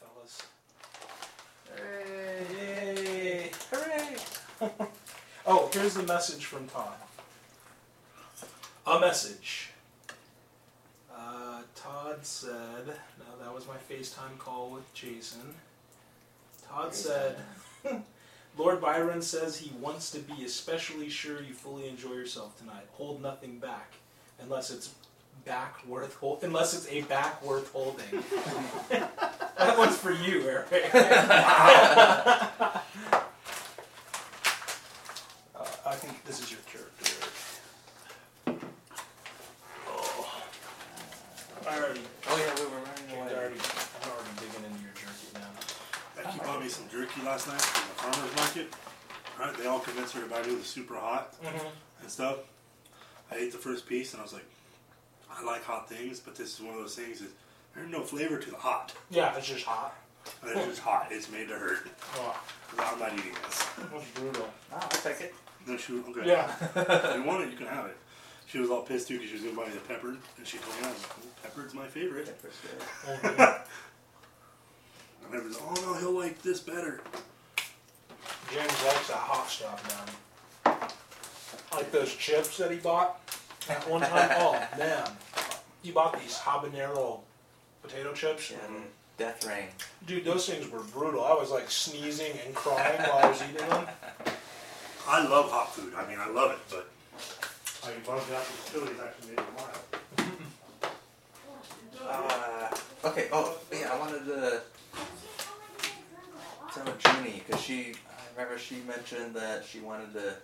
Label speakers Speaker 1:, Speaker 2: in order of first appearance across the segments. Speaker 1: fellas. Hey, yay, hooray! oh, here's the message from Tom. A message. Uh, Todd said, no, that was my FaceTime call with Jason. Todd said, Lord Byron says he wants to be especially sure you fully enjoy yourself tonight. Hold nothing back, unless it's back worth hold- unless it's a back worth holding. that one's for you, Eric. Uh, I think this is your character. Eric. Oh, I already,
Speaker 2: Oh yeah, we were running
Speaker 1: I
Speaker 2: away.
Speaker 1: already, I'm already digging into your jerky now.
Speaker 3: Becky bought me some jerky last night from the farmer's market. Right, they all convinced her to buy me the super hot and stuff. I ate the first piece and I was like, I like hot things, but this is one of those things that there's no flavor to the hot.
Speaker 1: Yeah, it's just hot.
Speaker 3: But It's just hot. It's made to hurt.
Speaker 1: Oh,
Speaker 3: I'm not eating this.
Speaker 1: that's brutal.
Speaker 2: No, Ah, I'll take it.
Speaker 3: No, she was, okay.
Speaker 1: Yeah.
Speaker 3: If you want it, you can have it. She was all pissed too because she was going to buy me the peppered, and she told me, I was like, "Well, peppered's my favorite.
Speaker 2: Pepper's good.
Speaker 3: And everyone's, oh no, he'll like this better.
Speaker 1: James likes that hot stuff, man. Like those chips that he bought at one time. oh man, he bought these habanero potato chips.
Speaker 2: Yeah.
Speaker 1: Mm-hmm.
Speaker 2: Death rain.
Speaker 1: Dude, those things were brutal. I was like sneezing and crying while I was eating them.
Speaker 3: I love hot food. I mean, I love it, but
Speaker 1: I bumped out the
Speaker 3: Philly's actually made it mild.
Speaker 2: Uh, okay. Oh yeah, I wanted to tell Junie because she. I remember she mentioned that she wanted to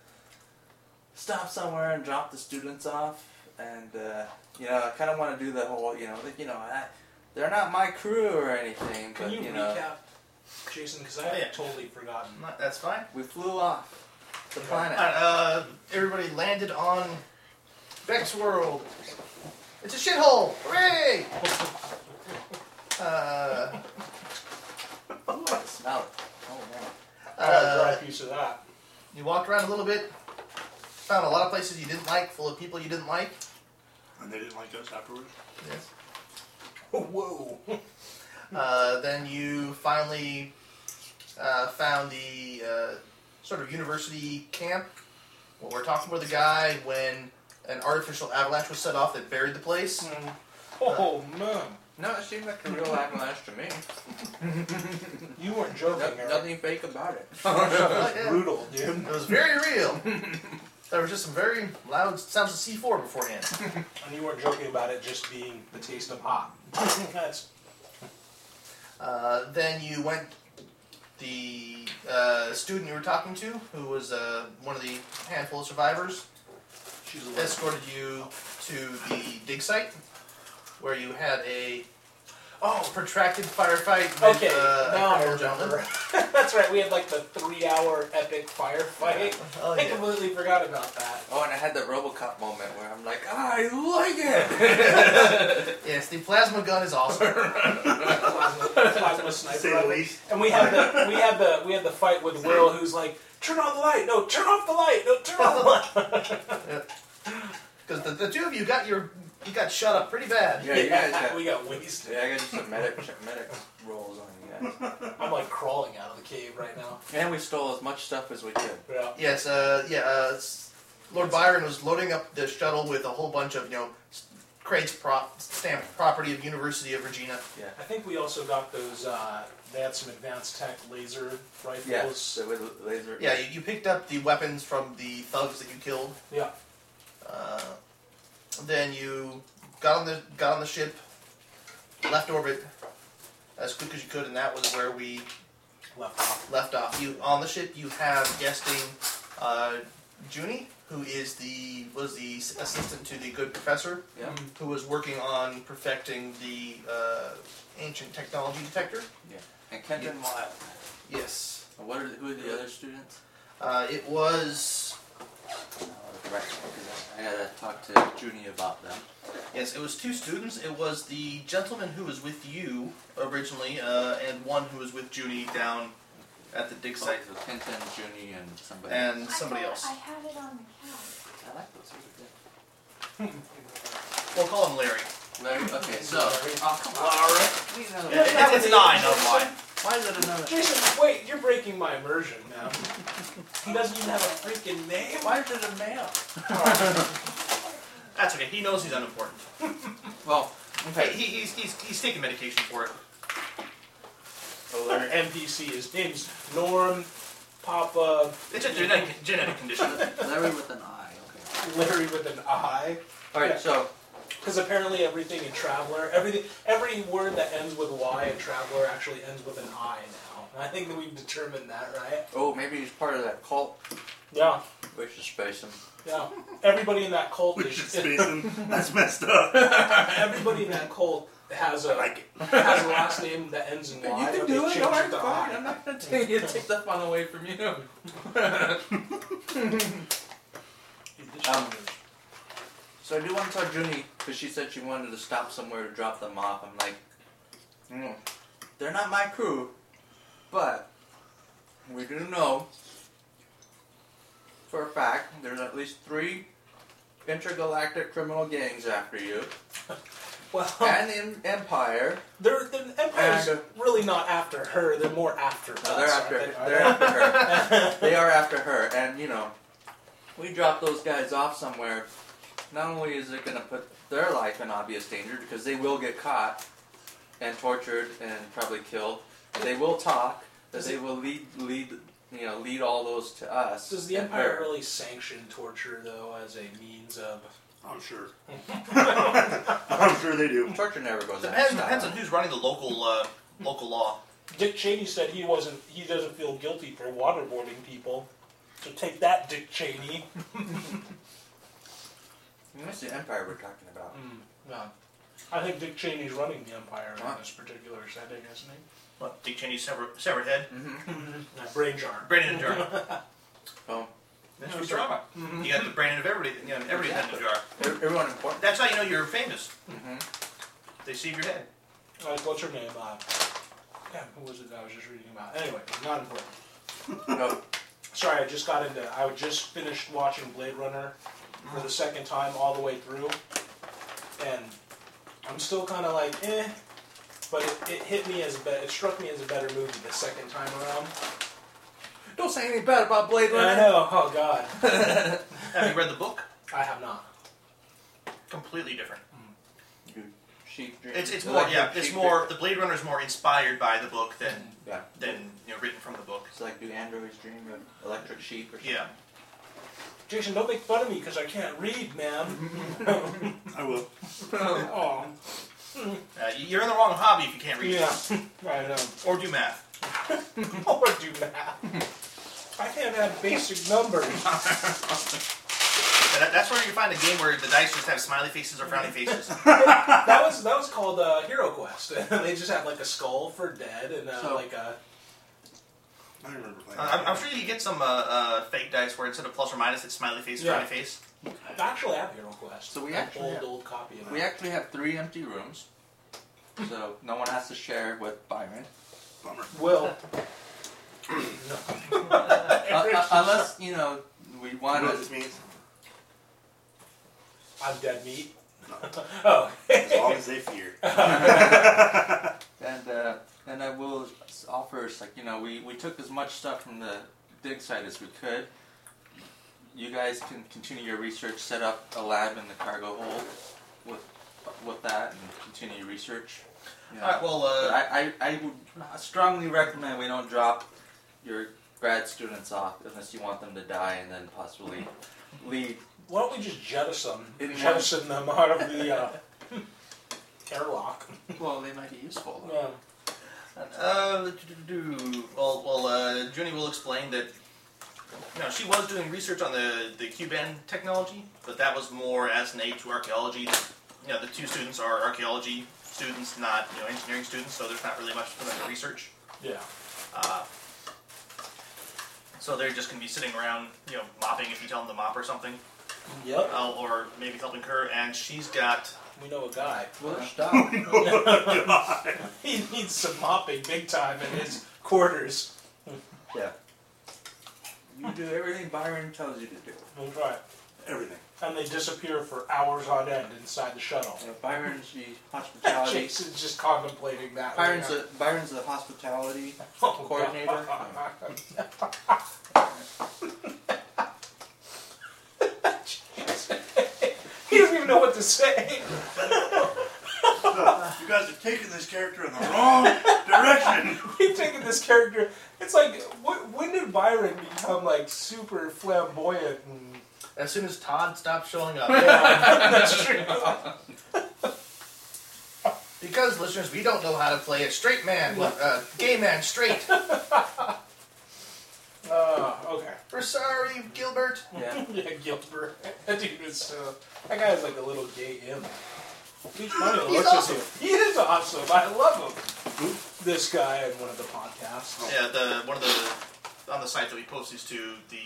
Speaker 2: stop somewhere and drop the students off, and uh, you know, I kind of want to do the whole, you know, like, you know, I, they're not my crew or anything,
Speaker 1: Can
Speaker 2: but
Speaker 1: you,
Speaker 2: you know,
Speaker 1: recap, Jason? Because I
Speaker 4: Oh,
Speaker 1: have
Speaker 4: yeah.
Speaker 1: totally forgotten.
Speaker 4: No, That's fine.
Speaker 2: we flew off the planet.
Speaker 4: Uh, everybody landed on Vex World. It's a shithole. Hooray! Uh,
Speaker 2: Ooh, I can smell it. Oh man.
Speaker 1: I had a
Speaker 4: uh,
Speaker 1: dry piece of that.
Speaker 4: you walked around a little bit. Found a lot of places you didn't like, full of people you didn't like.
Speaker 3: And they didn't like us afterwards.
Speaker 4: Yes.
Speaker 1: whoa.
Speaker 4: Uh, then you finally uh, found the uh, sort of university camp. Well, we're talking with a guy when an artificial avalanche was set off that buried the place.
Speaker 1: Oh man,
Speaker 2: No, it seemed like a real avalanche to me.
Speaker 1: you weren't joking,
Speaker 2: No,
Speaker 1: Eric.
Speaker 2: nothing fake about it.
Speaker 4: Oh, yeah.
Speaker 1: Brutal, dude.
Speaker 4: It was very real. there was just some very loud sounds of C4 beforehand.
Speaker 1: And you weren't joking about it just being the taste of hot. That's
Speaker 4: Uh, then you went. The uh, student you were talking to, who was uh, one of the handful of survivors,
Speaker 3: She's a little
Speaker 4: escorted you to the dig site, where you had a oh protracted firefight with
Speaker 1: okay.
Speaker 4: uh, a
Speaker 1: now I
Speaker 4: criminal
Speaker 1: remember.
Speaker 4: gentleman.
Speaker 1: That's right. We had like the three-hour epic firefight.
Speaker 4: Oh,
Speaker 1: I
Speaker 4: yeah.
Speaker 1: completely forgot about that.
Speaker 2: Oh, and I had the RoboCop moment where I'm like, "Ah, I like it.
Speaker 4: Yes, the plasma gun is awesome.
Speaker 1: Plasma, plasma sniper.
Speaker 3: Say the
Speaker 1: rifle.
Speaker 3: least.
Speaker 1: And we had the we had the we had the fight with Will, who's like, "Turn on the light! No, turn off the light! No, turn off the light!"
Speaker 4: Because the, the two of you got your you got shut up pretty bad.
Speaker 2: yeah, you guys got,
Speaker 1: we got wasted.
Speaker 2: yeah, I got some medic medic rolls on you guys.
Speaker 1: I'm like crawling out of the cave right now.
Speaker 2: And we stole as much stuff as we could.
Speaker 1: Yeah.
Speaker 4: Yes, uh, yeah, uh, s- Lord Byron was loading up the shuttle with a whole bunch of, you know, s- crates prop, stamped property of University of Regina.
Speaker 2: Yeah.
Speaker 1: I think we also got those. Uh, they had some advanced tech laser rifles.
Speaker 2: Yeah. So with laser.
Speaker 4: Yeah, you, you picked up the weapons from the thugs that you killed.
Speaker 1: Yeah.
Speaker 4: Uh, then you got on the got on the ship, left orbit as quick as you could, and that was where we
Speaker 1: Left off.
Speaker 4: left off. You on the ship, you have guesting uh, Junie, who is the was the s- assistant to the good professor.
Speaker 2: Yeah.
Speaker 4: who was working on perfecting the uh, ancient technology detector.
Speaker 2: And Kenton Wild.
Speaker 4: Yes.
Speaker 2: And What are the, who are the other students?
Speaker 4: Uh, it was
Speaker 2: Uh, right, 'cause I I gotta talk to Junie about them.
Speaker 4: yes, it was two students. It was the gentleman who was with you originally, uh, and one who was with Junie down at the dig
Speaker 2: So
Speaker 4: site,
Speaker 2: Oh, Kenton, Junie, and somebody.
Speaker 4: and
Speaker 5: I
Speaker 4: somebody
Speaker 5: thought
Speaker 4: else.
Speaker 5: I had it on the
Speaker 2: I like those. those are good.
Speaker 4: We'll call him Larry.
Speaker 2: Larry. Okay, so.
Speaker 1: Larry.
Speaker 2: Oh, come on.
Speaker 1: Lara.
Speaker 2: you know,
Speaker 1: Yeah,
Speaker 2: why-
Speaker 1: it's- it's nine
Speaker 2: why- Why is it another?
Speaker 1: Jason, wait, you're breaking my immersion now. he doesn't even have a freaking name.
Speaker 2: Why is it a male?
Speaker 4: That's okay. He knows he's unimportant.
Speaker 2: Well,
Speaker 4: Hey,
Speaker 2: okay.
Speaker 4: he, he's, he's, he's taking medication for it.
Speaker 2: oh,
Speaker 1: Our NPC, his name's Norm Papa
Speaker 4: It's a genetic, genetic condition.
Speaker 2: Larry with an I. Okay.
Speaker 1: Larry with an I.
Speaker 2: All right. So
Speaker 1: Because apparently everything in Traveler, everything, every word that ends with Y in Traveler actually ends with an I now. And I think that we've determined that, right?
Speaker 2: Oh, maybe he's part of that cult.
Speaker 1: Yeah,
Speaker 2: We should space him.
Speaker 1: yeah. Everybody in that cult
Speaker 3: We
Speaker 1: is-
Speaker 3: should space him. That's messed up.
Speaker 1: everybody in that cult has a
Speaker 3: I like it.
Speaker 1: has a last name that ends in Y. but they changed it to I.
Speaker 2: I'm not gonna take it. Take stuff on away from you. Um, so I do want to tell Junie because she said she wanted to stop somewhere to drop them off. I'm like, mm, they're not my crew, but we do know for a fact there's at least three intergalactic criminal gangs after you,
Speaker 1: well,
Speaker 2: and in Empire.
Speaker 1: they're, the Empire's
Speaker 2: And-
Speaker 1: really not after her. They're more after us.
Speaker 2: No, they're after.
Speaker 1: aren't
Speaker 2: They're after her. they are after her, and you know, we drop those guys off somewhere. Not only is it going to put their life in obvious danger because they will get caught and tortured and probably killed. They will talk. That they will lead lead you know lead all those to us.
Speaker 1: Does the
Speaker 2: and
Speaker 1: Empire
Speaker 2: her.
Speaker 1: really sanction torture though as a means of?
Speaker 3: I'm sure. I'm sure they do.
Speaker 2: torture never goes out of
Speaker 4: Depends,
Speaker 2: style.
Speaker 4: depends on who's running the local uh, local law.
Speaker 1: Dick Cheney said he wasn't. He doesn't feel guilty for waterboarding people. So take that, Dick Cheney.
Speaker 2: That's the Empire we're talking about.
Speaker 1: No, I think Dick Cheney's running the Empire
Speaker 2: Hmm. Huh?
Speaker 1: in this particular setting, isn't he?
Speaker 4: What? Dick Cheney's severed, severed head.
Speaker 2: Mm-hmm.
Speaker 1: That brain jar.
Speaker 4: Brain in a jar.
Speaker 2: Well,
Speaker 4: Mystery drama.
Speaker 1: Mm-hmm.
Speaker 4: You got the brain of everybody, you know, every head in a jar.
Speaker 2: e- everyone important.
Speaker 4: That's how you know you're famous.
Speaker 2: Mhm.
Speaker 4: They save your head.
Speaker 1: Like, what's her name? Uh, damn, who was it that I was just reading about? Anyway, not important.
Speaker 2: No,
Speaker 1: Sorry, I just got into. I just finished watching Blade Runner for the second time all the way through, and I'm still kind of like eh, but it, it hit me as a be- it struck me as a better movie the second time around.
Speaker 2: don't say anything bad about Blade
Speaker 1: I
Speaker 2: Runner.
Speaker 1: know. Oh God,
Speaker 4: Have you read the book?
Speaker 1: I have not.
Speaker 4: Completely different.
Speaker 2: Sheep dream.
Speaker 4: It's, it's
Speaker 2: You
Speaker 4: more
Speaker 2: like
Speaker 4: yeah.
Speaker 2: your
Speaker 4: It's
Speaker 2: sheep
Speaker 4: more
Speaker 2: dream?
Speaker 4: the Blade Runner is more inspired by the book than
Speaker 2: Yeah.
Speaker 4: than you know written from the book.
Speaker 2: It's like do androids dream of electric sheep or something?
Speaker 4: Yeah.
Speaker 1: Jason, don't make fun of me because I can't read, man.
Speaker 3: I will.
Speaker 1: Oh,
Speaker 4: Uh, you- you're in the wrong hobby if you can't read
Speaker 1: yeah, I know.
Speaker 4: or do math.
Speaker 1: Or do math. I can't add basic numbers.
Speaker 4: That, that's where you find a game where the dice just have smiley faces or frowny faces.
Speaker 1: That was that was called uh, Hero Quest. they just had like a skull for dead and uh,
Speaker 2: So-
Speaker 1: like a
Speaker 3: I remember playing.
Speaker 4: Uh, I'm, I'm sure you can get some uh, uh, fake dice where instead of plus or minus, it's smiley face,
Speaker 1: Yeah.
Speaker 4: frowny face.
Speaker 1: actually I have Hero Quest.
Speaker 2: So we
Speaker 1: An
Speaker 2: actually
Speaker 1: old
Speaker 2: have-
Speaker 1: old copy of it.
Speaker 2: We actually have three empty rooms, so no one has to share with Byron,
Speaker 3: Bummer.
Speaker 1: Will. no.
Speaker 2: uh, uh, unless you know we
Speaker 3: You
Speaker 2: want
Speaker 3: know what this
Speaker 2: to.
Speaker 3: means?
Speaker 1: I'm dead meat.
Speaker 3: No. Oh,
Speaker 1: oh.
Speaker 3: As long as they fear.
Speaker 2: And uh, and I will s- offer it's like you know we we took as much stuff from the dig site as we could. You guys can continue your research, set up a lab in the cargo hold with with that, and continue your research. You know.
Speaker 4: All right. Well,
Speaker 2: But
Speaker 4: uh,
Speaker 2: I, I, I would strongly recommend we don't drop your grad students off unless you want them to die and then possibly leave.
Speaker 1: Why don't we just jettison
Speaker 2: It is-
Speaker 1: jettison them out of the uh, airlock?
Speaker 2: Well, they might be useful. though.
Speaker 1: Yeah.
Speaker 4: uh, do- do- do. well, well, uh, Junie will explain that. No, she was doing research on the the Cuban technology, but that was more as an aid to archaeology. You know, the two students are archaeology students, not you know engineering students, so there's not really much for them to research.
Speaker 1: Yeah.
Speaker 4: Uh, so they're just gonna be sitting around, you know, mopping if you tell them to mop or something,
Speaker 1: Yep.
Speaker 4: uh, or maybe helping her. And she's got
Speaker 1: We know a guy.
Speaker 2: Well, they're stuck.
Speaker 1: He needs some mopping big time in his quarters.
Speaker 2: yeah. You do everything Byron tells you to do.
Speaker 1: That's right.
Speaker 3: everything.
Speaker 1: and they disappear for hours on end inside the shuttle.
Speaker 2: You know, Byron's the hospitality.
Speaker 1: Jace is just contemplating that. right
Speaker 2: Byron's
Speaker 1: now.
Speaker 2: the Byron's the hospitality
Speaker 1: Oh, God.
Speaker 2: coordinator.
Speaker 1: he doesn't even know what to say.
Speaker 3: So, you guys are taking this character in the wrong direction.
Speaker 1: He's taking this character. It's like, wh- when did Byron become like super flamboyant? And,
Speaker 6: As soon as Todd stopped showing up.
Speaker 1: that's true.
Speaker 6: Because listeners, we don't know how to play a straight man, uh, gay man, straight.
Speaker 1: Uh, okay.
Speaker 6: We're sorry, Gilbert.
Speaker 2: Yeah.
Speaker 1: Yeah, Gilbert. That dude is. Uh, that guy is like a little gay imp. He's funny.
Speaker 6: He's
Speaker 1: Alexis
Speaker 6: awesome. Hmm?
Speaker 1: is- He is awesome. I love him. This guy in one of the podcasts.
Speaker 4: Yeah, the one of the on the site that we post these to the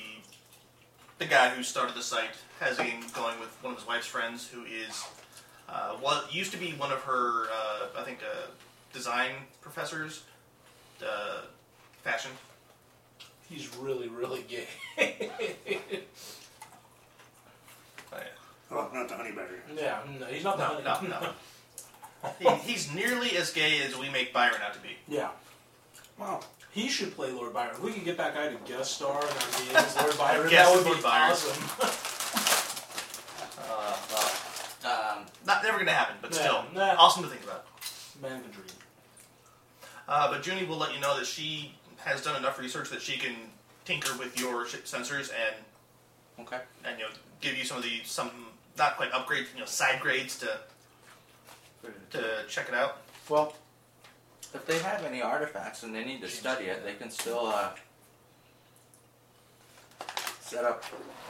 Speaker 4: the guy who started the site has a game going with one of his wife's friends who is uh, what used to be one of her uh, I think uh, design professors, uh, fashion.
Speaker 1: He's really, really gay.
Speaker 3: Oh, not the honey badger.
Speaker 1: yeah, mm, no, he's not
Speaker 4: No,
Speaker 1: that.
Speaker 4: no, no. he, he's nearly as gay as we make Byron out to be.
Speaker 1: Yeah,
Speaker 3: Wow.
Speaker 1: he should play Lord Byron. If we can get that guy to guest star in our games, Lord Byron.
Speaker 4: Guest
Speaker 1: that would
Speaker 4: Lord
Speaker 1: be
Speaker 4: Byron.
Speaker 1: awesome.
Speaker 2: Uh, well, um,
Speaker 4: Not never gonna happen, but
Speaker 1: Yeah,
Speaker 4: still
Speaker 1: nah.
Speaker 4: awesome to think about.
Speaker 1: Man can dream.
Speaker 4: Uh, but Junie will let you know that she has done enough research that she can tinker with your ship sensors and
Speaker 2: okay.
Speaker 4: and you know give you some of the some not quite upgrades you know side grades to to check it out.
Speaker 2: Well, if they have any artifacts and they need to study it, they can still uh, set up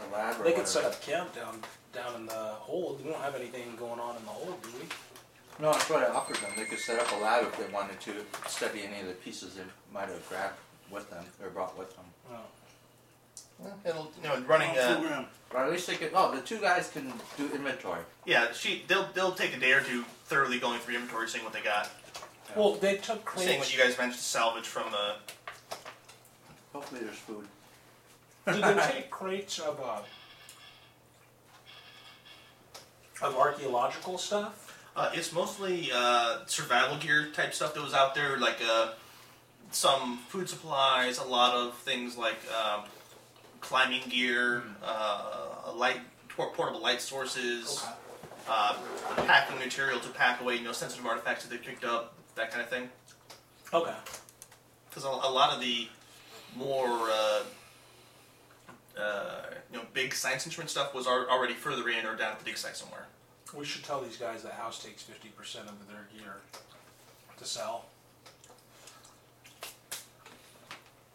Speaker 2: a lab. Or
Speaker 1: They
Speaker 2: whatever.
Speaker 1: could set up camp down down in the hold. We don't have anything going on in the hold, do we?
Speaker 2: No, that's what I offered them. They could set up a lab if they wanted to study any of the pieces they might have grabbed with them or brought with them.
Speaker 1: No.
Speaker 6: Well, It'll,
Speaker 4: You know, running.
Speaker 3: Full
Speaker 4: Uh,
Speaker 3: gram.
Speaker 2: Or at least they could. Oh, the two guys can do inventory.
Speaker 4: yeah, she they'll they'll take a day or two thoroughly going through inventory, seeing what they got,
Speaker 1: Well, they took
Speaker 4: seeing
Speaker 1: crates.
Speaker 4: what you guys managed to salvage from uh, the.
Speaker 2: Hopefully, there's food.
Speaker 1: Did they take crates of uh, of archaeological stuff?
Speaker 4: Uh, it's mostly uh, survival gear type stuff that was out there, like uh, some food supplies, a lot of things like um, climbing gear,
Speaker 1: Mm-hmm.
Speaker 4: uh, light por- portable light sources, uh, packing material to pack away, you know, sensitive artifacts that they picked up, that kind of thing.
Speaker 1: Okay.
Speaker 4: Because a, a lot of the more uh, uh, you know big science instrument stuff was al- already further in or down at the dig site somewhere.
Speaker 1: We should tell these guys that House takes 50% of their gear to sell.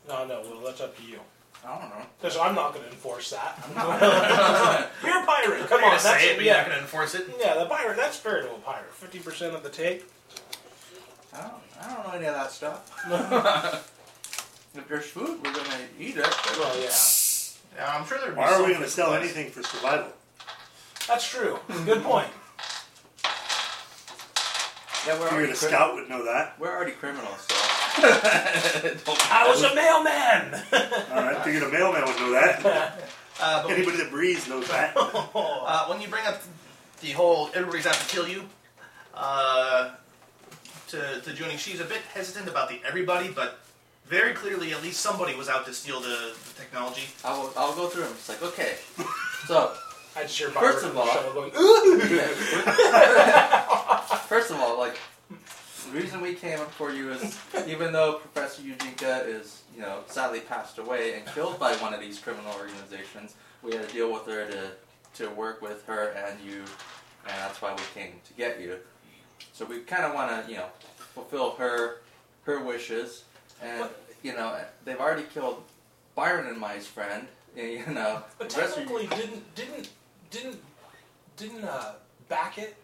Speaker 1: No, no, well, that's up to you.
Speaker 2: I don't know.
Speaker 1: Because I'm not going to enforce that. You're a pirate. Come
Speaker 4: You're
Speaker 1: on,
Speaker 4: gonna
Speaker 1: that's
Speaker 4: say it, but you're
Speaker 1: yeah.
Speaker 4: not going to enforce it.
Speaker 1: yeah, the pirate. That's fair to a pirate. 50% of the take.
Speaker 2: I don't. I don't know any of that stuff. if there's food, we're gonna eat it. but-
Speaker 1: Well, yeah,
Speaker 4: Now, I'm sure there.
Speaker 3: Why are we going to sell anything for survival?
Speaker 1: that's true. Good point.
Speaker 2: Yeah, we're
Speaker 3: I
Speaker 2: already
Speaker 3: figured a
Speaker 2: cri-
Speaker 3: scout would know that.
Speaker 2: We're already criminals, so.
Speaker 1: I was a mailman.
Speaker 3: All right, I figured a mailman would know that.
Speaker 4: Uh, but
Speaker 3: Anybody that breathes knows that.
Speaker 4: Uh, when you bring up the whole everybody's out to kill you, uh, to, to Junie, she's a bit hesitant about the everybody, but very clearly at least somebody was out to steal the, the technology.
Speaker 2: I'll, I'll go through them. It's like, okay. So,
Speaker 1: I just hear pirate
Speaker 2: First of
Speaker 1: in the
Speaker 2: all-
Speaker 1: shuttle going,
Speaker 2: first of all, like, the reason we came up for you is even though Professor Eugenia is, you know, sadly passed away and killed by one of these criminal organizations, we had to deal with her to, to work with her and you, and that's why we came to get you. So we kind of want to, you know, fulfill her her wishes, and you know, they've already killed Byron and my friend. and, You know,
Speaker 1: But
Speaker 2: the rest of
Speaker 1: technically, didn't didn't didn't didn't uh, back it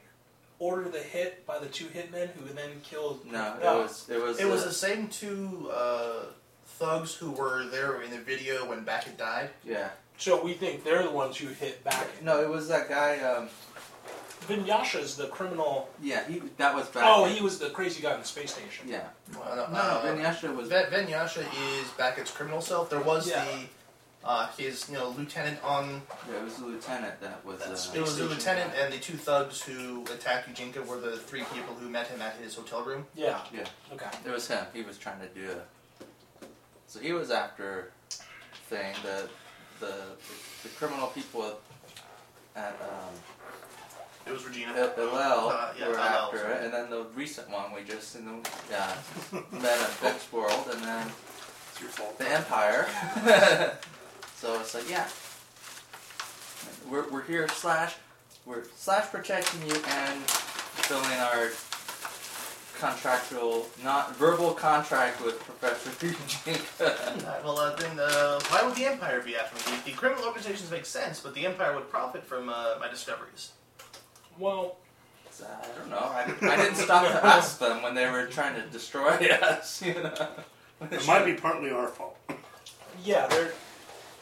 Speaker 1: order the hit by the two hitmen who then killed?
Speaker 2: No,
Speaker 1: No.
Speaker 2: it was it was
Speaker 6: it was
Speaker 2: uh,
Speaker 6: the same two uh, thugs who were there in the video when Backett died.
Speaker 2: yeah.
Speaker 1: So we think they're the ones who hit back it.
Speaker 2: No, it was that guy. Um,
Speaker 1: Vinyasha's the criminal.
Speaker 2: yeah, he that was back.
Speaker 1: Oh, he was the crazy guy in the space station.
Speaker 2: Yeah.
Speaker 6: Well, uh,
Speaker 2: No, no, Vinyasha was.
Speaker 6: Ven- Venyasha is Backett's criminal self. There was
Speaker 1: Yeah.
Speaker 6: the uh, his you know lieutenant on
Speaker 2: Yeah, it was the lieutenant that was.
Speaker 1: That's
Speaker 2: uh,
Speaker 6: it was the
Speaker 1: station
Speaker 6: lieutenant and the two thugs who attacked Ujinka were the three people who met him at his hotel room.
Speaker 1: Yeah.
Speaker 2: Yeah.
Speaker 1: Okay.
Speaker 2: It was him. He was trying to do. A, so he was after thing the the the criminal people at, at um,
Speaker 4: It was Regina.
Speaker 2: at LL
Speaker 4: Uh, yeah,
Speaker 2: were
Speaker 4: LL,
Speaker 2: after it,
Speaker 4: sorry.
Speaker 2: and then the recent one we just you know yeah met at Vic's World, and then
Speaker 3: It's your fault.
Speaker 2: the Empire. so it's like yeah, we're we're here slash we're slash protecting you and fulfilling our contractual not verbal contract with Professor Jinka.
Speaker 4: Alright, well, uh, then uh, why would the Empire be after me? The, the criminal organizations make sense, but the Empire would profit from uh, my discoveries.
Speaker 1: Well,
Speaker 2: So, I don't know. I, I didn't stop to ask them when they were trying to destroy us. You know,
Speaker 3: It might be partly our fault.
Speaker 1: yeah, they're.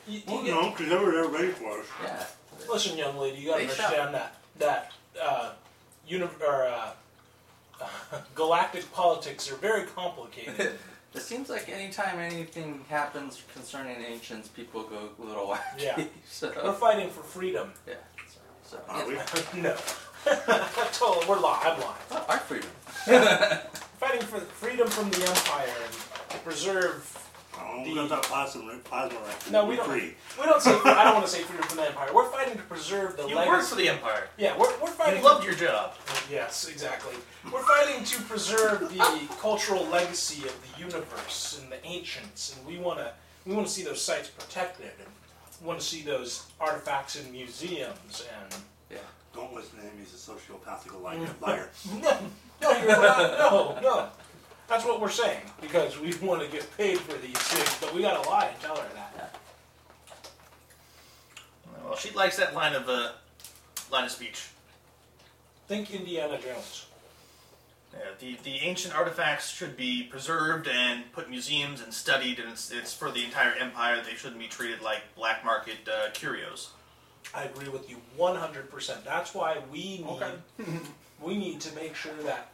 Speaker 1: You,
Speaker 3: Well,
Speaker 1: you-
Speaker 3: no, because they were there ready for us.
Speaker 2: Yeah.
Speaker 1: Listen, young lady, you gotta
Speaker 2: They shall.
Speaker 1: understand that that uh, uni- or, uh, galactic politics are very complicated.
Speaker 2: It seems like anytime anything happens concerning ancients, people go a little wacky.
Speaker 1: Yeah. We're
Speaker 2: So,
Speaker 1: fighting for freedom.
Speaker 2: yeah. So,
Speaker 3: Are Uh, we?
Speaker 1: no, totally, we're lying. I'm lying.
Speaker 2: Oh, our freedom. yeah.
Speaker 1: Fighting for freedom from the empire and to preserve.
Speaker 3: Oh, we got that plasma, ri- plasma rifle.
Speaker 1: No, we
Speaker 3: We're
Speaker 1: don't.
Speaker 3: free.
Speaker 1: We don't say. I don't want to say freedom from the empire. We're fighting to preserve the
Speaker 4: You worked
Speaker 1: legacy.
Speaker 4: for the Empire.
Speaker 1: Yeah, we're, we're fighting.
Speaker 4: You loved your job.
Speaker 1: Yes, exactly. We're fighting to preserve the cultural legacy of the universe and the ancients, and we want to we want to see those sites protected, and want to see those artifacts in museums. And
Speaker 3: Don't listen to him. He's a sociopathical liar. liar.
Speaker 1: no, no, you're not, no, no. That's what we're saying because we want to get paid for these things, but we gotta lie and tell her that.
Speaker 4: Well, she likes that line of uh, line of speech.
Speaker 1: Think Indiana Jones.
Speaker 4: Yeah, the, the ancient artifacts should be preserved and put in museums and studied, and it's, it's for the entire empire. They shouldn't be treated like black market uh, curios.
Speaker 1: I agree with you 100%. That's why we need we need to make sure that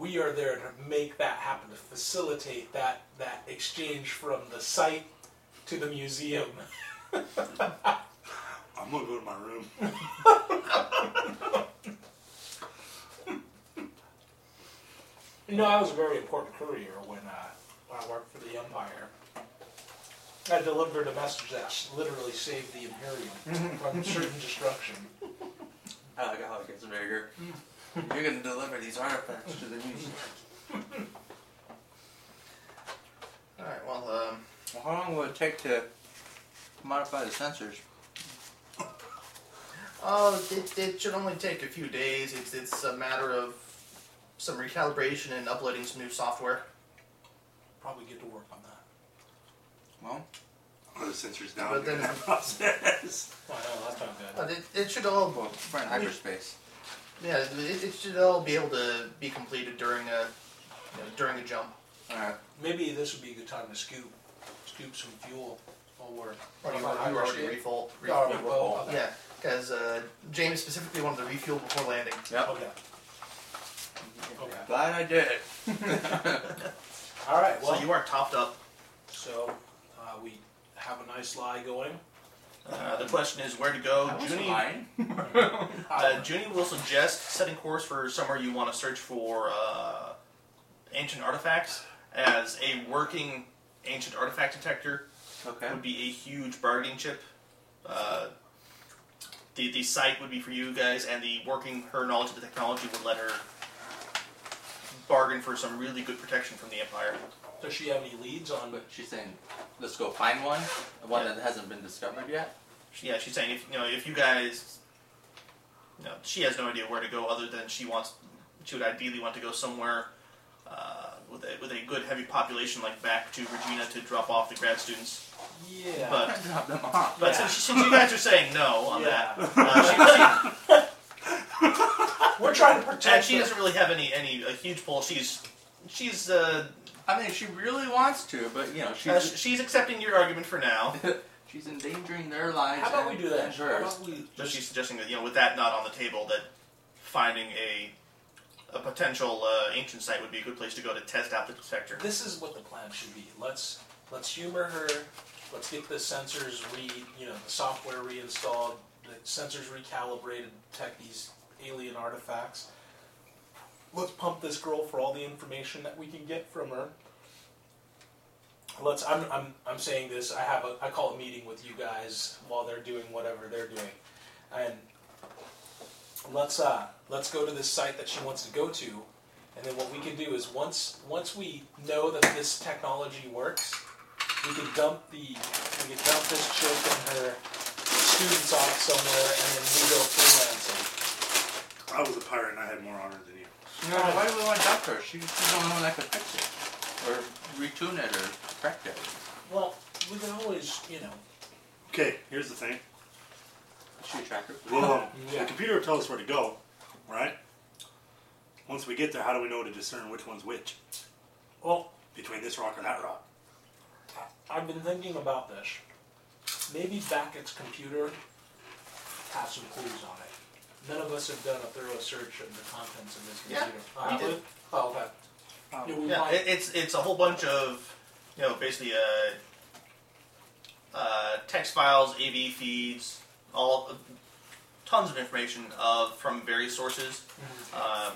Speaker 1: we are there to make that happen, to facilitate that that exchange from the site to the museum.
Speaker 3: I'm gonna go to my room.
Speaker 1: You know, I was a very important courier when uh, I worked for the Empire. I delivered a message that s- literally saved the
Speaker 4: Mm-hmm.
Speaker 1: Imperium from certain destruction.
Speaker 2: Alcohol gets bigger. You're gonna deliver these artifacts to the museum.
Speaker 6: All right, well, um,
Speaker 2: Well, how long will it take to modify the sensors?
Speaker 6: oh, it, it should only take a few days. It's it's a matter of some recalibration and uploading some new software.
Speaker 1: Probably get to work on that.
Speaker 2: Well,
Speaker 3: Oh, the sensors down
Speaker 6: But
Speaker 3: during
Speaker 6: then-
Speaker 3: that process.
Speaker 4: Oh,
Speaker 1: Well, no, that's not good.
Speaker 6: But it, it should all
Speaker 2: well, we're in hyperspace.
Speaker 6: yeah it, it should all be able to be completed during a you know, during a jump.
Speaker 2: All right.
Speaker 1: Maybe this would be a good time to scoop, scoop some fuel while we're.
Speaker 6: Or you,
Speaker 1: while
Speaker 6: already- you
Speaker 1: we're
Speaker 6: already
Speaker 1: shit.
Speaker 6: refuel.
Speaker 1: Oh,
Speaker 6: refuel.
Speaker 1: well, okay.
Speaker 6: Yeah, because uh, James specifically wanted to refuel before landing.
Speaker 1: Okay. Okay.
Speaker 2: Glad I did it.
Speaker 1: All right. Well,
Speaker 4: so you are topped up.
Speaker 1: so uh, we have a nice lie going.
Speaker 4: Uh, the question is where to go.
Speaker 2: That was
Speaker 4: Junie-
Speaker 2: fine.
Speaker 4: Uh, Junie will suggest setting course for somewhere you want to search for uh, ancient artifacts, as a working ancient artifact detector
Speaker 2: Okay.
Speaker 4: would be a huge bargaining chip. Uh, the the site would be for you guys, and the working her knowledge of the technology would let her bargain for some really good protection from the empire.
Speaker 1: Does she have any leads on?
Speaker 2: But she's saying, let's go find one, the one that hasn't been discovered yet.
Speaker 4: She- Yeah, she's saying if you know if you guys, you know, she has no idea where to go other than she wants. She would ideally want to go somewhere uh, with a with a good heavy population, like back to Regina to drop off the grad students.
Speaker 1: Yeah.
Speaker 4: But
Speaker 2: Drop them off.
Speaker 4: but
Speaker 1: Yeah.
Speaker 4: since, since you guys are saying no on that,
Speaker 1: yeah.
Speaker 4: uh, she,
Speaker 1: We're trying to
Speaker 4: she, and
Speaker 1: protect.
Speaker 4: she
Speaker 1: her.
Speaker 4: doesn't really have any any a huge pull. She's she's uh,
Speaker 2: I mean, she really wants to, but you know,
Speaker 4: uh,
Speaker 2: she's
Speaker 4: she's accepting your argument for now.
Speaker 2: she's endangering their lives.
Speaker 1: How about we
Speaker 2: and-
Speaker 1: do that?
Speaker 2: and
Speaker 1: How
Speaker 2: hers.
Speaker 1: about we
Speaker 4: But she's suggesting that you know, with that not on the table, that finding a a potential uh, ancient site would be a good place to go to test out the detector.
Speaker 1: This is what the plan should be. Let's let's humor her. let's get the sensors re, you know, the software reinstalled, the sensors recalibrated, to detect these alien artifacts. Let's pump this girl for all the information that we can get from her. Let's. I'm. I'm. I'm saying this. I have a. I call a meeting with you guys while they're doing whatever they're doing, and let's. Uh. Let's go to this site that she wants to go to, and then what we can do is once once we know that this technology works, we can dump the we can dump this chick and her students off somewhere, and then we go freelancing.
Speaker 3: I was a pirate and I had more honor than you.
Speaker 2: No, why do we want to dump her? She, she's the only one that could fix it. Or retune it or correct it.
Speaker 1: Well, we can always you know.
Speaker 3: Okay, here's the thing.
Speaker 2: Is she attractive?
Speaker 3: Well, um,
Speaker 1: Yeah.
Speaker 3: the computer will tell us where to go, right? Once we get there, how do we know to discern which one's which
Speaker 1: Well,
Speaker 3: between this rock or that rock?
Speaker 1: I've been thinking about this. Maybe Backett's computer has some clues on it. None of us have done a thorough search of the contents of this
Speaker 6: Yeah,
Speaker 1: computer. Uh,
Speaker 6: we did.
Speaker 1: we- Oh, okay.
Speaker 2: Um,
Speaker 1: Yeah, we
Speaker 4: Yeah,
Speaker 1: might-
Speaker 4: it, it's it's a whole bunch of you know basically uh, uh, text files, AV feeds, all tons of information of from various sources. Uh,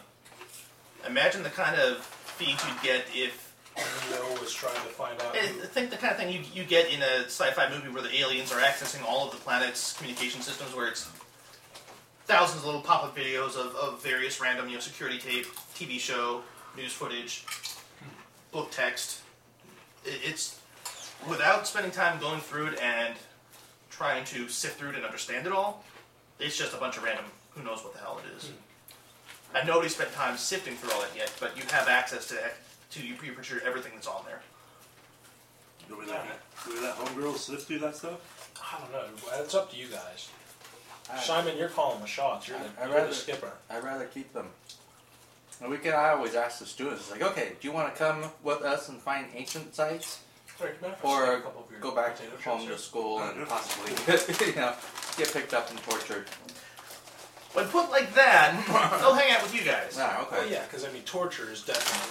Speaker 4: imagine the kind of feeds you'd get if
Speaker 1: Neo was trying to find out.
Speaker 4: I
Speaker 1: who-
Speaker 4: think the kind of thing you you get in a sci-fi movie where the aliens are accessing all of the planet's communication systems, where it's thousands of little pop-up videos of, of various random you know security tape, TV show, news footage, book text. It, it's without spending time going through it and trying to sift through it and understand it all. It's just a bunch of random. Who knows what the hell it is. And nobody spent time sifting through all that yet, but you have access to to you pretty sure everything that's on there.
Speaker 3: Do we let, do we let homegirls sift through that stuff?
Speaker 1: I don't know. It's up to you guys.
Speaker 2: I,
Speaker 1: Simon, you're calling the shots. You're,
Speaker 2: I- I'd
Speaker 1: the, you're
Speaker 2: rather-
Speaker 1: the skipper.
Speaker 2: I'd rather keep them. And we can, I always ask the students, like, okay, do you want to come with us and find ancient sites?
Speaker 1: Sorry, can I have a
Speaker 2: Or
Speaker 1: couple of your
Speaker 2: go back
Speaker 1: potato
Speaker 2: home to
Speaker 1: chips,
Speaker 2: school and possibly, you know, get picked up and tortured?
Speaker 4: When put like that, they'll hang out with you
Speaker 2: Ah,
Speaker 4: guys.
Speaker 1: sir? Well,
Speaker 2: okay.
Speaker 1: Oh, yeah, because I mean, torture is definitely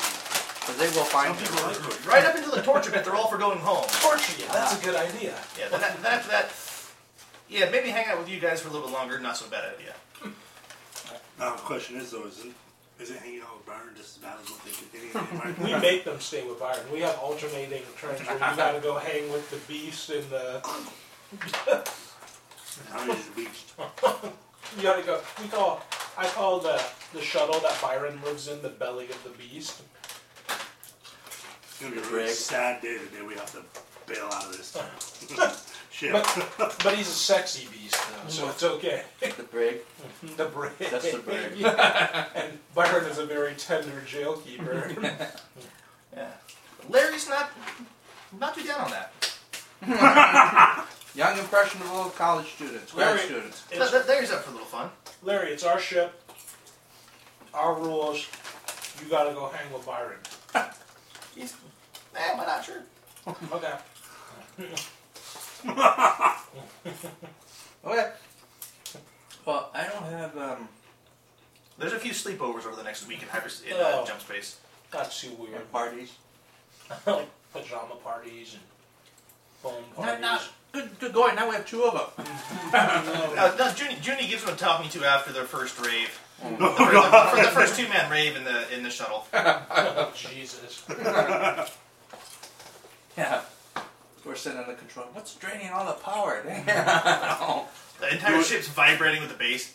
Speaker 2: Because they will find
Speaker 3: Some
Speaker 2: you.
Speaker 3: people like it.
Speaker 4: Right up until the torture bit, they're all for going home.
Speaker 1: torture. Yeah, that's a good idea.
Speaker 4: Yeah, then, that- then after that, yeah, maybe hang out with you guys for a little bit longer, not so bad idea.
Speaker 3: Now, the question is, though, is it, is it hanging out with Byron just as bad as what they could anything? might-
Speaker 1: We make them stay with Byron. We have alternating turns where you gotta go hang with the beast and the.
Speaker 3: How many is the beach?
Speaker 1: You gotta go. We call. I call the the shuttle that Byron lives in the belly of the beast.
Speaker 3: It's gonna be a really
Speaker 2: Rigged.
Speaker 3: sad day the day we have to bail out of this. Shit.
Speaker 1: But but he's a sexy beast though, so it's okay.
Speaker 2: The brig.
Speaker 1: The brave.
Speaker 2: That's the brave.
Speaker 1: and Byron is a very tender jailkeeper.
Speaker 4: Yeah. Larry's not not too down on that.
Speaker 2: Young impressionable college students, grad
Speaker 1: Larry-
Speaker 2: students.
Speaker 4: Th- th- Larry's up for a little fun.
Speaker 1: Larry, it's our ship, our rules. You gotta go hang with Byron.
Speaker 4: He's, eh, why not? Sure.
Speaker 1: Okay.
Speaker 2: Okay. Well, I don't have, um,
Speaker 4: There's a few sleepovers over the next week in, hyper, in
Speaker 1: Oh.
Speaker 4: uh, Jump Space.
Speaker 1: That's too weird.
Speaker 2: parties.
Speaker 1: like pajama parties and phone
Speaker 2: Not,
Speaker 1: parties.
Speaker 2: not, good, good going. Now we have two of them.
Speaker 4: Uh, no, Junie, Junie gives them a top me to after their first rave.
Speaker 3: Oh,
Speaker 4: For
Speaker 3: God.
Speaker 4: the, for the first two man rave in the in the shuttle.
Speaker 1: Oh, Jesus.
Speaker 2: Yeah. We're sitting in the control. What's draining all the power?
Speaker 4: The entire ship's vibrating with the bass.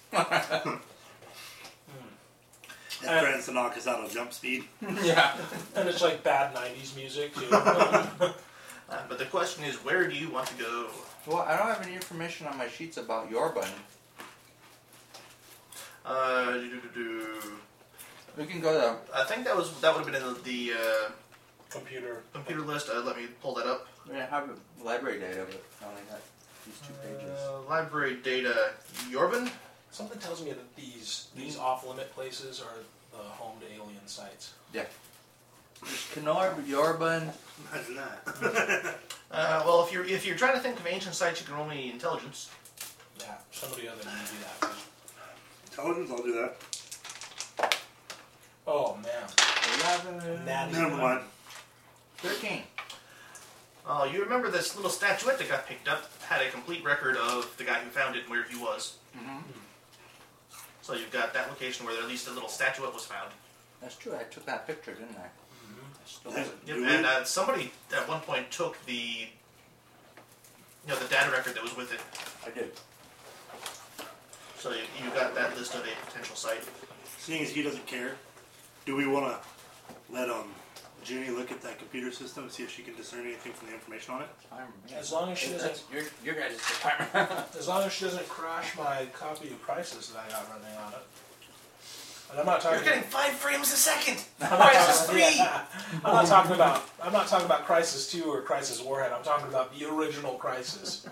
Speaker 3: That threatens to knock us out of jump speed.
Speaker 2: yeah.
Speaker 1: And it's like bad 90s music, too.
Speaker 4: Uh, but the question is, where do you want to go?
Speaker 2: Well, I don't have any information on my sheets about your button.
Speaker 4: Uh, do-do-do-do.
Speaker 2: We can go to
Speaker 4: I think that was that would have been in the, the uh,
Speaker 1: Computer.
Speaker 4: computer list. Uh, let me pull that up.
Speaker 2: We didn't have a library data, but I only got these two pages.
Speaker 4: Uh, library data, Yorvin.
Speaker 1: Something tells me that these these off limit places are the home to alien sites.
Speaker 2: There's
Speaker 1: Uh,
Speaker 2: Kenor, Yorban.
Speaker 3: Imagine that.
Speaker 4: Uh, well, if you're if you're trying to think of ancient sites, you can roll me intelligence.
Speaker 1: Yeah, somebody other than me do that.
Speaker 3: Intelligence, I'll do that.
Speaker 1: Oh, man.
Speaker 2: 11,
Speaker 1: Natty.
Speaker 3: Never mind.
Speaker 2: 13.
Speaker 4: Oh, you remember this little statuette that got picked up had a complete record of the guy who found it and where he was.
Speaker 2: Mhm.
Speaker 4: So you've got that location where at least a little statuette was found.
Speaker 2: That's true. I took that picture, didn't I?
Speaker 1: Mm-hmm.
Speaker 2: I stole
Speaker 3: Yeah.
Speaker 2: it.
Speaker 4: Yep,
Speaker 3: Do
Speaker 4: and
Speaker 3: we-
Speaker 4: uh, somebody at one point took the, you know, the data record that was with it.
Speaker 2: I did.
Speaker 4: So you, you got that list of a potential site.
Speaker 3: Seeing as he doesn't care, do we want to let um Junie look at that computer system and see if she can discern anything from the information on it?
Speaker 2: I'm- yeah.
Speaker 1: As long as she
Speaker 2: That's
Speaker 1: doesn't,
Speaker 2: your, your guys' department.
Speaker 1: as long as she doesn't crash my copy of Prices that I got running on it. And I'm not talking.
Speaker 4: five frames a second.
Speaker 1: I'm not talking- yeah. I'm not talking about. I'm not talking about Crisis Two or Crisis Warhead. I'm talking about the original Crisis.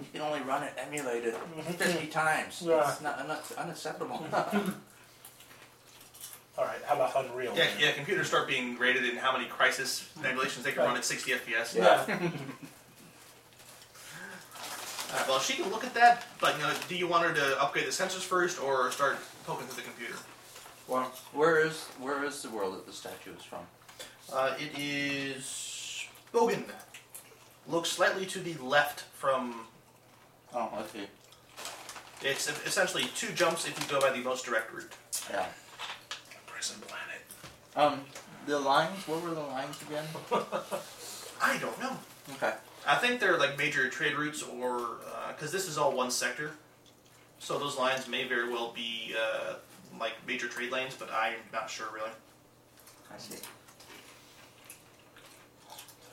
Speaker 2: you can only run it emulated 50 times.
Speaker 1: Yeah.
Speaker 2: It's not, not unacceptable.
Speaker 1: All right, how about Unreal?
Speaker 4: Yeah, yeah. Computers start being rated in how many crisis emulations they can run at 60 FPS.
Speaker 1: Yeah.
Speaker 4: All right, Uh, well, she can look at that, but you know, do you want her to upgrade the sensors first or start poking through the computer?
Speaker 2: well, where is where is the world that the statue is from?
Speaker 4: Uh, it is Bogan. Looks slightly to the left from.
Speaker 2: Oh, I see.
Speaker 4: It's essentially two jumps if you go by the most direct route.
Speaker 2: Yeah.
Speaker 1: Prison Planet.
Speaker 2: Um, the lines. What were the lines again?
Speaker 4: I don't know.
Speaker 2: Okay.
Speaker 4: I think they're like major trade routes, or because this is all one sector, so those lines may very well be uh, like major trade lanes, but I'm not sure really. Uh,
Speaker 2: I see.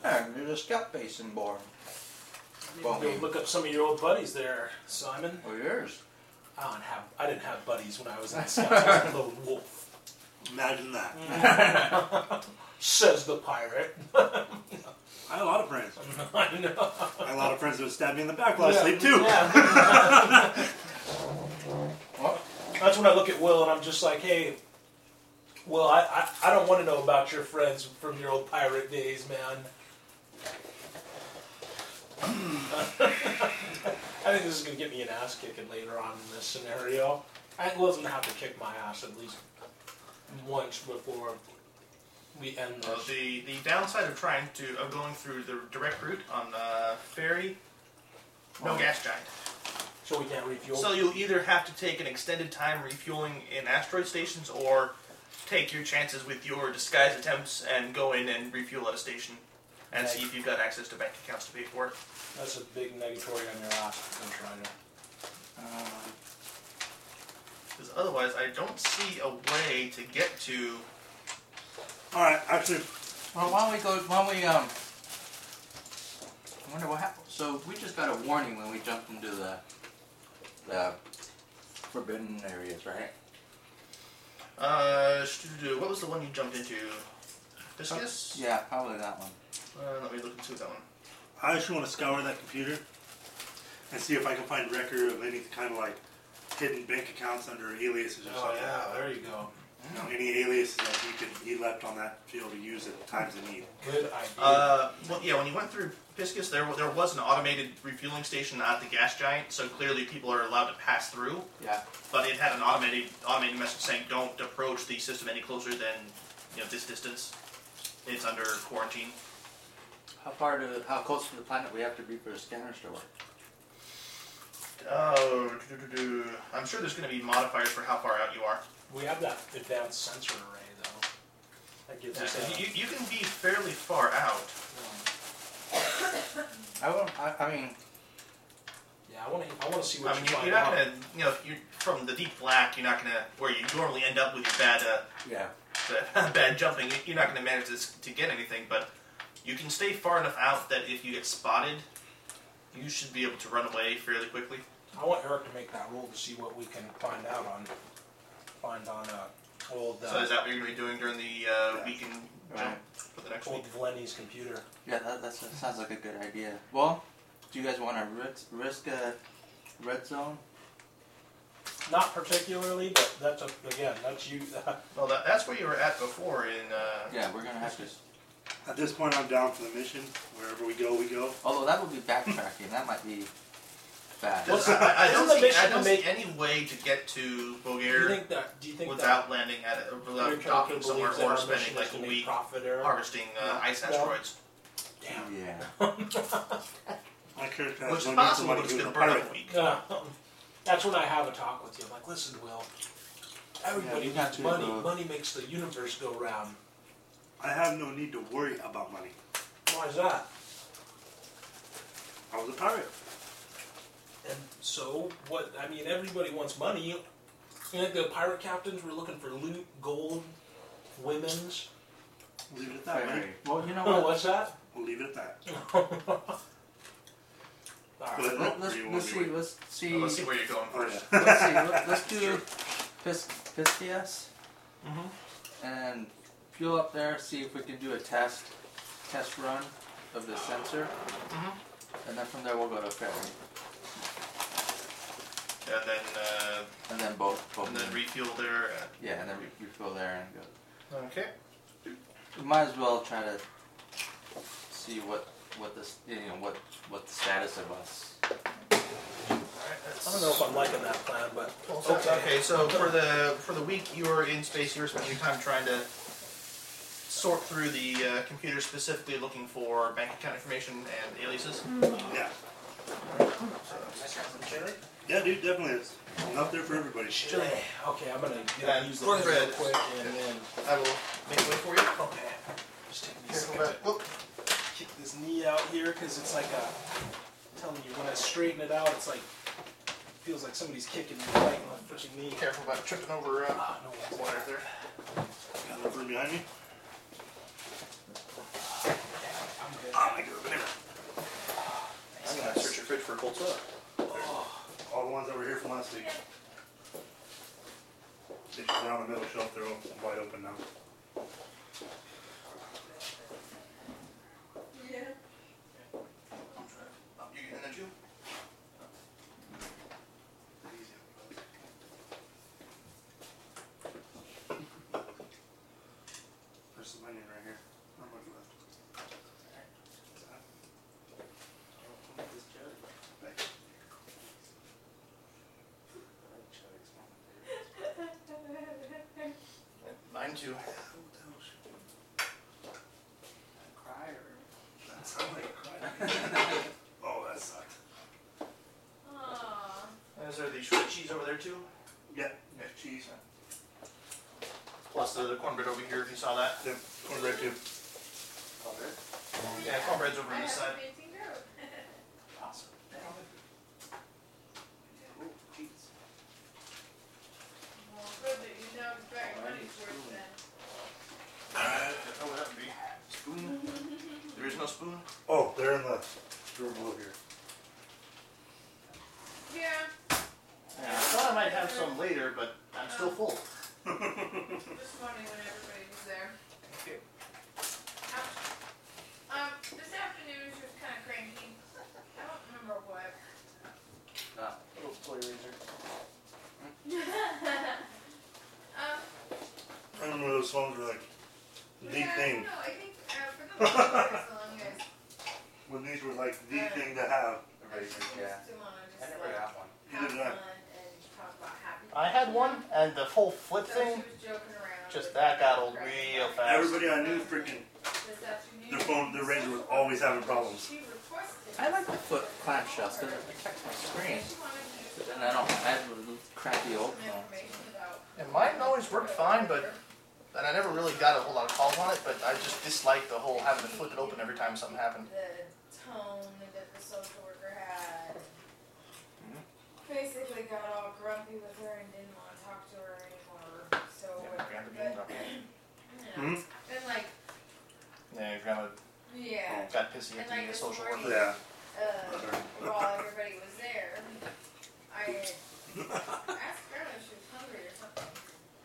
Speaker 2: And there's a scout base in Born. Well,
Speaker 1: Go
Speaker 2: we-
Speaker 1: look up some of your old buddies there, Simon.
Speaker 2: Or yours.
Speaker 1: I don't have. I didn't have buddies when I was in the Scouts. I was a lone wolf.
Speaker 3: Imagine that.
Speaker 1: Says the pirate.
Speaker 3: I had a lot of friends.
Speaker 1: I know.
Speaker 3: I had a lot of friends that would stab me in the back last sleep too.
Speaker 1: Yeah.
Speaker 2: What?
Speaker 1: That's when I look at Will and I'm just like, hey, Will, I, I, I don't want to know about your friends from your old pirate days, man. I think this is going to get me an ass kicking later on in this scenario. I think Will's going to have to kick my ass at least once before we end
Speaker 4: Uh,
Speaker 1: this.
Speaker 4: the the downside of trying to of going through the direct route on the ferry, no gas giant.
Speaker 1: So we can't refuel.
Speaker 4: So you'll either have to take an extended time refueling in asteroid stations, or take your chances with your disguise attempts and go in and refuel at a station, and see if you've got access to bank accounts to pay for it.
Speaker 1: That's a big negatory on your ass, Ghost Rider.
Speaker 2: Um,
Speaker 4: Because otherwise, I don't see a way to get to.
Speaker 3: All right, actually,
Speaker 2: well, why don't we go? Why don't we? Um, I wonder what happened. So we just got a warning when we jumped into the the forbidden areas, right?
Speaker 4: Uh, sh- what was the one you jumped into? Discus?
Speaker 2: Yeah, probably that one.
Speaker 4: Uh, let me look and see what that one.
Speaker 3: I actually want to scour that computer and see if I can find record of any kind of like hidden bank accounts under aliases or
Speaker 1: Oh,
Speaker 3: something.
Speaker 1: there you go.
Speaker 3: You know, any aliases that he could he left on that field to use at times of need.
Speaker 1: Good idea.
Speaker 4: Uh, well, yeah, when you went through Piscus, there there was an automated refueling station at the gas giant, so clearly people are allowed to pass through.
Speaker 2: Yeah.
Speaker 4: But it had an automated automated message saying, "Don't approach the system any closer than you know this distance. It's under quarantine."
Speaker 2: How far to? How close to the planet we have to be for the scanners to work?
Speaker 4: Oh, do-do-do-do. I'm sure there's going to be modifiers for how far out you are.
Speaker 1: we have that advanced sensor array, though. That gives us
Speaker 4: Yeah,
Speaker 1: a.
Speaker 4: you, you can be fairly far out.
Speaker 2: I will. I, I mean,
Speaker 1: yeah, I want to. I want to see
Speaker 4: I
Speaker 1: what
Speaker 4: mean,
Speaker 1: you
Speaker 4: you,
Speaker 1: find
Speaker 4: Um, you're not
Speaker 1: out.
Speaker 4: gonna, you know, you're from the deep black. You're not gonna where you normally end up with your bad, uh,
Speaker 2: yeah.
Speaker 4: the bad jumping. You're not gonna manage this to get anything, but you can stay far enough out that if you get spotted, you should be able to run away fairly quickly.
Speaker 1: I want Eric to make that rule to see what we can find out on. Find on uh, old uh,
Speaker 4: So is that what you're gonna be doing during the uh, weekend jump
Speaker 2: Uh-huh. Right.
Speaker 4: for the next week?
Speaker 1: old Lenny's computer.
Speaker 2: Yeah, that, that's, that sounds like a good idea. Well, do you guys want to risk, risk a red zone?
Speaker 1: Not particularly, but that's a, again that's you.
Speaker 4: Well, that, that's where you were at before in. Uh,
Speaker 2: Yeah, we're gonna have to.
Speaker 3: At this point, I'm down for the mission. Wherever we go, we go.
Speaker 2: Although that would be backtracking. that might be bad.
Speaker 1: What's-
Speaker 4: I, I- I don't
Speaker 1: Isn't the
Speaker 4: see, I don't
Speaker 1: mission
Speaker 4: see any way to get to
Speaker 1: do you
Speaker 4: Bulgaria
Speaker 1: think that? Do you think
Speaker 4: without landing at a,
Speaker 1: that? Eric
Speaker 4: without
Speaker 1: Kennedy
Speaker 4: docking somewhere
Speaker 1: believes that
Speaker 4: or
Speaker 1: our
Speaker 4: spending
Speaker 1: mission is
Speaker 4: like
Speaker 1: to
Speaker 4: a
Speaker 1: make
Speaker 4: week
Speaker 1: Profit, Eric?
Speaker 4: harvesting uh, ice
Speaker 1: No.
Speaker 4: asteroids.
Speaker 1: Damn.
Speaker 2: Yeah.
Speaker 3: My character
Speaker 7: Which
Speaker 3: has
Speaker 7: is
Speaker 3: one reason
Speaker 7: possible,
Speaker 3: why
Speaker 7: but it's
Speaker 3: he was
Speaker 7: going
Speaker 3: a
Speaker 7: to burn
Speaker 3: pirate.
Speaker 7: up a week.
Speaker 1: Yeah. Um, That's when I have a talk with you. I'm like, listen, Will. Everybody
Speaker 2: you have
Speaker 1: needs
Speaker 2: to,
Speaker 1: money.
Speaker 2: uh,
Speaker 1: Money makes the universe go round.
Speaker 3: I have no need to worry about money.
Speaker 1: Why is that?
Speaker 3: I was a pirate.
Speaker 1: And so, what? I mean, everybody wants money. You know, the pirate captains were looking for loot, gold, women's.
Speaker 3: Leave it at that, man.
Speaker 2: Well, you know
Speaker 1: Oh,
Speaker 2: what?
Speaker 1: what's that?
Speaker 3: We'll leave it at that.
Speaker 1: All
Speaker 3: But
Speaker 1: right.
Speaker 3: I
Speaker 2: Let,
Speaker 3: don't
Speaker 2: let's,
Speaker 3: really
Speaker 2: let's
Speaker 3: want to
Speaker 2: see.
Speaker 3: be weird.
Speaker 2: Let's see.
Speaker 7: Now, let's see where you're going
Speaker 3: Oh,
Speaker 7: first.
Speaker 3: yeah.
Speaker 2: Let's see. Let, let's do Pis, Pistius
Speaker 1: Mhm.
Speaker 7: Mm-hmm.
Speaker 2: and fuel up there. See if we can do a test test run of the sensor,
Speaker 7: Mm-hmm.
Speaker 2: and then from there we'll go to ferry,
Speaker 7: And then, uh,
Speaker 2: and then both both.
Speaker 7: and then refuel there. Uh,
Speaker 2: yeah, and then we refill there and go.
Speaker 4: Okay.
Speaker 2: We might as well try to see what what this you know what what the status of us.
Speaker 1: I don't know if I'm liking that plan, but
Speaker 4: Well, so-
Speaker 1: okay.
Speaker 4: okay. so for the for the week you were in space, you were spending your time trying to sort through the uh, computer, specifically looking for bank account information and aliases.
Speaker 3: Yeah.
Speaker 1: Chili?
Speaker 3: Yeah, dude, definitely is. Enough there for everybody.
Speaker 1: Chili. Okay, I'm gonna get
Speaker 4: And
Speaker 1: use the
Speaker 4: corn
Speaker 1: lid
Speaker 4: bread.
Speaker 1: real quick and then.
Speaker 4: I will make way for you.
Speaker 1: Okay. Just take me a
Speaker 4: Careful
Speaker 1: second.
Speaker 4: about.
Speaker 1: to
Speaker 4: Whoop.
Speaker 1: Kick this knee out here because it's like a. I'm telling you, when I straighten it out, it's like feels like somebody's kicking me right in my freaking knee.
Speaker 4: Careful about tripping over uh,
Speaker 1: Ah, no,
Speaker 4: water there.
Speaker 3: Got enough room behind me?
Speaker 1: I'm good.
Speaker 3: Oh, my God. Whatever.
Speaker 4: I'm gonna search your fridge for a cold soda.
Speaker 3: All the ones that were here from last week. They're down the middle shelf. They're all wide open now.
Speaker 4: Oh, you getting energy?
Speaker 3: There's some onion right here. Not much left.
Speaker 4: Mine too.
Speaker 3: That sounded like a cry. Oh, that sucked.
Speaker 5: Aw.
Speaker 4: Is there the shredded cheese over there too?
Speaker 3: Yeah, yeah, cheese.
Speaker 4: Plus the, the cornbread over here if you saw that.
Speaker 3: Yeah, cornbread too.
Speaker 4: Yeah, cornbread's over
Speaker 5: I
Speaker 4: on
Speaker 5: have
Speaker 4: this side.
Speaker 5: a fancy group.
Speaker 2: Awesome.
Speaker 4: Oh,
Speaker 5: Well, good that you know it's very money's worth then.
Speaker 7: How would that be? Spoon? There is no spoon?
Speaker 3: Oh, they're in the room over here.
Speaker 5: Yeah,
Speaker 7: Yeah, I thought I might have some later, but I'm still full.
Speaker 5: this morning when everybody was there. Ouch. Um, this afternoon she was kind of cranky. I don't remember what.
Speaker 4: Little toy razor.
Speaker 5: um,
Speaker 3: I remember those songs were like the
Speaker 5: yeah, I don't
Speaker 3: thing.
Speaker 5: know. I think uh, for the longest time, so long as
Speaker 3: When these were like the thing to have.
Speaker 5: I just used
Speaker 2: Yeah.
Speaker 5: to want to
Speaker 2: I
Speaker 5: just
Speaker 2: never
Speaker 5: like
Speaker 2: got one.
Speaker 5: have
Speaker 3: Neither did I.
Speaker 5: fun and talk about happy.
Speaker 4: I had one, and the whole flip
Speaker 5: So she
Speaker 4: thing,
Speaker 5: was joking around.
Speaker 4: just
Speaker 5: with
Speaker 4: that got old
Speaker 5: Craig.
Speaker 4: real fast.
Speaker 3: Everybody I knew freaking
Speaker 5: This afternoon.
Speaker 3: their phone their razor was always having problems.
Speaker 5: She requested.
Speaker 2: I like the foot clamshells because it protects my screen.
Speaker 5: She wanted to
Speaker 2: But then I don't. I have a little crappy old
Speaker 5: some
Speaker 2: phone.
Speaker 5: information about.
Speaker 4: And mine always worked fine, but and I never really got a whole lot of calls on it. But I just disliked the whole having to flip it open every time something happened.
Speaker 5: The tone that the social worker had. Basically got all grumpy with her and didn't want to talk to her anymore. So. but, you know, And like,
Speaker 4: Yeah, your grandma
Speaker 5: yeah.
Speaker 4: got pissy
Speaker 5: And
Speaker 4: at
Speaker 5: like
Speaker 4: the uh,
Speaker 5: this
Speaker 4: social
Speaker 5: morning,
Speaker 4: worker.
Speaker 3: Yeah.
Speaker 5: Uh, while everybody was there, I had asked her if she was hungry or something,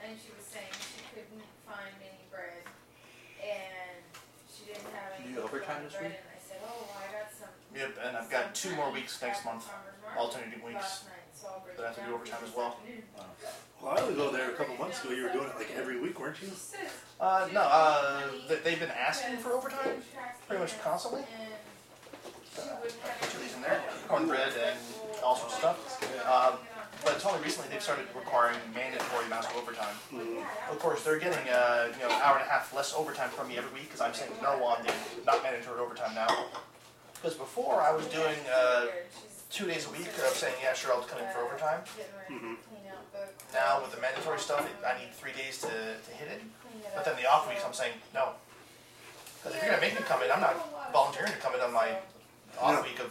Speaker 5: and she was saying she couldn't find any bread, and she didn't have any
Speaker 2: You overtime this
Speaker 5: bread,
Speaker 2: week?
Speaker 5: and I said, oh, well, I got some.
Speaker 4: Yep, and I've got two more weeks next
Speaker 5: from
Speaker 4: month,
Speaker 5: Farmer's Market
Speaker 4: alternating weeks.
Speaker 5: last night, so I'll break
Speaker 4: that I have
Speaker 5: it down
Speaker 4: to do
Speaker 5: for
Speaker 4: overtime
Speaker 5: you
Speaker 4: as
Speaker 5: this
Speaker 4: well.
Speaker 5: afternoon."
Speaker 3: Well, I would go there a couple months ago. You were doing it like every week, weren't you?
Speaker 5: She says,
Speaker 4: Uh, no, uh, th- they've been asking for overtime pretty much constantly.
Speaker 5: And she wouldn't have.
Speaker 4: Put chilies in there, cornbread, and all sorts of stuff. Um, But it's only recently they've started requiring mandatory amounts of overtime.
Speaker 5: Mm-hmm.
Speaker 3: Mm.
Speaker 4: Of course, they're getting uh, you know hour and a half less overtime from me every week because I'm saying no on the not mandatory overtime now. Because before I was doing uh, two days a week, and I'm saying yeah, sure, I'll come in for overtime.
Speaker 5: Mm-hmm.
Speaker 4: Now with the mandatory stuff, it, I need three days to, to hit it. But then the off weeks, I'm saying no. Because if you're gonna make me come in, I'm not volunteering to come in on my off
Speaker 3: No.
Speaker 4: week of.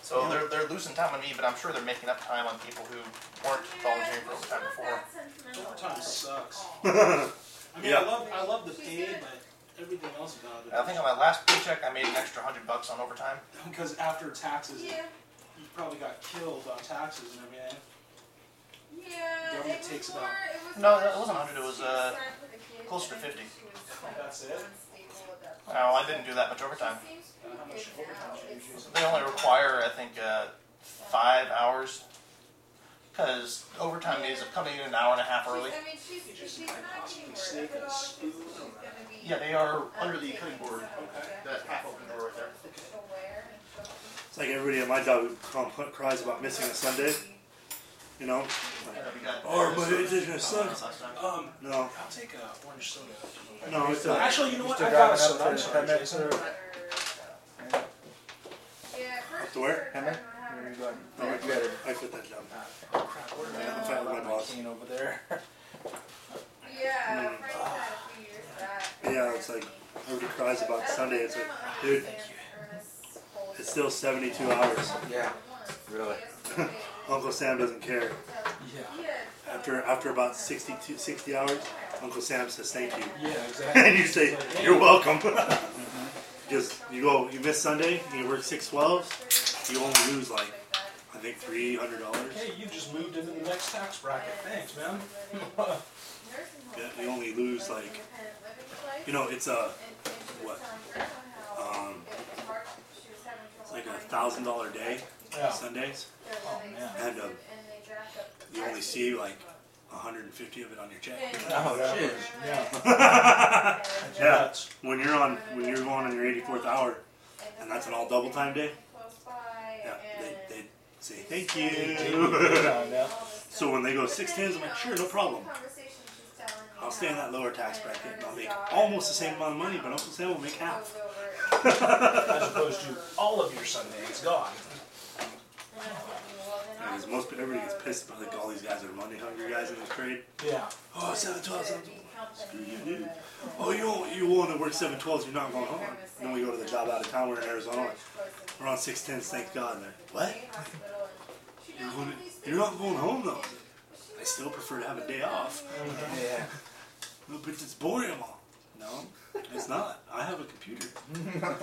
Speaker 4: So
Speaker 3: Yeah.
Speaker 4: they're they're losing time on me, but I'm sure they're making up time on people who weren't volunteering for overtime before.
Speaker 8: Overtime sucks. I mean,
Speaker 3: Yeah.
Speaker 8: I love I love the pay, but everything else about
Speaker 4: I
Speaker 8: it.
Speaker 4: think on my last paycheck, I made an extra hundred bucks on overtime.
Speaker 8: Because after taxes,
Speaker 5: Yeah,
Speaker 8: you probably got killed on taxes and everything.
Speaker 5: yeah.
Speaker 8: Government
Speaker 5: it was
Speaker 8: takes
Speaker 5: more,
Speaker 8: about-
Speaker 5: It was
Speaker 4: No,
Speaker 5: more
Speaker 4: it wasn't 100, it was,
Speaker 5: she
Speaker 4: uh,
Speaker 5: signed for the kids
Speaker 4: closer to
Speaker 5: and then
Speaker 4: 50.
Speaker 5: she was kind of
Speaker 8: That's it?
Speaker 5: unstable at that
Speaker 4: No,
Speaker 5: point.
Speaker 4: Oh, I didn't do that much overtime.
Speaker 5: She seems
Speaker 8: Uh, how
Speaker 5: pretty
Speaker 8: much
Speaker 5: good now.
Speaker 8: overtime do you
Speaker 5: It's-
Speaker 8: usually-
Speaker 4: They only require, I think, uh, five hours. Because overtime days of coming in an hour and a half
Speaker 5: She's-
Speaker 4: early.
Speaker 5: I mean, she's,
Speaker 8: You just
Speaker 5: she's
Speaker 8: might
Speaker 5: not
Speaker 8: possibly
Speaker 5: getting
Speaker 8: sneak a
Speaker 5: worried at all. She's, she's
Speaker 8: spoon
Speaker 5: gonna
Speaker 8: or
Speaker 5: be.
Speaker 4: Yeah, they are
Speaker 5: um,
Speaker 4: under the
Speaker 5: taking
Speaker 4: cutting board.
Speaker 5: some of
Speaker 8: Okay.
Speaker 4: That half open door right there.
Speaker 5: She's aware and she'll-
Speaker 3: It's like everybody at my job who compl- cries about missing a Sunday. You know?
Speaker 4: Yeah, we got-
Speaker 3: Oh, but it didn't suck.
Speaker 4: Last time.
Speaker 8: Um,
Speaker 3: No.
Speaker 8: I'll take a orange soda.
Speaker 3: No, it's not.
Speaker 8: Actually, you know what?
Speaker 1: still
Speaker 8: I got a
Speaker 1: driving
Speaker 8: soda.
Speaker 1: up
Speaker 8: I'm
Speaker 1: to
Speaker 8: sorry,
Speaker 1: Hemet
Speaker 8: Jason.
Speaker 1: or-
Speaker 5: Yeah, at first
Speaker 3: to where?
Speaker 5: she started trying to
Speaker 1: Where are you
Speaker 5: have
Speaker 1: going?
Speaker 5: her-
Speaker 3: No, I quit that- I quit that job.
Speaker 4: Oh,
Speaker 1: Crap, what
Speaker 3: Yeah, I'm
Speaker 1: I
Speaker 3: fine with my
Speaker 1: my
Speaker 3: boss.
Speaker 1: cane over there?
Speaker 5: Yeah, Frank had a few years back.
Speaker 3: Yeah, it's like everybody cries about Sunday. It's like, dude, it's still 72 hours.
Speaker 2: Yeah, really.
Speaker 3: Uncle Sam doesn't care.
Speaker 1: yeah.
Speaker 3: Um, After after about 62, 60 hours, Uncle Sam says thank you.
Speaker 1: Yeah, exactly.
Speaker 3: and you say, you're welcome. Just, you go, you miss Sunday, you work 612s, you only lose like, I think $300.
Speaker 1: Hey, you just moved into the next tax bracket. Thanks, man.
Speaker 3: Yeah, you only lose like, you know, it's uh, a, what? Um, it's like a thousand dollar day,
Speaker 1: Yeah.
Speaker 3: Sundays,
Speaker 1: Oh, man.
Speaker 3: and um, you only see like 150 of it on your check.
Speaker 2: Oh, jeez.
Speaker 1: Yeah.
Speaker 3: yeah, when you're on, when you're going on your 84th hour, and that's an all double time day, yeah, they, they say thank you. so when they go six tens, I'm like, sure, no problem. I'll stay in that lower tax bracket and I'll make almost the same amount of money, but Uncle Sam will make half.
Speaker 1: As opposed to all of your Sunday, it's gone.
Speaker 3: Because most everybody gets pissed about like all these guys are money hungry guys in this trade.
Speaker 1: Yeah.
Speaker 3: Oh, 712, 712. you, dude. Oh, you don't- you want to work 712s? You're not going home. And then we go to the job out of town. We're in Arizona. We're on 610s. Thank God. And they're, what? You're, going to, you're not going home though. I still prefer to have a day off.
Speaker 1: Mm-hmm.
Speaker 2: Yeah.
Speaker 3: No, but it's boring. I'm all, No, it's not. I have a computer.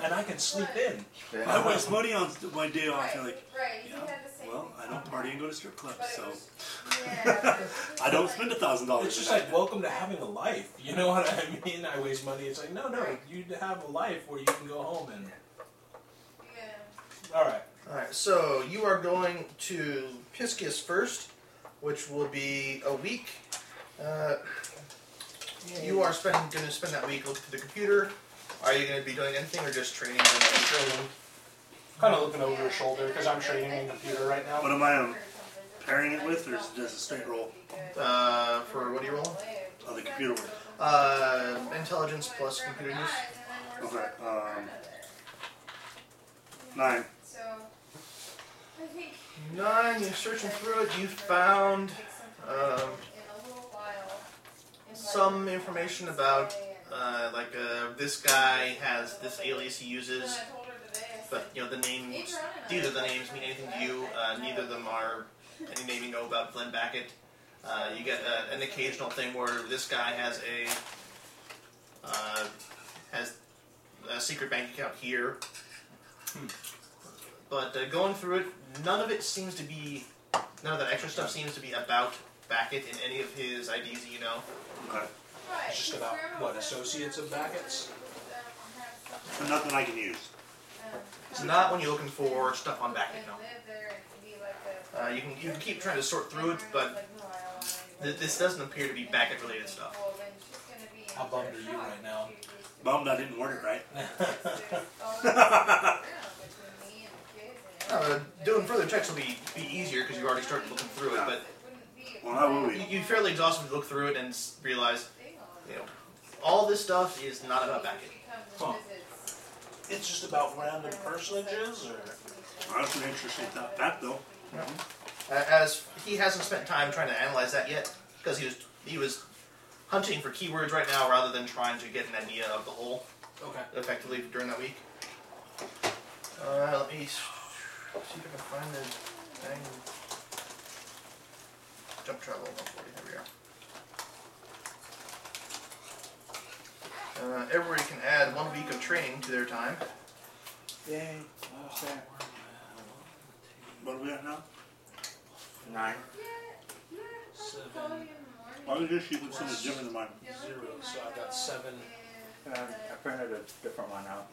Speaker 1: And I can sleep in.
Speaker 3: I waste money on my day off. You're
Speaker 5: Right,
Speaker 3: like,
Speaker 5: right.
Speaker 3: yeah. Well, I don't party and go to strip clubs, so I
Speaker 5: I
Speaker 3: don't spend a thousand dollars.
Speaker 1: It's
Speaker 3: a
Speaker 1: just
Speaker 3: night.
Speaker 1: like welcome to having a life. You know what I mean? I waste money. It's like no, no. You have a life where you can go home and. All right.
Speaker 4: All right, so you are going to Piscus first, which will be a week. Uh, you are spending going to spend that week looking at the computer. Are you going to be doing anything or just training?
Speaker 1: Kind of looking over your shoulder because I'm trading in computer right now.
Speaker 3: What am I um, pairing it with, or is it just a straight roll?
Speaker 4: Uh, for what do you roll?
Speaker 3: Oh, the computer one.
Speaker 4: Uh, intelligence plus computer use.
Speaker 3: Okay, um, Nine.
Speaker 5: So, I think.
Speaker 4: Nine. You're searching through it. You found um, some information about uh, like uh, this guy has this alias he uses, but you know the names. Neither of the names mean anything to you. Uh, neither of them are any name you know about Glenn Backett. Uh, you get uh, an occasional thing where this guy has a uh, has a secret bank account here. But uh, going through it, none of it seems to be none of that extra stuff seems to be about Backett in any of his IDs. that You know,
Speaker 3: Okay.
Speaker 1: It's just about what associates of Backett's.
Speaker 3: So nothing I can use.
Speaker 4: it's not when you're looking for stuff on Backett. No. Uh, you can you can keep trying to sort through it, but th- this doesn't appear to be Backett related stuff.
Speaker 1: How bummed are you right now?
Speaker 3: Bummed I didn't word it right.
Speaker 4: Uh, doing further checks will be, be easier because you already started looking through it, but
Speaker 3: Well, I will
Speaker 4: you,
Speaker 3: be.
Speaker 4: you fairly exhaustively look through it and s- realize, you know, all this stuff is not about backing.
Speaker 1: Huh. It's just about random personages, or
Speaker 3: That's an interesting thought. That though,
Speaker 4: A- As he hasn't spent time trying to analyze that yet, because he was he was hunting for keywords right now rather than trying to get an idea of the whole
Speaker 9: Okay.
Speaker 4: effectively during that week. Uh, let me s- see if I can find the dang jump travel 140. There we go. Uh, everybody can add one week of training to their time.
Speaker 9: Yay. Okay.
Speaker 3: what are we at now?
Speaker 2: Nine.
Speaker 1: seven,
Speaker 3: Why was your sheet looks so much different than mine?
Speaker 1: zero. So I've got seven.
Speaker 2: Um, I printed a different one out.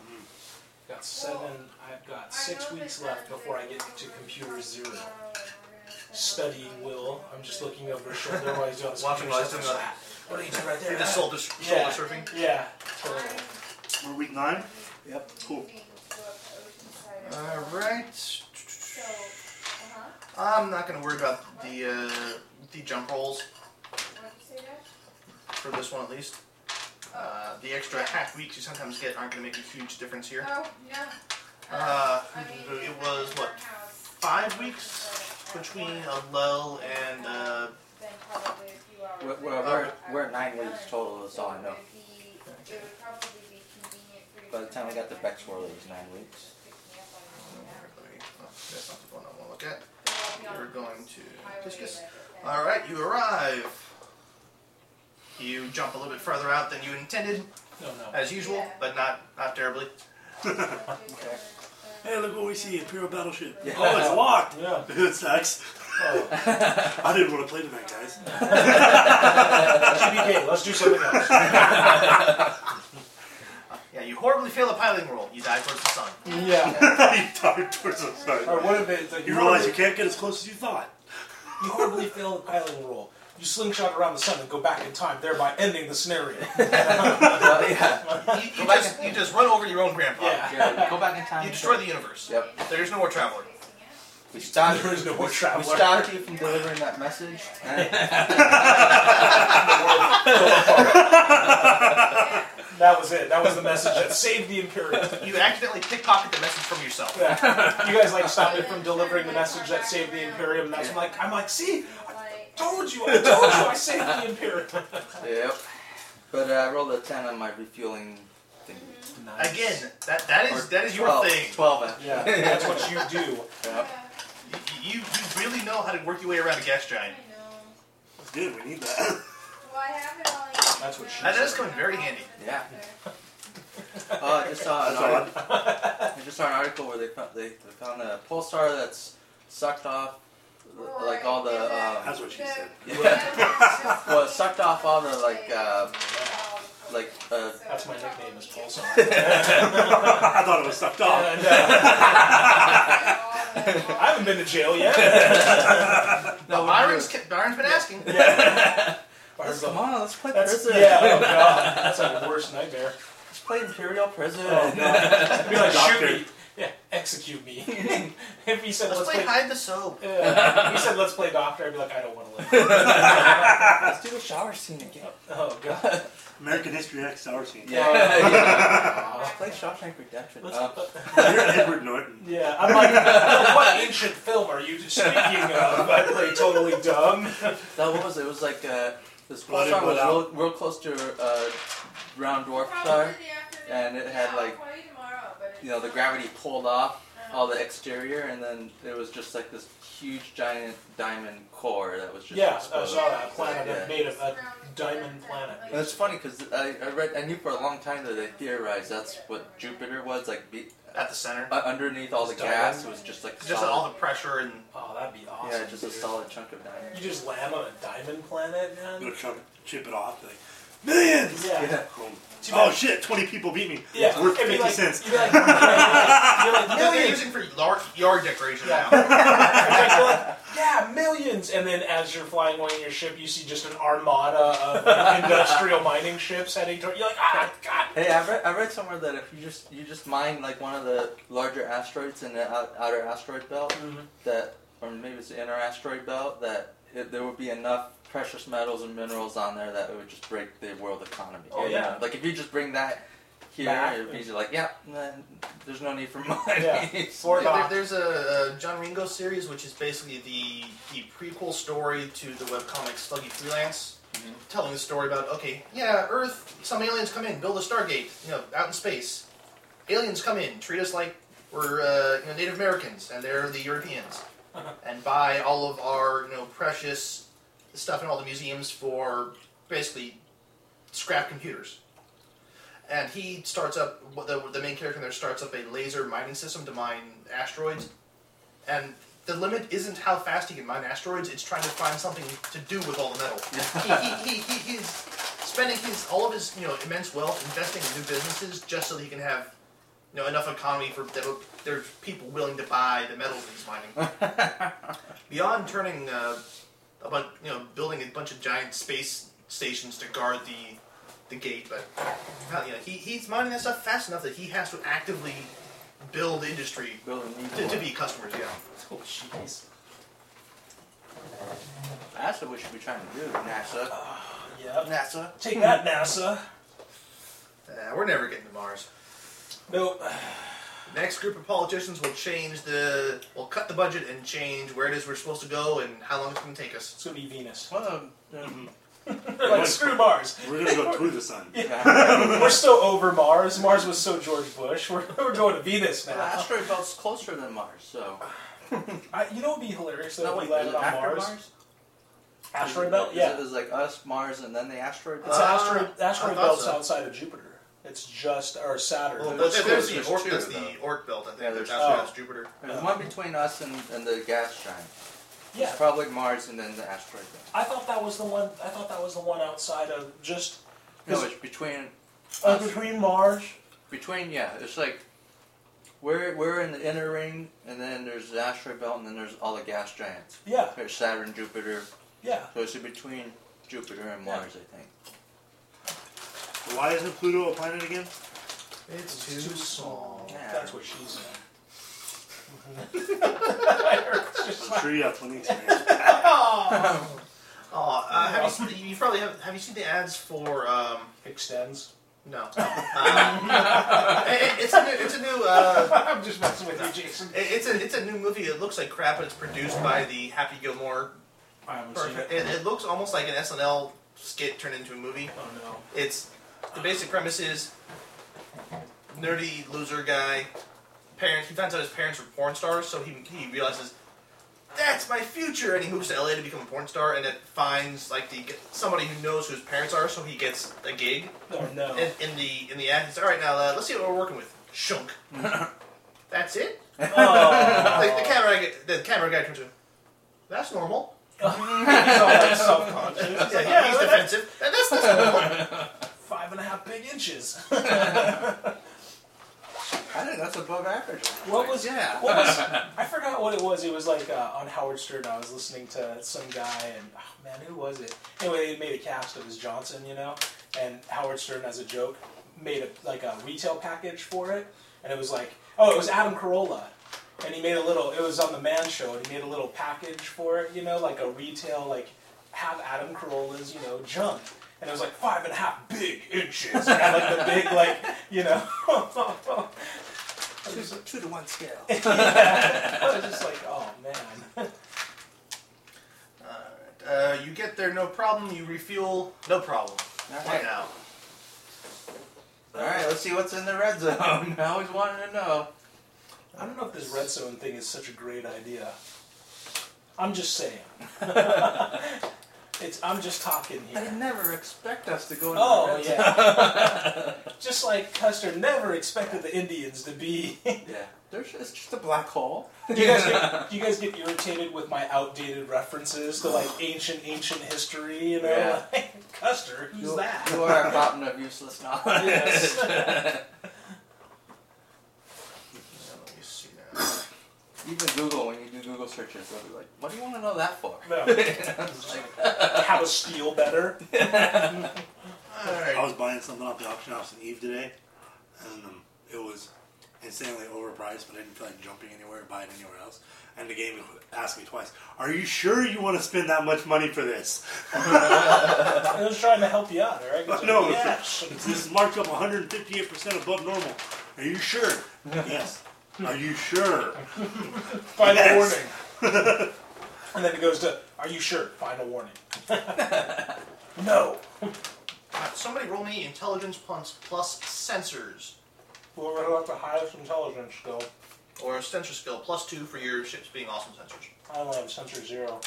Speaker 1: Got seven. I've got six weeks left before I get to computer zero. Study will. I'm just looking over his shoulder while he's doing this.
Speaker 4: Watching while he's doing
Speaker 1: computer stuff. What are you doing right there?
Speaker 4: Just
Speaker 1: Ah.
Speaker 4: shoulder, shoulder
Speaker 1: Yeah.
Speaker 4: surfing.
Speaker 1: Yeah. totally.
Speaker 3: We're week nine.
Speaker 2: Yep.
Speaker 3: Cool.
Speaker 4: All right.
Speaker 5: So, uh-huh,
Speaker 4: I'm not going to worry about the uh, the jump rolls
Speaker 5: why'd you say that?
Speaker 4: for this one at least. Uh, the extra half weeks you sometimes get aren't going to make a huge difference here.
Speaker 5: Oh, no.
Speaker 4: Uh,
Speaker 5: I mean,
Speaker 4: it was
Speaker 5: in
Speaker 4: what
Speaker 5: our house,
Speaker 4: five weeks
Speaker 5: so at
Speaker 4: between
Speaker 5: once,
Speaker 4: Alel and uh,
Speaker 5: Then probably a few hours.
Speaker 2: We're, we're,
Speaker 5: later,
Speaker 2: we're,
Speaker 5: I
Speaker 2: we're
Speaker 5: was
Speaker 2: at nine
Speaker 5: done.
Speaker 2: weeks total, that's all I
Speaker 5: So
Speaker 2: know.
Speaker 5: it would be- it would probably be convenient for you
Speaker 2: By the
Speaker 5: to
Speaker 2: time we got the
Speaker 5: come back
Speaker 2: Bex
Speaker 5: and
Speaker 2: World, it was nine weeks.
Speaker 5: pick me up on the way out.
Speaker 4: let me- oh, that's not the one I want to look at.
Speaker 5: So I'll be on
Speaker 4: We're going
Speaker 5: the
Speaker 4: to
Speaker 5: highway
Speaker 4: Discus.
Speaker 5: like at that.
Speaker 4: All right, you arrive. You jump a little bit further out than you intended,
Speaker 1: No, no.
Speaker 4: as usual, but not not terribly.
Speaker 5: uh,
Speaker 2: Okay.
Speaker 3: Hey, look what we see! Imperial battleship.
Speaker 2: Yeah.
Speaker 3: Oh, it's locked.
Speaker 1: Yeah.
Speaker 3: it sucks.
Speaker 1: Oh.
Speaker 3: I didn't want to play tonight, guys.
Speaker 1: TBK. Let's do something else.
Speaker 4: Yeah, you horribly fail a piloting roll. You dive towards the sun.
Speaker 1: Yeah.
Speaker 3: you died towards the
Speaker 1: Or
Speaker 3: side.
Speaker 1: what if it's like
Speaker 3: You realize you can't get as close as you thought.
Speaker 1: You horribly fail the piloting rule. You slingshot around the sun and go back in time, thereby ending the scenario.
Speaker 2: Well, yeah.
Speaker 4: You, you just you just run over your own grandpa.
Speaker 1: Yeah.
Speaker 2: yeah. Go back in time.
Speaker 4: You destroy the universe.
Speaker 2: Yep.
Speaker 4: There's no more traveler.
Speaker 2: We stopped.
Speaker 1: There is no more
Speaker 2: We
Speaker 1: traveler.
Speaker 2: stopped you from delivering that message. Eh,
Speaker 1: That was it. That was the message that saved the Imperium.
Speaker 4: You accidentally pickpocket the message from yourself.
Speaker 1: Yeah. You guys like stopped me from delivering the message that saved the Imperium. That's
Speaker 2: Yeah.
Speaker 1: like I'm like, see,
Speaker 5: Like,
Speaker 1: told you, I told you, I saved the Imperium.
Speaker 2: yep. But uh, I rolled a ten on my refueling thing.
Speaker 4: Again, that that
Speaker 2: Or
Speaker 4: is that is your
Speaker 2: 12,
Speaker 4: thing.
Speaker 2: Twelve. actually.
Speaker 1: Yeah, that's what you do.
Speaker 2: Yep.
Speaker 4: Y- You, you really know how to work your way around a gas
Speaker 5: I know.
Speaker 4: giant.
Speaker 3: Dude, we need that.
Speaker 5: Well, I have it all. in-
Speaker 1: That's what she
Speaker 4: That is coming very handy.
Speaker 2: Yeah. Oh, I just saw an
Speaker 3: That's odd.
Speaker 2: article. I just saw an article where they found, they, they found a pulsar that's sucked off, l- like all the um,
Speaker 3: That's what she said.
Speaker 2: yeah, well, it sucked off all the like uh, like uh,
Speaker 1: That's my nickname is Pulsar.
Speaker 3: I thought it was sucked
Speaker 4: Oh.
Speaker 3: off.
Speaker 1: And, uh,
Speaker 5: I
Speaker 1: I haven't been to jail yet.
Speaker 4: No,
Speaker 2: we
Speaker 4: Byron's,
Speaker 2: do
Speaker 4: ki- Byron's been asking.
Speaker 2: let's come on, let's play
Speaker 1: That's,
Speaker 2: prison.
Speaker 1: yeah, oh god, that's like the worst nightmare.
Speaker 2: Let's play Imperial Prison.
Speaker 1: Oh, I'd be like,
Speaker 3: Doctor.
Speaker 1: shoot me. Yeah, execute me. if he said,
Speaker 4: Let's,
Speaker 1: let's,
Speaker 4: play, hide the soap.
Speaker 1: Yeah. he said, let's play doctor, I'd be like, I don't want to live.
Speaker 2: Let's do the shower scene again.
Speaker 1: Oh, God.
Speaker 3: American History X hour scene.
Speaker 2: Yeah.
Speaker 1: Uh,
Speaker 2: Let's play Shawshank Redemption.
Speaker 1: let's-
Speaker 2: Uh,
Speaker 3: You're Edward Norton.
Speaker 1: yeah, I'm like, what ancient film are you speaking of? I play totally dumb.
Speaker 2: no, what was it? It was like uh, this
Speaker 3: Blood in,
Speaker 2: pulsar was
Speaker 3: blood
Speaker 2: real, real close to uh, round dwarf star, and it had like you know the gravity pulled off all the exterior, and then there was just like this huge giant diamond core that was just
Speaker 1: Yeah, I
Speaker 2: exposed.
Speaker 1: saw that planet
Speaker 2: Yeah.
Speaker 1: made of a diamond planet.
Speaker 2: And it's funny because I, I read I knew for a long time that they theorized that's what Jupiter was like be,
Speaker 4: At the center.
Speaker 2: uh, underneath all the gas it was just like
Speaker 4: Just
Speaker 2: solid,
Speaker 4: all the pressure and
Speaker 1: Oh, that'd be awesome.
Speaker 2: yeah just a
Speaker 1: dude.
Speaker 2: solid chunk of diamond.
Speaker 1: You just land on a diamond planet,
Speaker 3: I'm gonna
Speaker 1: man?
Speaker 3: try to chip it off. Like, millions!
Speaker 1: Yeah.
Speaker 2: Yeah.
Speaker 3: Boom.
Speaker 1: Too
Speaker 3: Oh
Speaker 1: bad-
Speaker 3: shit, 20 people beat me.
Speaker 1: Yeah,
Speaker 3: It's worth
Speaker 1: it'd be
Speaker 3: 50
Speaker 1: like,
Speaker 3: cents.
Speaker 1: You'd be like, you'd be like,
Speaker 4: They're
Speaker 1: millions.
Speaker 4: using for large yard decoration
Speaker 1: Yeah.
Speaker 4: now.
Speaker 1: It's like, you're like, yeah, millions. And then as you're flying away in your ship, you see just an armada of like, industrial mining ships heading toward. You're like, ah, god.
Speaker 2: Hey, I read, I read somewhere that if you just you just mine like one of the larger asteroids in the out,
Speaker 1: Mm-hmm.
Speaker 2: outer asteroid belt, that or maybe it's the inner asteroid belt that it, there would be enough precious metals and minerals on there that would just break the world economy.
Speaker 1: Oh,
Speaker 2: You
Speaker 1: yeah.
Speaker 2: know, Like if you just bring that here,
Speaker 1: Back.
Speaker 2: it'd be like, yeah, then there's no need for money.
Speaker 1: Yeah.
Speaker 2: It's
Speaker 1: Or
Speaker 2: like-
Speaker 1: not.
Speaker 4: There- there's a, a John Ringo series, which is basically the the prequel story to the webcomic Sluggy Freelance,
Speaker 10: Mhm.
Speaker 4: telling the story about okay, yeah, Earth, some aliens come in, build a Stargate, you know, out in space. Aliens come in, treat us like we're uh, you know Native Americans, and they're the Europeans, and buy all of our you know precious stuff in all the museums for basically scrap computers. And he starts up what the, the main character in there starts up a laser mining system to mine asteroids, and the limit isn't how fast he can mine asteroids; it's trying to find something to do with all the metal. he, he, he, he, he's spending his all of his you know immense wealth investing in new businesses just so that he can have you know enough economy for that there's people willing to buy the metals that he's mining. Beyond turning uh, a bunch, you know, building a bunch of giant space stations to guard the the gate, but hell, you know, he, he's mining that stuff fast enough that he has to actively build industry
Speaker 2: Build a new
Speaker 4: to, to
Speaker 2: one.
Speaker 4: be customers. Yeah.
Speaker 1: Oh, jeez.
Speaker 2: That's what we should be trying to do, NASA.
Speaker 1: Yeah.
Speaker 2: NASA.
Speaker 1: Take that, NASA.
Speaker 4: Uh, we're never getting to Mars.
Speaker 1: Nope.
Speaker 4: The next group of politicians will change the, will cut the budget and change where it is we're supposed to go and how long it's going to take us.
Speaker 1: It's gonna be Venus.
Speaker 2: Well, um,
Speaker 1: like, screw Mars.
Speaker 3: We're gonna go to the sun.
Speaker 2: yeah.
Speaker 1: We're still over Mars. Mars was so George Bush. We're, we're going to Venus
Speaker 2: the
Speaker 1: now.
Speaker 2: asteroid belt's closer than Mars, so.
Speaker 1: I, you know what would be hilarious though
Speaker 2: No,
Speaker 1: if
Speaker 2: wait,
Speaker 1: we landed
Speaker 2: is it
Speaker 1: on
Speaker 2: after
Speaker 1: Mars? Asteroid belt?
Speaker 2: Is
Speaker 1: Yeah.
Speaker 2: It is like us, Mars, and then the asteroid
Speaker 1: It's
Speaker 2: belt.
Speaker 4: Uh,
Speaker 1: asteroid,
Speaker 4: I
Speaker 1: asteroid
Speaker 4: thought
Speaker 1: belts
Speaker 4: so.
Speaker 1: outside of Jupiter. It's just, or Saturn.
Speaker 4: Well,
Speaker 1: There's-
Speaker 4: but there's,
Speaker 2: there's
Speaker 4: the Oort,
Speaker 2: two,
Speaker 4: that's the
Speaker 2: though.
Speaker 4: Oort belt, I think.
Speaker 2: Yeah,
Speaker 4: there's oh.
Speaker 2: there's
Speaker 4: that's,
Speaker 1: two.
Speaker 4: that's Jupiter.
Speaker 2: There's one between us and, and the gas giant.
Speaker 1: yeah,
Speaker 2: It's probably Mars and then the asteroid belt.
Speaker 1: I thought that was the one. I thought that was the one outside of just
Speaker 2: No,
Speaker 1: 'Cause-
Speaker 2: it's between
Speaker 1: uh,
Speaker 2: Us.
Speaker 1: between Mars.
Speaker 2: between yeah. It's like we're we're in the inner ring, and then there's the asteroid belt, and then there's all the gas giants.
Speaker 1: Yeah,
Speaker 2: There's Saturn, Jupiter.
Speaker 1: yeah.
Speaker 2: So it's in between Jupiter and Mars, I think.
Speaker 3: Why isn't Pluto a planet again?
Speaker 4: It's, too, small.
Speaker 2: Yeah.
Speaker 1: That's what she said. I heard it's just
Speaker 3: I'm
Speaker 1: like,
Speaker 3: sure you have plenty of experience.
Speaker 4: Oh, uh,
Speaker 1: Oh.
Speaker 4: have you, seen- you probably have. Have you seen the ads for? Um,
Speaker 1: extends.
Speaker 4: no. Uh, it- it- it's a new. It's a new. Uh,
Speaker 1: I'm just messing with you, Jason.
Speaker 4: it- it's a. It's a new movie. It looks like crap, but it's produced by the Happy Gilmore.
Speaker 1: I haven't seen
Speaker 4: Perfect.
Speaker 1: it.
Speaker 4: It, it looks almost like an SNL skit turned into a movie.
Speaker 1: Oh no.
Speaker 4: It's the basic premise is nerdy loser guy. Parents. He finds out his parents were porn stars, so he he realizes that's my future, and he moves to LA to become a porn star, and it finds like the somebody who knows who his parents are, so he gets a gig.
Speaker 1: Oh no.
Speaker 4: And in the in the ad, he's all right now. Uh, let's see what we're working with. Shunk. that's it.
Speaker 1: Oh.
Speaker 4: Like, the camera guy, the camera guy turns to. him, That's normal.
Speaker 1: He's all like self-conscious. He's
Speaker 4: He's
Speaker 1: like,
Speaker 4: like,
Speaker 1: yeah,
Speaker 4: he's
Speaker 1: well, that's
Speaker 4: defensive. And that's, that's normal.
Speaker 1: five and a half big inches.
Speaker 2: I think that's above average.
Speaker 1: What was
Speaker 2: yeah?
Speaker 1: What was, I forgot what it was. It was like uh, on Howard Stern. I was listening to some guy, and oh, man, who was it? Anyway, they made a cast of his Johnson, you know, and Howard Stern, as a joke, made a like a retail package for it, and it was like, oh, it was Adam Carolla, and he made a little. It was on the Man Show, and he made a little package for it, you know, like a retail like have Adam Carolla's, you know, junk. And it was like five and a half big inches. And had like the big, like, you know.
Speaker 2: Two, two to one scale.
Speaker 1: yeah. I was just like, oh man.
Speaker 4: Alright, Uh, you get there, no problem. You refuel, no problem.
Speaker 2: All
Speaker 4: Right
Speaker 2: right.
Speaker 4: now.
Speaker 2: All right. Let's see what's in the red zone. I always wanted to know.
Speaker 1: I don't know if this red zone thing is such a great idea. I'm just saying. it's I'm just talking
Speaker 2: They
Speaker 1: here.
Speaker 2: never expect us to go into the
Speaker 1: Oh
Speaker 2: red zone.
Speaker 1: yeah. just like Custer never expected the Indians to be. do
Speaker 2: Yeah. There's it's just a black hole.
Speaker 1: you guys get do you guys get irritated with my outdated references to like ancient ancient history? You know,
Speaker 2: Yeah.
Speaker 1: Like, Custer, who's
Speaker 2: you,
Speaker 1: that?
Speaker 2: You are a fountain of useless knowledge.
Speaker 1: Yes.
Speaker 4: Now, Let me see now.
Speaker 2: Even Google, when you do Google searches, they'll be like, "What do you want to know that for?"
Speaker 1: No.
Speaker 2: It's like,
Speaker 1: How to steal better?
Speaker 4: All
Speaker 3: I
Speaker 4: right.
Speaker 3: was buying something off the auction house in Eve today, and um, it was insanely overpriced, but I didn't feel like jumping anywhere or buying anywhere else. And the game asked me twice, "Are you sure you want to spend that much money for this?"
Speaker 1: I was trying to help you out, all right?
Speaker 3: no,
Speaker 1: Yeah.
Speaker 3: it's, this is marked up 158 percent above normal. Are you sure? yes. Are you sure?
Speaker 1: Final
Speaker 3: Yes.
Speaker 1: warning. and then it goes to, are you sure? Final warning. no.
Speaker 4: Uh, somebody roll me intelligence plus, plus sensors.
Speaker 1: Well, we're going to have the highest intelligence skill.
Speaker 4: Or sensor skill plus two for your ships being awesome sensors.
Speaker 1: I only have sensor zero.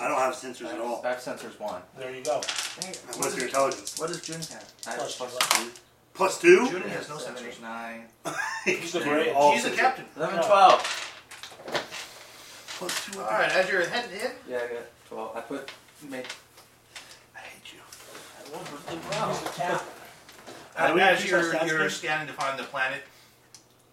Speaker 3: I don't have sensors at all.
Speaker 2: I have sensors one.
Speaker 1: There you go.
Speaker 3: What's your intelligence?
Speaker 2: What does June have? I have
Speaker 1: Plus
Speaker 2: plus
Speaker 1: two.
Speaker 2: two.
Speaker 3: Plus two.
Speaker 4: June has no
Speaker 2: Six,
Speaker 4: sensors.
Speaker 2: eight, Nine.
Speaker 1: He's the brain.
Speaker 3: All
Speaker 4: She's a
Speaker 3: sensors.
Speaker 4: captain.
Speaker 2: Eleven,
Speaker 1: No.
Speaker 2: twelve.
Speaker 3: Plus two.
Speaker 4: All right, as you're heading in,
Speaker 2: Yeah, I got twelve. I put make.
Speaker 3: I hate you.
Speaker 1: He's the cat.
Speaker 3: How Uh, do we
Speaker 4: as
Speaker 3: increase our
Speaker 4: you're,
Speaker 3: stats
Speaker 4: you're
Speaker 3: here?
Speaker 4: scanning to find the planet.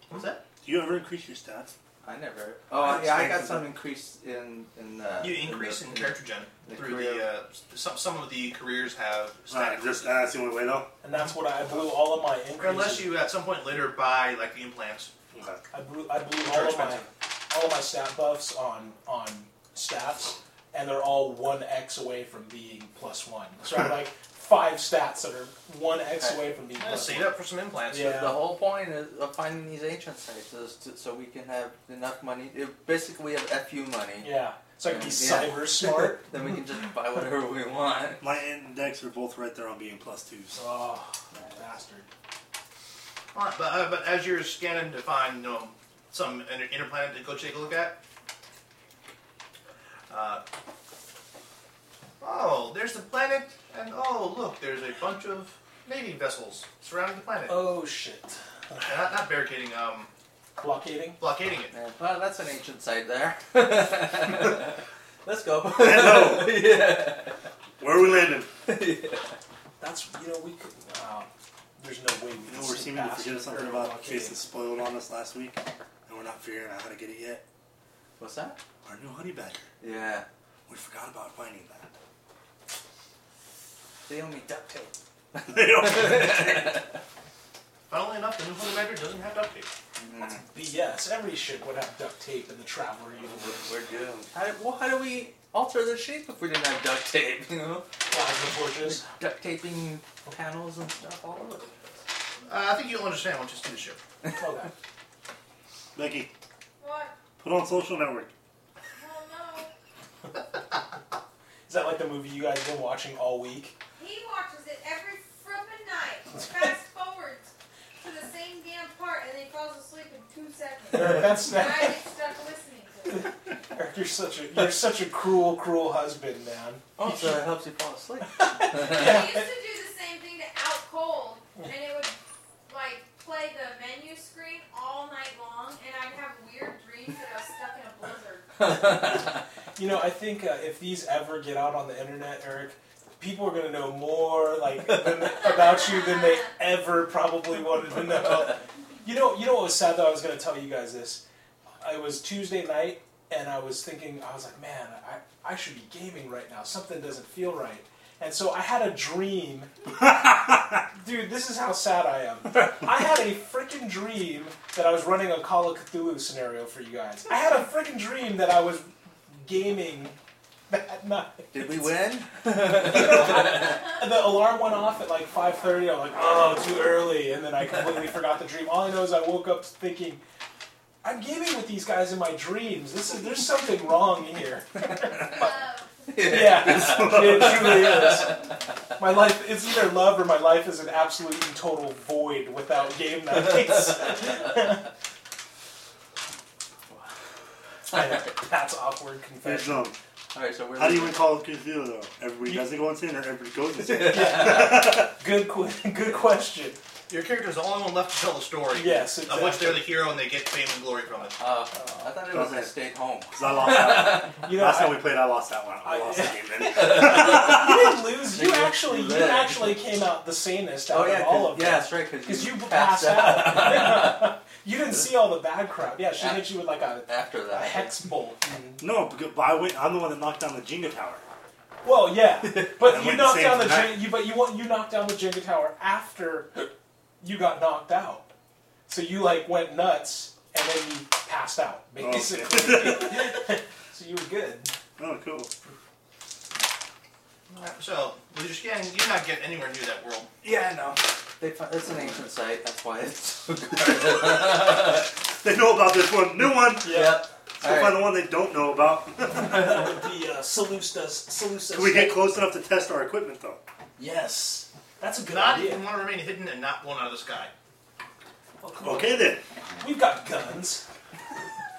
Speaker 4: What's that?
Speaker 3: Do you ever increase your stats?
Speaker 2: I never. Oh yeah, I got some increase in in. Uh,
Speaker 4: You increase in
Speaker 2: the-
Speaker 4: character gen
Speaker 2: the
Speaker 4: through
Speaker 2: career.
Speaker 4: the uh, s- some some of the careers have static.
Speaker 3: Alright, just that's the only way though.
Speaker 1: And that's what I blew all of my increases.
Speaker 4: Unless you at some point later buy like the implants.
Speaker 3: Okay.
Speaker 1: I blew, I blew
Speaker 4: Which are
Speaker 1: all of my
Speaker 4: expensive.
Speaker 1: all of my stat buffs on on staffs, and they're all one x away from being plus one. So I have like five stats that are one x away from being
Speaker 4: Yeah,
Speaker 1: plus
Speaker 4: save
Speaker 1: one.
Speaker 4: up for some implants.
Speaker 1: Yeah.
Speaker 2: The whole point is of finding these ancient sites is to, so we can have enough money. If basically, we have fu money.
Speaker 1: Yeah, so I can be
Speaker 2: Yeah.
Speaker 1: cyber smart.
Speaker 2: then we can just buy whatever we want.
Speaker 3: My index are both right there on being plus twos.
Speaker 1: Oh, bastard!
Speaker 4: Alright, But, uh, but as you're scanning to find you know, some inter- interplanet to go take a look at, uh, oh, there's the planet, and oh, look, there's a bunch of navy vessels surrounding the planet.
Speaker 1: Oh shit!
Speaker 4: Yeah, Not, not barricading, um,
Speaker 1: Blockading.
Speaker 4: blockading it.
Speaker 2: Yeah, well, that's an ancient site there. Let's go.
Speaker 3: Hello.
Speaker 2: yeah.
Speaker 3: Where are we landing?
Speaker 1: That's you know we could. Wow. There's no way we
Speaker 3: You
Speaker 1: can
Speaker 3: know, we're
Speaker 1: see
Speaker 3: seeming to
Speaker 1: past
Speaker 3: forget something
Speaker 1: or
Speaker 3: about
Speaker 1: blockading.
Speaker 3: Jason spoiled on us last week, and we're not figuring out how to get it yet.
Speaker 2: What's that?
Speaker 3: Our new honey badger.
Speaker 2: Yeah.
Speaker 3: We forgot about finding that.
Speaker 2: They owe me duct tape.
Speaker 3: They don't-
Speaker 4: Funnily enough, the new Holy Matter doesn't have duct tape.
Speaker 2: Mm,
Speaker 1: BS. Every ship would have duct tape in the Traveler universe.
Speaker 2: we're doomed. How, did- well, how do we alter the shape if we didn't have duct tape? You know,
Speaker 1: Plasma torches.
Speaker 2: duct taping panels and stuff all over.
Speaker 4: Uh, I think you'll understand once you see the ship.
Speaker 1: Okay.
Speaker 3: Becky,
Speaker 5: What?
Speaker 3: put on social network.
Speaker 5: Well, no.
Speaker 1: Is that like the movie you guys have been watching all week?
Speaker 5: He watches it every frippin' night. Fast forwards to the same damn part, and then he falls asleep in two seconds.
Speaker 1: Eric, that's
Speaker 5: and I
Speaker 1: not.
Speaker 5: get stuck listening to it.
Speaker 1: Eric, you're such a you're such a cruel, cruel husband, man.
Speaker 2: Oh, so it helps you fall asleep.
Speaker 5: I used to do the same thing to Out Cold, and it would like play the menu screen all night long, and I'd have weird dreams that I was stuck in a blizzard.
Speaker 1: You know, I think uh, if these ever get out on the internet, Eric, people are gonna know more like than, about you than they ever probably wanted to know. You know, you know what was sad though. I was gonna tell you guys this. It was Tuesday night, and I was thinking, I was like, man, I, I should be gaming right now. Something doesn't feel right. And so I had a dream. Dude, this is how sad I am. I had a freaking dream that I was running a Call of Cthulhu scenario for you guys. I had a freaking dream that I was gaming that night.
Speaker 2: Did we win?
Speaker 1: And the alarm went off at like 5.30. I'm like, oh, too early. And then I completely forgot the dream. All I know is I woke up thinking, I'm gaming with these guys in my dreams. This is There's something wrong here.
Speaker 5: Love.
Speaker 1: Yeah, it truly is. My life it's either love or my life is an absolute and total void without game nights. I know, That's awkward
Speaker 3: You're
Speaker 1: confession.
Speaker 3: dumb.
Speaker 2: All right, so we're.
Speaker 3: How do you even call it Cthulhu though? Everybody doesn't go insane or everybody goes insane?
Speaker 1: Good, que- good question.
Speaker 4: Your character is the only one left to tell the story.
Speaker 1: Yes,
Speaker 4: Of which
Speaker 1: exactly.
Speaker 4: they're the hero and they get fame and glory from it.
Speaker 2: Uh, I thought it was I stayed home.
Speaker 3: Because I lost that one.
Speaker 1: You know,
Speaker 3: Last
Speaker 1: I,
Speaker 3: time we played, I lost that one. I
Speaker 1: I-
Speaker 3: lost that game then.
Speaker 1: you didn't lose. You
Speaker 2: You
Speaker 1: actually, you
Speaker 2: lived.
Speaker 1: actually came out the sanest out
Speaker 2: Oh yeah,
Speaker 1: of
Speaker 2: 'cause-
Speaker 1: all of
Speaker 2: yeah,
Speaker 1: them.
Speaker 2: that's right.
Speaker 1: Because you passed out. you didn't see all the bad crap. Yeah, she hit you with like a,
Speaker 2: after
Speaker 1: a
Speaker 2: that.
Speaker 1: hex bolt.
Speaker 3: No, because but I went, I'm the one that knocked down the Jenga tower.
Speaker 1: Well, yeah,
Speaker 3: I
Speaker 1: but you
Speaker 3: went
Speaker 1: knocked
Speaker 3: same
Speaker 1: down the
Speaker 3: tonight.
Speaker 1: Jenga, you, but you wa- you knocked down the Jenga tower after you got knocked out. So you like went nuts and then you passed out,
Speaker 3: Oh, okay.
Speaker 1: basically. so you were good.
Speaker 3: Oh, cool.
Speaker 4: Alright, so, Lujushkin, you're not getting anywhere near that world.
Speaker 2: Yeah, I know. They fi- it's an ancient site. That's why it's so good.
Speaker 3: They know about this one. New one. Let's
Speaker 2: yep.
Speaker 3: go find the one they don't know about.
Speaker 1: That would be uh, Seleusta's. Seleusta's.
Speaker 3: Can we get close enough to test our equipment, though?
Speaker 1: Yes. That's a good
Speaker 4: Not
Speaker 1: idea.
Speaker 4: even want to remain hidden and not blown out of the sky.
Speaker 1: Oh, come on.
Speaker 3: Okay, then.
Speaker 1: We've got guns.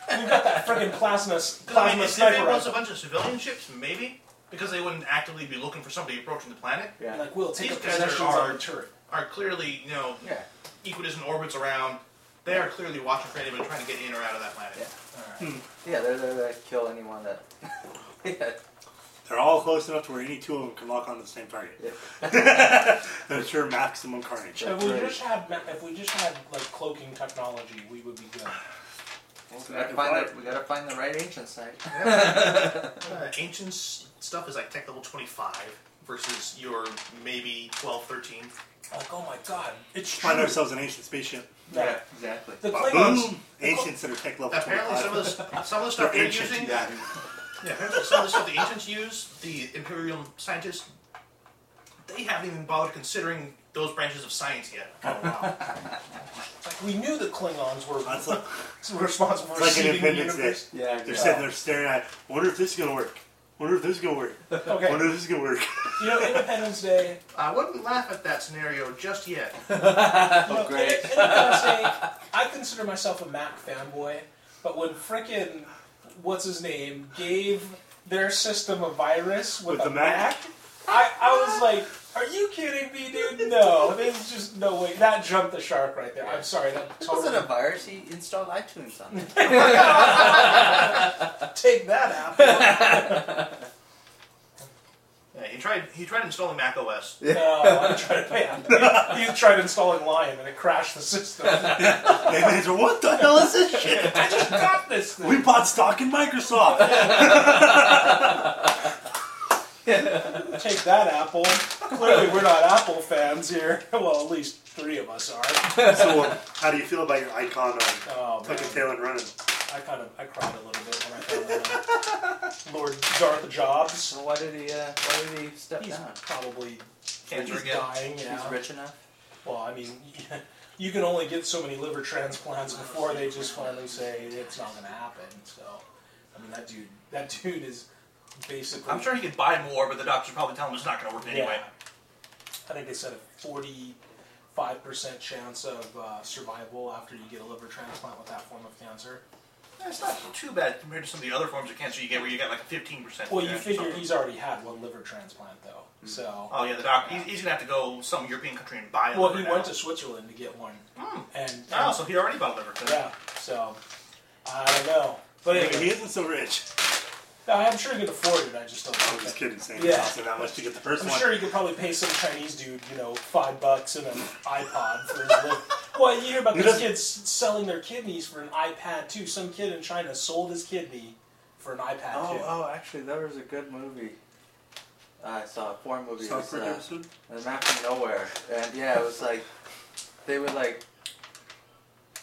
Speaker 1: We've got that friggin' plasma,
Speaker 4: I mean,
Speaker 1: plasma
Speaker 4: if
Speaker 1: sniper
Speaker 4: there was a
Speaker 1: rifle.
Speaker 4: bunch of civilian ships, maybe, because they wouldn't actively be looking for somebody approaching the planet,
Speaker 9: Yeah.
Speaker 1: Like, we'll take
Speaker 4: These
Speaker 1: up
Speaker 4: guys are
Speaker 1: possession of our
Speaker 4: armed.
Speaker 1: turret.
Speaker 4: are clearly, you know,
Speaker 9: Yeah.
Speaker 4: equidistant orbits around. They are clearly watching for anybody trying to get in or out of that planet.
Speaker 2: Yeah.
Speaker 1: Alright.
Speaker 2: Yeah, they're there to kill anyone that. yeah.
Speaker 3: They're all close enough to where any two of them can lock onto the same target.
Speaker 2: Yeah.
Speaker 3: That's your maximum carnage.
Speaker 1: If we
Speaker 2: Right.
Speaker 1: just had, ma- if we just had like cloaking technology, we would be good.
Speaker 2: Well,
Speaker 3: So
Speaker 2: we,
Speaker 3: I
Speaker 2: gotta
Speaker 3: can
Speaker 2: find
Speaker 3: fight.
Speaker 2: the, we gotta find the right ancient site.
Speaker 4: Uh, ancient s- stuff is like tech level 25 versus your maybe 12, 13.
Speaker 1: Like, oh my god, it's true.
Speaker 3: Find ourselves an ancient spaceship.
Speaker 1: Yeah.
Speaker 2: exactly.
Speaker 1: The Klingons.
Speaker 3: Boom! Ancients that are tech level
Speaker 4: Apparently, some of
Speaker 3: 25.
Speaker 4: the s- some of the
Speaker 3: They're
Speaker 4: stuff they're
Speaker 3: ancient.
Speaker 4: using,
Speaker 9: Yeah.
Speaker 4: yeah, apparently some of the stuff the ancients use, the Imperium scientists, they haven't even bothered considering those branches of science yet.
Speaker 1: Oh wow. like we knew the Klingons were
Speaker 3: That's like,
Speaker 1: responsible for
Speaker 3: it's like an
Speaker 1: saving the
Speaker 3: Independence Day.
Speaker 1: universe.
Speaker 9: Yeah.
Speaker 3: They're sitting there staring at. it. Wonder if this is gonna work. Wonder if this is gonna work.
Speaker 1: Okay.
Speaker 3: Wonder if this is gonna work.
Speaker 1: You know, Independence Day.
Speaker 4: I wouldn't laugh at that scenario just yet.
Speaker 1: you know,
Speaker 2: Oh, great.
Speaker 1: Inde- Independence Day. I consider myself a Mac fanboy, but when frickin' what's his name gave their system a virus with,
Speaker 3: With
Speaker 1: a
Speaker 3: the Mac?
Speaker 1: I, I was like, are you kidding me, dude? No, there's just no way. That jumped the shark right there. I'm sorry. That
Speaker 2: It
Speaker 1: totally
Speaker 2: wasn't a virus. He installed iTunes on it.
Speaker 1: take that out.
Speaker 4: Yeah, he tried. He tried installing Mac OS.
Speaker 1: no, I tried. Man, you tried installing Lion and it crashed the system.
Speaker 3: They answer, what the hell is this shit?
Speaker 1: I just got this thing.
Speaker 3: We bought stock in Microsoft.
Speaker 1: Take that, Apple. Clearly, we're not Apple fans here. Well, at least three of us are.
Speaker 3: so, um, how do you feel about your icon on
Speaker 1: Oh man,
Speaker 3: fucking tail and running?
Speaker 1: I kind of I cried a little bit when I found that out. Lord Darth Jobs.
Speaker 2: So why did he? Uh, why did he step
Speaker 1: He's
Speaker 2: down?
Speaker 1: probably
Speaker 4: Cancer
Speaker 1: he's
Speaker 4: again.
Speaker 1: dying.
Speaker 2: He's
Speaker 1: Yeah.
Speaker 2: rich enough.
Speaker 1: Well, I mean, you can only get so many liver transplants before they just finally say it's not gonna happen. So, I mean, that dude, that dude is basically.
Speaker 4: I'm sure he could buy more, but the doctors probably tell him it's not going to work anyway.
Speaker 1: I think they said a 45% chance of uh, survival after you get a liver transplant with that form of cancer.
Speaker 4: That's not too bad compared to some of the other forms of cancer you get, where you get like 15 percent.
Speaker 1: Well, you figure he's already had one liver transplant, though. So.
Speaker 4: Oh yeah, the doc. He's, he's gonna have to go some European country and buy a
Speaker 1: Well,
Speaker 4: liver
Speaker 1: he
Speaker 4: now.
Speaker 1: went to Switzerland to get one.
Speaker 4: Hmm.
Speaker 1: And, and-
Speaker 4: Oh, so he already bought a liver. then.
Speaker 1: yeah, so. I don't know. But
Speaker 3: Maybe he
Speaker 1: anyway,
Speaker 3: isn't so rich.
Speaker 1: I'm sure he could afford it. I just don't
Speaker 3: I'm
Speaker 1: think
Speaker 3: just
Speaker 1: that-
Speaker 3: kidding, saying
Speaker 1: Yeah.
Speaker 3: it costs that much to get the first
Speaker 1: I'm
Speaker 3: one.
Speaker 1: sure he could probably pay some Chinese dude, you know, five bucks and an iPod for his liver. Well, you hear about
Speaker 3: He
Speaker 1: these
Speaker 3: doesn't-
Speaker 1: kids selling their kidneys for an iPad too. Some kid in China sold his kidney for an iPad
Speaker 2: Oh,
Speaker 1: too.
Speaker 2: oh, actually, there was a good movie. I saw a foreign movie. It
Speaker 3: South
Speaker 2: was,
Speaker 3: Park
Speaker 2: uh,
Speaker 3: episode?
Speaker 2: a map from nowhere, and yeah, it was like they would like.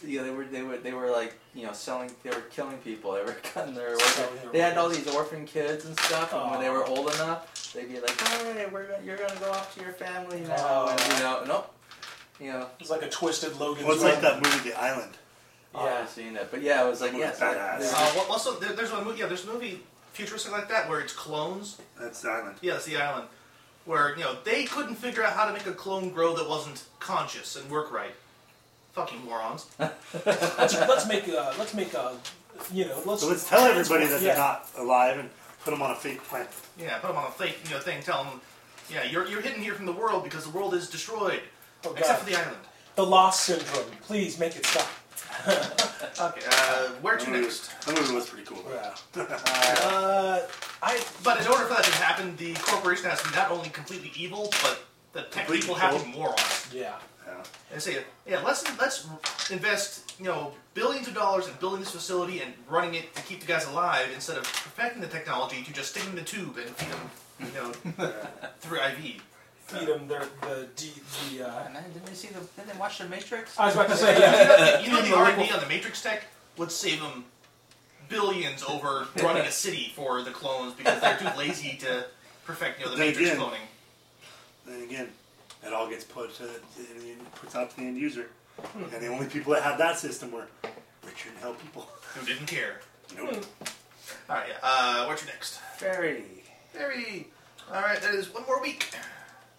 Speaker 2: Yeah, they were they were they were like you know selling they were killing people they were cutting their orphans.
Speaker 1: Selling their
Speaker 2: they had all
Speaker 1: organs.
Speaker 2: these orphan kids and stuff and when they were old enough they'd be like all right we're gonna, you're gonna go off to your family now and you know nope you know
Speaker 1: It's like a twisted Logan's
Speaker 3: Well, it's
Speaker 1: Run.
Speaker 3: like that movie, The Island.
Speaker 2: yeah I've seen that but yeah it was like
Speaker 3: Movie's
Speaker 2: yeah so like,
Speaker 3: badass.
Speaker 4: Uh, well, also, there, there's a movie. Yeah, there's a movie futuristic like that where it's clones.
Speaker 3: That's The Island.
Speaker 4: Yeah, it's the island where you know they couldn't figure out how to make a clone grow that wasn't conscious and work right. Fucking morons.
Speaker 1: let's, let's make a let's make a you know let's
Speaker 3: So let's tell everybody that
Speaker 1: yeah.
Speaker 3: they're not alive and put them on a fake planet.
Speaker 4: Yeah, put them on a fake you know thing. Tell them, yeah, you're you're hidden here from the world because the world is destroyed,
Speaker 1: Oh, God.
Speaker 4: except for the island.
Speaker 1: the lost syndrome. Please make it stop.
Speaker 4: Okay, uh, where
Speaker 3: That
Speaker 4: to
Speaker 3: movie
Speaker 4: next?
Speaker 3: was, that movie was pretty cool. though.
Speaker 1: Yeah.
Speaker 2: uh,
Speaker 1: Uh, I
Speaker 4: But in order for that to happen, the corporation has to be not only completely evil, but the tech
Speaker 3: Completely
Speaker 4: people have to
Speaker 3: evil.
Speaker 4: be morons.
Speaker 1: yeah.
Speaker 3: Yeah.
Speaker 4: And say, yeah, let's let's invest you know billions of dollars in building this facility and running it to keep the guys alive instead of perfecting the technology to just stick them in the tube and feed them you know through IV.
Speaker 1: feed them their the D, the. Uh,
Speaker 2: And then, didn't they see the? Didn't they watch the Matrix?
Speaker 1: I was about to say
Speaker 4: You
Speaker 1: yeah.
Speaker 4: know, you know the
Speaker 1: Yeah.
Speaker 4: R and D on the Matrix tech would save them billions over running a city for the clones because they're too lazy to perfect you know the
Speaker 3: They
Speaker 4: Matrix
Speaker 3: did.
Speaker 4: cloning.
Speaker 3: Then again, it all gets put to, it puts out to the end user,
Speaker 1: Hmm.
Speaker 3: and the only people that had that system were richer than hell people.
Speaker 4: Who didn't care?
Speaker 1: Hmm.
Speaker 3: Nope.
Speaker 4: All right, yeah. Uh, what's your next?
Speaker 2: Very.
Speaker 4: Very. All right, that is one more week.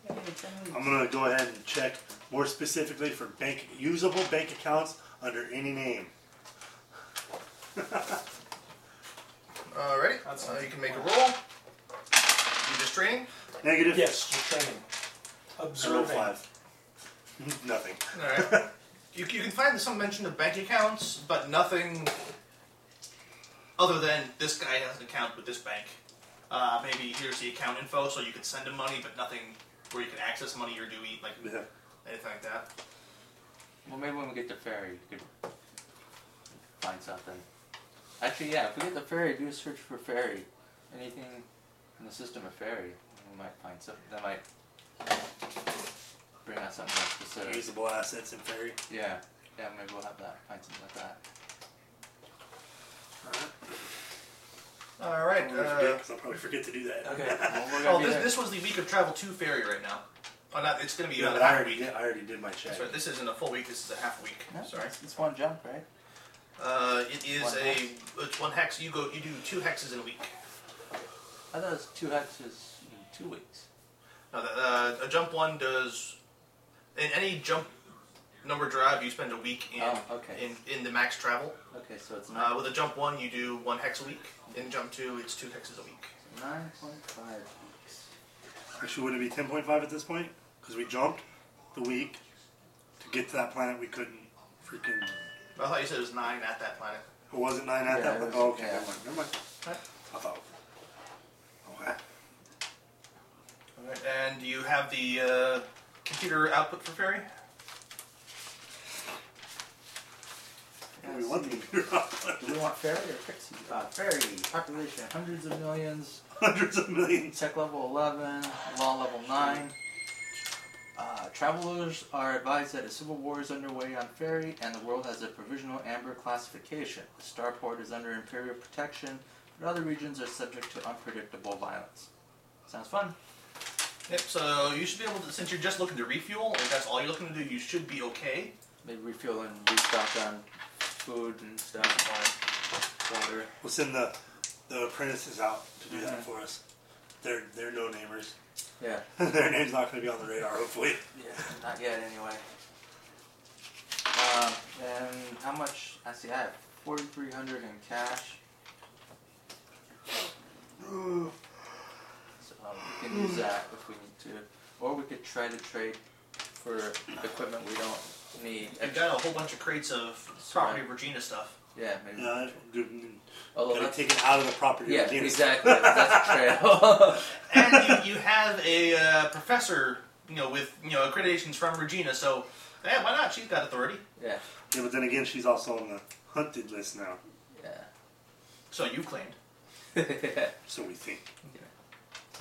Speaker 3: I'm gonna go ahead and check more specifically for bank usable bank accounts under any name.
Speaker 6: Alrighty.
Speaker 1: That's-
Speaker 6: Uh, you can make a roll.
Speaker 4: You're just training.
Speaker 3: Negative
Speaker 1: yes, just training,
Speaker 3: I rolled
Speaker 1: observing.
Speaker 3: five. Nothing.
Speaker 4: All right. you, you can find some mention of bank accounts, but nothing other than this guy has an account with this bank. Uh, maybe here's the account info, so you could send him money, but nothing where you can access money or do eat like
Speaker 3: Yeah.
Speaker 4: anything like that.
Speaker 2: Well, maybe when we get the ferry, you could find something. Actually, yeah. If we get the ferry, do a search for ferry. Anything in the system of ferry, we might find something that might bring out something more specific.
Speaker 3: Usable assets in ferry.
Speaker 2: Yeah. Yeah. Maybe we'll have that. Find something like that.
Speaker 4: All right.
Speaker 3: I'll
Speaker 4: Uh,
Speaker 3: forget, 'cause I'll probably forget to do that.
Speaker 1: Okay.
Speaker 2: Well, we're gonna
Speaker 4: oh,
Speaker 2: be
Speaker 4: this,
Speaker 2: there.
Speaker 4: this was the week of travel to ferry right now. Oh, not, it's going to be
Speaker 3: Yeah,
Speaker 4: a
Speaker 3: but I
Speaker 4: half
Speaker 3: already
Speaker 4: week.
Speaker 3: did, I already did my check.
Speaker 4: That's right, This isn't a full week. This is a half week.
Speaker 2: No,
Speaker 4: Sorry.
Speaker 2: It's, it's one jump, right?
Speaker 4: Uh, it is
Speaker 2: One
Speaker 4: a
Speaker 2: hex.
Speaker 4: it's one hex. You go. You do two hexes in a week.
Speaker 2: I thought it was two hexes in two weeks.
Speaker 4: No, the, uh, a jump one does. In any jump number drive, you spend a week in
Speaker 2: Oh, okay. Mm-hmm.
Speaker 4: in, in the max travel.
Speaker 2: Okay, so it's
Speaker 4: Uh,
Speaker 2: nine,
Speaker 4: with a jump one, you do one hex a week. In jump two, it's two hexes a week.
Speaker 2: nine point five weeks.
Speaker 3: Actually, would it be 10.5 at this point? Because we jumped the week to get to that planet we couldn't freaking.
Speaker 4: I thought you said it was nine at that planet.
Speaker 3: It wasn't 9 at
Speaker 2: Yeah,
Speaker 3: that
Speaker 2: it was-
Speaker 3: point. Oh, okay,
Speaker 2: yeah.
Speaker 3: never mind. Never mind.
Speaker 4: Huh?
Speaker 3: I thought. oh, Okay.
Speaker 4: All right. And you have the uh, computer output for ferry.
Speaker 3: we want the computer output.
Speaker 2: Do we want fairy or pixie? Uh, fairy, population, hundreds of millions,
Speaker 3: Hundreds of millions.
Speaker 2: tech level 11, law level 9. Uh, travelers are advised that a civil war is underway on ferry, and the world has a provisional amber classification. The starport is under imperial protection, but other regions are subject to unpredictable violence. Sounds fun.
Speaker 4: Yep. So you should be able to, since you're just looking to refuel, if that's all you're looking to do, you should be okay.
Speaker 2: Maybe refuel and restock on food and stuff, wine, water.
Speaker 3: We'll send the, the apprentices out to do that for us. They're, they're no namers.
Speaker 2: Mm-hmm. Yeah.
Speaker 3: Their name's not going to be on the radar, hopefully.
Speaker 2: Yeah, not yet anyway. Um, and how much? I see. I have forty three hundred in cash. So um, we can use that if we need to, or we could try to trade for equipment we don't need.
Speaker 4: You've got a whole bunch of crates of property Regina stuff.
Speaker 2: Yeah, maybe.
Speaker 3: Yeah, I do-
Speaker 2: Although
Speaker 3: Gotta
Speaker 2: Mm-hmm. that's,
Speaker 3: take it out of the property.
Speaker 2: yeah,
Speaker 3: again.
Speaker 2: exactly. That's a trail.
Speaker 4: and you, you have a uh, professor, you know, with you know accreditations from Regina. So, eh, why not? She's got authority.
Speaker 2: yeah,
Speaker 3: Yeah, but then again, she's also on the hunted list now,
Speaker 4: So you claimed.
Speaker 2: yeah.
Speaker 3: so we think.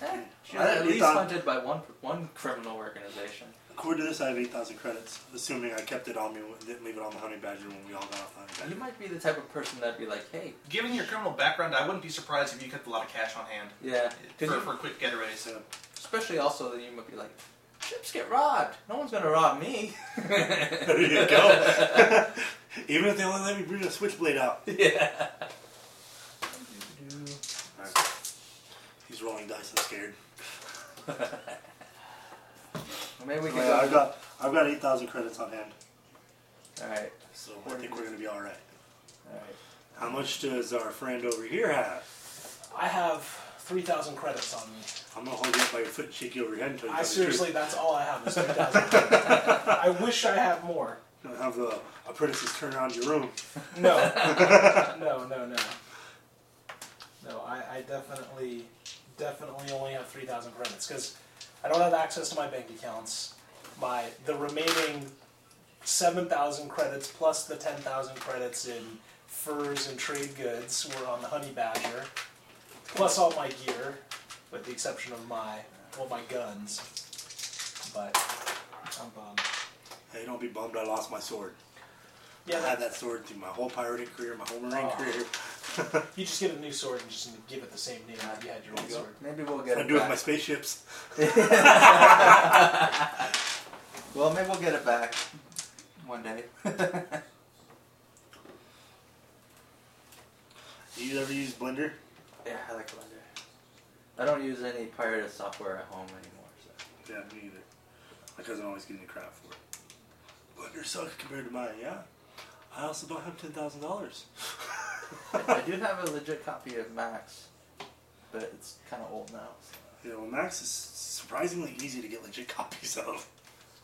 Speaker 2: Eh, She
Speaker 3: I
Speaker 2: was at
Speaker 3: at
Speaker 2: least
Speaker 3: least thought-
Speaker 2: hunted by one one criminal organization.
Speaker 3: According to this, I have 8,000 credits, assuming I kept it on me and didn't leave it on the honey badger when we all got off the honey badger.
Speaker 2: You might be the type of person that'd be like, hey,
Speaker 4: Given your criminal background, I wouldn't be surprised if you kept a lot of cash on hand
Speaker 2: yeah,
Speaker 4: for,
Speaker 2: 'cause you
Speaker 4: for quick getaways.
Speaker 3: So,
Speaker 2: Especially also that you might be like, ships get robbed. No one's gonna rob me.
Speaker 3: there you go. Even if they only let me bring a switchblade out.
Speaker 2: yeah.
Speaker 3: He's rolling dice, I'm scared.
Speaker 2: Well, maybe we can
Speaker 3: Anyway,
Speaker 2: go.
Speaker 3: I've got, I've got 8,000 credits on hand,
Speaker 2: All right.
Speaker 3: so I think we're going to be alright.
Speaker 2: All right.
Speaker 3: How much does our friend over here have?
Speaker 1: I have three thousand credits on me. I'm
Speaker 3: I'm going to hold you up by your foot and shake you over your head until you
Speaker 1: I
Speaker 3: tell me the truth.
Speaker 1: seriously, that's all I have is three thousand. I wish I had more.
Speaker 3: Don't have the apprentices turn around your room.
Speaker 1: No, no, no, no. No, I, I definitely, definitely only have three thousand credits because I don't have access to my bank accounts. My the remaining seven thousand credits plus the ten thousand credits in furs and trade goods were on the honey badger, plus all my gear, with the exception of my well my guns. but I'm bummed.
Speaker 3: Hey, don't be bummed. I lost my sword.
Speaker 1: Yeah,
Speaker 3: I had
Speaker 1: that,
Speaker 3: that sword through my whole pirating career, my whole marine
Speaker 1: Oh.
Speaker 3: career.
Speaker 1: you just get a new sword and just give it the same name that you had your old sword.
Speaker 2: Maybe we'll get
Speaker 3: I
Speaker 2: it
Speaker 3: do it with my
Speaker 2: back.
Speaker 3: spaceships.
Speaker 2: well, maybe we'll get it back one day.
Speaker 3: Do you ever use Blender?
Speaker 2: yeah, I like Blender. I don't use any pirated software at home anymore. So.
Speaker 3: Yeah, me either. My cousin always gives me crap for it. Blender sucks compared to mine. Yeah. I also don't have ten thousand dollars.
Speaker 2: I do have a legit copy of Max, but it's kind of old now. so.
Speaker 3: Yeah, well, Max is surprisingly easy to get legit copies of.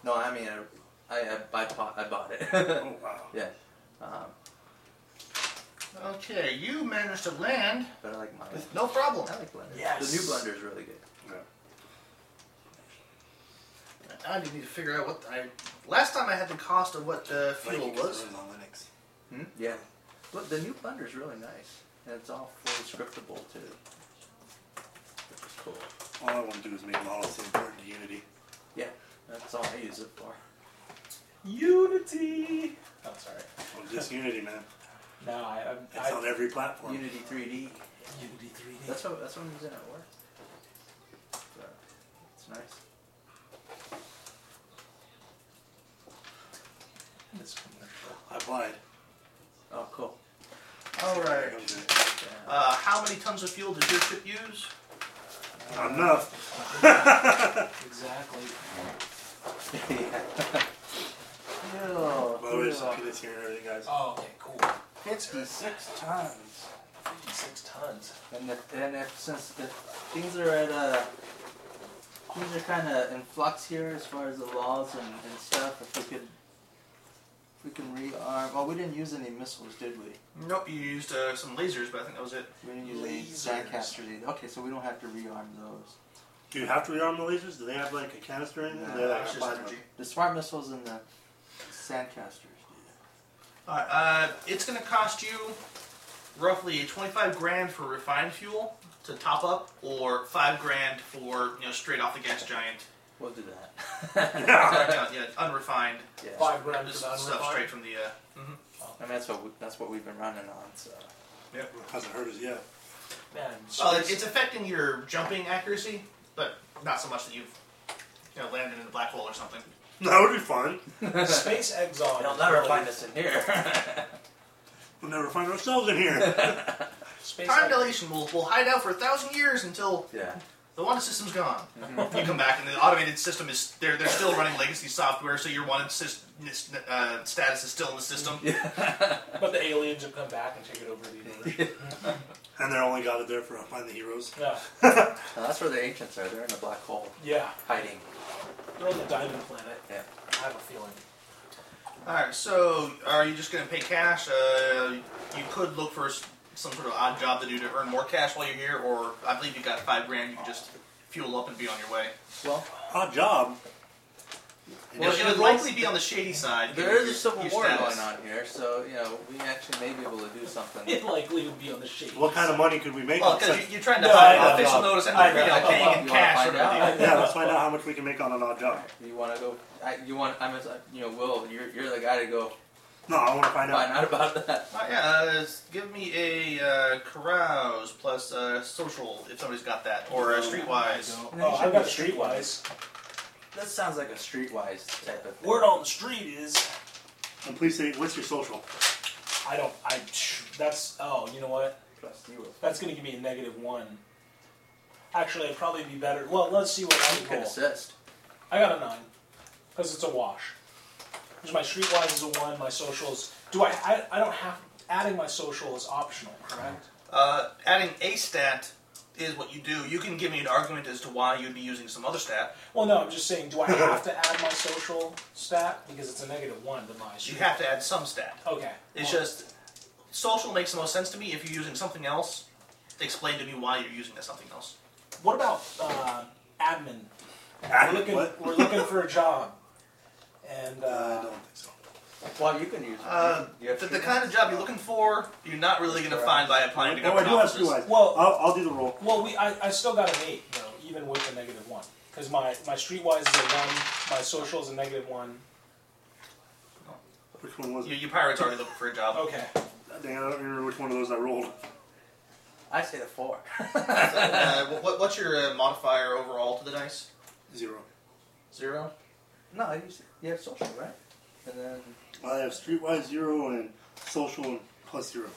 Speaker 2: No, I mean, I, I, I, bought, I bought it.
Speaker 3: Oh wow.
Speaker 2: yeah. Um,
Speaker 4: Okay, you managed to land
Speaker 2: but I like mine.
Speaker 4: with no problem.
Speaker 2: I like Blender.
Speaker 1: Yes.
Speaker 2: The new Blender is really good.
Speaker 4: I didn't need to figure out what I. Last time I had the cost of what the fuel
Speaker 3: Like,
Speaker 4: was.
Speaker 3: runs on Linux.
Speaker 2: Hmm? Yeah. Look, the new Blender is really nice. And it's all fully scriptable, too. Which is cool.
Speaker 3: All I want to do is make models that import into Unity.
Speaker 2: That's all I use it for.
Speaker 1: Unity. Oh, sorry.
Speaker 3: Well, just Unity, man.
Speaker 1: No, I, I,
Speaker 3: It's on
Speaker 1: I
Speaker 3: every platform.
Speaker 2: Unity 3D.
Speaker 1: Unity 3D.
Speaker 2: That's what, that's what I'm using at work. So, it's nice.
Speaker 1: That's wonderful.
Speaker 3: I applied.
Speaker 2: Oh, cool.
Speaker 4: All right.
Speaker 3: Okay.
Speaker 2: Yeah.
Speaker 4: Uh, how many tons of fuel did your ship use?
Speaker 3: Not enough.
Speaker 1: Exactly.
Speaker 2: Ew.
Speaker 3: By the way, there's some peanuts here and everything, guys.
Speaker 1: Oh, okay, cool.
Speaker 2: 56 tons.
Speaker 1: 56 tons.
Speaker 2: And if, and if since if things are at uh things are kind of in flux here as far as the laws and, and stuff, if we could if we can rearm. Well, we didn't use any missiles, did we?
Speaker 4: Nope, you used uh, some lasers, but I think that was it.
Speaker 2: We didn't use any
Speaker 1: Lasers.
Speaker 2: sandcasters either. Okay, so we don't have to rearm those.
Speaker 3: Do you have to rearm the lasers? Do they have like a canister in there?
Speaker 2: No,
Speaker 3: They have
Speaker 4: It's just
Speaker 3: plasma.
Speaker 4: energy.
Speaker 2: The smart missiles and the sandcasters.
Speaker 4: All right, uh, it's going to cost you roughly 25 grand for refined fuel to top up, or five grand for you know straight off the gas giant,
Speaker 2: We'll do that.
Speaker 4: yeah, yeah, unrefined,
Speaker 2: yeah.
Speaker 1: Five grams
Speaker 4: just
Speaker 1: of
Speaker 4: stuff
Speaker 1: unrefined.
Speaker 4: straight from the. Uh,
Speaker 2: I mean that's what we, that's what we've been running on. So
Speaker 3: Hasn't hurt us yet.
Speaker 1: Man,
Speaker 4: well, it-
Speaker 1: space-
Speaker 4: Oh, it's affecting your jumping accuracy, but not so much that you've you know landed in a black hole or something.
Speaker 3: That would be fun.
Speaker 1: space exile.
Speaker 2: they'll never find us in here.
Speaker 3: We'll never find ourselves in here.
Speaker 1: Space
Speaker 4: Time
Speaker 1: exile.
Speaker 4: dilation will will hide out for a thousand years until
Speaker 2: yeah.
Speaker 4: the wanted system's gone. you come back and the automated system is they're they're still running legacy software, so your wanted sys- nis- uh, status is still in the system.
Speaker 1: But the aliens have come back and taken over the universe.
Speaker 3: and they only got it there for uh, Find the Heroes.
Speaker 1: yeah.
Speaker 2: Now, that's where the ancients are. They're in a black hole,
Speaker 1: yeah.
Speaker 2: hiding.
Speaker 1: They're on the diamond planet.
Speaker 2: Yeah.
Speaker 1: I have a feeling.
Speaker 4: All right, so are you just going to pay cash? Uh, you could look for s- some sort of odd job to do to earn more cash while you're here, or I believe you got five grand. You can just fuel up and be on your way.
Speaker 2: Well,
Speaker 3: Hot job.
Speaker 4: Well,
Speaker 2: Well,
Speaker 4: it
Speaker 2: you
Speaker 4: would
Speaker 2: know,
Speaker 4: likely be on the shady side.
Speaker 2: There
Speaker 4: given
Speaker 2: is a
Speaker 4: your-
Speaker 2: civil
Speaker 4: your
Speaker 2: war
Speaker 4: status.
Speaker 2: going on here, so you know we actually may be able to do something.
Speaker 1: It likely would be on the shape.
Speaker 3: What kind of money could we make?
Speaker 4: Well,
Speaker 3: on
Speaker 4: because
Speaker 3: such-
Speaker 4: you, you're trying to
Speaker 1: No, I
Speaker 4: hide
Speaker 1: know.
Speaker 4: official
Speaker 2: Job.
Speaker 4: notice and
Speaker 1: I
Speaker 4: you're
Speaker 1: know.
Speaker 4: like paying in
Speaker 2: You wanna
Speaker 4: cash.
Speaker 2: find
Speaker 4: Or
Speaker 2: out?
Speaker 4: everything.
Speaker 3: yeah, let's find out how much we can make on an odd job.
Speaker 2: You want to go? I, you want? I'm. as- You know, Will, you're, you're the guy to go
Speaker 3: No, I want to find
Speaker 2: find out
Speaker 3: out.
Speaker 2: about that.
Speaker 4: Uh, yeah, uh, s- give me a uh, carouse plus uh, social if somebody's got that, or uh, streetwise.
Speaker 1: Oh,
Speaker 2: No, you
Speaker 1: I've
Speaker 2: should
Speaker 1: got
Speaker 2: be
Speaker 1: Streetwise.
Speaker 2: That sounds like a streetwise type of thing.
Speaker 1: Word on the street is
Speaker 3: And please say, what's your social?
Speaker 1: I don't. I. That's. Oh, you know what?
Speaker 2: Plus you.
Speaker 1: That's going to give me a negative one. Actually, it'd probably be better. Well, let's see what I
Speaker 2: You
Speaker 1: can
Speaker 2: can
Speaker 1: roll.
Speaker 2: assist.
Speaker 1: I got a nine because it's a wash. 'Cause my streetwise is a one. My socials. Do I, I? I don't have. Adding my social is optional, correct?
Speaker 4: Uh, adding a stat is what you do. You can give me an argument as to why you'd be using some other stat.
Speaker 1: Well, no. I'm just saying. Do I have to add my social stat because it's a negative one to my?
Speaker 4: You
Speaker 1: Street?
Speaker 4: have to add some stat.
Speaker 1: Okay.
Speaker 4: It's
Speaker 1: Oh,
Speaker 4: just social makes the most sense to me. If you're using something else, explain to me why you're using that something else.
Speaker 1: What about uh, admin?
Speaker 3: Ah,
Speaker 1: We're looking.
Speaker 3: what?
Speaker 1: We're looking for a job. And
Speaker 3: Uh, I
Speaker 1: uh,
Speaker 3: don't think so.
Speaker 2: Well, you can use.
Speaker 4: Uh,
Speaker 2: you have
Speaker 4: The, the
Speaker 2: streetwise.
Speaker 4: kind of job you're looking for, you're not really going to find by applying to
Speaker 3: No, Oh, I
Speaker 4: government
Speaker 3: do have
Speaker 4: offices.
Speaker 3: streetwise.
Speaker 1: Well-
Speaker 3: I'll, I'll do the roll.
Speaker 1: well, we. I, I still got an eight though, even with the negative one. because my my streetwise is a one, my social is a negative one.
Speaker 3: Which one was
Speaker 4: You,
Speaker 3: it?
Speaker 4: you pirates already looking for a job.
Speaker 1: Okay.
Speaker 3: Dang, I don't remember which one of those I rolled.
Speaker 2: I say the four.
Speaker 4: So, uh, wh- what, what's your uh, modifier overall to the dice?
Speaker 3: Zero.
Speaker 4: Zero.
Speaker 2: no, you, s- you have social, right? And then
Speaker 3: I have streetwise zero and social and plus zero.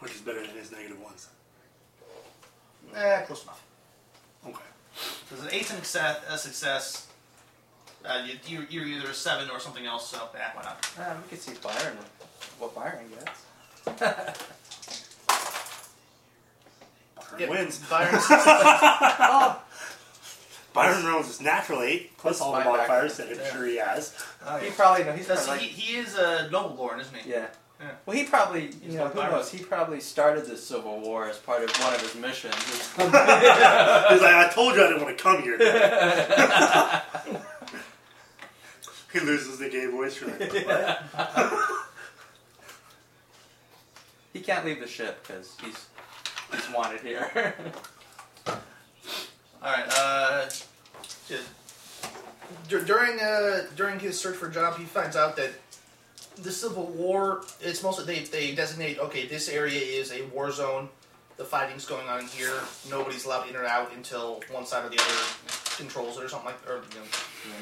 Speaker 3: Which is better than his negative ones.
Speaker 4: Eh, close enough.
Speaker 3: Okay.
Speaker 4: Because an eight's a success. A success uh, you, you, you're either a seven or something else. So eh, why not?
Speaker 2: uh, we can see Byron. What Byron gets.
Speaker 3: Byron
Speaker 6: Yeah,
Speaker 3: wins.
Speaker 6: Byron's-
Speaker 3: Byron rolls his natural eight plus all the
Speaker 2: my back.
Speaker 3: modifiers that I'm
Speaker 2: Yeah.
Speaker 3: sure he has.
Speaker 2: He probably knows. He's
Speaker 4: That's,
Speaker 2: probably
Speaker 4: he, he is a noble born, isn't he?
Speaker 2: Yeah.
Speaker 4: Yeah.
Speaker 2: Well, he probably, you
Speaker 4: He's
Speaker 2: know,
Speaker 4: like
Speaker 2: who
Speaker 4: Byron.
Speaker 2: knows? He probably started the Civil War as part of one of his missions.
Speaker 3: He's like, I told you I didn't want to come here. he loses the gay voice. You're like, what?
Speaker 2: he can't leave the ship because he's he's wanted here.
Speaker 4: All right. Uh,
Speaker 6: Dur- during uh, during his search for a job, he finds out that the Civil War. It's mostly they they designate. Okay, this area is a war zone. The fighting's going on here. Nobody's allowed in or out until one side or the other controls it or something like. Or you know,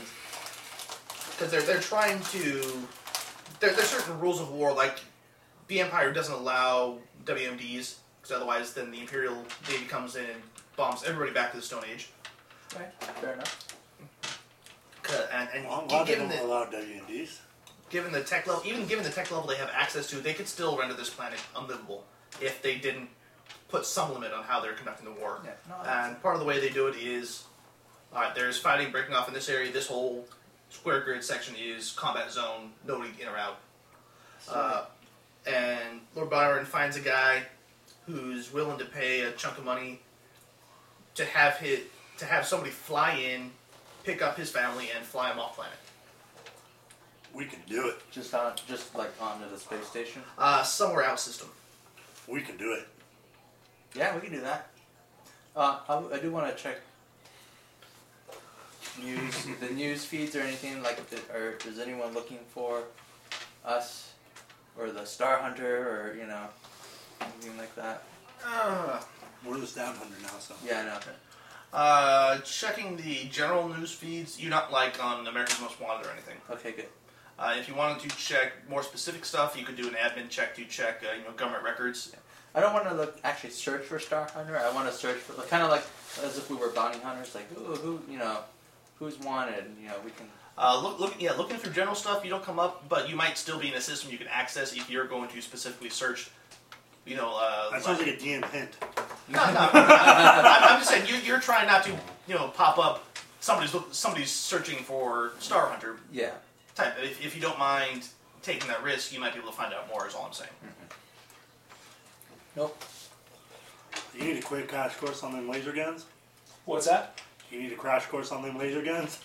Speaker 6: because they're they're trying to. There, there's certain rules of war like the Empire doesn't allow WMDs because otherwise then the Imperial Navy comes in and bombs everybody back to the Stone Age.
Speaker 2: right. Fair enough.
Speaker 6: 'Cause- And, and
Speaker 3: Well, I'm glad they
Speaker 6: given
Speaker 3: don't
Speaker 6: that-
Speaker 3: allow WMDs.
Speaker 6: given the tech level, even given the tech level they have access to, they could still render this planet unlivable if they didn't put some limit on how they're conducting the war.
Speaker 2: Yeah. No, that's-
Speaker 6: And part of the way they do it is, all right, there's fighting breaking off in this area. This whole square grid section is combat zone. Nobody in or out. Uh, and Lord Byron finds a guy who's willing to pay a chunk of money to have his, to have somebody fly in, pick up his family, and fly him off planet.
Speaker 3: We can do it.
Speaker 2: just on, just like onto the space station.
Speaker 6: Uh, somewhere out system.
Speaker 3: We can do it.
Speaker 2: Yeah, we can do that. Uh, I, I do want to check news, the news feeds or anything like, if it- or is anyone looking for us or the Star Hunter or you know anything like that?
Speaker 4: uh,
Speaker 3: We're the stab hunter now, so.
Speaker 2: Yeah, no.
Speaker 4: uh, checking the general news feeds. You're not like on America's Most Wanted or anything.
Speaker 2: Okay, good.
Speaker 4: Uh, if you wanted to check more specific stuff, you could do an admin check to check uh, you know government records.
Speaker 2: I don't want to look actually search for Star Hunter. I want to search for like, kind of like as if we were bounty hunters. Like who, who, you know, who's wanted? You know, we can.
Speaker 4: Uh, look, look, yeah, looking through general stuff, you don't come up, but you might still be in a system you can access if you're going to specifically search. You know, uh,
Speaker 3: That sounds like a DM hint.
Speaker 4: No, no, no, no, no, no. I'm, I'm just saying you, you're trying not to, you know, pop up. Somebody's look, somebody's searching for Star Hunter
Speaker 2: Yeah.
Speaker 4: type. If, if you don't mind taking that risk, you might be able to find out more. Is all I'm saying.
Speaker 2: Nope.
Speaker 3: You need a quick crash course on them laser guns?
Speaker 1: What's that?
Speaker 3: You need a crash course on them laser guns?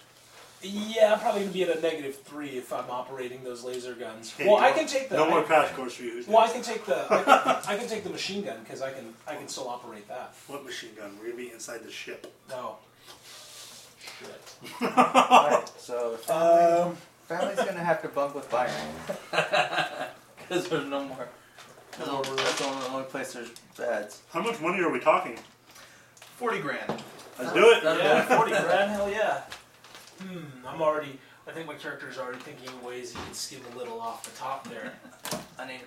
Speaker 1: Yeah, I'm probably gonna be at a negative three if I'm operating those laser guns.
Speaker 3: Hey,
Speaker 1: Well,
Speaker 3: no-
Speaker 1: I can take the.
Speaker 3: No more
Speaker 1: I,
Speaker 3: crash course for you.
Speaker 1: well, I can take the. I can, I can take the machine gun because I can. I can still operate that.
Speaker 3: What machine gun? We're gonna be inside the ship.
Speaker 1: No. Shit.
Speaker 2: All right. So
Speaker 1: Um.
Speaker 2: family's gonna have to bunk with Byron because there's no more.
Speaker 1: No more room.
Speaker 2: That's the only, only place there's beds.
Speaker 3: How much money are we talking?
Speaker 4: Forty grand.
Speaker 3: Let's do it.
Speaker 2: That'll
Speaker 1: Yeah,
Speaker 2: do it.
Speaker 1: forty grand. Hell yeah. Hmm. I'm already. I think my character's already thinking of ways he can skim a little off the top there.
Speaker 2: I need.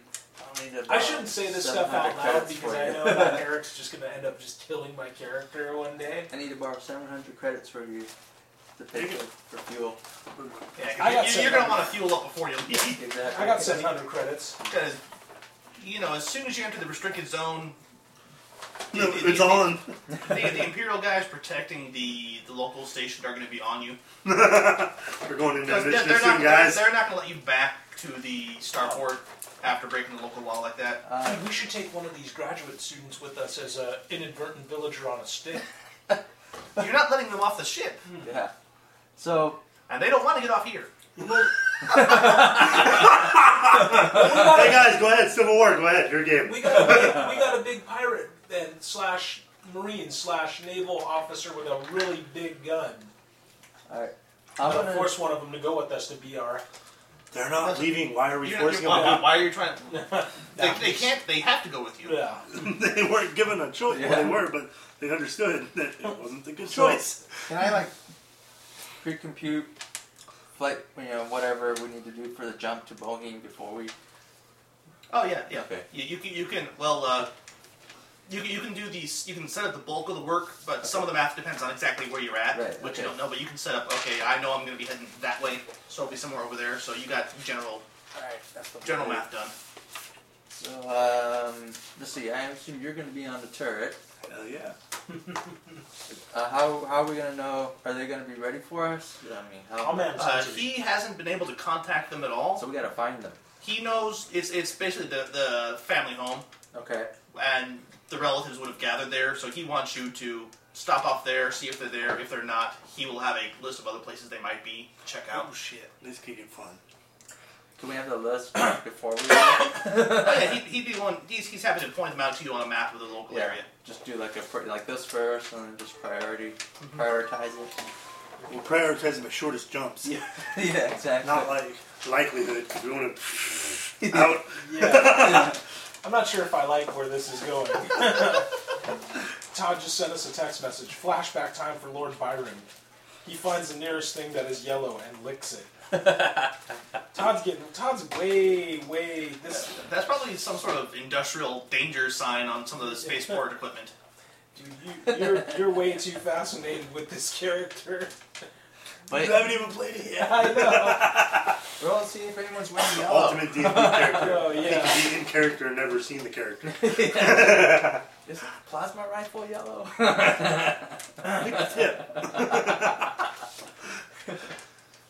Speaker 2: I need to.
Speaker 1: I shouldn't say this stuff out
Speaker 2: 700
Speaker 1: loud
Speaker 2: credits
Speaker 1: because
Speaker 2: for
Speaker 1: I
Speaker 2: you.
Speaker 1: know that Eric's just gonna end up just killing my character one day.
Speaker 2: I need to borrow 700 credits for you to pay
Speaker 3: You can-
Speaker 2: for, for fuel.
Speaker 4: Yeah, 'cause
Speaker 1: I got
Speaker 4: you, you're
Speaker 1: 700.
Speaker 4: going to want to fuel up before you leave.
Speaker 2: Exactly.
Speaker 1: I got 700 credits.
Speaker 4: Because you know, as soon as you enter the restricted zone, the,
Speaker 3: No,
Speaker 4: the-
Speaker 3: it's
Speaker 4: the-
Speaker 3: on.
Speaker 4: the, the imperial guys protecting the the local station are going to be on you.
Speaker 3: We're going into
Speaker 4: Because
Speaker 3: this
Speaker 4: they're,
Speaker 3: soon,
Speaker 4: they're not,
Speaker 3: guys.
Speaker 4: they're not going to let you back to the starport after breaking the local law like that.
Speaker 2: Uh,
Speaker 1: Dude, we should take one of these graduate students with us as an inadvertent villager on a stick.
Speaker 4: You're not letting them off the ship,
Speaker 2: yeah. So
Speaker 4: and they don't want to get off here.
Speaker 3: hey guys, go ahead. Civil War, go ahead. Your game.
Speaker 1: We got a big, we got a big pirate and slash Marine slash naval officer with a really big gun.
Speaker 2: I'm
Speaker 1: gonna
Speaker 2: gonna.
Speaker 1: force one of them to go with us to BR.
Speaker 3: They're not leaving. Why are we
Speaker 4: You're,
Speaker 3: forcing
Speaker 4: you're, why,
Speaker 3: them?
Speaker 4: why- why are you trying? They,
Speaker 1: That
Speaker 4: they
Speaker 1: was-
Speaker 4: can't. They have to go with you.
Speaker 1: Yeah.
Speaker 3: out? they weren't given a choice. Well, they
Speaker 2: Yeah.
Speaker 3: were, but they understood that it wasn't the good
Speaker 2: So-
Speaker 3: choice.
Speaker 2: Can I like pre-compute flight, you know, whatever we need to do for the jump to Boeing before we?
Speaker 4: Oh yeah, yeah.
Speaker 2: Okay.
Speaker 4: You, you can you can well uh, you can, you can do these. You can set up the bulk of the work, but some of the math depends on exactly where you're at,
Speaker 2: Right,
Speaker 4: which
Speaker 2: okay.
Speaker 4: you don't know. But you can set up. Okay, I know I'm going to be heading that way, so I'll be somewhere over there. So you got general
Speaker 2: All right, that's the
Speaker 4: general math done.
Speaker 2: So um, let's see. I assume you're going to be on the turret.
Speaker 3: Hell yeah.
Speaker 2: Uh, how how are we going to know? Are they going to be ready for us? I mean, how?
Speaker 1: I'll manage
Speaker 4: Uh,
Speaker 1: that.
Speaker 4: he hasn't been able to contact them at all.
Speaker 2: So we got to find them.
Speaker 4: He knows it's it's basically the the family home,
Speaker 2: Okay.
Speaker 4: and the relatives would have gathered there. So he wants you to stop off there, see if they're there. If they're not, he will have a list of other places they might be. Check out.
Speaker 3: Oh shit. This could get fun.
Speaker 2: Can we have the list before we? yeah,
Speaker 4: Oh, yeah, he'd, he'd be one. He's, he's happy to point them out to you on a map of the local area.
Speaker 2: Just do like a pri- like this first, and then just priority
Speaker 3: Mm-hmm.
Speaker 2: prioritize it.
Speaker 3: We're prioritizing the shortest jumps.
Speaker 2: yeah, exactly.
Speaker 3: Not like likelihood. 'cause We want to out.
Speaker 1: Yeah. I'm not sure if I like where this is going. Todd just sent us a text message. Flashback time for Lord Byron. He finds the nearest thing that is yellow and licks it. Todd's getting. Todd's way, way. This
Speaker 4: That's probably some sort of industrial danger sign on some of the spaceport equipment.
Speaker 1: dude, you, you're you're way too fascinated with this character.
Speaker 3: You
Speaker 2: Wait,
Speaker 3: haven't even played it yet.
Speaker 1: I know.
Speaker 9: Well, let's see if anyone's wearing
Speaker 3: The
Speaker 9: yellow.
Speaker 3: ultimate D&D character.
Speaker 1: Oh yeah.
Speaker 3: Be in character and never seen the character.
Speaker 2: is plasma rifle yellow?
Speaker 3: Pick the tip.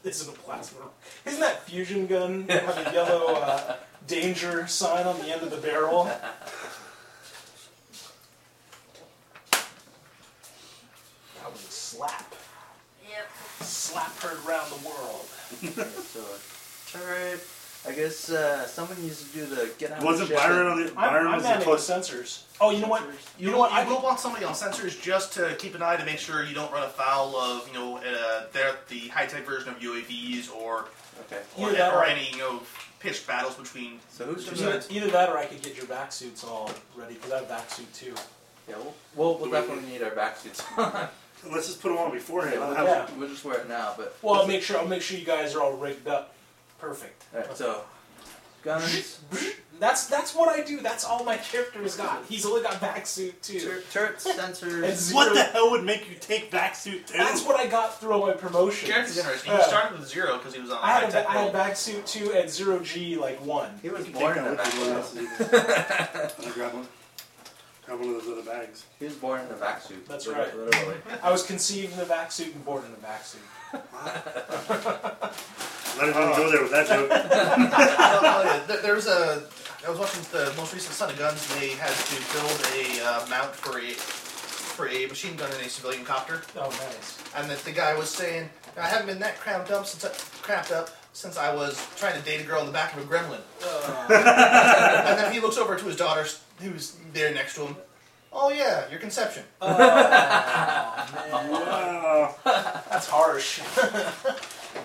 Speaker 1: Isn't a plasma. Isn't that fusion gun have a yellow uh, danger sign on the end of the barrel? That was a slap.
Speaker 5: Yep.
Speaker 1: Slap heard round the world.
Speaker 2: so, turret. I guess uh, someone needs to do the get out.
Speaker 3: Wasn't Byron on the
Speaker 1: I'm,
Speaker 3: Byron
Speaker 1: I'm
Speaker 3: was the
Speaker 1: adding the
Speaker 3: closest.
Speaker 1: sensors. Oh, you know what? You know what? I
Speaker 4: I will want somebody on sensors just to keep an eye to make sure you don't run afoul of you know uh, their, the high tech version of UAVs or
Speaker 2: Okay.
Speaker 4: or,
Speaker 1: Either that
Speaker 4: or
Speaker 1: or-
Speaker 4: any you know pitched battles between.
Speaker 2: So who's
Speaker 4: Just
Speaker 2: gonna?
Speaker 1: either, either that or I could get your back suits all ready because I have back suit too.
Speaker 2: Yeah, we'll, we'll, we'll
Speaker 3: Do we-
Speaker 2: definitely need our back suits on.
Speaker 3: Let's just put him on beforehand.
Speaker 2: we'll,
Speaker 3: I'll have-
Speaker 2: just, we'll just wear it now. But
Speaker 1: Well, I'll make sure I'll make sure you guys are all rigged up. Perfect.
Speaker 2: Alright, so guns,
Speaker 1: That's that's what I do. That's all my character's got. He's only got back suit too.
Speaker 2: tur- turret
Speaker 1: And
Speaker 2: sensors.
Speaker 1: zero-
Speaker 3: What the hell would make you take back suit two?
Speaker 1: That's what I got through all my promotions.
Speaker 4: Jared's interesting. He
Speaker 1: Yeah.
Speaker 4: started with zero because he was on a
Speaker 1: I
Speaker 4: high
Speaker 1: had a,
Speaker 4: tech.
Speaker 1: I had back suit two and zero G like one.
Speaker 2: He was
Speaker 3: You
Speaker 2: born
Speaker 3: take
Speaker 2: in a
Speaker 3: that with you, what
Speaker 2: vacuum.
Speaker 3: else is it? Can I grab one? Grab one of those other bags.
Speaker 2: He was born in a vac suit.
Speaker 1: That's
Speaker 2: lit-
Speaker 1: right.
Speaker 2: Literally.
Speaker 1: I was conceived in a back suit and born in a back suit.
Speaker 3: Let everyone go there with that joke.
Speaker 6: I'll tell you, there, there was a. I was watching the most recent Son of Guns. They had to build a uh, mount for a for a machine gun in a civilian copter,
Speaker 1: Oh, nice.
Speaker 6: and that the guy was saying, "I haven't been that cramped up since I, cramped up since I was trying to date a girl in the back of a gremlin."
Speaker 1: Uh,
Speaker 6: and then he looks over to his daughter, s- who's there next to him. Oh yeah, your conception.
Speaker 1: oh, man.
Speaker 3: Wow.
Speaker 1: That's harsh.
Speaker 4: And of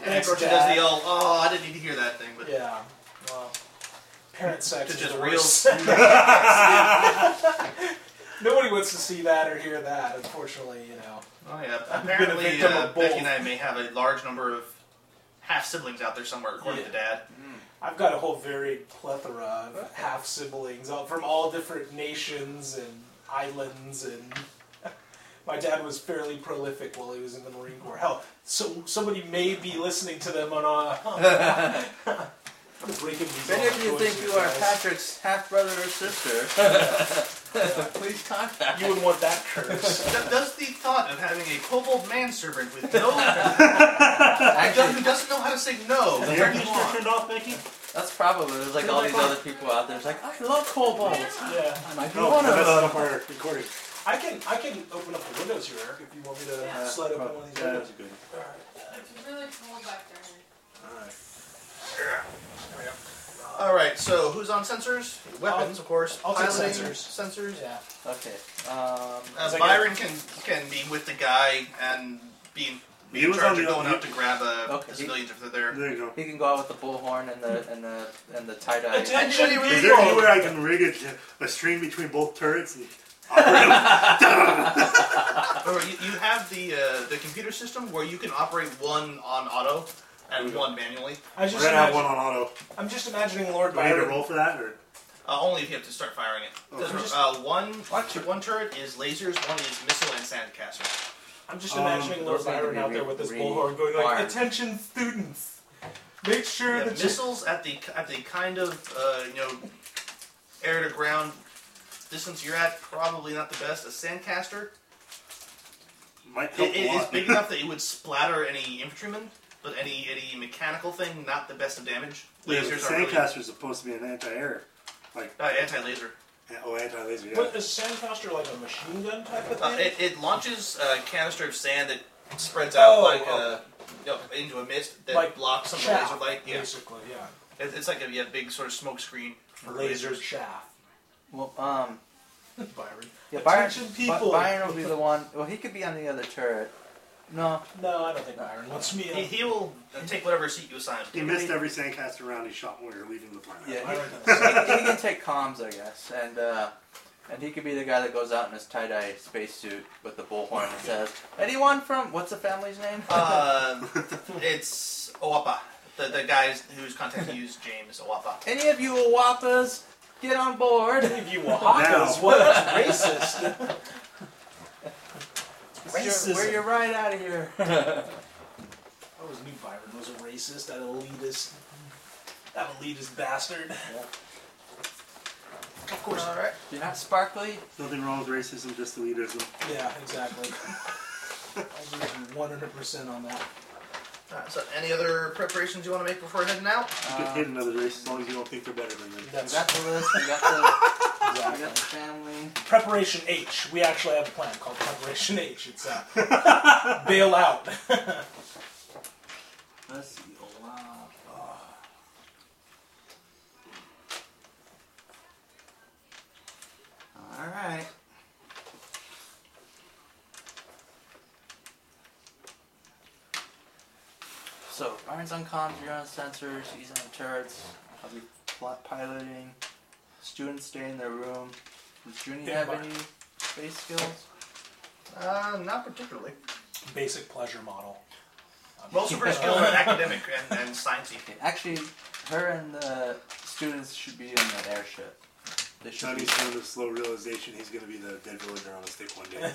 Speaker 1: Thanks,
Speaker 4: course, he
Speaker 1: Dad.
Speaker 4: does the old, oh, I didn't need to hear that thing, but
Speaker 1: Yeah. Well, parent sex
Speaker 4: to
Speaker 1: is
Speaker 4: just
Speaker 1: the
Speaker 4: real.
Speaker 1: worst. Nobody wants to see that or hear that. Unfortunately, you know.
Speaker 4: Oh yeah.
Speaker 1: Been a
Speaker 4: Apparently,
Speaker 1: victim
Speaker 4: uh,
Speaker 1: of both.
Speaker 4: Becky and I may have a large number of half siblings out there somewhere, according to Dad.
Speaker 1: I've got a whole varied plethora of half siblings from all different nations and islands and. My dad was fairly prolific while he was in the Marine Corps. Hell, so somebody may be listening to them on a. I'm breaking these
Speaker 2: If any
Speaker 1: old
Speaker 2: of you think
Speaker 1: choices,
Speaker 2: you are
Speaker 1: guys.
Speaker 2: Patrick's half brother or sister, please contact.
Speaker 1: You wouldn't want that curse.
Speaker 4: Th- Does the thought of having a kobold manservant with no
Speaker 2: Actually,
Speaker 4: who doesn't know how to say no
Speaker 3: Is your
Speaker 4: turn you
Speaker 3: computer
Speaker 4: on?
Speaker 3: turned off, Becky?
Speaker 2: that's probably there's like all these other people out there. It's like I love kobolds.
Speaker 1: yeah.
Speaker 2: I might be
Speaker 3: No,
Speaker 2: one of
Speaker 3: that's
Speaker 2: them.
Speaker 3: not our recording.
Speaker 1: I can I can open up the windows here, Eric, if you want me to
Speaker 5: Yeah.
Speaker 1: slide open
Speaker 3: Probably.
Speaker 1: one of these
Speaker 2: Uh,
Speaker 3: Yeah, that
Speaker 1: windows.
Speaker 3: was good.
Speaker 5: It's really cold back there.
Speaker 3: All right.
Speaker 6: All right,
Speaker 4: Alright, so
Speaker 6: Who's on sensors? Weapons, of course.
Speaker 1: I'll take
Speaker 6: Piloting,
Speaker 1: sensors.
Speaker 6: Sensors.
Speaker 1: Yeah.
Speaker 2: Okay. Um,
Speaker 4: uh,
Speaker 1: Is that
Speaker 4: Byron can can be with the guy and be in, be
Speaker 3: He
Speaker 4: in
Speaker 3: was
Speaker 4: charge
Speaker 3: on
Speaker 4: of
Speaker 3: the-
Speaker 4: going
Speaker 3: he-
Speaker 4: out to grab a
Speaker 2: Okay.
Speaker 4: civilians if they're there.
Speaker 3: There you go.
Speaker 2: he can go out with the bullhorn and the and the and the tie dye.
Speaker 1: Attention.
Speaker 3: Is there any way I can rig a, a string between both turrets and operate them?
Speaker 4: Remember, you, you have the uh, the computer system where you can operate one on auto and
Speaker 3: Okay.
Speaker 4: one manually.
Speaker 1: I
Speaker 3: We're
Speaker 1: just
Speaker 3: gonna have
Speaker 1: imagine,
Speaker 3: one on auto.
Speaker 1: I'm just imagining Lord
Speaker 3: Do I need to
Speaker 1: Byron.
Speaker 3: roll for that or?
Speaker 4: Uh, only if you have to start firing it. Doesn't-
Speaker 1: Okay.
Speaker 4: uh, one one turret is lasers, one is missile and sandcaster.
Speaker 1: I'm just
Speaker 3: Um,
Speaker 1: imagining Lord
Speaker 2: those need to
Speaker 1: Byron
Speaker 2: be
Speaker 1: out there
Speaker 2: re-
Speaker 1: with his
Speaker 2: re-
Speaker 1: bullhorn going like,
Speaker 2: wired.
Speaker 1: "Attention, students! Make sure
Speaker 4: Yeah,
Speaker 1: that you
Speaker 4: missiles at the at the kind of uh, you know air to ground distance you're at probably not the best. A sandcaster
Speaker 3: Might help
Speaker 4: it,
Speaker 3: a
Speaker 4: it is
Speaker 3: lot.
Speaker 4: big enough that it would splatter any infantryman, but any any mechanical thing not the best of damage.
Speaker 3: Yeah,
Speaker 4: Lasers
Speaker 3: but the
Speaker 4: are really
Speaker 3: sandcaster is supposed to be an anti-air,
Speaker 4: uh, anti-laser.
Speaker 3: oh anti-laser. Yeah.
Speaker 1: What is sandcaster like a machine gun type of
Speaker 4: Uh,
Speaker 1: thing?
Speaker 4: it, it launches a canister of sand that spreads out
Speaker 1: Oh,
Speaker 4: like
Speaker 1: oh.
Speaker 4: a, you know, into a mist that
Speaker 1: Like
Speaker 4: blocks some of the
Speaker 1: chaff,
Speaker 4: laser light. Yeah.
Speaker 1: basically, yeah.
Speaker 4: It, it's like a yeah, big sort of smoke screen for
Speaker 1: Laser
Speaker 4: lasers.
Speaker 1: chaff.
Speaker 2: Well, um,
Speaker 1: Byron.
Speaker 2: yeah, Byron,
Speaker 1: Attention,
Speaker 2: By-
Speaker 1: people.
Speaker 2: Byron will be the one. Well, he could be on the other turret. No,
Speaker 1: No, I don't think Byron wants me.
Speaker 4: He, he will uh, take whatever seat you assign.
Speaker 3: He missed every sandcaster round he shot when we were leaving the planet.
Speaker 2: Yeah,
Speaker 1: Byron
Speaker 2: he, he can take comms, I guess, and uh, and he could be the guy that goes out in his tie dye spacesuit with the bullhorn and says, "Anyone from what's the family's name?"
Speaker 4: Uh, it's Owapa. The, the guy who's contacting you is James Owapa.
Speaker 2: Any of you Awapas, get on board.
Speaker 1: Any of you Oaxacans, what? That's racist.
Speaker 2: We're your- We're your right out of here.
Speaker 1: I always knew Byron was a racist, that elitist, that elitist bastard. Of course.
Speaker 6: All right.
Speaker 2: You're not sparkly.
Speaker 3: Nothing wrong with racism, just elitism.
Speaker 1: Yeah, exactly. I agree one hundred percent on that.
Speaker 6: All right. So, any other preparations you want to make before heading out?
Speaker 3: You can
Speaker 2: Uh,
Speaker 3: hit another race as long as you don't think they're better than them.
Speaker 2: we
Speaker 1: That's
Speaker 2: got the list. We got the, we got the
Speaker 1: exactly.
Speaker 2: family.
Speaker 1: Preparation H. We actually have a plan called Preparation H. It's uh, bail out.
Speaker 2: Let's see. Olapa. All right. So, Ryan's on comms, you're on sensors, he's on turrets, I'll be pl- piloting, students stay in their room. Does Junie
Speaker 1: Yeah,
Speaker 2: have
Speaker 1: but-
Speaker 2: any space skills?
Speaker 6: Uh, not particularly.
Speaker 1: Basic pleasure model.
Speaker 4: Most of her skill in academic and, and sciencey.
Speaker 2: Okay, actually, her and the students should be in the airship. They should be
Speaker 3: Johnny's coming to the slow realization he's going to be the dead villager on a stick one day.
Speaker 1: not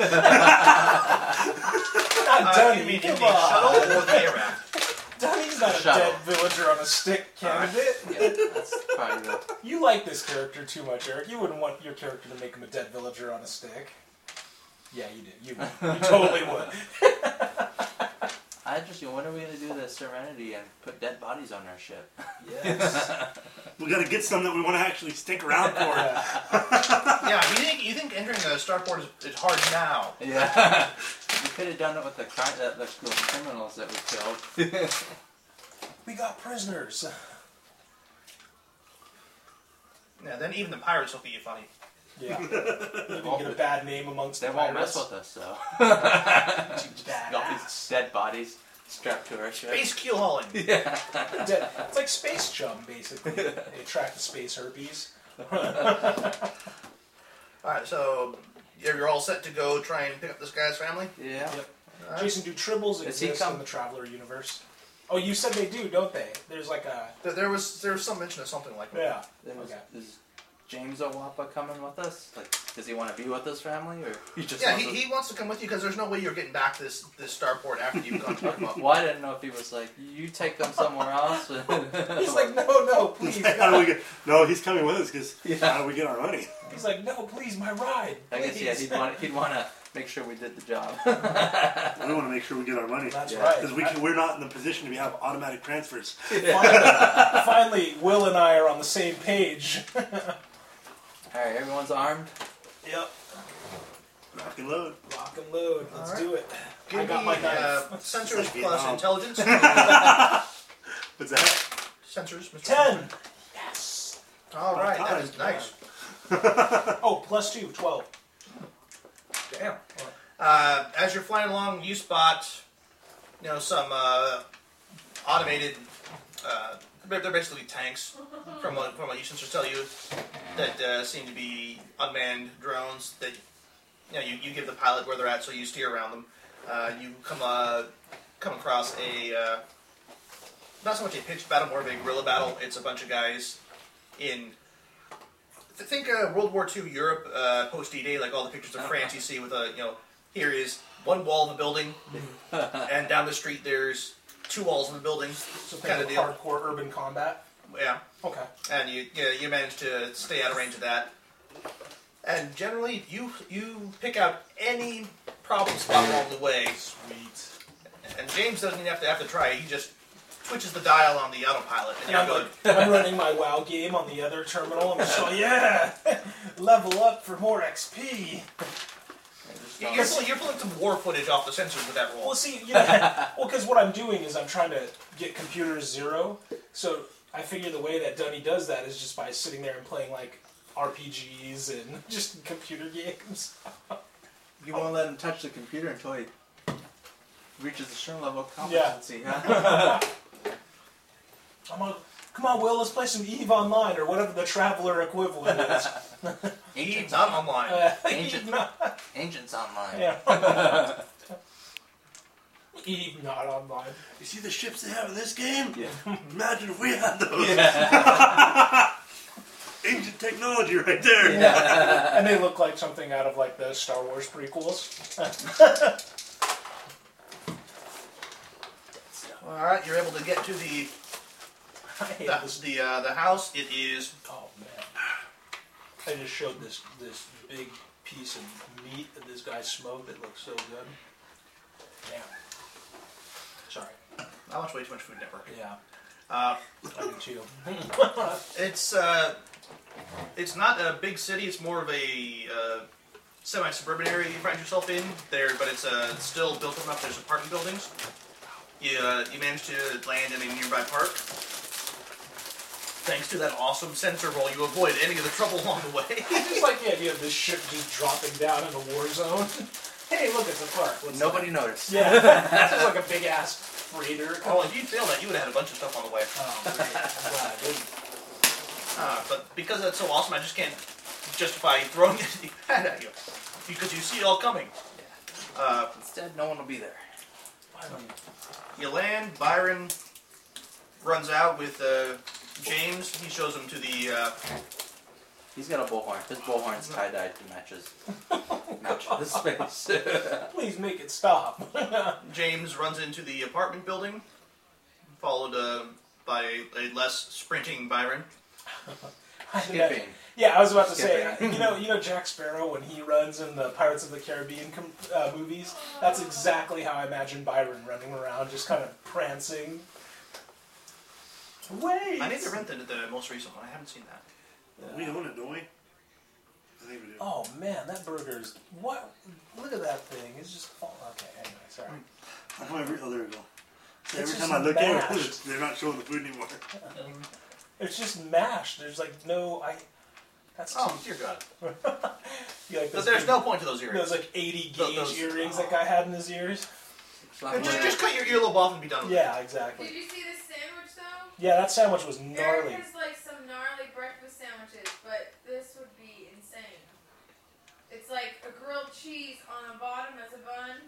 Speaker 4: Uh,
Speaker 1: Dunny.
Speaker 4: you mean in the
Speaker 1: come on.
Speaker 4: shuttle or the air raft?
Speaker 1: Dunny's not a
Speaker 2: Shuttle.
Speaker 1: dead villager on a stick candidate.
Speaker 2: Yeah, that's probably the.
Speaker 1: You like this character too much, Eric. You wouldn't want your character to make him a dead villager on a stick. Yeah, you do. You would. You totally would.
Speaker 2: I just, you know, when are we gonna do the Serenity and put dead bodies on our ship?
Speaker 1: Yes.
Speaker 3: we got to get some that we want to actually stick around for.
Speaker 1: Yeah.
Speaker 4: Yeah, you think you think entering the starport is, is hard now?
Speaker 2: Yeah. we could have done it with the, cri- uh, the, the, the criminals that we killed.
Speaker 1: We got prisoners.
Speaker 4: Yeah, then even the pirates will be funny.
Speaker 1: Yeah. You didn't get a bad name amongst
Speaker 2: They
Speaker 1: the
Speaker 2: won't mess
Speaker 1: pirates.
Speaker 2: with us though. Got
Speaker 1: Badass.
Speaker 2: these dead bodies strapped to our ship.
Speaker 4: Base keel hauling.
Speaker 2: Yeah.
Speaker 1: Dead. It's like space chum, basically. They attract the space herpes.
Speaker 6: All right. So, you're you're all set to go try and pick up this guy's family.
Speaker 2: Yeah.
Speaker 1: Jason, do tribbles
Speaker 2: Does he
Speaker 1: exist
Speaker 2: come-
Speaker 1: in the Traveler universe? Oh, you said they do, don't they? There's like a
Speaker 6: There, there was there was some mention of something like that.
Speaker 1: yeah.
Speaker 2: Then is-
Speaker 1: Okay.
Speaker 2: Is James Owapa coming with us? Like, does he want to be with his family or he just?
Speaker 6: Yeah,
Speaker 2: wants
Speaker 6: he,
Speaker 2: us-
Speaker 6: he wants to come with you because there's no way you're getting back this this starport after you've gone to Arkham.
Speaker 2: Well, I didn't know if he was like, you take them somewhere else.
Speaker 1: He's like, no, no, please.
Speaker 3: How do we get? No, he's coming with us because
Speaker 2: Yeah.
Speaker 3: how do we get our money?
Speaker 1: He's like, no, please, my ride.
Speaker 2: I guess yeah,
Speaker 1: please."
Speaker 2: he'd want he'd want to make sure we did the job.
Speaker 3: We want to make sure we get our money
Speaker 1: That's
Speaker 2: Yeah.
Speaker 1: right.
Speaker 3: because we can, we're not in the position to be- have automatic transfers.
Speaker 1: finally, finally, Will and I are on the same page.
Speaker 2: All right, everyone's armed.
Speaker 1: Yep.
Speaker 3: Rock and load.
Speaker 1: Lock and load. Let's
Speaker 6: Alright.
Speaker 1: do it.
Speaker 6: Give
Speaker 1: I got
Speaker 6: me,
Speaker 1: my knife.
Speaker 6: Uh, sensors
Speaker 3: Like
Speaker 6: plus
Speaker 3: Vietnam.
Speaker 6: intelligence.
Speaker 3: What's that?
Speaker 6: sensors. Mr.
Speaker 1: Ten. Yes.
Speaker 4: All
Speaker 3: My
Speaker 4: right, that
Speaker 3: time.
Speaker 4: is nice.
Speaker 1: Oh, plus two, 12.
Speaker 4: Damn. Uh, as you're flying along, you spot, you know, some uh, automated. Uh, they're they're basically tanks, from what from what you sensors tell you, that uh, seem to be unmanned drones. That you know, you, you give the pilot where they're at, so you steer around them. Uh, you come uh, come across a uh, not so much a pitched battle, more of a guerrilla battle. It's a bunch of guys in I think uh, World War II Europe uh, post D Day, like all the pictures of France you see with a you know here is one wall of a building, and down the street there's two walls of a building.
Speaker 1: So
Speaker 4: Kinda
Speaker 1: kind of
Speaker 4: deal.
Speaker 1: hardcore urban combat.
Speaker 4: Yeah,
Speaker 1: Okay.
Speaker 4: and you you, know, you manage to stay out of range of that. And generally, you you pick out any problem spot along the way,
Speaker 1: Sweet.
Speaker 4: and James doesn't even have to have to try. He just twitches the dial on the autopilot, and
Speaker 1: Yeah,
Speaker 4: you're
Speaker 1: I'm,
Speaker 4: good.
Speaker 1: like, I'm running my WoW game on the other terminal. I'm just like, yeah, level up for more XP.
Speaker 4: You're, you're, pulling, you're pulling some war footage off the sensors with that roll.
Speaker 1: Well, see, you know, well, because what I'm doing is I'm trying to get computers zero. So I figure the way that Dunny does that is just by sitting there and playing like RPGs and just computer games.
Speaker 2: You won't let him touch the computer until he reaches a certain level of
Speaker 1: Yeah.
Speaker 2: competency, huh?
Speaker 1: I'm like, come on, Will, let's play some Eve Online or whatever the Traveler equivalent is.
Speaker 4: He's not online.
Speaker 1: Uh,
Speaker 2: Ancient.
Speaker 1: Eve not,
Speaker 2: Engines online.
Speaker 1: yeah. Eve not online.
Speaker 3: You see the ships they have in this game?
Speaker 2: Yeah.
Speaker 3: Imagine if we had those.
Speaker 2: Yeah.
Speaker 3: Ancient technology right there.
Speaker 1: And they look like something out of like the Star Wars prequels.
Speaker 4: All right, you're able to get to the
Speaker 1: I hate this.
Speaker 4: That was the uh, the house. It is
Speaker 1: Oh man! I just showed this this big piece of meat that this guy smoked. It looks so good. Damn. Sorry.
Speaker 4: I watch way too much Food Network.
Speaker 1: Yeah,
Speaker 4: Uh,
Speaker 1: I do too.
Speaker 4: it's uh, it's not a big city. It's more of a uh, semi-suburban area you find yourself in there, but it's uh, still built up enough. There's apartment buildings. You uh, you manage to land in a nearby park. Thanks to that awesome sensor roll, you avoid any of the trouble along the way.
Speaker 1: just like the idea of this ship just dropping down in a war zone. hey, look at the park. What's
Speaker 2: Nobody noticed.
Speaker 1: Yeah, it's just like a big ass freighter.
Speaker 4: well, if you failed that, you would have had a bunch of stuff on the way.
Speaker 1: Oh, great. I'm glad I didn't.
Speaker 4: Uh, but because that's so awesome, I just can't justify throwing anything bad at you because you see it all coming. Uh,
Speaker 2: Instead, no one will be there.
Speaker 1: Why don't you-
Speaker 4: you land. Byron runs out with uh, James. He shows him to the uh,
Speaker 2: He's got a bullhorn. His bullhorn's tie dyed to matches match his face.
Speaker 1: Please make it stop.
Speaker 4: James runs into the apartment building, followed uh, by a, a less sprinting Byron.
Speaker 2: Skipping.
Speaker 1: Yeah, I was about to say,
Speaker 2: Skipping.
Speaker 1: you know, you know Jack Sparrow when he runs in the Pirates of the Caribbean com- uh, movies. That's exactly how I imagine Byron running around, just kind of prancing. Wait,
Speaker 4: I need to rent the, the most recent one. I haven't seen that.
Speaker 3: We own it, don't we? I think we do.
Speaker 1: Oh man, that burger is what? Look at that thing. It's just fall. Okay, anyway, sorry.
Speaker 4: Mm.
Speaker 3: How do I re- oh, there we go.
Speaker 1: It's
Speaker 3: So every
Speaker 1: just
Speaker 3: time I look at it,
Speaker 1: mashed.
Speaker 3: they're not showing the food anymore.
Speaker 1: It's just mashed. There's like no. I. That's too.
Speaker 4: Oh dear God!
Speaker 1: you like
Speaker 4: But
Speaker 1: those
Speaker 4: there's
Speaker 1: big-
Speaker 4: no point to those earrings.
Speaker 1: Those like 80
Speaker 4: Those-
Speaker 1: gauge
Speaker 4: those-
Speaker 1: earrings that guy had in his ears.
Speaker 2: Slap
Speaker 4: Just,
Speaker 2: away.
Speaker 4: just cut your earlobe off and be done with it.
Speaker 1: Yeah, exactly.
Speaker 5: Did you see this sandwich though?
Speaker 1: Yeah, that sandwich was
Speaker 5: Eric
Speaker 1: gnarly.
Speaker 5: has like some gnarly breakfast sandwiches, but this would be insane. It's like a grilled cheese on the bottom as a bun,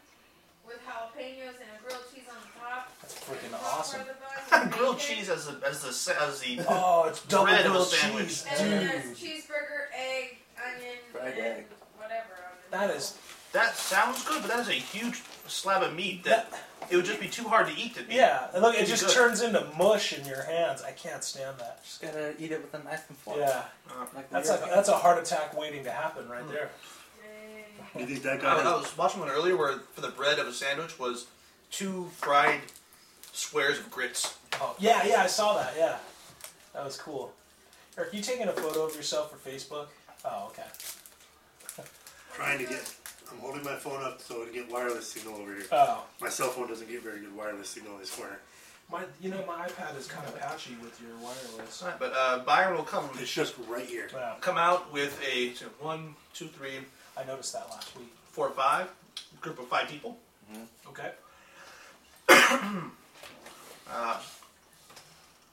Speaker 5: with jalapenos and a grilled cheese on the top.
Speaker 1: That's freaking awesome.
Speaker 4: Grilled cheese as the as the as the
Speaker 1: Oh, it's double
Speaker 4: Bread
Speaker 1: grilled
Speaker 4: with sandwich.
Speaker 1: cheese,
Speaker 5: And then there's
Speaker 1: dude.
Speaker 5: cheeseburger, egg, onion,
Speaker 2: Fried
Speaker 5: and
Speaker 2: egg.
Speaker 5: whatever. on it.
Speaker 1: That is
Speaker 4: That sounds good, but that is a huge slab of meat that it would just be too hard to eat. To be.
Speaker 1: yeah. and Look, it
Speaker 4: Pretty
Speaker 1: just
Speaker 4: good.
Speaker 1: turns into mush in your hands. I can't stand that.
Speaker 2: Just gotta eat it with a knife and fork.
Speaker 1: Yeah,
Speaker 2: Like the
Speaker 1: that's
Speaker 2: years
Speaker 1: like that's a heart attack waiting to happen right
Speaker 4: Mm.
Speaker 1: there.
Speaker 5: Egg.
Speaker 3: You think that guy
Speaker 4: I, I
Speaker 3: has
Speaker 4: was watching one earlier where for the bread of a sandwich was two fried squares of grits.
Speaker 1: Oh, yeah, yeah, I saw that. Yeah, that was cool. Eric, you taking a photo of yourself for Facebook? Oh, okay.
Speaker 3: trying to get? I'm holding my phone up so it can get wireless signal over here.
Speaker 1: Oh,
Speaker 3: My cell phone doesn't get very good wireless signal this corner.
Speaker 1: My, you know, my iPad is kind of patchy with your wireless.
Speaker 4: All right, but uh, Byron will come
Speaker 3: It's just right here.
Speaker 1: Yeah,
Speaker 4: come out with a so one, two, three,
Speaker 1: I noticed that last week.
Speaker 4: four, five group of five people.
Speaker 1: Okay.
Speaker 4: Uh,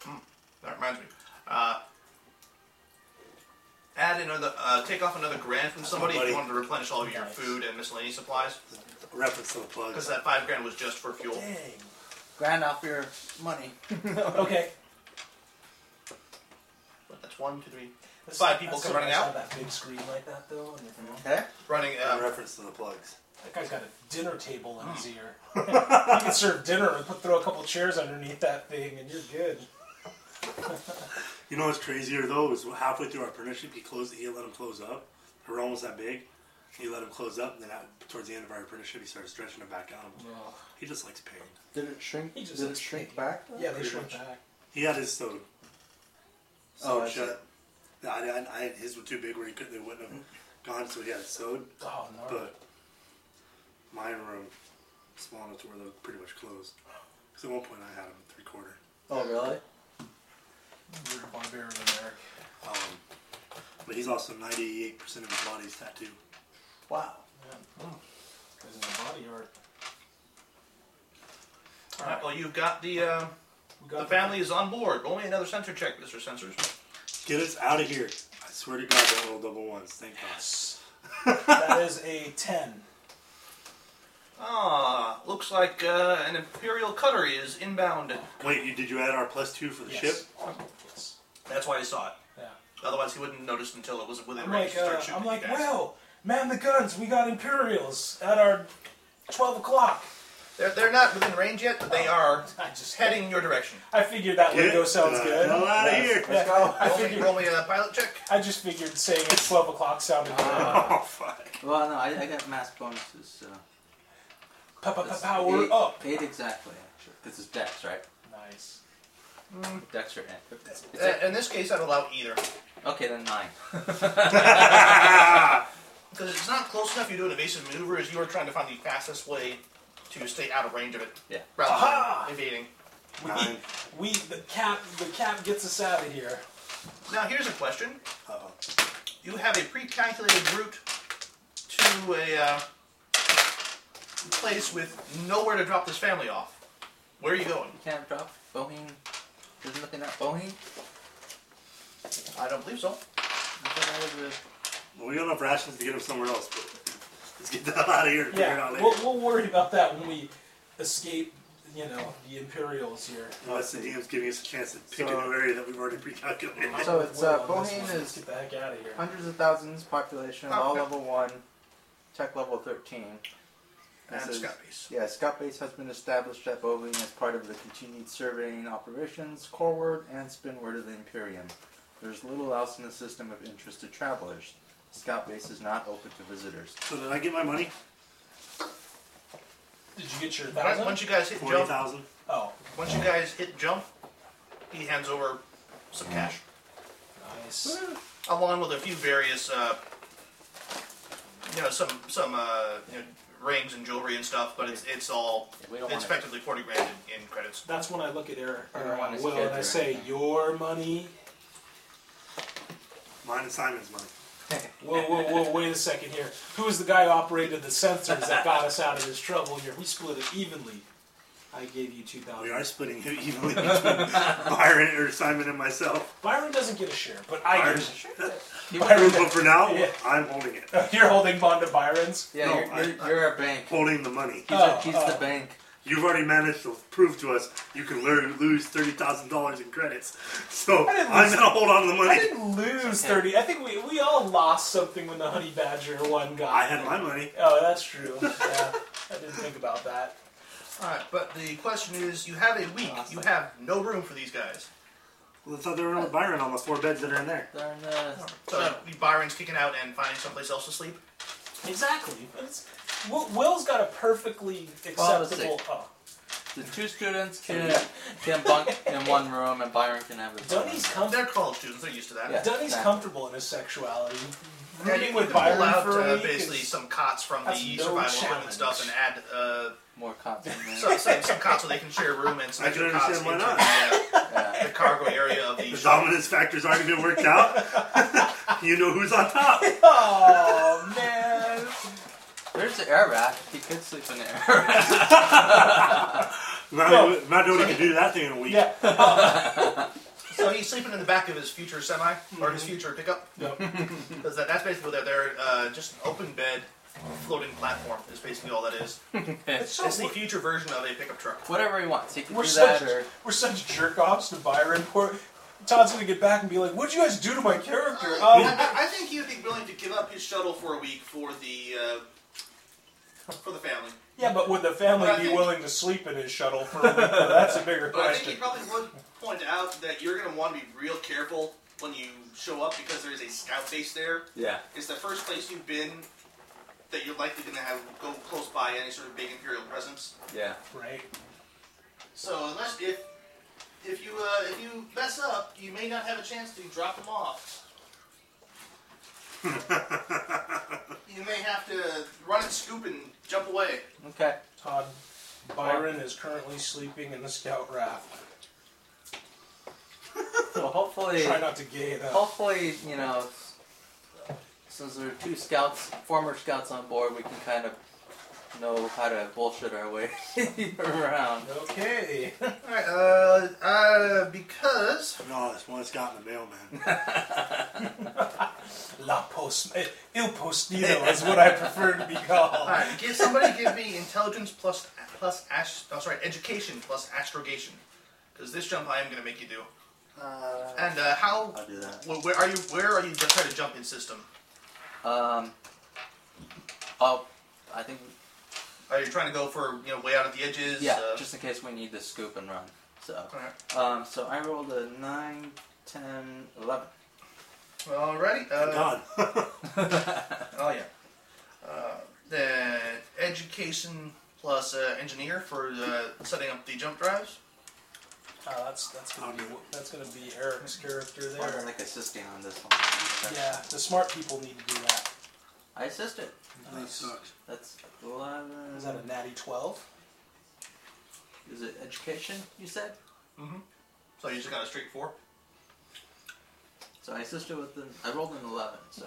Speaker 4: mm, that reminds me. Uh, add another, uh, take off another grand from somebody if
Speaker 3: buddy.
Speaker 4: you wanted to replenish all of your
Speaker 1: Nice.
Speaker 4: food and miscellaneous supplies,
Speaker 3: Reference to the plug.
Speaker 4: because that five grand was just for fuel.
Speaker 1: Dang.
Speaker 2: Grand off your money.
Speaker 1: Okay.
Speaker 4: But that's one, two, three.
Speaker 1: That's-
Speaker 4: Five people
Speaker 1: that's so
Speaker 4: come running
Speaker 1: nice to
Speaker 4: out.
Speaker 1: have That big screen like that though. on your phone.
Speaker 2: Okay.
Speaker 4: Running. Uh,
Speaker 3: reference to the plugs.
Speaker 1: That guy's got a dinner table in his ear. you can serve dinner and put, throw a couple chairs underneath that thing, and you're good.
Speaker 3: You know what's crazier though is halfway through our apprenticeship, he closed. He let him close up. They were almost that big. He let him close up, and then at, towards the end of our apprenticeship, he started stretching it back out. He just likes pain.
Speaker 2: Did it shrink?
Speaker 1: He just
Speaker 2: Did it
Speaker 1: looks
Speaker 2: shrink
Speaker 1: big.
Speaker 2: back?
Speaker 1: Yeah, they
Speaker 3: Pretty
Speaker 1: shrink
Speaker 3: much.
Speaker 1: back.
Speaker 3: He had his stone.
Speaker 2: Oh,
Speaker 3: Sewed
Speaker 2: I see.
Speaker 3: shut. No, I, I, I, his were too big where he could, they wouldn't have gone, so he had it sewed.
Speaker 1: Oh no.
Speaker 3: But my room, small enough to where they're pretty much closed. Because at one point I had them three quarter.
Speaker 2: Oh, really?
Speaker 1: You're a barbarian, Eric.
Speaker 3: Um, but he's also 98% of his body's tattooed.
Speaker 2: Wow.
Speaker 1: Because in the body art,
Speaker 4: all right, well, you've got the uh,
Speaker 1: we
Speaker 4: the family is on board. Roll me another sensor check, Mister Sensors.
Speaker 3: Get us out of here. I swear to God, don't roll double ones. Thank
Speaker 1: Yes. that is a ten.
Speaker 4: Ah, looks like uh, an Imperial cutter is inbound.
Speaker 3: God. Wait, you, did you add our plus two for the
Speaker 1: Yes.
Speaker 3: ship?
Speaker 1: Yes.
Speaker 4: That's why he saw it.
Speaker 1: Yeah.
Speaker 4: Otherwise, he wouldn't notice until it was within
Speaker 1: I'm like,
Speaker 4: range to
Speaker 1: uh,
Speaker 4: start
Speaker 1: I'm
Speaker 4: shooting at you
Speaker 1: like,
Speaker 4: guys.
Speaker 1: well, man the guns. We got Imperials at our twelve o'clock.
Speaker 4: They're, they're not within range yet, but
Speaker 1: Oh.
Speaker 4: they are
Speaker 1: I just
Speaker 4: heading in your direction.
Speaker 1: I figured Oh, that
Speaker 3: Get
Speaker 1: lingo sounds
Speaker 3: the
Speaker 1: good.
Speaker 3: hell out of here.
Speaker 2: Let's go.
Speaker 1: I
Speaker 4: Roll me,
Speaker 1: figured.
Speaker 4: roll me a pilot check.
Speaker 1: I just figured saying it's twelve o'clock sounded good.
Speaker 3: Oh, fuck.
Speaker 2: Well, no, I, I got mass bonuses, so. that's
Speaker 1: Power
Speaker 2: eight,
Speaker 1: up.
Speaker 2: Eight exactly, actually. Because it's dex, right?
Speaker 1: Nice.
Speaker 2: Dex or it's, it's
Speaker 4: Uh, in this case, I'd allow either.
Speaker 2: Okay, then nine.
Speaker 4: Because it's not close enough, you do an evasive maneuver as you are trying to find the fastest way to stay out of range of it.
Speaker 2: Yeah.
Speaker 4: Rather than
Speaker 1: Aha!
Speaker 4: evading.
Speaker 1: We,
Speaker 3: Nine.
Speaker 1: we the cap the cap gets us out of here.
Speaker 4: Now, here's a question.
Speaker 3: Uh-oh.
Speaker 4: You have a pre-calculated route to a uh, place with nowhere to drop this family off. Where are you going?
Speaker 2: Can't drop Boheen. Isn't looking at Boheen?
Speaker 4: I don't believe so.
Speaker 2: I thought that was
Speaker 3: Well, we don't have rations to get him somewhere else, but let's get the hell out of here. and figure it
Speaker 1: Yeah,
Speaker 3: out later.
Speaker 1: we'll, we'll worry about that when we escape. You know the Imperials here.
Speaker 3: Unless the DM's giving us a chance to pick
Speaker 2: So-
Speaker 3: a new area that we've already pre-calculated.
Speaker 2: a- So it's uh,
Speaker 1: Well, let's-
Speaker 2: Boheen
Speaker 1: let's
Speaker 2: is
Speaker 1: get the heck out of here.
Speaker 2: hundreds of thousands population, all
Speaker 4: Okay.
Speaker 2: level one, tech level thirteen.
Speaker 4: And
Speaker 2: This is-
Speaker 4: Scott Base.
Speaker 2: Yeah, Scout Base has been established at Boeing as part of the continued surveying operations, coreward, and spinward of the Imperium. There's little else in the system of interest to travelers. Scout Base is not open to visitors.
Speaker 3: So did I get my money?
Speaker 1: Did you get your
Speaker 4: Alright,
Speaker 1: thousand?
Speaker 4: Once you guys hit
Speaker 3: Forty
Speaker 4: jump,
Speaker 3: thousand.
Speaker 1: Oh,
Speaker 4: Once you guys hit jump, he hands over some cash,
Speaker 1: nice.
Speaker 4: along with a few various, uh, you know, some some uh, you know, rings and jewelry and stuff. But it's it's all
Speaker 2: We don't
Speaker 4: it's
Speaker 2: want
Speaker 4: effectively forty grand in, in credits.
Speaker 1: That's when I look at Eric
Speaker 2: You
Speaker 1: or
Speaker 2: don't want
Speaker 1: uh,
Speaker 2: his
Speaker 1: Will
Speaker 2: kids
Speaker 1: and I
Speaker 2: or
Speaker 1: say,
Speaker 2: anything.
Speaker 1: "Your money."
Speaker 3: Mine and Simon's money.
Speaker 1: Whoa, whoa, whoa! Wait a second here. Who was the guy who operated the sensors that got us out of this trouble here? We split it evenly. I gave you two
Speaker 3: We
Speaker 1: thousand.
Speaker 3: are splitting it evenly between Byron or Simon and myself.
Speaker 1: Byron doesn't get a share, but I
Speaker 3: Byron.
Speaker 1: get a share.
Speaker 3: Byron, but for now,
Speaker 1: Yeah.
Speaker 3: I'm holding it.
Speaker 1: You're holding bond to Byron's.
Speaker 2: Yeah,
Speaker 3: No,
Speaker 2: you're,
Speaker 3: I-
Speaker 2: you're, you're a bank.
Speaker 3: Holding the money.
Speaker 2: He's,
Speaker 1: Oh,
Speaker 2: a, he's
Speaker 1: oh.
Speaker 2: the bank.
Speaker 3: You've already managed to prove to us you can learn, lose thirty thousand dollars in credits. So
Speaker 1: I didn't
Speaker 3: I'm
Speaker 1: lose-
Speaker 3: gonna hold on to the
Speaker 1: I
Speaker 3: money.
Speaker 1: didn't lose thirty. I think we we all lost something when the honey badger one got.
Speaker 3: I had my money.
Speaker 1: Oh, that's true. Yeah, I didn't think about that.
Speaker 4: All right, but the question is, you have a week. You have no room for these guys.
Speaker 3: Well, I thought they were with Byron on the four beds that are in there.
Speaker 2: They're in the-
Speaker 4: So Byron's kicking out and finding someplace else to sleep.
Speaker 1: Exactly. But it's, Will, Will's got a perfectly
Speaker 2: Well, let's
Speaker 1: acceptable. Oh,
Speaker 2: The two students can can bunk in one room, and Byron can have his. own.
Speaker 1: Dunny's comfortable.
Speaker 4: They're college students. They're used to that.
Speaker 2: Yeah.
Speaker 1: Dunny's
Speaker 2: exactly.
Speaker 1: comfortable in his sexuality.
Speaker 4: Yeah, you
Speaker 1: rooting with
Speaker 4: can pull
Speaker 1: Byron
Speaker 4: out
Speaker 1: for a
Speaker 4: uh,
Speaker 1: week
Speaker 4: basically
Speaker 1: is-
Speaker 4: some cots from the
Speaker 1: that's no
Speaker 4: survival home and stuff, and add uh,
Speaker 2: More content.
Speaker 4: some, some, some cots where they can share a room and some
Speaker 3: I
Speaker 4: extra
Speaker 3: can
Speaker 4: cots into
Speaker 3: understand why
Speaker 4: the, uh,
Speaker 2: yeah.
Speaker 4: the cargo area of the
Speaker 3: The
Speaker 4: shop.
Speaker 3: dominance factor's already been worked out. you know who's on top.
Speaker 1: Oh man!
Speaker 2: There's the air rack. He could sleep in the air rack.
Speaker 3: Matt,
Speaker 1: No.
Speaker 3: Matt nobody can do that thing in a week.
Speaker 1: Yeah.
Speaker 4: So he's sleeping in the back of his future semi or
Speaker 1: Mm-hmm.
Speaker 4: his future pickup because that, that's basically what they're, they're uh, just an open bed, floating platform is basically all that is.
Speaker 1: It's so
Speaker 4: It's the future version of a pickup truck.
Speaker 2: Whatever he wants. He can
Speaker 1: We're
Speaker 2: do
Speaker 1: such
Speaker 2: that or.
Speaker 1: we're such jerk offs to Byron. Poor Todd's gonna get back and be like, "What'd you guys do to my character?" Um,
Speaker 11: I, I think he would be willing to give up his shuttle for a week for the uh, for the family.
Speaker 1: yeah, but would the family
Speaker 11: But I
Speaker 1: be
Speaker 11: think-
Speaker 1: willing to sleep in his shuttle for a week? Well, that's a bigger
Speaker 11: But I think he
Speaker 1: question.
Speaker 11: probably would point out that you're going to want to be real careful when you show up because there is a scout base there.
Speaker 2: Yeah.
Speaker 11: It's the first place you've been that you're likely going to have go close by any sort of big imperial presence.
Speaker 2: Yeah.
Speaker 1: Right.
Speaker 11: So unless if if you uh, if you mess up, you may not have a chance to drop them off. you may have to run and scoop and jump away.
Speaker 2: Okay.
Speaker 1: Todd Byron is currently sleeping in the scout raft.
Speaker 2: So hopefully.
Speaker 1: Try not to gay it up.
Speaker 2: Hopefully, you know, since there are two scouts, former scouts on board, we can kind of know how to bullshit our way around.
Speaker 1: Okay.
Speaker 4: All right, uh, uh, because
Speaker 3: No, this one's got in the mail, man.
Speaker 1: La post, eh, il postino is what I prefer to be
Speaker 4: all
Speaker 1: called.
Speaker 4: right, give somebody give me intelligence plus plus ash. Oh, sorry, education plus astrogation. Because this jump I am going to make you do.
Speaker 2: Uh,
Speaker 4: And uh, how?
Speaker 2: I'll do that.
Speaker 4: Where, where are you? Where are you just trying to jump in system?
Speaker 2: Um. Oh, I think
Speaker 4: Are you trying to go for you know way out at the edges?
Speaker 2: yeah.
Speaker 4: Uh,
Speaker 2: Just in case we need to scoop and run. So.
Speaker 4: Alright.
Speaker 2: Um. So I rolled a 9, 10, 11.
Speaker 4: Alrighty.
Speaker 3: Thank
Speaker 4: Uh,
Speaker 3: God.
Speaker 4: oh yeah. Uh, then education plus uh, engineer for uh, setting up the jump drives.
Speaker 1: Uh, that's that's gonna be that's gonna be Eric's character
Speaker 2: Or I'm
Speaker 1: there.
Speaker 2: like assisting on this one.
Speaker 1: Yeah, the smart people need to do that.
Speaker 2: I assisted.
Speaker 3: That sucks.
Speaker 2: That's eleven.
Speaker 1: Is that a natty twelve?
Speaker 2: Is it education? You said.
Speaker 4: So you just got a streak four.
Speaker 2: So I assisted with the. I rolled an eleven. So.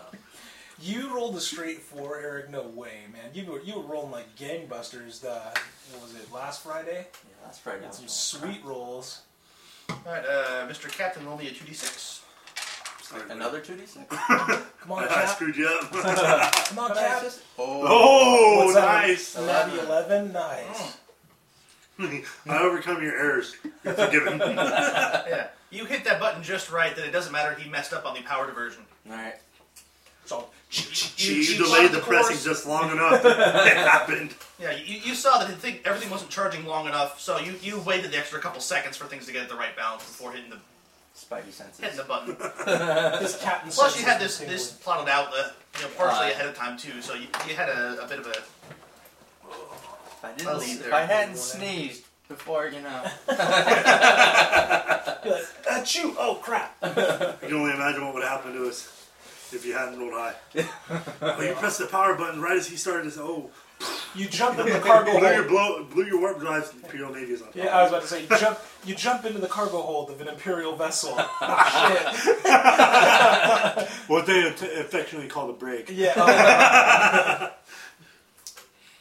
Speaker 1: You rolled a straight four, Eric. No way, man. You were you were rolling like gangbusters. The what was it last Friday?
Speaker 2: Yeah, that's probably
Speaker 1: Had
Speaker 2: not
Speaker 1: some
Speaker 2: wrong.
Speaker 1: sweet rolls.
Speaker 4: Alright, uh, Mr. Captain, roll me a two d six.
Speaker 2: Another two d six.
Speaker 1: Come on,
Speaker 3: I
Speaker 1: Cap.
Speaker 3: screwed you up.
Speaker 1: Come on, Cap.
Speaker 3: oh,
Speaker 1: What's that?
Speaker 3: nice.
Speaker 1: Natty eleven.
Speaker 4: Mm.
Speaker 1: Nice.
Speaker 3: I overcome your errors. You're forgiven.
Speaker 4: Yeah. You hit that button just right. That it doesn't matter. He messed up on the power diversion.
Speaker 2: All right.
Speaker 1: So
Speaker 3: you,
Speaker 4: you
Speaker 3: delayed
Speaker 4: plotted
Speaker 3: the,
Speaker 4: the
Speaker 3: pressing
Speaker 4: course.
Speaker 3: just long enough. it happened.
Speaker 4: Yeah, you, you saw that the thing, everything wasn't charging long enough, so you, you waited the extra couple seconds for things to get the right balance before hitting the
Speaker 2: Spidey senses.
Speaker 4: hitting the button.
Speaker 1: this captain.
Speaker 4: Plus,
Speaker 1: says
Speaker 4: you had
Speaker 1: it's
Speaker 4: this
Speaker 1: been
Speaker 4: this
Speaker 1: tingling.
Speaker 4: plotted out, uh, you know, partially
Speaker 2: Right.
Speaker 4: ahead of time too. So you, you had a, a bit of a
Speaker 2: If I
Speaker 4: I'll
Speaker 2: didn't,
Speaker 4: leave
Speaker 2: if
Speaker 4: there.
Speaker 2: I hadn't sneezed before, you know.
Speaker 1: You're like, achoo! Oh crap!
Speaker 3: You can only imagine what would happen to us if you hadn't rolled high. oh, you pressed the power button right as he started his. Oh,
Speaker 1: You jump in the cargo
Speaker 3: blew
Speaker 1: hold.
Speaker 3: your blow, blew your warp drives. and Imperial Navy is on top.
Speaker 1: Yeah, I was about to say, you jump. You jump into the cargo hold of an imperial vessel. Oh, shit.
Speaker 3: What they aff- affectionately call the break.
Speaker 1: Yeah. oh,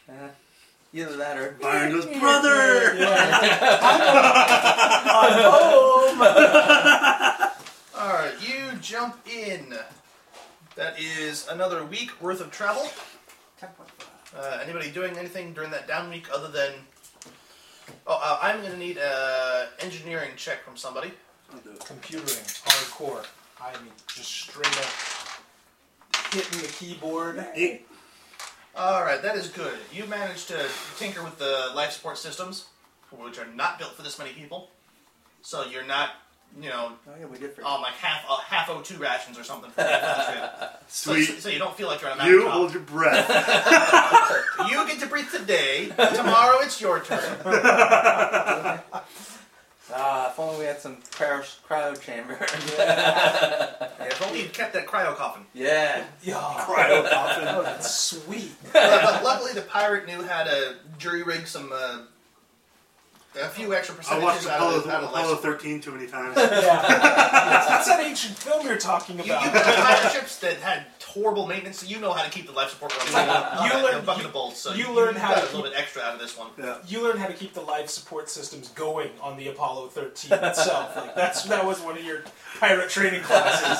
Speaker 2: Eh, Either that or.
Speaker 3: Byron goes, brother.
Speaker 1: yeah.
Speaker 4: All right, you jump in. That is another week worth of travel.
Speaker 2: 10.5.
Speaker 4: Uh, anybody doing anything during that down week other than? Oh, uh, I'm gonna need a engineering check from somebody.
Speaker 1: Computering, hardcore. I mean, just straight up hitting the keyboard.
Speaker 3: Eight.
Speaker 4: All right, that is good. You managed to tinker with the life support systems, which are not built for this many people. So you're not, you know,
Speaker 2: Oh, yeah, we did forget.
Speaker 4: on like half uh, half O2 rations or something. For that so, so,
Speaker 3: Sweet.
Speaker 4: so you don't feel like you're on a
Speaker 3: You
Speaker 4: mountaintop.
Speaker 3: hold your breath.
Speaker 4: You get to breathe today. Tomorrow it's your turn.
Speaker 2: Ah, if only we had some cryo, cryo chamber.
Speaker 4: If only
Speaker 12: kept that cryo coffin.
Speaker 2: Yeah.
Speaker 1: Yeah.
Speaker 3: Cryo coffin.
Speaker 1: Oh, that's sweet.
Speaker 4: but, but luckily, the pirate knew how to jury rig some uh, a few extra
Speaker 3: I watched
Speaker 4: percentages out
Speaker 3: Apollo,
Speaker 4: of, out of
Speaker 3: Apollo
Speaker 4: life.
Speaker 3: 13 too many times.
Speaker 1: Yeah. That's that ancient film you're talking
Speaker 4: You, you
Speaker 1: about.
Speaker 4: built pirate ships that had horrible maintenance, so you know how to keep the life support running.
Speaker 1: You
Speaker 4: you
Speaker 1: learn-
Speaker 4: learned bucket
Speaker 1: you-
Speaker 4: of bolts, so
Speaker 1: you learn
Speaker 4: you
Speaker 1: how
Speaker 4: got
Speaker 1: to
Speaker 4: a little bit extra out of this one.
Speaker 3: Yeah.
Speaker 1: you learn how to keep the life support systems going on the Apollo 13 itself. Like that's that was one of your pirate training classes.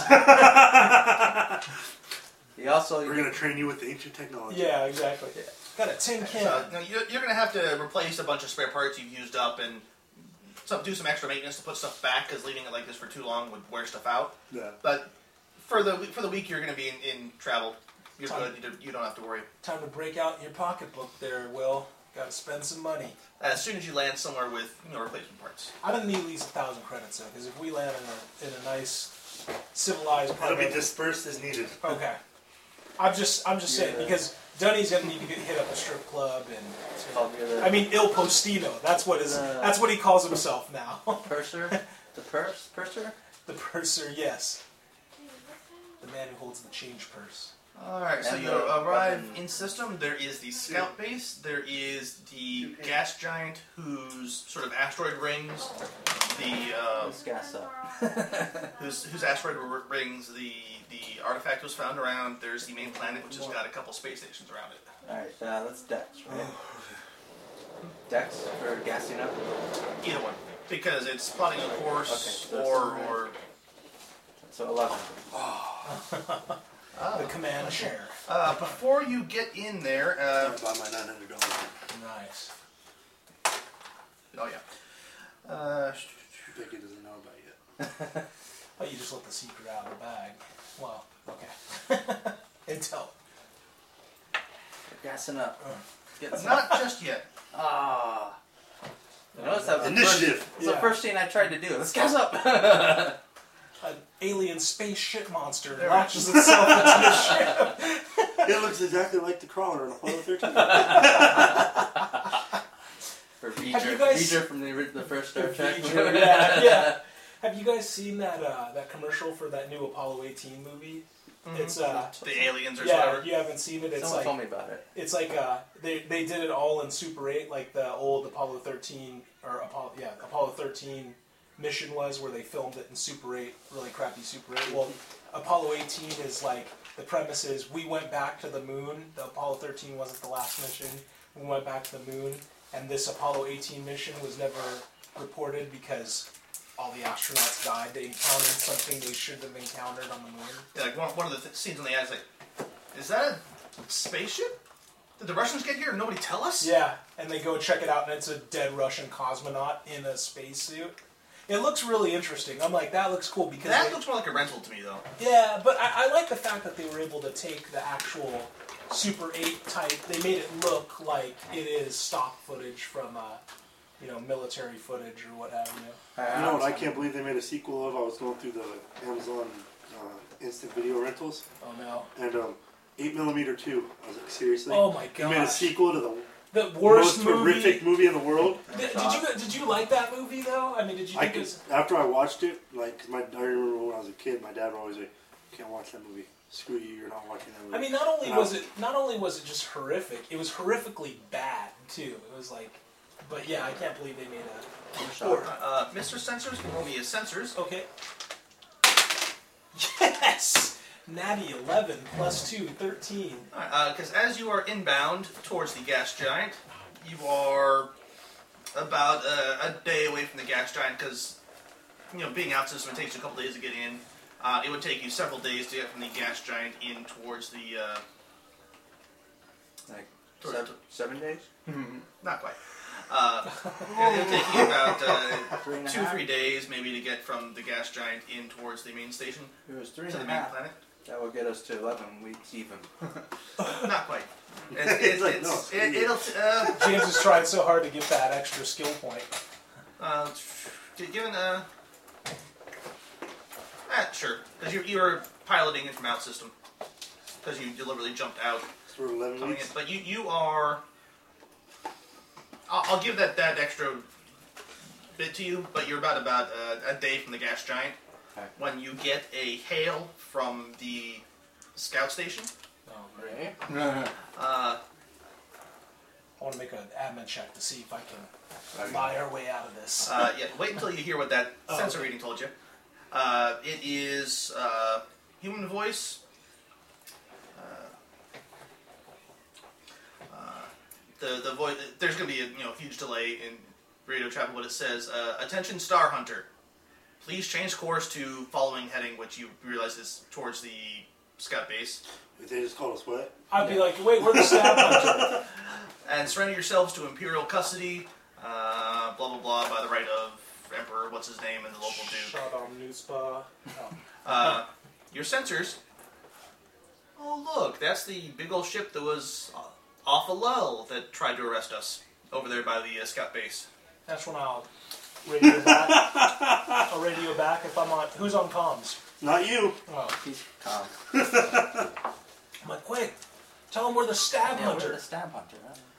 Speaker 2: He also.
Speaker 3: We're gonna train you with the ancient technology.
Speaker 1: yeah, exactly. Got a tin can.
Speaker 4: So no, you're, you're going to have to replace a bunch of spare parts you've used up and some, do some extra maintenance to put stuff back because leaving it like this for too long would wear stuff out.
Speaker 3: Yeah.
Speaker 4: But for the for the week, you're going to be in, in travel. You're
Speaker 1: Time.
Speaker 4: good. You don't, you don't have to worry.
Speaker 1: Time to break out your pocketbook, there, Will. Got to spend some money.
Speaker 4: As soon as you land somewhere with you know, replacement parts,
Speaker 1: I don't need at least a thousand credits though, because if we land in a, in a nice civilized part
Speaker 3: It'll
Speaker 1: of
Speaker 3: be
Speaker 1: the-
Speaker 3: dispersed as needed.
Speaker 1: okay, I'm just I'm just saying
Speaker 2: Yeah.
Speaker 1: because Dunny's gonna need to get hit up a strip club and.
Speaker 2: It's called the
Speaker 1: I mean, Il Postino. That's what is.
Speaker 2: Uh.
Speaker 1: That's what he calls himself now.
Speaker 2: purser. The purse? Purser?
Speaker 1: the purser, yes. The man who holds the change purse.
Speaker 4: All right, so
Speaker 2: And
Speaker 4: you
Speaker 2: the
Speaker 4: arrive
Speaker 2: weapon-
Speaker 4: in system. There is the scout base. There is the
Speaker 3: Okay.
Speaker 4: gas giant whose sort of asteroid rings, the uh,
Speaker 2: This guy's up.
Speaker 4: whose whose asteroid r- rings the the artifact was found around. There's the main planet, which has got a couple space stations around it.
Speaker 2: Alright, uh, that's Dex, right? Oh. Dex for gassing up?
Speaker 4: Either one, because it's plotting a course
Speaker 2: Okay, so
Speaker 4: or
Speaker 2: it's-
Speaker 4: or
Speaker 2: So 11. Oh,
Speaker 1: The
Speaker 2: Ah.
Speaker 1: command share.
Speaker 4: uh, before you get in there. Uh,
Speaker 3: Sorry about my nine hundred dollars.
Speaker 1: Nice.
Speaker 4: oh yeah. Uh, sh-
Speaker 3: Becky doesn't know about yet.
Speaker 1: Oh, you just let the secret out of the bag. Well, okay. Intel.
Speaker 2: Gassing up. Getting some-
Speaker 4: not just yet.
Speaker 2: Ah. You notice that was the
Speaker 3: Initiative.
Speaker 2: First, that's
Speaker 1: Yeah.
Speaker 2: the first thing I tried to do. This guy's up.
Speaker 1: An alien space shit monster
Speaker 4: There.
Speaker 1: launches itself into the ship.
Speaker 3: It looks exactly like the crawler in Apollo 13.
Speaker 2: for
Speaker 1: Have you
Speaker 2: Beecher.
Speaker 1: guys-
Speaker 2: Beecher from the, ori- the first Star Trek.
Speaker 1: yeah, yeah. Have you guys seen that uh, that commercial for that new Apollo 18 movie? It's uh,
Speaker 4: The aliens or
Speaker 1: yeah.
Speaker 4: whatever.
Speaker 1: if You haven't seen it. It's
Speaker 2: Mm-hmm. Someone
Speaker 1: like
Speaker 2: told me about it.
Speaker 1: It's like uh, they they did it all in Super Eight, like the old Apollo thirteen or Apollo yeah Apollo thirteen mission was, where they filmed it in Super Eight, really crappy Super Eight. Well, Apollo eighteen is like the premise is we went back to the moon. The Apollo thirteen wasn't the last mission. We went back to the moon, and this Apollo eighteen mission was never reported because all the astronauts died. They encountered something they shouldn't have encountered on the moon.
Speaker 4: Yeah, like one, one of the th- scenes on the ad is like, is that a spaceship? Did the Russians get here and nobody tell us?
Speaker 1: Yeah, and they go check it out, and it's a dead Russian cosmonaut in a spacesuit. It looks really interesting. I'm like, that looks cool because
Speaker 4: That
Speaker 1: they-
Speaker 4: looks more like a rental to me, though.
Speaker 1: yeah, but I, I like the fact that they were able to take the actual Super 8 type. They made it look like it is stock footage from, uh, you know, military footage or what have you.
Speaker 3: You know what? I can't believe they made a sequel of. I was going through the Amazon uh, instant video rentals
Speaker 1: Oh no!
Speaker 3: and um, eight millimeter two. I was like, seriously.
Speaker 1: Oh my
Speaker 3: You made a
Speaker 1: gosh!
Speaker 3: sequel to the
Speaker 1: The worst
Speaker 3: most
Speaker 1: movie.
Speaker 3: horrific movie in the world.
Speaker 1: Did, did you did you like that movie though? I mean, did you
Speaker 3: I
Speaker 1: think it
Speaker 3: could,
Speaker 1: was?
Speaker 3: after I watched it, like, 'cause my I remember when I was a kid, my dad would always like, "Can't watch that movie. Screw you. You're not watching that movie."
Speaker 1: I mean, not only
Speaker 3: No.
Speaker 1: was it not only was it just horrific, it was horrifically bad too. It was like, but yeah, I can't believe they made that.
Speaker 4: Or, uh, Mr. Sensors can roll me his sensors.
Speaker 1: Okay. Yes, natty eleven plus two, 13.
Speaker 4: Because uh, as you are inbound towards the gas giant, you are about uh, a day away from the gas giant because, you know, being out system, it takes you a couple days to get in. Uh, it would take you several days to get from the gas giant in towards the, uh,
Speaker 2: Like seven, seven days?
Speaker 4: not quite. Uh, it would take you about uh,
Speaker 2: Three and a
Speaker 4: two
Speaker 2: half?
Speaker 4: three days maybe to get from the gas giant in towards the main station
Speaker 2: It was three and
Speaker 4: to the
Speaker 2: a
Speaker 4: main
Speaker 2: half.
Speaker 4: planet
Speaker 2: That will get us to 11 weeks even.
Speaker 4: not quite it's, it's,
Speaker 3: It's like,
Speaker 4: it's,
Speaker 3: no,
Speaker 4: it, it'll uh,
Speaker 1: James has tried so hard to get that extra skill point.
Speaker 4: uh, given uh, ah, sure because you, you were piloting it from out system because you deliberately jumped out
Speaker 3: for eleven
Speaker 4: coming in
Speaker 3: weeks.
Speaker 4: but you you are I'll, I'll give that that extra bit to you but you're about about uh, a day from the gas giant
Speaker 2: Okay.
Speaker 4: when you get a hail from the scout station.
Speaker 1: Oh, great.
Speaker 9: Right?
Speaker 4: Uh,
Speaker 1: I want to make an admin check to see if I can
Speaker 2: Okay.
Speaker 1: buy our way out of this.
Speaker 4: uh, yeah, wait until you hear what that
Speaker 1: Oh,
Speaker 4: sensor
Speaker 1: okay.
Speaker 4: reading told you. Uh, it is uh, human voice. Uh, uh, the the voice. There's going to be a you know huge delay in radio travel. What it says: uh, Attention, Star Hunter. Please change course to following heading, which you realize is towards the scout base.
Speaker 3: They just called us what?
Speaker 1: I'd be like, wait, we're the stab hunter.
Speaker 4: and surrender yourselves to imperial custody, uh, blah blah blah, by the right of Emperor, what's his name, and the local duke.
Speaker 1: Shut on news bar. Oh.
Speaker 4: Uh, your sensors. Oh look, that's the big old ship that was off Alel that tried to arrest us over there by the uh, scout base.
Speaker 1: That's when I'll radio back. I'll radio back if I'm on. Who's on comms?
Speaker 3: Not you.
Speaker 1: Oh.
Speaker 2: He's calm.
Speaker 1: I'm like, quick, tell him we're the stab
Speaker 2: Yeah, we're
Speaker 1: hunter.
Speaker 2: the stab hunter.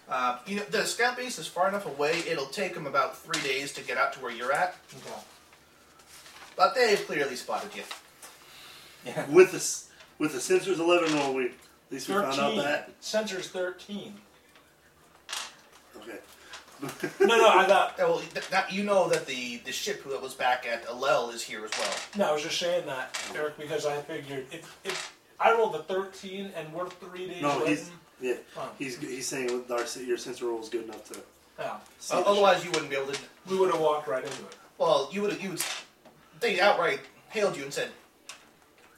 Speaker 2: huh?
Speaker 4: Uh, you know, the scout base is far enough away; it'll take them about three days to get out to where you're at.
Speaker 1: Okay.
Speaker 4: But they've clearly spotted you.
Speaker 2: Yeah.
Speaker 3: With the s- with the sensors eleven roll, we at least we found out
Speaker 1: 13.
Speaker 3: that.
Speaker 1: Sensor's 13.
Speaker 3: Okay.
Speaker 1: No, no, I got.
Speaker 4: Yeah, well, th- that, you know that the, the ship that was back at Alel is here as well.
Speaker 1: No, I was just saying that, Eric, because I figured if, if I rolled a 13 and we're three days
Speaker 3: No,
Speaker 1: late.
Speaker 3: he's yeah.
Speaker 1: Fine.
Speaker 3: He's he's saying with our your sensor roll is good enough to.
Speaker 1: Yeah.
Speaker 3: see
Speaker 4: O-
Speaker 3: the
Speaker 4: Uh, otherwise, you wouldn't be able to
Speaker 1: We would have walked right into it.
Speaker 4: Well, you would you would they outright hailed you and said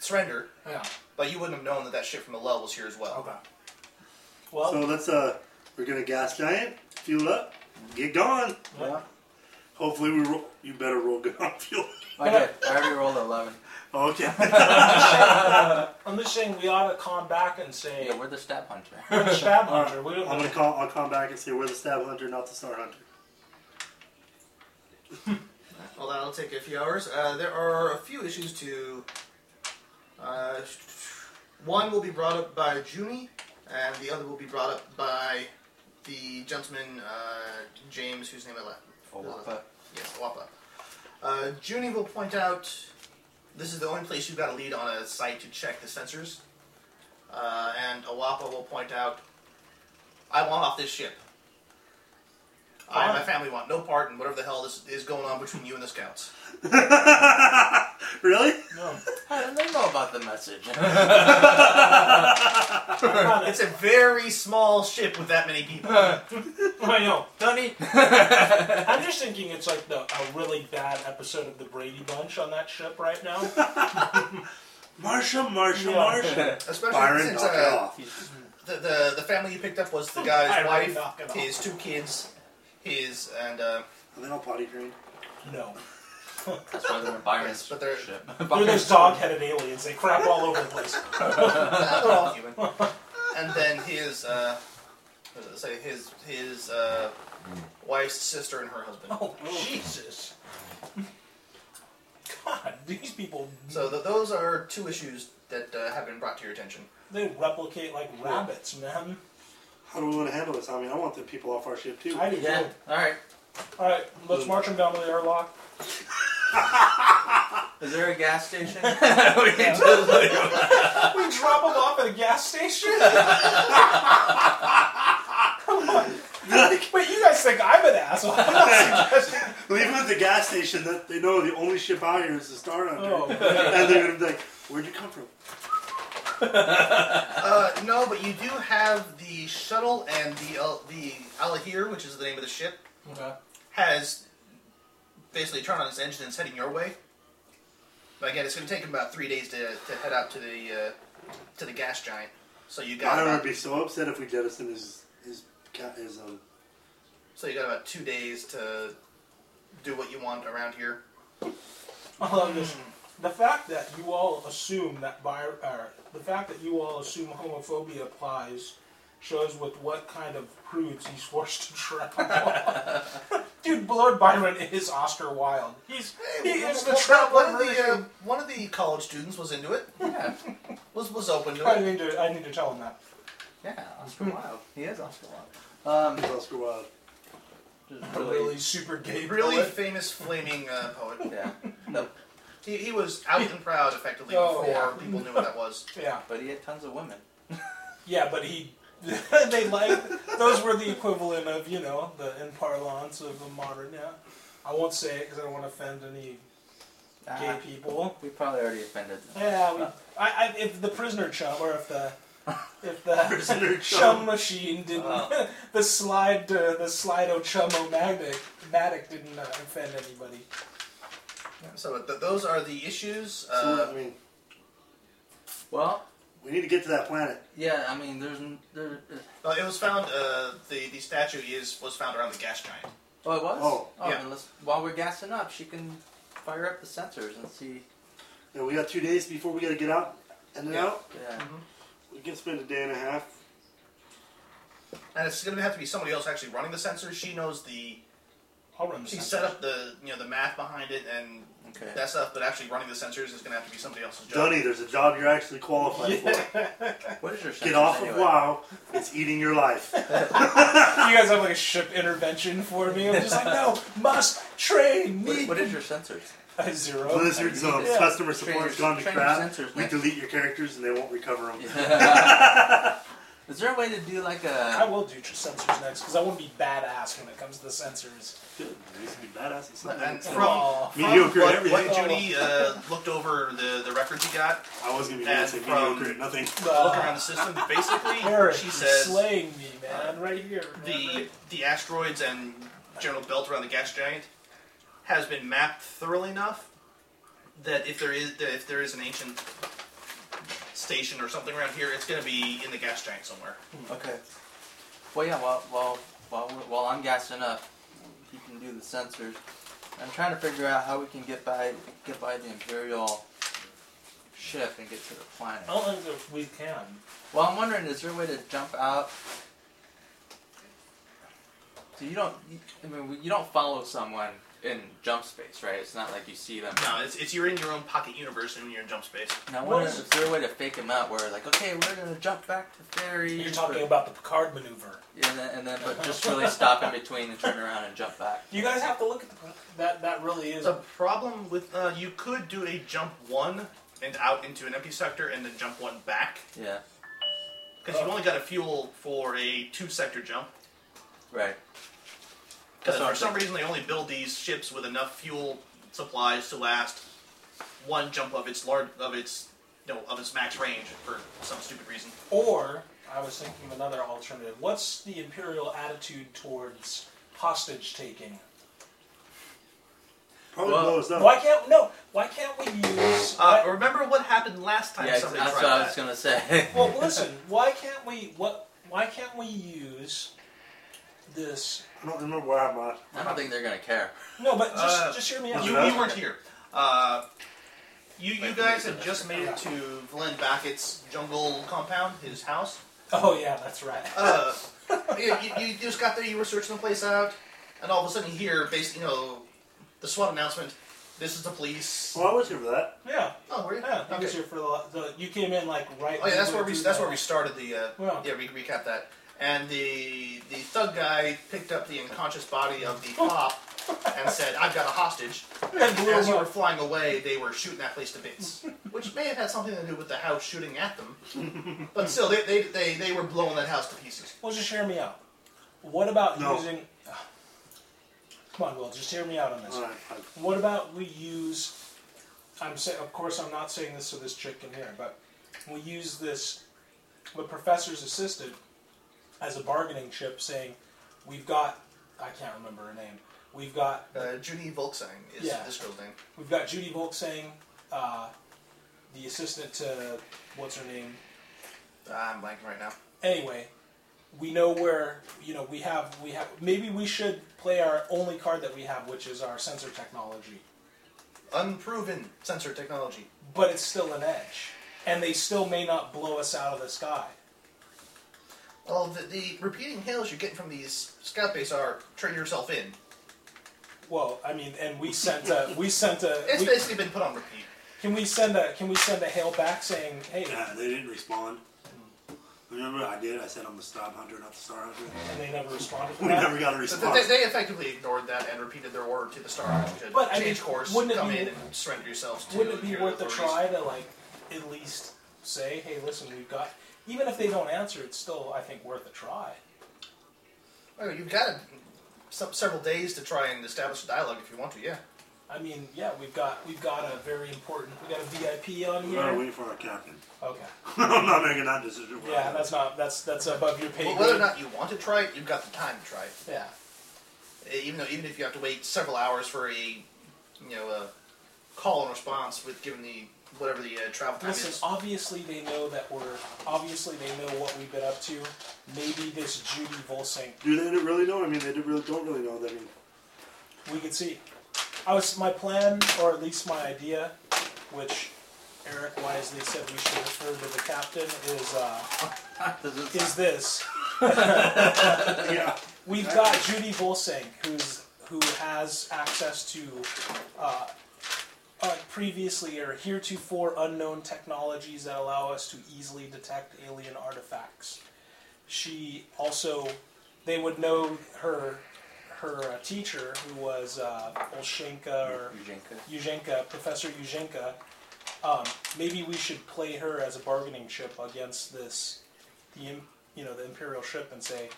Speaker 4: surrender,
Speaker 1: Yeah.
Speaker 4: but you wouldn't have known that that ship from Alel was here as well.
Speaker 1: Okay.
Speaker 3: ship.
Speaker 1: Well,
Speaker 3: So let's uh, we're gonna gas giant, fuel up, get going.
Speaker 1: yeah.
Speaker 3: Hopefully we roll. You better roll good on fuel.
Speaker 9: I did. I already rolled 11.
Speaker 3: Okay.
Speaker 1: I'm just saying we ought to calm back and say
Speaker 2: Yeah, we're the stab hunter.
Speaker 1: we're the stab
Speaker 3: All right.
Speaker 1: hunter. We don't
Speaker 3: I'm
Speaker 1: know.
Speaker 3: gonna call. I'll come back and say we're the stab hunter, not the star hunter.
Speaker 4: Well, that'll take a few hours. Uh, there are a few issues to. Uh, one will be brought up by Junie, and the other will be brought up by the gentleman uh, James, whose name I left.
Speaker 9: Oh,
Speaker 2: Owapa.
Speaker 4: Yes, Wapa. Uh, Junie will point out this is the only place you've got to lead on a site to check the sensors. Uh, and Awapa will point out, I want off this ship. I and my
Speaker 1: Fine.
Speaker 4: family want no part in whatever the hell this is going on between you and the scouts.
Speaker 3: really?
Speaker 1: No.
Speaker 2: How do they know about the message?
Speaker 1: Kinda-
Speaker 4: It's a very small ship with that many people.
Speaker 1: I know.
Speaker 2: Tony.
Speaker 1: I'm just thinking it's like the, a really bad episode of the Brady Bunch on that ship right now.
Speaker 3: Marsha, Marsha,
Speaker 1: Yeah.
Speaker 3: Marsha.
Speaker 4: Especially
Speaker 3: Byron,
Speaker 4: since
Speaker 3: knock it
Speaker 4: uh,
Speaker 3: off.
Speaker 4: the, the, the family you picked up was the guy's
Speaker 1: Byron,
Speaker 4: wife,
Speaker 1: knock it off.
Speaker 4: his two kids, his, and uh,
Speaker 3: And then I'll potty train.
Speaker 1: No.
Speaker 2: That's why they're in Byron's
Speaker 4: Yes, but they're-
Speaker 2: ship.
Speaker 1: They're those dog headed aliens. They crap all over the place.
Speaker 4: they're all human. And then his, uh, what does it say his his uh, wife's sister and her husband.
Speaker 1: Oh, Jesus. God, these people,
Speaker 4: So th- those are two issues that uh, have been brought to your attention.
Speaker 1: they replicate like rabbits, man.
Speaker 3: How do we want to handle this? I mean, I want the people off our ship too.
Speaker 1: I do
Speaker 2: Yeah.
Speaker 1: too.
Speaker 2: All right.
Speaker 1: Alright, let's march them down to the airlock.
Speaker 9: Is there a gas station?
Speaker 1: We drop them off at a gas station?
Speaker 3: Like,
Speaker 1: Wait, you guys think I'm an asshole? I'm not suggesting-
Speaker 3: leave them at the gas station. That they know the only ship out here is the Star Hunter,
Speaker 1: Oh.
Speaker 3: and they're gonna be like, "Where'd you come from?"
Speaker 4: Uh, no, but you do have the shuttle and the Al- the Alahir, which is the name of the ship,
Speaker 1: Okay.
Speaker 4: has basically turned on its engine and is heading your way. But again, it's going to take 'em about three days to, to head out to the uh, to the gas giant. So you got
Speaker 3: I
Speaker 4: about-
Speaker 3: would be so upset if we jettisoned his his cat his um.
Speaker 4: So you got about two days to do what you want around here.
Speaker 1: I love this. Um, The fact that you all assume that by uh, the fact that you all assume homophobia applies shows with what kind of prudes he's forced to travel. Dude, Lord Byron is Oscar Wilde. He's he is the
Speaker 4: one
Speaker 1: traveler
Speaker 4: of the uh,
Speaker 1: version.
Speaker 4: one of the college students was into it.
Speaker 2: Yeah.
Speaker 4: Was was open to
Speaker 1: I
Speaker 4: it.
Speaker 1: need to I need to tell him that.
Speaker 2: Yeah.
Speaker 9: Hmm.
Speaker 2: Oscar Wilde. He is Oscar Wilde. Um,
Speaker 3: He's Oscar Wilde.
Speaker 2: just
Speaker 1: A
Speaker 2: really.
Speaker 1: really super gay
Speaker 4: Really
Speaker 1: poet.
Speaker 4: famous flaming uh, poet.
Speaker 2: Yeah. The
Speaker 4: He, he was out and proud effectively
Speaker 1: Oh,
Speaker 4: before
Speaker 1: yeah.
Speaker 4: people knew what that was.
Speaker 1: Yeah,
Speaker 2: But he had tons of women.
Speaker 1: yeah, but he. they like those were the equivalent of you know the in parlance of the modern. Yeah, I won't say it because I don't want to offend any gay
Speaker 2: Ah,
Speaker 1: people.
Speaker 2: we probably already offended them.
Speaker 1: Yeah, we, I, I, if the prisoner chum or if the if the
Speaker 3: Prisoner
Speaker 1: chum
Speaker 3: chum.
Speaker 1: machine didn't
Speaker 13: Oh.
Speaker 1: the slide uh, the slido chumo magnet matic didn't uh, offend anybody.
Speaker 4: So th- those are the issues.
Speaker 3: So, I
Speaker 4: Uh,
Speaker 3: mean,
Speaker 2: Well,
Speaker 3: we need to get to that planet.
Speaker 2: yeah, I mean, there's. n- there. uh,
Speaker 4: well, it was found. Uh, the the statue is was found around the gas giant.
Speaker 2: oh, it was?
Speaker 3: Oh,
Speaker 4: yeah.
Speaker 2: then let's, while we're gassing up, she can fire up the sensors and see.
Speaker 3: And we got two days before we got to get out and then
Speaker 4: Yeah.
Speaker 3: out.
Speaker 2: Yeah.
Speaker 3: We can spend a day and a half.
Speaker 4: And it's going to have to be somebody else actually running the sensor. She knows the.
Speaker 1: I'll run the
Speaker 4: She
Speaker 1: sensors.
Speaker 4: set up the you know the math behind it and
Speaker 2: Okay.
Speaker 4: that stuff, but actually running the sensors is going to have to be somebody else's job.
Speaker 3: Dunny, there's a job you're actually qualified for.
Speaker 2: what is your sensors
Speaker 3: Get off
Speaker 2: anyway?
Speaker 3: of WoW. It's eating your life.
Speaker 1: You guys have like a ship intervention for me. I'm just like, no, must train
Speaker 2: What,
Speaker 1: me.
Speaker 2: what is your sensors?
Speaker 1: a zero?
Speaker 3: Blizzard Zone.
Speaker 2: Yeah.
Speaker 3: um, Customer
Speaker 2: Train
Speaker 3: support's
Speaker 2: your-
Speaker 3: gone to
Speaker 2: train your
Speaker 3: crap.
Speaker 2: sensors,
Speaker 3: We
Speaker 2: man.
Speaker 3: delete your characters and they won't recover them.
Speaker 2: Is there a way to do like
Speaker 1: I
Speaker 2: a?
Speaker 1: will do tr- sensors next because I want to be badass when it comes to the sensors.
Speaker 3: Good. They used to be badass at something.
Speaker 4: And
Speaker 3: So,
Speaker 4: from,
Speaker 1: Aw.
Speaker 4: from
Speaker 3: Mediocre at
Speaker 4: what,
Speaker 3: everything.
Speaker 4: what Judy uh, looked over the, the records he got,
Speaker 3: I was going to be going
Speaker 4: and
Speaker 3: to say
Speaker 4: from-
Speaker 3: mediocre at nothing.
Speaker 4: look around the system. Basically,
Speaker 1: Eric,
Speaker 4: she
Speaker 1: you're
Speaker 4: says uh,
Speaker 1: slaying me, man, right here.
Speaker 4: the the asteroids and general belt around the gas giant has been mapped thoroughly enough that if there is that if there is an ancient station or something around here, it's going to be in the gas giant somewhere.
Speaker 2: Okay. Well, yeah. While while while, we're- while I'm gassing up, you can do the sensors. I'm trying to figure out how we can get by get by the Imperial ship and get to the planet.
Speaker 1: I don't think that we can.
Speaker 2: Well, I'm wondering, is there a way to jump out? So you don't. You, I mean, we- you don't follow someone in jump space, right? It's not like you see them.
Speaker 4: No, it's, it's you're in your own pocket universe and you're in jump space.
Speaker 2: And I
Speaker 1: What
Speaker 2: wonder
Speaker 1: is-
Speaker 2: if there's a way to fake them out, where like, okay, we're gonna jump back to ferry.
Speaker 1: You're talking about the Picard maneuver.
Speaker 2: And then, and then, but just really stop in between and turn around and jump back.
Speaker 1: You guys have to look at the, that. That really is.
Speaker 4: The problem with uh, you could do a jump one and out into an empty sector and then jump one back
Speaker 2: Yeah,
Speaker 4: because you've only got a fuel for a two sector jump.
Speaker 2: right.
Speaker 4: Because
Speaker 2: That's what
Speaker 4: for
Speaker 2: I'm
Speaker 4: some
Speaker 2: thinking.
Speaker 4: reason they only build these ships with enough fuel supplies to last one jump of its large of its no of its max range for some stupid reason.
Speaker 1: Or I was thinking of another alternative. What's the Imperial attitude towards hostage taking?
Speaker 3: Probably
Speaker 2: Well,
Speaker 3: blows up.
Speaker 1: Why can't no? Why can't we use?
Speaker 4: Uh, remember what happened last time
Speaker 2: Yeah, ex- that's
Speaker 4: somebody
Speaker 2: what
Speaker 4: tried
Speaker 2: I was
Speaker 4: that?
Speaker 2: gonna say.
Speaker 1: well, listen. Why can't we? What? Why can't we use this?
Speaker 3: I don't remember where I'm at.
Speaker 2: I don't think they're gonna care.
Speaker 1: No, but just
Speaker 4: Uh,
Speaker 1: just hear me out.
Speaker 4: You,
Speaker 3: Okay.
Speaker 4: you weren't here. Uh, you you
Speaker 2: Like,
Speaker 4: guys
Speaker 2: we-
Speaker 4: had just made it to Valen Backett's jungle compound, his house.
Speaker 1: oh yeah, that's right.
Speaker 4: Uh, you, you, you just got there, you were searching the place out, and all of a sudden you hear, basically, you know, the SWAT announcement. This is the police.
Speaker 3: Well, I was here for that.
Speaker 1: yeah,
Speaker 4: Oh, were you?
Speaker 1: yeah. You
Speaker 4: Okay.
Speaker 1: was here for the, the. You came in like right.
Speaker 4: Oh yeah,
Speaker 1: when
Speaker 4: that's
Speaker 1: we
Speaker 4: where
Speaker 1: were
Speaker 4: we
Speaker 1: doing
Speaker 4: that's
Speaker 1: that.
Speaker 4: where we started the uh,
Speaker 1: Well.
Speaker 4: yeah re- recap that. And the the thug guy picked up the unconscious body of the cop and said, "I've got a hostage."
Speaker 1: Oh. And blew
Speaker 4: As
Speaker 1: him
Speaker 4: you were
Speaker 1: up.
Speaker 4: flying away, they were shooting that place to bits, which may have had something to do with the house shooting at them. But still, they they, they, they were blowing that house to pieces.
Speaker 1: Well, just hear me out. What about
Speaker 3: No.
Speaker 1: using? Come on, Will. Just hear me out on this.
Speaker 3: All right.
Speaker 1: What about we use? I'm say, of course, I'm not saying this so this chick can hear, but we use this, the professor's assistant, as a bargaining chip, saying, "We've got, I can't remember her name. We've got,
Speaker 4: Uh, Junie Volksang is
Speaker 1: Yeah.
Speaker 4: this girl's name.
Speaker 1: we've got Judy Volk saying, uh, the assistant to what's her name.
Speaker 4: Ah, I'm blanking right now.
Speaker 1: Anyway, we know where you know we have we have. Maybe we should play our only card that we have, which is our sensor technology.
Speaker 4: Unproven sensor technology.
Speaker 1: but it's still an edge, and they still may not blow us out of the sky.
Speaker 4: Well, the, the repeating hails you're getting from these scout base are turn yourself in.
Speaker 1: Well, I mean, and we sent a we sent a
Speaker 4: It's
Speaker 1: we-
Speaker 4: basically been put on repeat.
Speaker 1: can we send a can we send a hail back saying hey
Speaker 3: Yeah, they didn't respond. Remember, I did. I said I'm the star hunter, not the star hunter.
Speaker 1: and they never responded. to
Speaker 3: We
Speaker 1: that.
Speaker 3: never got a
Speaker 6: But they,
Speaker 3: response.
Speaker 6: they effectively ignored that and repeated their order to the Star Hound to
Speaker 1: But, I
Speaker 6: change
Speaker 1: mean,
Speaker 6: course,
Speaker 1: wouldn't it
Speaker 6: come
Speaker 1: be-
Speaker 6: in and surrender yourselves to
Speaker 1: Wouldn't it be
Speaker 6: your
Speaker 1: worth a
Speaker 6: authorities.
Speaker 1: try to like at least say, "Hey, listen, we've got." Even if they don't answer, it's still I think worth a try.
Speaker 6: Well, you've got some, several days to try and establish a dialogue if you want to, yeah.
Speaker 1: I mean, yeah, we've got we've got a very important we got a VIP on
Speaker 3: We gotta
Speaker 1: here.
Speaker 3: wait for our captain.
Speaker 1: Okay.
Speaker 3: I'm not making that decision. for
Speaker 1: Yeah,
Speaker 3: him.
Speaker 1: that's not that's that's above your pay
Speaker 6: Well, whether or
Speaker 1: grade.
Speaker 6: not you want to try it, you've got the time to try it.
Speaker 1: Yeah.
Speaker 6: Uh, Even though, even if you have to wait several hours for a, you know, a call and response with given the whatever the uh, travel time
Speaker 1: Listen,
Speaker 6: is.
Speaker 1: obviously they know that we're obviously they know what we've been up to. Maybe this Judy Volsing
Speaker 3: Do they really know? I mean, they did really don't really know. I mean,
Speaker 1: we could see. I was my plan, or at least my idea, which Eric wisely said we should refer to the captain, is uh,
Speaker 2: This is-
Speaker 1: is this.
Speaker 3: yeah.
Speaker 1: We've got Judy Volsing, who's who has access to uh, uh, previously or heretofore unknown technologies that allow us to easily detect alien artifacts. She also, they would know her her uh, teacher, who was uh, Olshenka or
Speaker 2: Eugene.
Speaker 1: Yuzenka, Professor Yuzenka. Um, maybe we should play her as a bargaining chip against this, the im- you know the imperial ship, and say,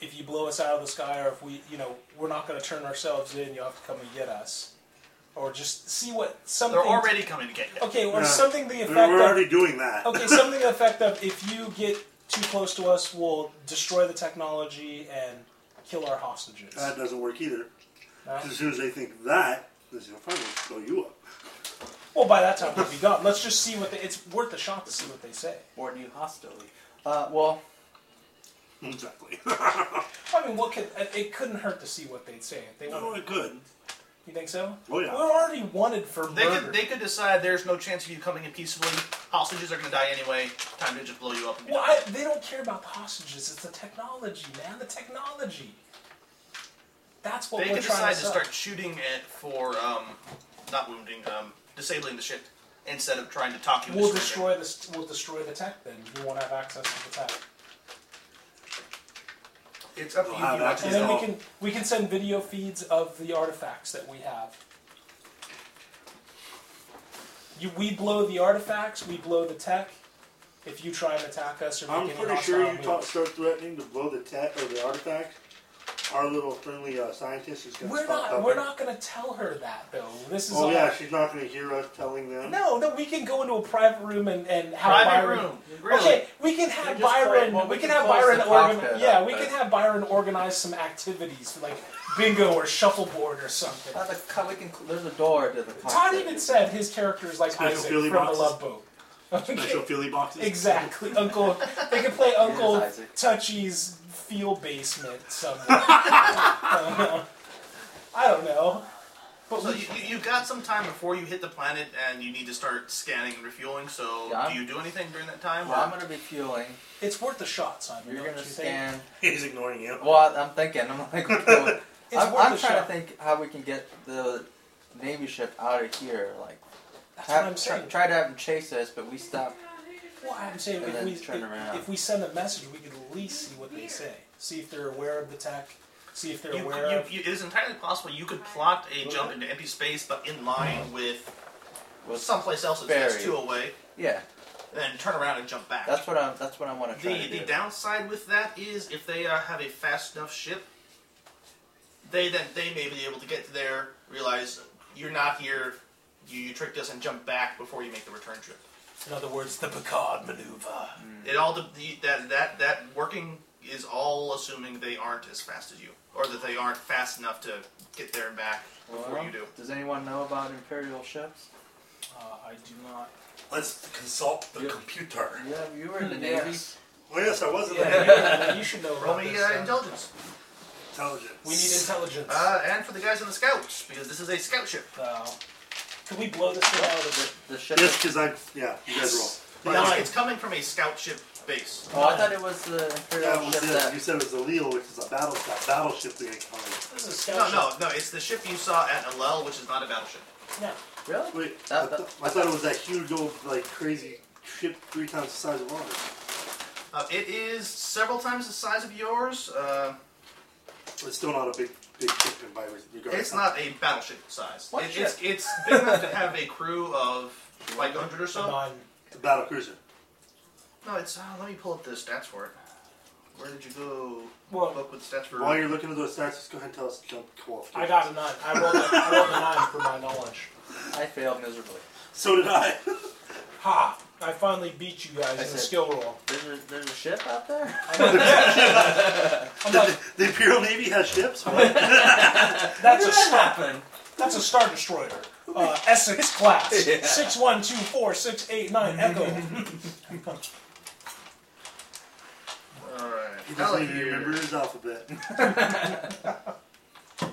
Speaker 1: if you blow us out of the sky, or if we you know we're not going to turn ourselves in, you'll have to come and get us, or just see what something.
Speaker 4: They're already coming to get you.
Speaker 1: okay, or
Speaker 3: Yeah.
Speaker 1: something to the
Speaker 3: I mean,
Speaker 1: effect
Speaker 3: we're
Speaker 1: of
Speaker 3: already doing that.
Speaker 1: okay, something to the effect of if you get too close to us, we'll destroy the technology and kill our hostages.
Speaker 3: That doesn't work either.
Speaker 1: No?
Speaker 3: 'Cause As soon as they think that, they say, "Fine, let's blow you up."
Speaker 1: Well, by that time we'll be gone. Let's just see what they, it's worth a shot to see what they say.
Speaker 2: Board you hostilely. Uh, well,
Speaker 3: Exactly.
Speaker 1: I mean, what could it- it couldn't hurt to see what they'd say if they
Speaker 3: oh,
Speaker 1: wanted.
Speaker 3: it could.
Speaker 1: You think so?
Speaker 3: Oh, yeah.
Speaker 1: We're already wanted for
Speaker 4: They
Speaker 1: murder.
Speaker 4: could, they could decide there's no chance of you coming in peacefully. Hostages are going to die anyway. Time to just blow you up. And be
Speaker 1: well,
Speaker 4: done.
Speaker 1: I, they don't care about the hostages. It's the technology, man. The technology. That's what
Speaker 4: they
Speaker 1: we're
Speaker 4: could
Speaker 1: trying
Speaker 4: decide
Speaker 1: to
Speaker 4: to
Speaker 1: sell.
Speaker 4: start shooting it for um, not wounding, um, disabling the ship instead of trying to talk you. into
Speaker 1: We'll destroy
Speaker 4: surrendering.
Speaker 1: this. We'll destroy the tech. Then you won't have access to the tech.
Speaker 4: It's up to you.
Speaker 3: We'll
Speaker 4: if
Speaker 3: have
Speaker 4: you want to
Speaker 1: And
Speaker 3: access
Speaker 4: do
Speaker 1: then
Speaker 4: that.
Speaker 1: we
Speaker 3: all-
Speaker 1: can we can send video feeds of the artifacts that we have. You, we blow the artifacts, we blow the tech. If you try and attack us or make
Speaker 3: I'm
Speaker 1: any
Speaker 3: pretty
Speaker 1: hostile
Speaker 3: sure you
Speaker 1: moves.
Speaker 3: ta- start threatening to blow the tech or the artifact. Our little friendly uh, scientist is going to
Speaker 1: We're
Speaker 3: stop
Speaker 1: not we're not gonna tell her that though. This is
Speaker 3: Oh
Speaker 1: all
Speaker 3: yeah, she's not going to hear us telling them.
Speaker 1: No, no, we can go into a private room and, and have
Speaker 4: Private
Speaker 1: Byron
Speaker 4: room, really?
Speaker 1: Okay, we can have
Speaker 2: just play-
Speaker 1: Byron.
Speaker 2: well,
Speaker 1: we,
Speaker 2: we
Speaker 1: can
Speaker 2: can
Speaker 1: have
Speaker 2: close
Speaker 1: Byron
Speaker 2: the cockpit
Speaker 1: organize.
Speaker 2: up,
Speaker 1: Yeah, we
Speaker 2: but-
Speaker 1: can have Byron organize some activities like bingo or shuffleboard or something.
Speaker 2: uh, the co- we can, there's a door to the
Speaker 1: Todd
Speaker 2: cockpit.
Speaker 1: even said his character is like
Speaker 3: Special
Speaker 1: Isaac
Speaker 3: Philly
Speaker 1: from
Speaker 3: boxes.
Speaker 1: the Love Boat.
Speaker 3: Special
Speaker 1: Okay.
Speaker 3: Philly boxes.
Speaker 1: Exactly, Uncle. They could play Uncle
Speaker 2: Isaac.
Speaker 1: Touchy's field basement somewhere. I don't know. I don't know. But
Speaker 4: So
Speaker 1: we,
Speaker 4: you, you, you've got some time before you hit the planet, and you need to start scanning and refueling. So
Speaker 2: Yeah.
Speaker 4: do you do anything during that time?
Speaker 2: Well, I'm
Speaker 4: or-
Speaker 2: going to be fueling.
Speaker 1: it's worth a shot, Simon.
Speaker 2: You're
Speaker 1: don't
Speaker 2: going
Speaker 1: you
Speaker 2: to
Speaker 1: think?
Speaker 2: scan.
Speaker 3: He's ignoring you.
Speaker 2: Well, I'm thinking. I'm like, okay,
Speaker 1: It's
Speaker 2: I'm,
Speaker 1: worth
Speaker 2: I'm
Speaker 1: a
Speaker 2: trying
Speaker 1: shot.
Speaker 2: to think how we can get the Navy ship out of here. Like,
Speaker 1: That's
Speaker 2: have,
Speaker 1: what I'm
Speaker 2: try,
Speaker 1: saying.
Speaker 2: try to have them chase us, but we stop.
Speaker 1: Well, I'm saying
Speaker 2: And
Speaker 1: if
Speaker 2: then
Speaker 1: we,
Speaker 2: turn
Speaker 1: if,
Speaker 2: around.
Speaker 1: if we send a message, we could at least see what they say. See if they're aware of the tech. See if they're
Speaker 4: You, you,
Speaker 1: aware of.
Speaker 4: you, it is entirely possible you could plot a jump into empty space, but in line with
Speaker 2: Was,
Speaker 4: someplace else that's
Speaker 2: Buried.
Speaker 4: that's two away,
Speaker 2: yeah,
Speaker 4: then turn around and jump back.
Speaker 2: that's what I'm. That's what I want to try
Speaker 4: the
Speaker 2: to do.
Speaker 4: the downside with that is if they uh, have a fast enough ship, they then they may be able to get there, realize you're not here, you, you tricked us, and jump back before you make the return trip.
Speaker 1: In other words, the Picard maneuver.
Speaker 2: Hmm.
Speaker 4: It all de- the, that that that working is all assuming they aren't as fast as you, or that they aren't fast enough to get there and back before
Speaker 2: Well,
Speaker 4: you do.
Speaker 2: Does anyone know about Imperial ships?
Speaker 1: Uh, I do not.
Speaker 3: Let's consult the
Speaker 2: Yeah.
Speaker 3: computer.
Speaker 2: Yeah, you were in the Navy.
Speaker 1: Yes.
Speaker 3: Well, yes, I was in the
Speaker 1: Yeah, you, you should know.
Speaker 4: Roll
Speaker 1: About
Speaker 4: me
Speaker 1: this,
Speaker 4: uh,
Speaker 1: uh,
Speaker 4: intelligence,
Speaker 3: intelligence.
Speaker 1: We need intelligence.
Speaker 4: uh, and for the guys on the scouts because this is a scout ship.
Speaker 1: So, can we blow this thing out of the?
Speaker 2: The ship.
Speaker 3: Yes, because I. Yeah, you guys roll.
Speaker 4: It's, it's coming from a scout ship base.
Speaker 2: Oh, I thought it was the Imperial
Speaker 3: Yeah, it was
Speaker 2: ship
Speaker 3: the-
Speaker 2: that.
Speaker 3: you said it was the Leal, which is a battle that battleship we encountered.
Speaker 1: This is a
Speaker 4: No,
Speaker 1: scout
Speaker 4: no, no. It's the ship you saw at Alel, which is not a battleship.
Speaker 1: ship. No.
Speaker 2: Really?
Speaker 3: Wait,
Speaker 2: That-
Speaker 3: I, th- I thought it was that huge old like crazy ship three times the size of ours.
Speaker 4: Uh, it is several times the size of yours. Uh,
Speaker 3: It's still not a big, big chicken by regard.
Speaker 4: it's not a battleship size.
Speaker 2: What
Speaker 4: It- it's, it's big enough to have a crew of like 100 or so.
Speaker 1: Nine.
Speaker 3: It's a battle cruiser.
Speaker 4: No, it's. Uh, let me pull up the stats for it. Where did you go?
Speaker 1: Well,
Speaker 4: Look with stats for.
Speaker 3: While you're looking at those stats, just go ahead and tell us to jump
Speaker 1: I got a nine. I rolled a, I rolled a nine for my knowledge.
Speaker 2: I failed miserably.
Speaker 3: So did I.
Speaker 1: Ha! I finally beat you guys
Speaker 2: I
Speaker 1: in the
Speaker 2: said-
Speaker 1: skill roll.
Speaker 2: There's a, there's a ship out there?
Speaker 1: I'm like, I'm like,
Speaker 3: the Imperial Navy has ships. Right?
Speaker 1: that's a star.
Speaker 2: happen?
Speaker 1: That's a star destroyer. Uh, Essex class.
Speaker 2: Yeah.
Speaker 1: Six one two four six eight nine. Echo.
Speaker 4: Alright.
Speaker 3: he doesn't even remember
Speaker 4: Alligator.
Speaker 3: his alphabet.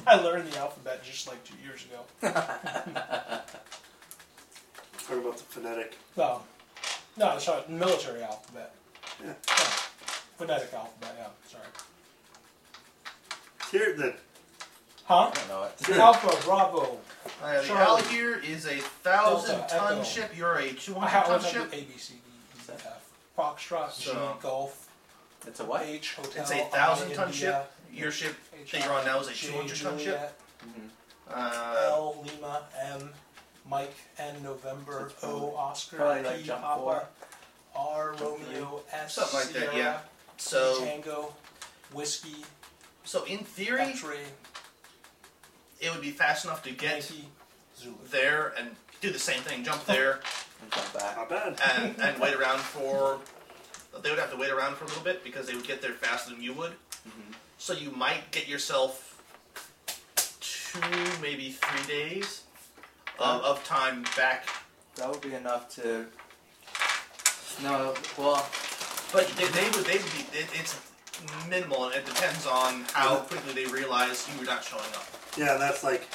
Speaker 1: I learned the alphabet just like two years ago.
Speaker 3: Talk about the phonetic.
Speaker 1: No, Um, no, it's not military alphabet.
Speaker 3: Yeah.
Speaker 1: Phonetic alphabet. Yeah, sorry.
Speaker 3: Here then.
Speaker 1: Huh?
Speaker 2: I don't know it.
Speaker 1: Alpha Bravo.
Speaker 4: Alright, Uh, the
Speaker 1: Charlie.
Speaker 4: Alligator is a thousand
Speaker 1: Delta,
Speaker 4: ton
Speaker 1: Echo.
Speaker 4: ship. You're a
Speaker 1: I
Speaker 4: 200
Speaker 1: have
Speaker 4: ton
Speaker 1: ABC,
Speaker 4: ship.
Speaker 1: D, E, F. Foxtrot,
Speaker 4: So-
Speaker 1: G, Golf,
Speaker 2: It's a what?
Speaker 1: H, Hotel.
Speaker 4: It's a
Speaker 1: I,
Speaker 4: thousand ton
Speaker 1: India,
Speaker 4: ship. Your ship
Speaker 1: H,
Speaker 4: that you're on now is a
Speaker 1: J,
Speaker 4: 200 ton ship.
Speaker 1: Juliet,
Speaker 2: mm-hmm,
Speaker 4: Uh,
Speaker 1: L, Lima, M, Mike, N, November,
Speaker 2: It's
Speaker 1: O,
Speaker 2: probably-
Speaker 1: Oscar,
Speaker 2: probably like
Speaker 1: P,
Speaker 2: jump
Speaker 1: Papa,
Speaker 2: four.
Speaker 1: R, Romeo, S,
Speaker 4: Something like that,
Speaker 1: Sierra,
Speaker 4: yeah. so,
Speaker 1: Tango, Whiskey,
Speaker 4: so in theory,
Speaker 1: X-Ray,
Speaker 4: it would be fast enough to get
Speaker 1: Yankee, Zulu.
Speaker 4: there and do the same thing. Jump there
Speaker 2: It's not bad.
Speaker 3: Not bad.
Speaker 4: and, and wait around for. They would have to wait around for a little bit because they would get there faster than you would.
Speaker 2: Mhm.
Speaker 4: So you might get yourself two, maybe three days of, of time back.
Speaker 2: That would be enough to. No, well,
Speaker 4: But they, they would they would be it, it's minimal and it depends on how quickly they realize you were not showing up.
Speaker 3: Yeah, that's like,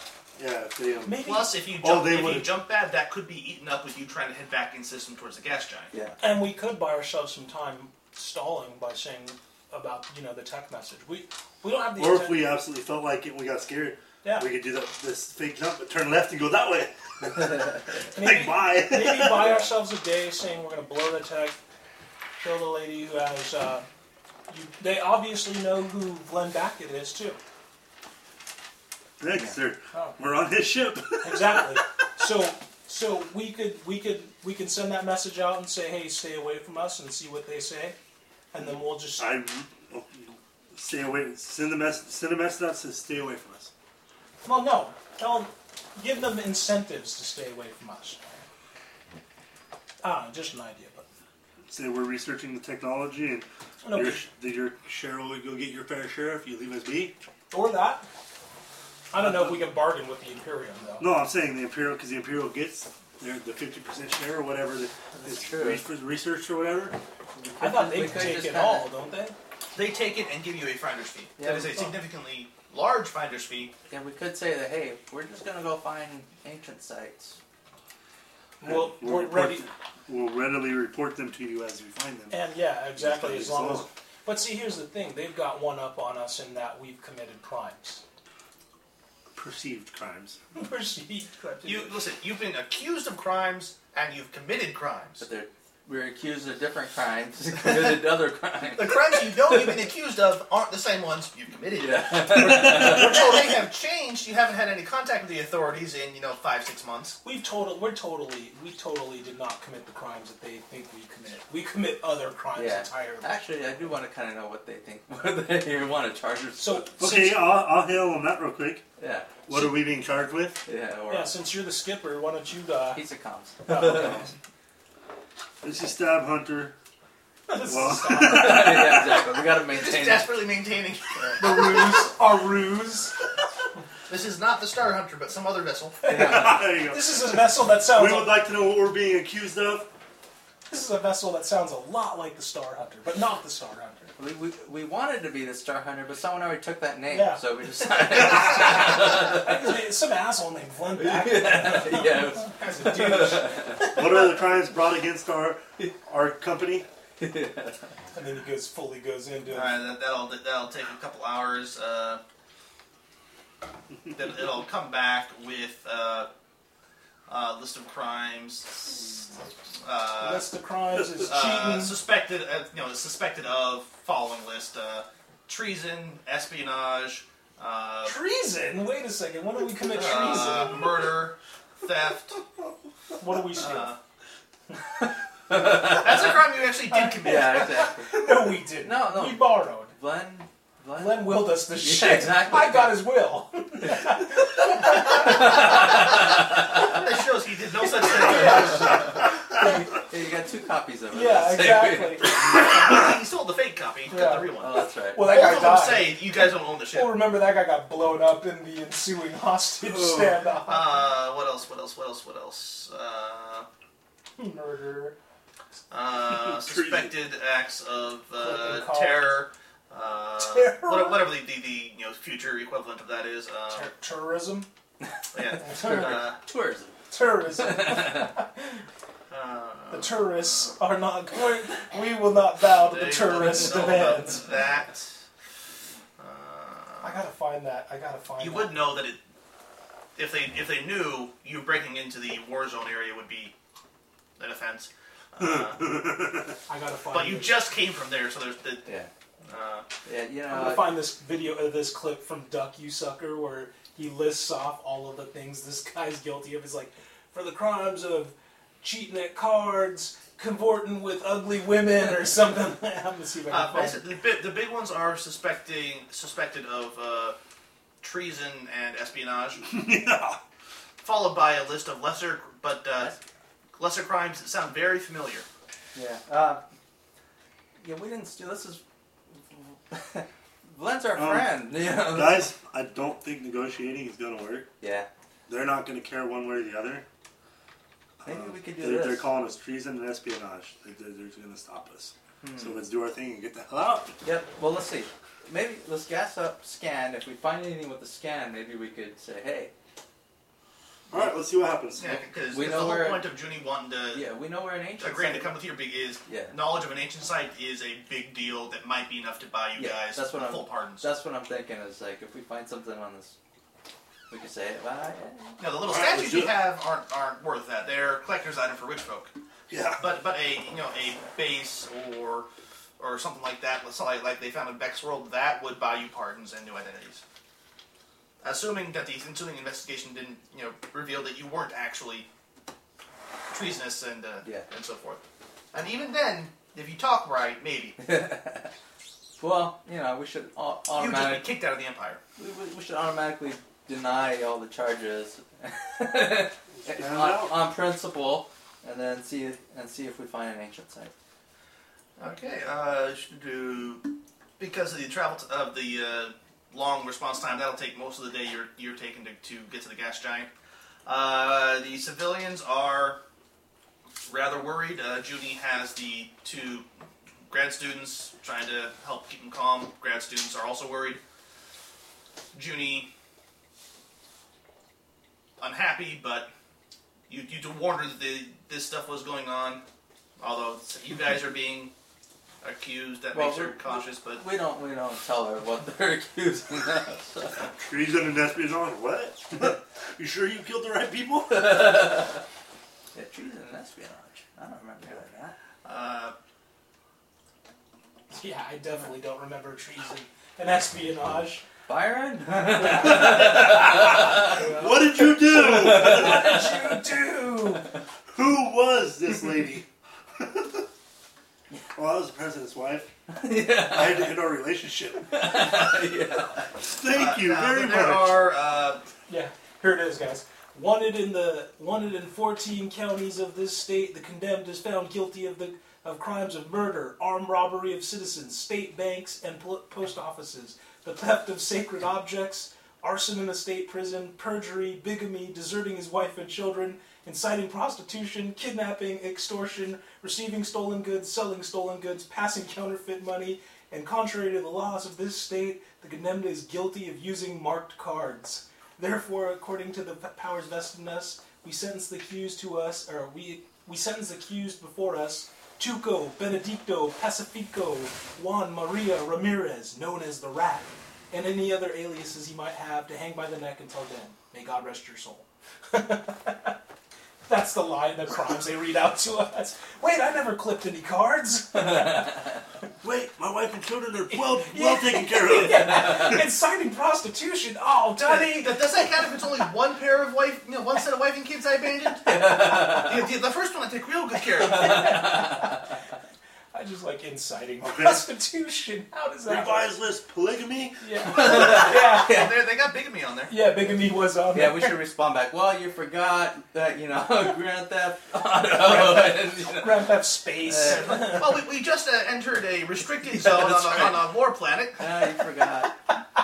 Speaker 3: yeah, they, um,
Speaker 1: Maybe.
Speaker 4: Plus, if you jump
Speaker 3: Oh, they
Speaker 4: if you
Speaker 3: would've-
Speaker 4: jump bad, that could be eaten up with you trying to head back in system towards the gas giant.
Speaker 2: yeah.
Speaker 1: And we could buy ourselves some time stalling by saying about you know the tech message. We we don't have the
Speaker 3: or if
Speaker 1: intent-
Speaker 3: we absolutely felt like it, and we got scared.
Speaker 1: yeah
Speaker 3: We could do that. This fake jump, but turn left and go that way. like
Speaker 1: maybe,
Speaker 3: bye.
Speaker 1: maybe buy ourselves a day saying we're gonna blow the tech, kill the lady who has. Uh, you, they obviously know who Glenn Backett is too.
Speaker 3: Thanks, sir.
Speaker 1: Oh.
Speaker 3: We're on his ship.
Speaker 1: Exactly. so so we could we could we can send that message out and say hey stay away from us and see what they say, and then we'll just
Speaker 3: I oh, stay away. Send the message. Send a message that says stay away from us.
Speaker 1: well no tell 'em- give them incentives to stay away from us. Ah, just an idea, but.
Speaker 3: Say we're researching the technology and
Speaker 1: No,
Speaker 3: your, your share will go get your fair share if you leave us be.
Speaker 1: or that. I don't know if we can bargain with the Imperium though.
Speaker 3: No, I'm saying the Imperial because the Imperial gets their the fifty percent share or whatever the
Speaker 2: That's
Speaker 3: it's
Speaker 2: true.
Speaker 3: re- for research or whatever.
Speaker 1: I thought
Speaker 2: We
Speaker 1: they
Speaker 2: could
Speaker 1: could take
Speaker 2: just
Speaker 1: it
Speaker 2: kinda-
Speaker 1: all, don't they?
Speaker 4: They take it and give you a finder's fee.
Speaker 2: Yeah.
Speaker 4: That is a significantly large finder's fee.
Speaker 2: Yeah, we could say that, hey, we're just gonna go find ancient sites.
Speaker 1: Well,
Speaker 3: We'll
Speaker 1: we're
Speaker 3: report
Speaker 1: ready,
Speaker 3: them- We'll readily report them to you as we find them.
Speaker 1: and yeah, exactly.
Speaker 3: Just
Speaker 1: As long
Speaker 3: so.
Speaker 1: as, but see, here's the thing: they've got one up on us in that we've committed crimes.
Speaker 3: Perceived crimes.
Speaker 1: Proceed.
Speaker 4: You listen. You've been accused of crimes and you've committed crimes.
Speaker 2: But they're, we're accused of different crimes, committed other crimes.
Speaker 4: The crimes you know you've been accused of aren't the same ones you've committed.
Speaker 2: Yeah.
Speaker 4: So they have changed. You haven't had any contact with the authorities in you know five six months.
Speaker 1: We've total. We're totally. We totally did not commit the crimes that they think we commit. We commit other crimes
Speaker 2: Yeah.
Speaker 1: entirely.
Speaker 2: Actually, I do want to kind of know what they think. What they want to charge us.
Speaker 1: So
Speaker 3: Okay,
Speaker 1: since,
Speaker 3: I'll, I'll hail on that real quick.
Speaker 2: yeah,
Speaker 3: What are we being charged with?
Speaker 2: yeah, or
Speaker 1: yeah, since you're the skipper, why don't you? Uh,
Speaker 2: pizza comps.
Speaker 3: This is Stab Hunter. Well,
Speaker 2: yeah, exactly. We gotta maintain.
Speaker 4: Just
Speaker 2: It.
Speaker 4: desperately maintaining.
Speaker 1: the ruse, our ruse.
Speaker 4: This is not the Star Hunter, but some other vessel.
Speaker 2: Yeah.
Speaker 3: there you go.
Speaker 1: This is a vessel that sounds.
Speaker 3: We would like to know what we're being accused of.
Speaker 1: This is a vessel that sounds a lot like the Star Hunter, but not the Star Hunter.
Speaker 2: We, we, we wanted to be the Star Hunter, but someone already took that name,
Speaker 1: Yeah.
Speaker 2: so we decided.
Speaker 1: Actually, Some asshole named Glenn Beck.
Speaker 2: yeah, it was-
Speaker 1: That's a douche.
Speaker 3: What are the crimes brought against our our company?
Speaker 1: And then he goes fully goes into
Speaker 4: All
Speaker 1: it.
Speaker 4: right, that, that'll that'll take a couple hours. Uh, then it'll come back with uh, uh, list of crimes. Uh,
Speaker 1: That's the crimes is
Speaker 4: uh,
Speaker 1: cheating.
Speaker 4: suspected, uh, you know, suspected of following list: uh, treason, espionage, uh,
Speaker 1: treason? Wait a second. When do we commit treason?
Speaker 4: uh, murder, theft.
Speaker 1: What do we steal?
Speaker 4: Uh, that's a crime you actually did commit.
Speaker 2: Yeah, exactly.
Speaker 1: no, we didn't.
Speaker 2: No, no.
Speaker 1: We borrowed.
Speaker 2: Glenn. Glenn.
Speaker 1: Len willed us this
Speaker 2: Yeah,
Speaker 1: shit.
Speaker 2: exactly.
Speaker 1: I got his will.
Speaker 4: That shows he did no such thing.
Speaker 2: Yeah, you got two copies of it.
Speaker 1: yeah,
Speaker 2: That's it.
Speaker 1: exactly.
Speaker 4: he sold the fake copy. He
Speaker 1: Yeah.
Speaker 4: got the real one.
Speaker 2: Oh, that's right.
Speaker 1: Well, that
Speaker 4: Both
Speaker 1: guy
Speaker 4: of them
Speaker 1: died.
Speaker 4: say you guys don't own the ship.
Speaker 1: Well, remember that guy got blown up in the ensuing hostage
Speaker 3: Oh.
Speaker 1: standoff.
Speaker 4: Uh, what else? What else? What else? What else? Uh,
Speaker 1: Murder.
Speaker 4: uh, suspected acts of uh,
Speaker 1: Fucking call.
Speaker 4: terror. Uh,
Speaker 1: Terror?
Speaker 4: what- Whatever the, the, the you know future equivalent of that is. Uh,
Speaker 1: Ter- terrorism.
Speaker 4: yeah.
Speaker 1: Ter-
Speaker 4: Uh,
Speaker 2: Tourism.
Speaker 1: terrorism.
Speaker 4: uh,
Speaker 1: The tourists are not going. We will not bow to
Speaker 4: they
Speaker 1: the tourists'
Speaker 4: wouldn't know about
Speaker 1: demands.
Speaker 4: That.
Speaker 1: I
Speaker 4: Uh,
Speaker 1: gotta find that. I gotta find.
Speaker 4: you
Speaker 1: that.
Speaker 4: would know that it. If they if they knew you breaking into the war zone area would be an offense. Uh,
Speaker 1: I gotta find.
Speaker 4: but you
Speaker 1: this.
Speaker 4: just came from there, so there's the.
Speaker 2: Yeah.
Speaker 4: Uh,
Speaker 2: Yeah, you
Speaker 1: I'm gonna
Speaker 2: know.
Speaker 1: find this video, uh, this clip from Duck You Sucker, where he lists off all of the things this guy's guilty of. He's like, for the crimes of cheating at cards, convorting with ugly women, or something. I'm gonna see if I
Speaker 4: Uh,
Speaker 1: can find. it.
Speaker 4: basically, the, big, the big ones are suspecting suspected of uh, treason and espionage,
Speaker 3: yeah.
Speaker 4: followed by a list of lesser but uh, lesser crimes that sound very familiar.
Speaker 2: Yeah. Uh, yeah, we didn't steal. This is. Glenn's our
Speaker 3: Um,
Speaker 2: friend. Yeah.
Speaker 3: Guys, I don't think negotiating is going to work.
Speaker 2: Yeah.
Speaker 3: They're not going to care one way or the other.
Speaker 2: Maybe
Speaker 3: Um,
Speaker 2: we could do
Speaker 3: they're,
Speaker 2: this.
Speaker 3: They're calling us treason and espionage. They, they're they're just going to stop us.
Speaker 2: Hmm.
Speaker 3: So let's do our thing and get the hell out.
Speaker 2: Yep. Well, let's see. Maybe let's gas up scan. If we find anything with the scan, maybe we could say, hey,
Speaker 3: All right, let's see what happens.
Speaker 4: Yeah, because
Speaker 2: We
Speaker 4: the
Speaker 2: know
Speaker 4: whole
Speaker 2: where-
Speaker 4: point of Junie wanting to
Speaker 2: yeah, we know we're an ancient.
Speaker 4: agreeing to
Speaker 2: site.
Speaker 4: come with your big is
Speaker 2: Yeah.
Speaker 4: knowledge of an ancient site is a big deal that might be enough to buy you
Speaker 2: Yeah,
Speaker 4: guys
Speaker 2: that's what I'm-
Speaker 4: full pardons.
Speaker 2: That's what I'm thinking. Is like if we find something on this, we could say, well, I-
Speaker 4: now the little
Speaker 3: All right,
Speaker 4: statues
Speaker 3: let's
Speaker 4: you
Speaker 3: do it.
Speaker 4: have aren't aren't worth that. They're collector's item for rich folk.
Speaker 3: Yeah.
Speaker 4: But but a you know a base or or something like that, let's say like they found in Beck's world, that would buy you pardons and new identities. Assuming that the ensuing investigation didn't you know reveal that you weren't actually treasonous and uh,
Speaker 2: Yeah.
Speaker 4: and so forth. And even then, if you talk right, maybe
Speaker 2: well, you know, we should au-
Speaker 4: you would just be
Speaker 2: automatic.
Speaker 4: kicked out of the empire.
Speaker 2: We, we- we should automatically deny all the charges
Speaker 3: Found
Speaker 2: on,
Speaker 3: out.
Speaker 2: on principle, and then see if- and see if we find an ancient site.
Speaker 4: Okay, uh, should do because of the travel t- of the uh, long response time. That'll take most of the day you're you're taking to, to get to the gas giant. Uh, the civilians are rather worried. Uh, Judy has the two grad students trying to help keep them calm. Grad students are also worried. Junie unhappy, but you you do warn her that the, this stuff was going on. Although you guys are being accused, that
Speaker 2: Well,
Speaker 4: makes her
Speaker 2: we're-
Speaker 4: cautious. But
Speaker 2: We don't we don't tell her what they're accusing us. of.
Speaker 3: Treason and espionage. What? you sure you killed the right people?
Speaker 2: Yeah, treason and espionage. I don't remember that.
Speaker 4: uh,
Speaker 1: Yeah, I definitely don't remember treason and espionage.
Speaker 2: Byron?
Speaker 3: what did you do?
Speaker 1: What did you do?
Speaker 3: Who was this lady? well, I was the president's wife.
Speaker 2: yeah.
Speaker 3: I had to end our relationship.
Speaker 2: yeah.
Speaker 3: Thank you
Speaker 4: uh,
Speaker 3: very
Speaker 4: there
Speaker 3: much.
Speaker 4: are uh,
Speaker 1: Yeah, here it is, guys. Wanted in the wanted in 14 counties of this state, the condemned is found guilty of the of crimes of murder, armed robbery of citizens, state banks and pol- post offices, the theft of sacred objects, arson in a state prison, perjury, bigamy, deserting his wife and children, inciting prostitution, kidnapping, extortion, receiving stolen goods, selling stolen goods, passing counterfeit money, and contrary to the laws of this state, the condemned is guilty of using marked cards. Therefore, according to the p- powers vested in us, we sentence the accused to us, or we we sentence the accused before us. Chuco, Benedicto, Pacifico, Juan Maria Ramirez, known as the Rat, and any other aliases he might have, to hang by the neck until then. May God rest your soul. That's the line, the crimes they read out to us. Wait, I never clipped any cards.
Speaker 3: Wait, my wife and children are well well taken care of.
Speaker 1: Inciting prostitution. Oh, Dunny.
Speaker 4: Does that count if it's only one pair of wife, you know, one set of wife and kids I abandoned? the, the, the first one I take real good care of.
Speaker 1: I just like inciting
Speaker 3: Okay.
Speaker 1: prostitution. How does that?
Speaker 3: Revised list: polygamy.
Speaker 1: Yeah. yeah.
Speaker 14: Yeah, they they got bigamy on there.
Speaker 1: Yeah, bigamy was on
Speaker 2: Yeah,
Speaker 1: there.
Speaker 2: we should respond back. Well, you forgot that you know Grand Theft Auto. and, you know.
Speaker 1: Grand Theft Space.
Speaker 4: Well, we, we just uh, entered a restricted zone on,
Speaker 2: that's
Speaker 4: a,
Speaker 2: right.
Speaker 4: on a war planet.
Speaker 2: Ah, you forgot.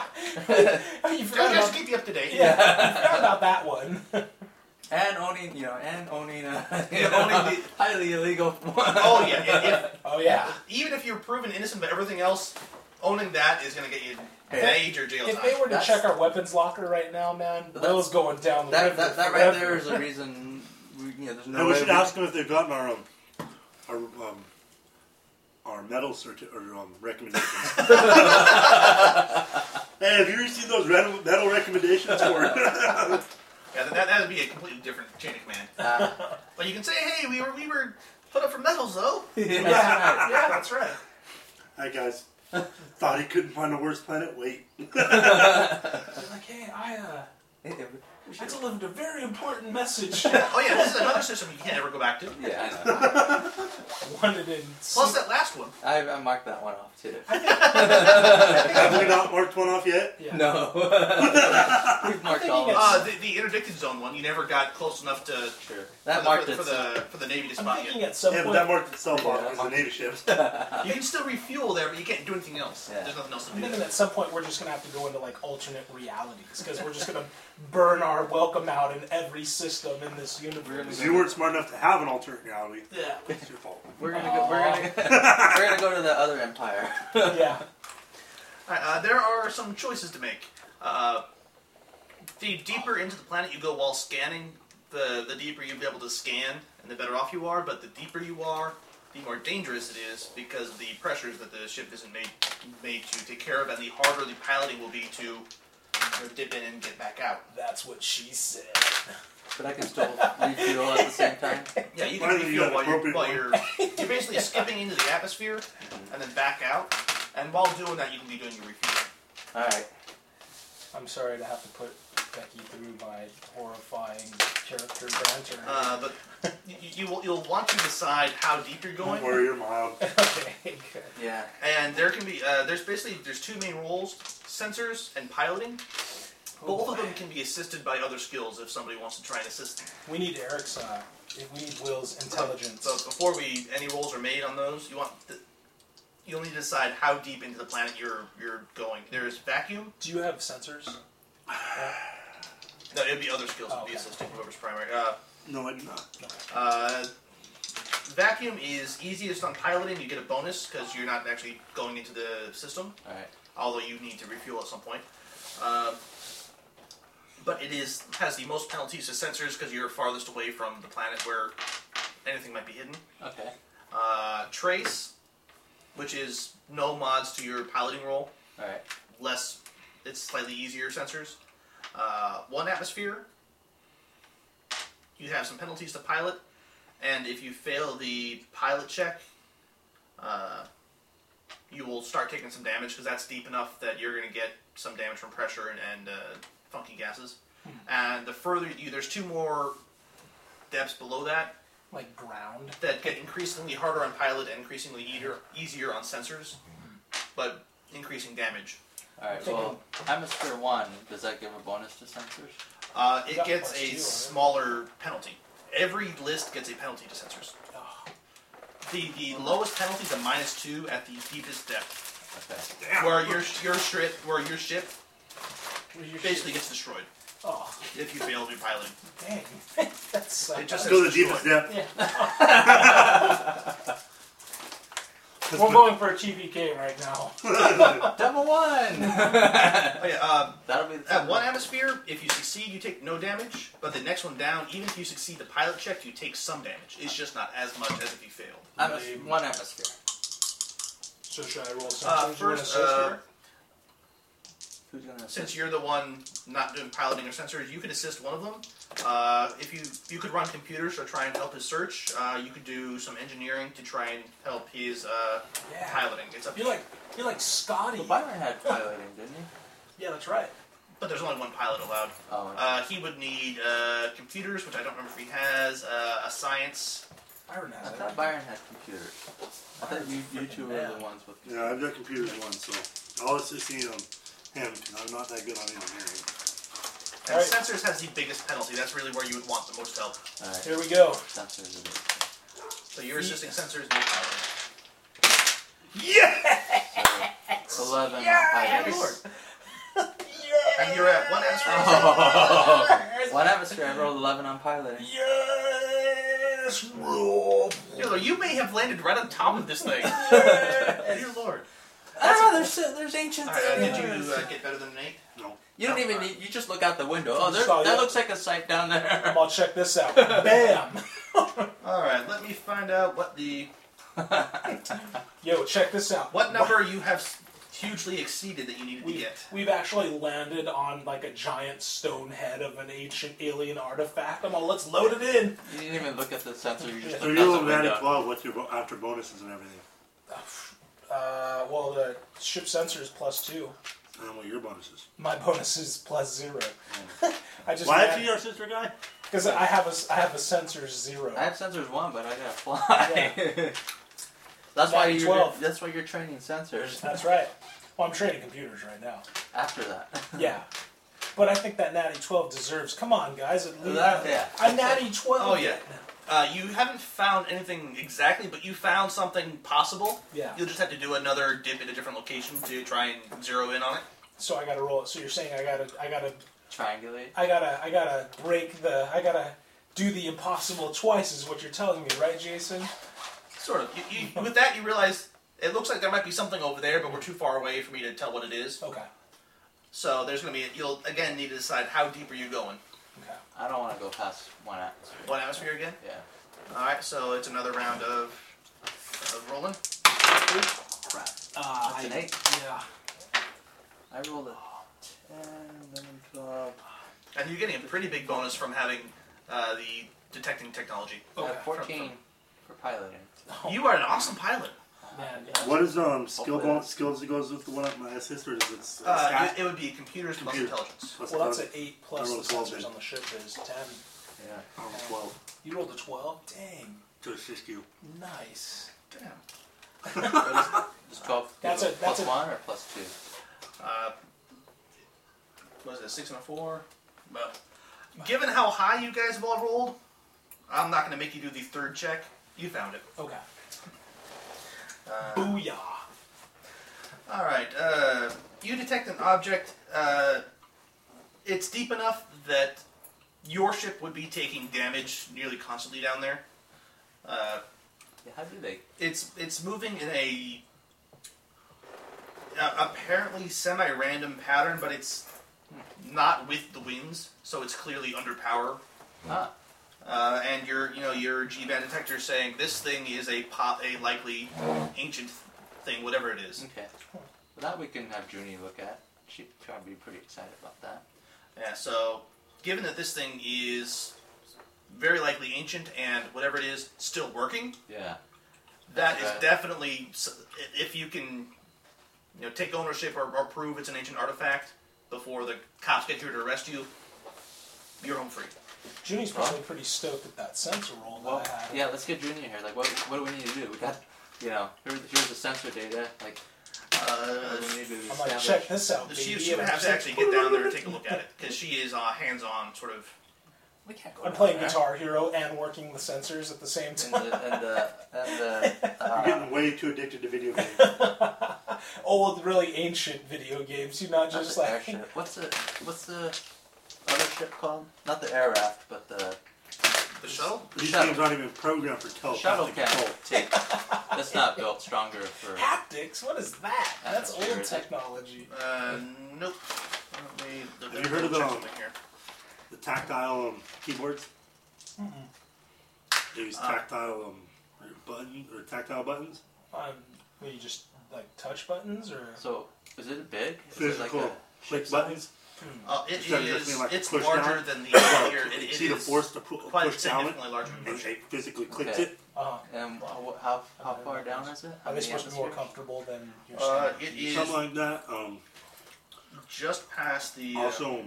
Speaker 1: Oh, you forgot
Speaker 4: Just, just
Speaker 1: about,
Speaker 4: to keep you up to date.
Speaker 1: yeah, you forgot about that one.
Speaker 2: And owning, you know, and owning a you
Speaker 14: Yeah,
Speaker 2: know,
Speaker 14: owning
Speaker 2: highly illegal.
Speaker 4: Oh yeah, yeah,
Speaker 1: Oh yeah.
Speaker 4: yeah. Even if you're proven innocent by everything else, owning that is going to get you
Speaker 2: Hey,
Speaker 4: major jail
Speaker 1: If
Speaker 4: time.
Speaker 1: they were to
Speaker 2: That's-
Speaker 1: check our weapons locker right now, man,
Speaker 2: That's-
Speaker 1: Will's going down the
Speaker 2: That,
Speaker 1: river.
Speaker 2: that, that right
Speaker 1: forever.
Speaker 2: there is a reason. We, you know, there's no
Speaker 3: No, we
Speaker 2: way
Speaker 3: should
Speaker 2: we-
Speaker 3: ask them if they've gotten our um, our um, our medal certi- or um, recommendations. hey, have you received those red- medal recommendations? Or
Speaker 4: Yeah, that that would be a completely different chain of command.
Speaker 2: Ah,
Speaker 4: But you can say, hey, we were we were put up for medals though.
Speaker 2: yeah,
Speaker 1: Yeah,
Speaker 2: that's right.
Speaker 1: yeah, that's right.
Speaker 3: hi guys, thought he couldn't find a worse planet. Wait,
Speaker 1: They're like, hey, I uh,
Speaker 2: Yeah, we
Speaker 1: I
Speaker 2: should-
Speaker 1: delivered a very important message.
Speaker 4: Oh yeah, this is another system you can't ever go back to.
Speaker 2: yeah, I know.
Speaker 1: Wanted in.
Speaker 4: Plus that last one.
Speaker 2: I, I marked that one off too.
Speaker 3: have we not marked one off yet?
Speaker 1: Yeah.
Speaker 2: No, we've marked
Speaker 1: thinking
Speaker 2: all.
Speaker 1: it's-
Speaker 2: of
Speaker 4: Uh, the, the interdicted zone one, you never got close enough to
Speaker 2: them. Sure. That
Speaker 4: for,
Speaker 2: marked
Speaker 4: the, for,
Speaker 2: it.
Speaker 4: the for the navy to
Speaker 1: I'm
Speaker 4: spot
Speaker 1: thinking
Speaker 4: you.
Speaker 1: at some
Speaker 3: yeah, but
Speaker 1: point.
Speaker 3: that marked itself off
Speaker 2: Yeah,
Speaker 3: because the Navy ships.
Speaker 4: You can still refuel there, but you can't do anything else.
Speaker 2: Uh, Yeah.
Speaker 4: There's nothing else to
Speaker 1: I'm
Speaker 4: do.
Speaker 1: thinking at some point we're just gonna have to go into like alternate realities because we're just gonna burn our welcome out in every system in this universe.
Speaker 3: you weren't smart enough to have an alternate reality.
Speaker 1: Yeah.
Speaker 3: It's your fault.
Speaker 2: We're gonna go. We're gonna. we're gonna go to the other empire.
Speaker 1: Yeah.
Speaker 4: All right, uh, there are some choices to make. Uh, the deeper into the planet you go while scanning, the, the deeper you'll be able to scan, and the better off you are. But the deeper you are, the more dangerous it is because of the pressures that the ship isn't made made to take care of, and the harder the piloting will be to you know, dip in and get back out.
Speaker 1: That's what she said.
Speaker 2: But I can still refuel at the same time.
Speaker 4: Yeah, you
Speaker 3: Why
Speaker 4: can
Speaker 3: don't you
Speaker 4: refuel
Speaker 3: got
Speaker 4: while you're,
Speaker 3: appropriate
Speaker 4: while you're you're basically skipping into the atmosphere and then back out. And while doing that, you can be doing your refueling.
Speaker 2: All right.
Speaker 1: I'm sorry to have to put Becky through my horrifying character banter.
Speaker 4: Uh, but you, you will, you'll want to decide how deep you're
Speaker 3: Don't
Speaker 4: going,
Speaker 3: worry, you're mild.
Speaker 1: okay, good.
Speaker 2: Yeah.
Speaker 4: and there can be uh, there's basically there's two main roles: sensors and piloting.
Speaker 1: Oh
Speaker 4: Both of them can be assisted by other skills if somebody wants to try and assist them.
Speaker 1: We need Eric's. Uh, we need Will's intelligence.
Speaker 4: So before we any rolls are made on those, you want the, you'll need to decide how deep into the planet you're you're going. There's vacuum.
Speaker 1: Do you have sensors?
Speaker 4: No, it'd be other skills would
Speaker 1: Oh,
Speaker 4: be
Speaker 1: okay.
Speaker 4: assisting whoever's primary. Uh,
Speaker 3: No, I did not.
Speaker 4: Uh, vacuum is easiest on piloting. You get a bonus because you're not actually going into the system,
Speaker 2: All right.
Speaker 4: although you need to refuel at some point. Um, but it is has the most penalties to sensors because you're farthest away from the planet where anything might be hidden.
Speaker 2: Okay.
Speaker 4: Uh, trace, which is no mods to your piloting roll,
Speaker 2: All right.
Speaker 4: less it's slightly easier sensors. Uh, one atmosphere. You have some penalties to pilot, and if you fail the pilot check, uh, you will start taking some damage because that's deep enough that you're going to get some damage from pressure and, and uh, funky gases. And the further you, there's two more depths below that
Speaker 1: Like ground?
Speaker 4: that get increasingly harder on pilot and increasingly eater, easier on sensors, but increasing damage.
Speaker 2: All right. Well, hemisphere one. Does that give a bonus to sensors?
Speaker 4: Uh,
Speaker 1: You
Speaker 4: it
Speaker 1: got
Speaker 4: gets
Speaker 1: plus
Speaker 4: a
Speaker 1: two, right?
Speaker 4: smaller penalty. Every list gets a penalty to sensors.
Speaker 1: Oh,
Speaker 4: The the lowest penalty is a minus two at the deepest depth,
Speaker 2: Okay.
Speaker 3: Damn.
Speaker 4: where your your ship where your ship
Speaker 1: well, you're
Speaker 4: basically gets destroyed
Speaker 1: Oh,
Speaker 4: if you fail to be piloting.
Speaker 1: dang. that sucks.
Speaker 4: It just
Speaker 3: Go to the
Speaker 4: destroyed.
Speaker 3: deepest depth.
Speaker 1: We're going for a TVK right now.
Speaker 2: Double one.
Speaker 4: Oh, yeah, uh,
Speaker 2: That'll be the
Speaker 4: at one atmosphere, if you succeed, you take no damage. But the next one down, even if you succeed the pilot check, you take some damage. It's just not as much as if you failed.
Speaker 2: Atmos- one atmosphere.
Speaker 1: So should I roll sensors?
Speaker 4: Uh,
Speaker 1: or
Speaker 4: first,
Speaker 1: an
Speaker 4: uh,
Speaker 1: assist
Speaker 2: Who's gonna?
Speaker 4: since you're the one not doing piloting or sensors, you can assist one of them. Uh, if you you could run computers to try and help his search, uh, you could do some engineering to try and help his uh,
Speaker 1: Yeah.
Speaker 4: piloting. It's up to
Speaker 1: You're like you're like Scotty.
Speaker 2: The Byron had piloting, didn't he?
Speaker 1: Yeah, that's right.
Speaker 4: but there's only one pilot allowed.
Speaker 2: Oh,
Speaker 4: Uh, he would need uh, computers, which I don't remember if he has. Uh, a science.
Speaker 1: Byron
Speaker 2: I
Speaker 1: has it.
Speaker 2: thought Byron had computers. I thought you, you two were the ones with
Speaker 3: Yeah, I've got computers one, so I'll assist him, um, him, because I'm not that good on engineering.
Speaker 4: And
Speaker 1: Alright.
Speaker 4: sensors has the biggest penalty. That's really where you would want the most help.
Speaker 2: Alright,
Speaker 1: Here we go.
Speaker 2: sensors are
Speaker 4: So you're assisting sensors. and you're piloting.
Speaker 2: good. So, 11 on
Speaker 4: Good lord.
Speaker 2: pilots.
Speaker 4: And you're at one answer.
Speaker 2: Oh, one atmosphere, I rolled 11 on piloting.
Speaker 1: Yes, roll.
Speaker 4: Yo, you may have landed right on top of this thing. Dear lord.
Speaker 2: Ah, there's, there's ancient
Speaker 4: Alright, uh, did you
Speaker 2: things.
Speaker 4: uh, get better than an eight?
Speaker 2: You don't even need, you just look out the window.
Speaker 1: From
Speaker 2: Oh,
Speaker 1: the
Speaker 2: there,
Speaker 1: sky,
Speaker 2: that
Speaker 1: yeah.
Speaker 2: looks like a site down there.
Speaker 1: I'll check this out. Bam.
Speaker 4: Alright, let me find out what the
Speaker 1: Yo, check this out.
Speaker 4: what number you have s- hugely exceeded that you needed to
Speaker 1: We've,
Speaker 4: get.
Speaker 1: we've actually landed on like a giant stone head of an ancient alien artifact. I'm all, let's load it in.
Speaker 2: You didn't even look at the sensor, you just
Speaker 3: So
Speaker 2: looked
Speaker 3: you're
Speaker 2: out the
Speaker 3: automatic
Speaker 2: window.
Speaker 3: twelve. What's your bo- after bonuses and everything?
Speaker 1: Uh, well, the ship sensor is plus two.
Speaker 3: I don't know your bonuses.
Speaker 1: My bonus is plus zero. I just
Speaker 3: Why after your sister guy?
Speaker 1: because I have a s- I have a sensor zero.
Speaker 2: I have sensors one, but I gotta fly. that's why
Speaker 1: Nine,
Speaker 2: you're
Speaker 1: 12.
Speaker 2: that's why you're training sensors
Speaker 1: That's right. Well, I'm training computers right now.
Speaker 2: after that.
Speaker 1: Yeah, but I think that Natty twelve deserves. Come on, guys, at least
Speaker 2: That- yeah.
Speaker 1: a Natty twelve.
Speaker 4: Oh, yeah. Uh, you haven't found anything exactly, but you found something possible.
Speaker 1: Yeah.
Speaker 4: You'll just have to do another dip at a different location to try and zero in on it.
Speaker 1: So I gotta roll it. So you're saying I gotta I gotta
Speaker 2: Triangulate.
Speaker 1: I gotta I gotta break the I gotta do the impossible twice is what you're telling me, right, Jason?
Speaker 4: Sort of. You, you, with that, you realize it looks like there might be something over there, but we're too far away for me to tell what it is.
Speaker 1: Okay.
Speaker 4: So there's going to be you'll again need to decide how deep are you going.
Speaker 1: Okay.
Speaker 2: I don't want to go past one atmosphere.
Speaker 4: One atmosphere again.
Speaker 2: Yeah.
Speaker 4: All right, so it's another round of of rolling.
Speaker 2: Crap.
Speaker 1: Uh,
Speaker 2: That's an
Speaker 1: I,
Speaker 2: eight.
Speaker 1: yeah.
Speaker 2: I rolled a 10, 11, 12.
Speaker 4: And you're getting a pretty big bonus from having uh, the detecting technology.
Speaker 2: I
Speaker 1: Okay.
Speaker 2: have 14 for piloting.
Speaker 4: You are an awesome pilot.
Speaker 1: Man,
Speaker 3: What is um skill
Speaker 2: Hopefully.
Speaker 3: bon- skills that goes with the one at my sister? Is it's uh,
Speaker 4: Uh,
Speaker 3: stat?
Speaker 4: it, it would be computers plus
Speaker 3: Computer.
Speaker 4: intelligence.
Speaker 3: Plus
Speaker 1: Well, that's an
Speaker 3: bonus.
Speaker 1: eight plus
Speaker 3: I
Speaker 1: the
Speaker 3: rolled a 12
Speaker 1: sensors
Speaker 3: then.
Speaker 1: on the ship is ten.
Speaker 2: Yeah.
Speaker 3: I rolled a twelve
Speaker 1: You rolled a twelve. Dang.
Speaker 3: Oh, to assist you.
Speaker 1: Nice.
Speaker 4: Damn.
Speaker 2: What is, is 12
Speaker 1: That's a-
Speaker 2: plus
Speaker 1: that's a-
Speaker 2: 1 or plus 2?
Speaker 4: Uh, what is it? Six and a four. Well, given how high you guys have all rolled, I'm not going to make you do the third check. You found it.
Speaker 1: Okay.
Speaker 4: Uh,
Speaker 1: Booyah.
Speaker 4: All right. Uh, you detect an object. Uh, it's deep enough that your ship would be taking damage nearly constantly down there. Uh,
Speaker 2: Yeah, how do they?
Speaker 4: it's it's moving in a uh, apparently semi-random pattern, but it's not with the winds, so it's clearly under power.
Speaker 2: Ah,
Speaker 4: Uh, and your you know your G band detector is saying this thing is a pop a likely ancient thing, whatever it is.
Speaker 2: okay. Well, that we can have Junie look at. She'd probably be pretty excited about that.
Speaker 4: Yeah, so given that this thing is very likely ancient and whatever it is still working,
Speaker 2: Yeah.
Speaker 4: that is
Speaker 2: Right.
Speaker 4: definitely s- if you can, you know, take ownership or, or prove it's an ancient artifact before the cops get here to arrest you, you're home free.
Speaker 1: Junie's probably pretty stoked at that sensor roll that
Speaker 2: Well,
Speaker 1: I had.
Speaker 2: yeah, let's get Junior here. Like, what, what do we need to do? We got, you know, here, here's the sensor data. Like,
Speaker 4: Uh,
Speaker 2: what do we need to
Speaker 1: I'm
Speaker 2: establish?
Speaker 1: like, check this out, baby.
Speaker 4: she, she would
Speaker 1: And I'm
Speaker 4: have to
Speaker 1: just-
Speaker 4: actually get down there and take a look at it because she is uh, hands-on sort of.
Speaker 2: We can't go
Speaker 1: I'm
Speaker 2: down
Speaker 1: playing
Speaker 2: there.
Speaker 1: Guitar Hero and working the sensors at the same
Speaker 2: And
Speaker 1: time.
Speaker 2: the, and the, and the,
Speaker 3: You're
Speaker 2: uh,
Speaker 3: getting way too addicted to video games.
Speaker 1: Old, really ancient video games. You're not
Speaker 2: not
Speaker 1: just
Speaker 2: the
Speaker 1: like
Speaker 2: airship. What's the, what's the other ship called? Not the air raft, but the,
Speaker 4: The shuttle?
Speaker 2: the
Speaker 3: These
Speaker 2: shuttle.
Speaker 3: games aren't even programmed for Oh,
Speaker 2: Shuttle
Speaker 3: telepathic
Speaker 2: cannon.
Speaker 3: control.
Speaker 2: Take. That's not built stronger for.
Speaker 1: haptics. What is that? That's
Speaker 2: That's what
Speaker 1: old
Speaker 2: yours is.
Speaker 1: technology.
Speaker 4: Uh, nope. Let me, let me
Speaker 3: you heard of
Speaker 4: check
Speaker 3: the-
Speaker 4: something here.
Speaker 3: The tactile um, keyboards.
Speaker 1: Mm-hmm.
Speaker 3: They use
Speaker 4: Uh.
Speaker 3: tactile um, buttons or tactile buttons.
Speaker 1: Um, will you just like touch buttons or?
Speaker 2: So, is it big? Is it like
Speaker 3: Physical
Speaker 2: a
Speaker 3: click buttons.
Speaker 4: Uh, it
Speaker 3: Instead of just
Speaker 4: is.
Speaker 3: being, like,
Speaker 4: it's
Speaker 3: pushed
Speaker 4: larger
Speaker 3: down.
Speaker 4: than the
Speaker 3: Well,
Speaker 4: here.
Speaker 3: you
Speaker 4: It, it
Speaker 3: see the
Speaker 4: is
Speaker 3: force to pu-
Speaker 4: quite
Speaker 3: push down it,
Speaker 4: significantly larger than
Speaker 3: and
Speaker 4: the
Speaker 3: they physically clicked
Speaker 2: Okay.
Speaker 3: it.
Speaker 1: Uh,
Speaker 2: And how, how, how far down is it? How
Speaker 1: are they
Speaker 2: many
Speaker 1: supposed to be more
Speaker 2: atmospheres?
Speaker 1: comfortable than your
Speaker 4: uh,
Speaker 1: standard?
Speaker 4: It is
Speaker 3: Something like that. Um,
Speaker 4: just past the. uh,
Speaker 3: Also, um,
Speaker 4: what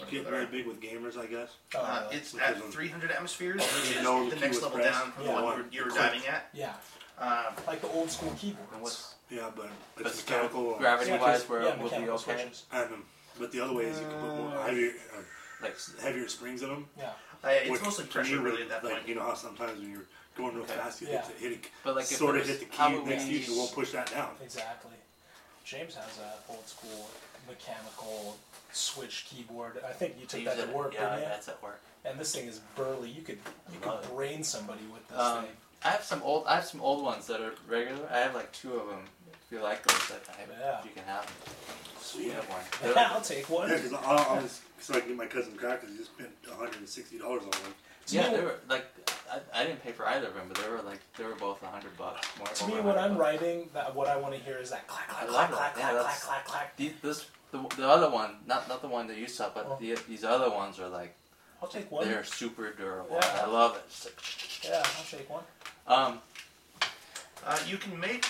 Speaker 4: is
Speaker 3: getting
Speaker 4: it,
Speaker 3: very big with gamers, I guess.
Speaker 4: Uh,
Speaker 1: Uh,
Speaker 4: it's
Speaker 3: Which
Speaker 4: at
Speaker 3: is on-
Speaker 4: 300 atmospheres, which is
Speaker 3: No
Speaker 4: the
Speaker 3: key
Speaker 4: next
Speaker 3: was
Speaker 4: level
Speaker 3: pressed.
Speaker 4: down from
Speaker 1: Yeah,
Speaker 4: the one
Speaker 3: one
Speaker 4: you're, you're
Speaker 3: click.
Speaker 4: diving at.
Speaker 1: yeah,
Speaker 4: Uh,
Speaker 1: like the old school keyboards.
Speaker 2: And what's
Speaker 3: Yeah, but
Speaker 2: But
Speaker 3: it's
Speaker 2: still,
Speaker 3: mechanical. uh,
Speaker 2: gravity wise,
Speaker 1: Yeah,
Speaker 2: where
Speaker 1: yeah,
Speaker 2: we'll be
Speaker 1: mechanical
Speaker 2: okay.
Speaker 1: switches.
Speaker 3: And, um, but the other way is you can put more
Speaker 4: Uh,
Speaker 3: heavier,
Speaker 2: Like,
Speaker 3: uh, heavier springs in them.
Speaker 1: Yeah.
Speaker 4: I- it's
Speaker 3: which
Speaker 4: mostly
Speaker 3: to
Speaker 4: pressure,
Speaker 3: me would,
Speaker 4: really, at that
Speaker 3: like,
Speaker 4: point.
Speaker 3: You know how sometimes when you're going real
Speaker 2: Okay.
Speaker 3: fast, you
Speaker 1: Yeah.
Speaker 3: hit, the, hit it,
Speaker 2: but like if
Speaker 3: sort
Speaker 2: it
Speaker 3: of
Speaker 2: was-
Speaker 3: hit the key
Speaker 2: how would
Speaker 3: next to
Speaker 2: we,
Speaker 3: you, so it won't push that down.
Speaker 1: Exactly. James has a old school mechanical switch keyboard. I think you took
Speaker 2: use
Speaker 1: that to
Speaker 2: it?
Speaker 1: work,
Speaker 2: Yeah,
Speaker 1: didn't you?
Speaker 2: that's at work.
Speaker 1: And this thing is burly. You could you
Speaker 2: Love
Speaker 1: could
Speaker 2: it.
Speaker 1: brain somebody with this
Speaker 2: Um,
Speaker 1: thing.
Speaker 2: I have some old. I have some old ones that are regular. I have like two of them. If you like those, that I have,
Speaker 1: Yeah.
Speaker 2: you can have. Them. You
Speaker 3: Sweet.
Speaker 2: have one. They're like-
Speaker 1: I'll take one.
Speaker 3: Yeah, because I, I was so I can get my cousin crack because he just spent 160 dollars on one.
Speaker 1: To
Speaker 2: yeah,
Speaker 1: me,
Speaker 2: they were like. I, I didn't pay for either of them, but they were like they were both a hundred bucks. More,
Speaker 1: to
Speaker 2: over
Speaker 1: me,
Speaker 2: a
Speaker 1: when
Speaker 2: hundred
Speaker 1: I'm
Speaker 2: bucks.
Speaker 1: writing, that what I want to hear is that clack
Speaker 2: I
Speaker 1: clack
Speaker 2: love
Speaker 1: clack clack
Speaker 2: that. Yeah,
Speaker 1: clack clack
Speaker 2: that's-
Speaker 1: clack clack.
Speaker 2: The, this the, the other one, not not the one that you saw, but
Speaker 1: Oh.
Speaker 2: the, these other ones are like
Speaker 1: I'll take one.
Speaker 2: they're super durable.
Speaker 1: Yeah.
Speaker 2: I love it. It's like-
Speaker 1: Yeah, I'll take one.
Speaker 2: um,
Speaker 4: Uh, you can make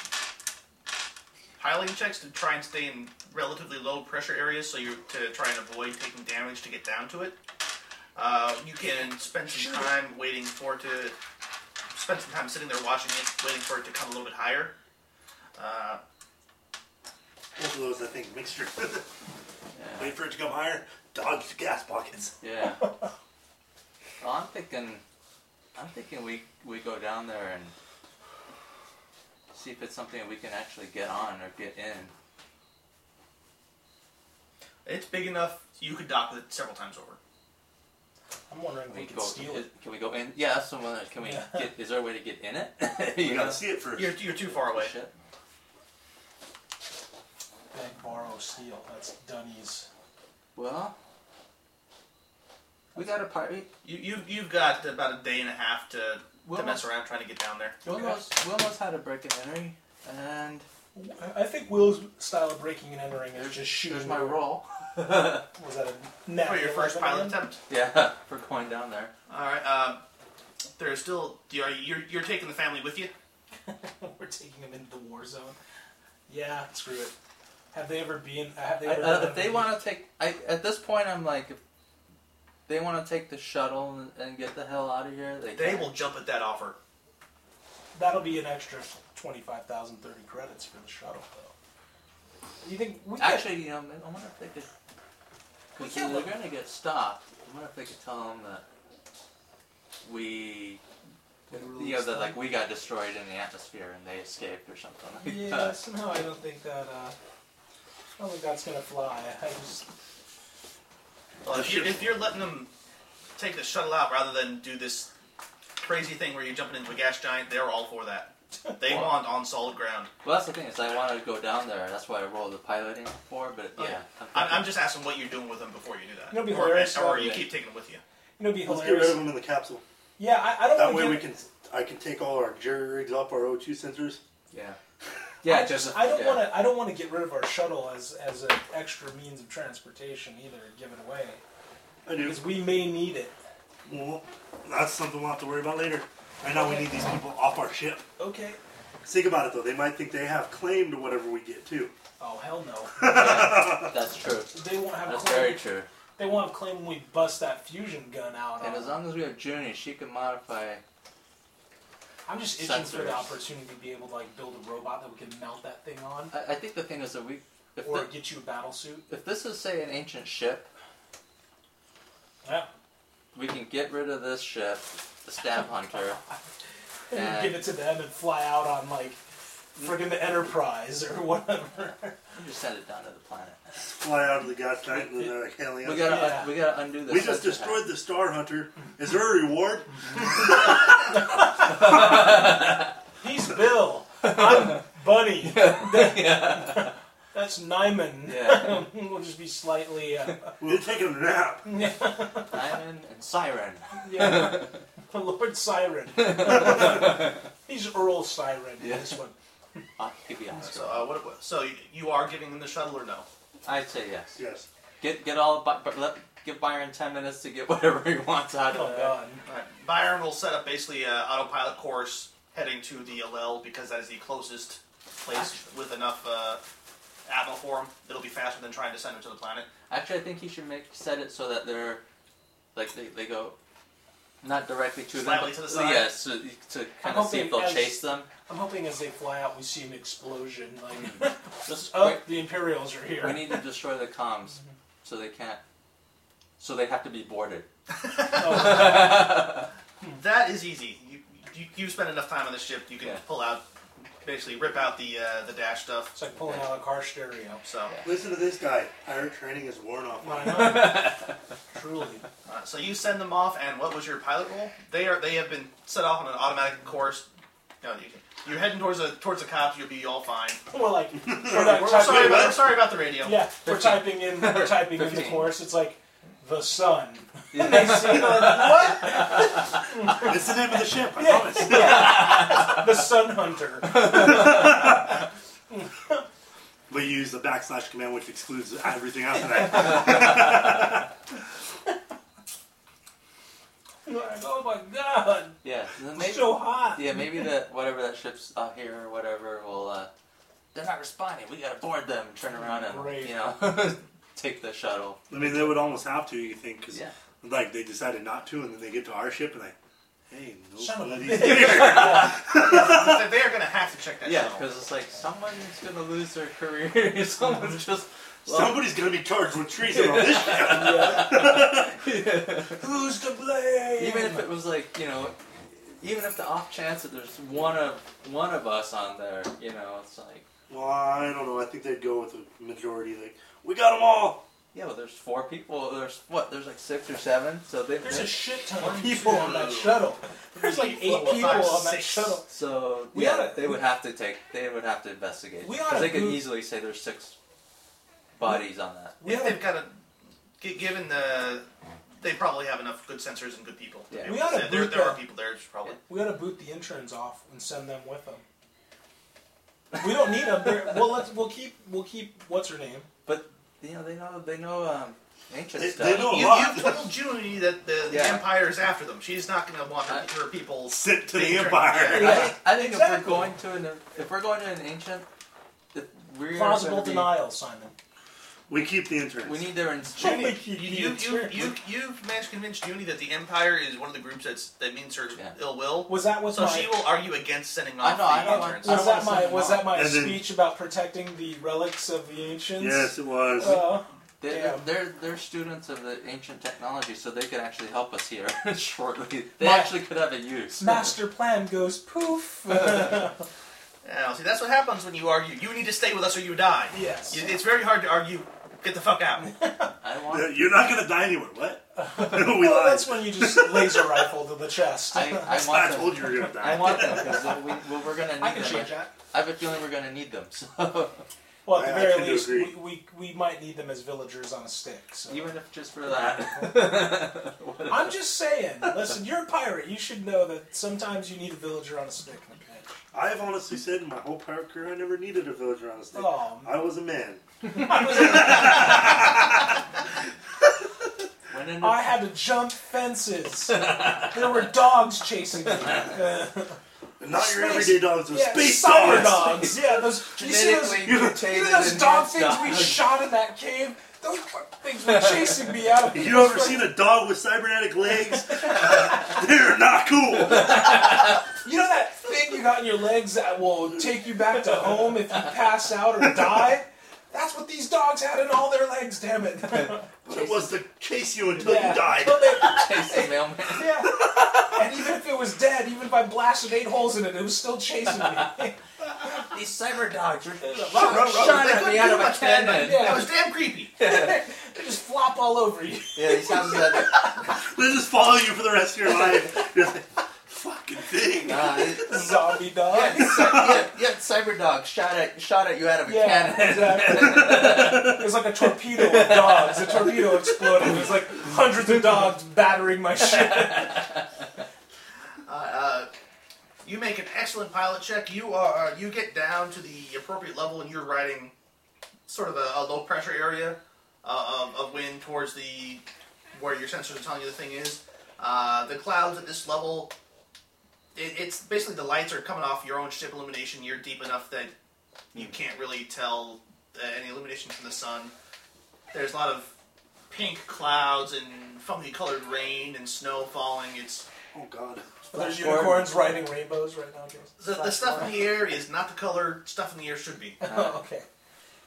Speaker 4: piling checks to try and stay in relatively low pressure areas, so you to try and avoid taking damage to get down to it. Uh, you can spend some time waiting for it to spend some time sitting there watching it, waiting for it to come a little bit higher. Uh,
Speaker 3: Both of those, I think, mixture.
Speaker 2: yeah,
Speaker 3: Wait for it to come higher. Dodge the gas pockets.
Speaker 2: yeah. Well, I'm thinking, I'm thinking we we go down there and see if it's something we can actually get on or get in.
Speaker 4: it's big enough you could dock with it several times over.
Speaker 1: I'm wondering if we
Speaker 2: We
Speaker 1: could
Speaker 2: go,
Speaker 1: steal it.
Speaker 2: is- can we go in? Yeah, that's the one. that- Can we
Speaker 1: Yeah.
Speaker 2: get? Is there a way to get in it?
Speaker 3: You
Speaker 2: know?
Speaker 3: gotta see it 1st
Speaker 4: You're, you're too far away.
Speaker 2: Shit.
Speaker 1: Beg, borrow, steal. That's Dunny's.
Speaker 2: Well, we got a party.
Speaker 4: You, you've, you've got about a day and a half to, to
Speaker 2: Wilma-
Speaker 4: mess around trying to get down there.
Speaker 2: Will knows, Will knows how to break a Henry, and
Speaker 1: I- I think Will's style of breaking and entering is
Speaker 2: There's-
Speaker 1: just shooting.
Speaker 2: there's my roll.
Speaker 1: Was that a nat
Speaker 4: For your
Speaker 1: one
Speaker 4: first
Speaker 1: again?
Speaker 4: pilot attempt.
Speaker 2: yeah, for going down there.
Speaker 4: All right. Um, there's still. You're, you're you're taking the family with you.
Speaker 1: We're taking them into the war zone. Yeah, screw it. Have they ever been? Have they
Speaker 2: I,
Speaker 1: ever
Speaker 2: uh,
Speaker 1: done
Speaker 2: if they
Speaker 1: any-
Speaker 2: want to take, I at this point I'm like, if they want to take the shuttle and, and get the hell out of here, they
Speaker 4: They
Speaker 2: can.
Speaker 4: will jump at that offer.
Speaker 1: That'll be an extra 25,000, 30 credits for the shuttle, though. You think we could-
Speaker 2: Actually, you know, I wonder if they could. Because
Speaker 1: can't
Speaker 2: they're
Speaker 1: look-
Speaker 2: going to get stopped. I wonder if they could tell them that we, you know, that like we got destroyed in the atmosphere and they escaped or something. Like
Speaker 1: Yeah,
Speaker 2: that.
Speaker 1: somehow I don't think that. Uh, I don't think that's gonna fly. I just
Speaker 4: Well, if, you're, if you're letting them take the shuttle out rather than do this crazy thing where you're jumping into a gas giant, they're all for that. They want on solid ground.
Speaker 2: Well, that's the thing is I wanted to go down there. That's why I rolled the piloting for. But
Speaker 4: Okay.
Speaker 2: yeah,
Speaker 4: I'm, I'm just asking what you're doing with them before you do that,
Speaker 1: It'll be
Speaker 4: or,
Speaker 1: hilarious,
Speaker 4: or you
Speaker 2: though.
Speaker 4: keep taking them with you.
Speaker 1: you know, it'd be
Speaker 3: Let's get rid
Speaker 1: hilarious.
Speaker 3: of them in the capsule.
Speaker 1: Yeah, I, I don't.
Speaker 3: That
Speaker 1: wanna
Speaker 3: way
Speaker 1: get-
Speaker 3: we can. I can take all our jerry rigs off our O2 sensors.
Speaker 2: yeah, yeah.
Speaker 1: I
Speaker 2: Just
Speaker 1: I don't
Speaker 2: yeah.
Speaker 1: want to. I don't want to get rid of our shuttle as as an extra means of transportation either. and Give it away
Speaker 3: I do.
Speaker 1: because we may need it.
Speaker 3: Well, that's something we'll have to worry about later. Right now, we need these people off our ship.
Speaker 1: Okay.
Speaker 3: Think about it though; they might think they have claim to whatever we get too.
Speaker 1: Oh hell no.
Speaker 2: Yeah, that's true.
Speaker 1: they won't have
Speaker 2: That's
Speaker 1: claim.
Speaker 2: very true.
Speaker 1: They won't have claim when we bust that fusion gun out.
Speaker 2: And
Speaker 1: on
Speaker 2: as long as we have Junie, she can modify.
Speaker 1: I'm just itching for the
Speaker 2: sensors.
Speaker 1: opportunity to be able to like build a robot that we can mount that thing on,
Speaker 2: I, I think the thing is that we, if,
Speaker 1: or
Speaker 2: the,
Speaker 1: get you a battle suit.
Speaker 2: if this is say an ancient ship,
Speaker 1: Yeah.
Speaker 2: we can get rid of this ship, the Stab Hunter.
Speaker 1: and give it to them and fly out on like friggin' the Enterprise or whatever.
Speaker 2: We just send it down to the planet.
Speaker 3: Fly out of the gas tank and they're like hailing
Speaker 2: We
Speaker 3: us.
Speaker 2: gotta,
Speaker 1: Yeah.
Speaker 2: we gotta undo this.
Speaker 3: We just destroyed the Star Hunter. Is there a reward?
Speaker 1: He's Bill. I'm Bunny.
Speaker 2: yeah.
Speaker 1: That's Nyman.
Speaker 2: Yeah.
Speaker 1: we'll just be slightly. Uh,
Speaker 3: We're taking a nap.
Speaker 2: Diamond and Siren.
Speaker 1: yeah. Lord Siren. He's Earl Siren in
Speaker 2: Yeah.
Speaker 1: this one.
Speaker 2: Oh, it could be Oscar.
Speaker 4: So, uh, what, what- so you, you are giving them the shuttle or no?
Speaker 2: I'd say yes.
Speaker 3: Yes.
Speaker 2: Get get all. By, but let, give Byron ten minutes to get whatever he wants out of
Speaker 1: Oh
Speaker 2: it.
Speaker 1: God.
Speaker 4: Alright, Byron will set up basically an autopilot course heading to the Alel because that is the closest place with enough uh, Atma for him. It'll be faster than trying to send him to the planet.
Speaker 2: Actually, I think he should make set it so that they're like they, they go not directly to
Speaker 4: Slightly
Speaker 2: them,
Speaker 4: to the
Speaker 2: but- oh,
Speaker 4: side?
Speaker 2: Yeah, so you- to
Speaker 1: I'm
Speaker 2: kind of see if
Speaker 1: hoping
Speaker 2: they'll
Speaker 1: as-
Speaker 2: chase them.
Speaker 1: I'm hoping as they fly out, we see an explosion. Like,
Speaker 2: Just
Speaker 1: oh, the Imperials are
Speaker 2: Hmm. we, we
Speaker 1: here. Mm-hmm.
Speaker 2: need to destroy the comms so they can't. So they have to be boarded.
Speaker 1: Oh,
Speaker 4: That is easy. You, you, you spend enough time on the ship, you can
Speaker 2: Yeah.
Speaker 4: pull out, basically rip out the uh, the dash stuff.
Speaker 1: it's like pulling out a car stereo.
Speaker 4: So,
Speaker 3: Listen to this guy. Pirate training is worn off on
Speaker 1: Why
Speaker 3: him.
Speaker 1: not? Truly.
Speaker 4: uh, so you send them off, and what was your pilot roll? They are they have been set off on an automatic course. No, you, you're heading towards the towards the cops. You'll be all fine.
Speaker 1: Well, like we're
Speaker 4: We're,
Speaker 1: not
Speaker 4: we're sorry,
Speaker 1: typing.
Speaker 4: about, we're sorry about the radio.
Speaker 1: yeah, we're
Speaker 2: Fifteen.
Speaker 1: typing in. We're typing in the
Speaker 2: Fifteen.
Speaker 1: course. It's like the sun. And they
Speaker 2: Yeah.
Speaker 1: see the what?
Speaker 3: It's the name of the ship, I
Speaker 1: Yeah.
Speaker 3: promise.
Speaker 1: The sun hunter.
Speaker 3: But you use the backslash command, which excludes everything after that.
Speaker 1: Like, oh my god!
Speaker 2: yeah. and then
Speaker 1: It's
Speaker 2: maybe,
Speaker 1: so hot.
Speaker 2: yeah, maybe that whatever that ship's out here or whatever will. Uh, they're not responding. We gotta board them. Turn around and
Speaker 1: Great.
Speaker 2: you know take the shuttle.
Speaker 3: I mean, they would almost have to, you think, because
Speaker 2: Yeah.
Speaker 3: like they decided not to, and then they get to our ship and like, hey,
Speaker 1: Son
Speaker 3: no
Speaker 1: of a
Speaker 3: bloody
Speaker 1: bitch. Yeah.
Speaker 4: They- they are going to have to check that.
Speaker 2: Yeah,
Speaker 4: channel.
Speaker 2: because it's like someone's gonna lose their career.
Speaker 1: Mm-hmm.
Speaker 2: someone's just.
Speaker 3: Somebody's gonna be charged with treason on this ship.
Speaker 1: Who's to blame?
Speaker 2: even if it was like you know even if the off chance that there's one of one of us on there you know it's like
Speaker 3: Well, I don't know. I think they'd go with the majority. Like, we got them all.
Speaker 2: yeah well there's four people there's what there's like six or seven so they
Speaker 1: There's a shit ton
Speaker 4: One,
Speaker 1: of people on that
Speaker 4: two.
Speaker 1: shuttle. There's like eight
Speaker 4: Well,
Speaker 1: people
Speaker 4: five,
Speaker 1: on that
Speaker 4: six.
Speaker 1: shuttle.
Speaker 2: so
Speaker 1: We
Speaker 2: yeah
Speaker 1: oughta-
Speaker 2: they would have to take they would have to investigate
Speaker 1: We
Speaker 2: because
Speaker 1: oughta
Speaker 2: they could
Speaker 1: move-
Speaker 2: easily say there's six bodies on that
Speaker 1: We
Speaker 4: If
Speaker 1: oughta,
Speaker 4: they've got a, gi- given the, they probably have enough good sensors and good people. to
Speaker 2: Yeah.
Speaker 4: do
Speaker 1: We
Speaker 4: it.
Speaker 1: oughta
Speaker 4: So there,
Speaker 1: boot
Speaker 4: there are
Speaker 1: that.
Speaker 4: people there. it's Probably.
Speaker 1: we oughta boot the interns off and send them with them. We don't need them. They're, well, let's we'll keep we'll keep what's her name.
Speaker 2: you know they know they know um ancient
Speaker 3: They- they
Speaker 2: stuff
Speaker 1: Oh,
Speaker 3: know- A
Speaker 4: You,
Speaker 3: lot.
Speaker 4: you've told Junie that the, the
Speaker 2: Yeah.
Speaker 4: Empire is after them. She's not going to want her, her people.
Speaker 3: Sent to
Speaker 4: being
Speaker 3: the
Speaker 4: trained.
Speaker 3: Empire.
Speaker 2: I think, I think if
Speaker 1: Exactly.
Speaker 2: we're going to an if we're going to an ancient if we're
Speaker 1: Plausible
Speaker 2: gonna be-
Speaker 1: denial, Simon.
Speaker 3: We keep the interns.
Speaker 2: we need their ins-
Speaker 1: Only
Speaker 4: You,
Speaker 1: keep the
Speaker 4: you, you,
Speaker 1: interns.
Speaker 4: you, you've managed to convince Junie that the Empire is one of the groups that's, that means her
Speaker 2: Yeah.
Speaker 4: ill will.
Speaker 1: Was that was
Speaker 4: So
Speaker 1: my
Speaker 4: she will argue against sending
Speaker 2: I
Speaker 4: off
Speaker 2: know, I
Speaker 4: the
Speaker 2: don't want-
Speaker 4: interns.
Speaker 2: I
Speaker 1: was
Speaker 2: don't
Speaker 1: that
Speaker 2: wanna
Speaker 1: my
Speaker 2: send
Speaker 1: was
Speaker 2: them
Speaker 1: that my
Speaker 3: And then-
Speaker 1: speech about protecting the relics of the ancients?
Speaker 3: Yes, it was.
Speaker 1: Uh,
Speaker 2: They're,
Speaker 1: Damn.
Speaker 2: they're, they're students of the ancient technology, so they could actually help us here shortly. They
Speaker 1: Ma-
Speaker 2: actually could have a use.
Speaker 1: master plan goes poof.
Speaker 4: Now, see, that's what happens when you argue. You need to stay with us or you die.
Speaker 1: yes.
Speaker 4: You- It's very hard to argue. Get the fuck out.
Speaker 2: I
Speaker 3: Yeah,
Speaker 2: want.
Speaker 3: Uh, You're not gonna die anywhere. What? we
Speaker 1: well,
Speaker 3: lied.
Speaker 1: that's when you just laser rifle to the chest.
Speaker 2: I, I
Speaker 3: I
Speaker 2: want them.
Speaker 3: told you we were gonna die.
Speaker 2: I want them because we, well, we're gonna need
Speaker 1: I can
Speaker 2: them.
Speaker 1: change that.
Speaker 2: I have a feeling we're gonna need them. So
Speaker 1: Well, at
Speaker 3: I- I
Speaker 1: the very
Speaker 3: tend to
Speaker 1: least, we,
Speaker 3: agree.
Speaker 1: we, we might need them as villagers on a stick. So.
Speaker 2: even if just for that. What
Speaker 1: I'm just saying. Listen, you're a pirate. You should know that sometimes you need a villager on a stick in the pitch.
Speaker 3: I've honestly said in my whole pirate career I never needed a villager on a stick.
Speaker 1: Oh,
Speaker 3: I was a man.
Speaker 2: if- when in
Speaker 1: I had to jump fences. there were dogs chasing me. Uh,
Speaker 3: And not your
Speaker 1: Space-
Speaker 3: everyday dogs, those
Speaker 1: yeah,
Speaker 3: space
Speaker 1: cyber
Speaker 3: dogs.
Speaker 1: dogs. Yeah, those. You see those?
Speaker 2: genetically
Speaker 3: you know
Speaker 1: You
Speaker 2: mutated
Speaker 1: know those dog
Speaker 2: enhanced
Speaker 1: things we
Speaker 2: dogs.
Speaker 1: shot in that cave? Those fuck things were chasing me out of
Speaker 3: You ever seen a dog with cybernetic legs? They're not cool.
Speaker 1: You know that thing you got in your legs that will take you back to home if you pass out or die? That's what these dogs had in all their legs, damn it.
Speaker 3: But it was to chase you until
Speaker 1: Yeah.
Speaker 3: you died.
Speaker 1: But they-
Speaker 2: Tasty mailman.
Speaker 1: yeah. And even if it was dead, even if I blasted eight holes in it, it was still chasing me.
Speaker 2: These cyber dogs are
Speaker 1: ruh, ruh, ruh.
Speaker 2: shot at me out of a cannon.
Speaker 1: Yeah.
Speaker 4: That was damn creepy.
Speaker 1: they just flop all over you.
Speaker 2: Yeah, these houses had
Speaker 3: They just follow you for the rest of your life. You're like, fucking thing.
Speaker 2: Nah, it-
Speaker 1: Zombie dog.
Speaker 2: Yeah, yeah, yeah, Cyberdog shot at shot at you out of a
Speaker 1: Yeah,
Speaker 2: cannon.
Speaker 1: exactly. It was like a torpedo of dogs. A torpedo exploded. It was like hundreds of dogs battering my ship.
Speaker 4: Uh, uh, you make an excellent pilot check. You are uh, you get down to the appropriate level, and you're riding sort of a, a low pressure area uh, of, of wind towards the where your sensors are telling you the thing is. Uh, the clouds at this level, it, it's basically the lights are coming off your own ship illumination. You're deep enough that you can't really tell uh, any illumination from the sun. There's a lot of pink clouds and funky colored rain and snow falling. It's
Speaker 3: Oh God.
Speaker 1: There's
Speaker 15: Flash Gordon.
Speaker 1: unicorns riding rainbows right now, James.
Speaker 4: the, the
Speaker 1: Flash
Speaker 4: stuff in
Speaker 1: Gordon.
Speaker 4: the air is not the color stuff in the air should be.
Speaker 1: Oh, okay.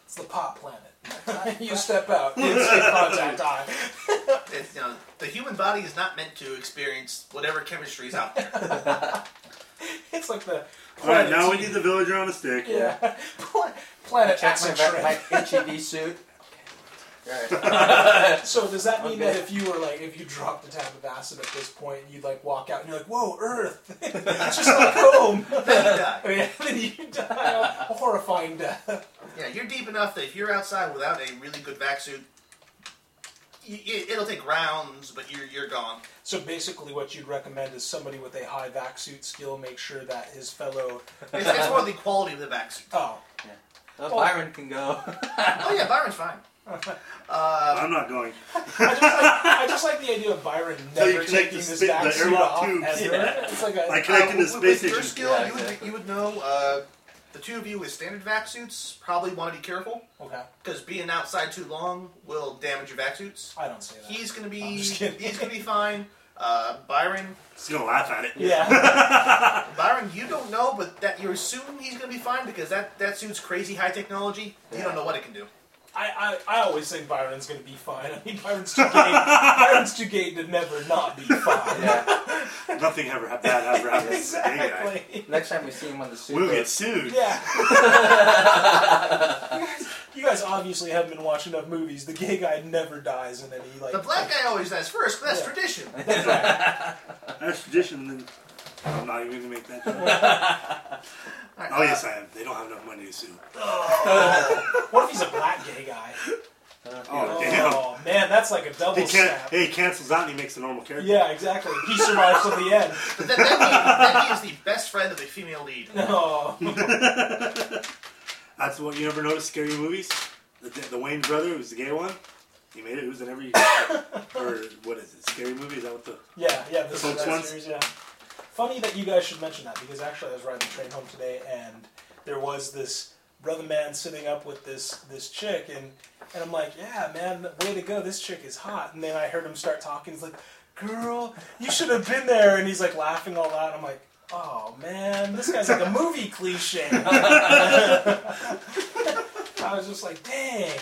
Speaker 1: It's the pop planet. you step out. You stay contact Ah. eye.
Speaker 4: It's, you know, the human body is not meant to experience whatever chemistry is out there.
Speaker 1: It's like the.
Speaker 3: All right,
Speaker 1: planet-
Speaker 3: now we need the villager on a stick.
Speaker 1: Yeah. Pla- planet
Speaker 2: Check my,
Speaker 1: acid
Speaker 2: va-
Speaker 1: trend.
Speaker 2: my HEV suit. Right.
Speaker 1: So does that mean
Speaker 2: Okay.
Speaker 1: that if you were like, if you dropped a tab of acid at this point, you'd like walk out and you're like, "Whoa, Earth!" It's just like home.
Speaker 4: Then you die.
Speaker 1: I mean, then you die a horrifying death.
Speaker 4: Yeah, you're deep enough that if you're outside without a really good vac suit, y- y- it'll take rounds, but you're you're gone.
Speaker 1: So basically, what you'd recommend is somebody with a high vac suit skill make sure that his fellow.
Speaker 4: It's, it's more the quality of the vac suit.
Speaker 1: Oh,
Speaker 2: Well, Byron can go.
Speaker 4: Oh yeah, Byron's fine. Uh,
Speaker 3: I'm not going.
Speaker 1: I just, like, I just like the idea of Byron
Speaker 3: So you
Speaker 1: never
Speaker 3: connect
Speaker 1: taking
Speaker 3: the
Speaker 1: this
Speaker 3: spit-
Speaker 1: back
Speaker 3: the
Speaker 1: suit
Speaker 3: airlock
Speaker 1: off
Speaker 3: tubes.
Speaker 1: ever.
Speaker 2: Yeah.
Speaker 1: It's like a,
Speaker 3: I connected to
Speaker 4: uh,
Speaker 3: the
Speaker 4: with- with
Speaker 3: space
Speaker 4: your
Speaker 3: station.
Speaker 4: skill,
Speaker 2: Yeah,
Speaker 4: you, would,
Speaker 2: exactly.
Speaker 4: you would know uh, the two of you with standard vac suits probably want to be careful
Speaker 1: okay.
Speaker 4: because being outside too long will damage your vac suits.
Speaker 1: I don't say that.
Speaker 4: He's gonna be
Speaker 1: I'm just kidding.
Speaker 4: he's gonna be fine. Uh, Byron,
Speaker 3: Just gonna laugh at it.
Speaker 1: yeah.
Speaker 4: Byron, you don't know, but that you assume he's gonna be fine because that that suit's crazy high technology. You don't know what it can do.
Speaker 1: I, I, I always think Byron's gonna be fine. I mean, Byron's too gay. Byron's too gay to never not be fine.
Speaker 2: Yeah.
Speaker 3: Nothing ever ha- bad ever happens. to the gay guy.
Speaker 1: Exactly.
Speaker 2: Next time we see him on the super.
Speaker 3: We'll get sued.
Speaker 1: Yeah. Oh. you, guys, you guys obviously haven't been watching enough movies. The gay guy never dies in any like.
Speaker 4: The black guy always dies first. but That's
Speaker 1: Yeah.
Speaker 4: tradition.
Speaker 1: That's right.
Speaker 3: That's tradition. Then I'm not even gonna make that joke.
Speaker 4: All right,
Speaker 3: Oh
Speaker 4: uh,
Speaker 3: yes, I am. They don't have enough money to sue.
Speaker 1: What if he's a black gay guy?
Speaker 3: Oh damn.
Speaker 1: Oh man, that's like a double
Speaker 3: He can
Speaker 1: snap.
Speaker 3: Hey, he cancels out and he makes a normal character.
Speaker 1: Yeah, exactly. He survives till the end.
Speaker 4: But that, that, means, that means the best friend of the female lead.
Speaker 1: No.
Speaker 3: That's what you never notice. Scary movies. The, the Wayne brother, who's the gay one, he made it. Who's in every or what is it? Scary movie? Is that what the?
Speaker 1: Yeah, yeah, this
Speaker 3: The
Speaker 1: is
Speaker 3: folks
Speaker 1: that
Speaker 3: ones?
Speaker 1: series, yeah. Funny that you guys should mention that because actually I was riding the train home today and there was this brother man sitting up with this this chick and and I'm like, yeah, man, way to go, this chick is hot. And then I heard him start talking. He's like, girl, you should have been there. And he's like laughing all out. I'm like, oh man, this guy's like a movie cliche. I was just like, dang,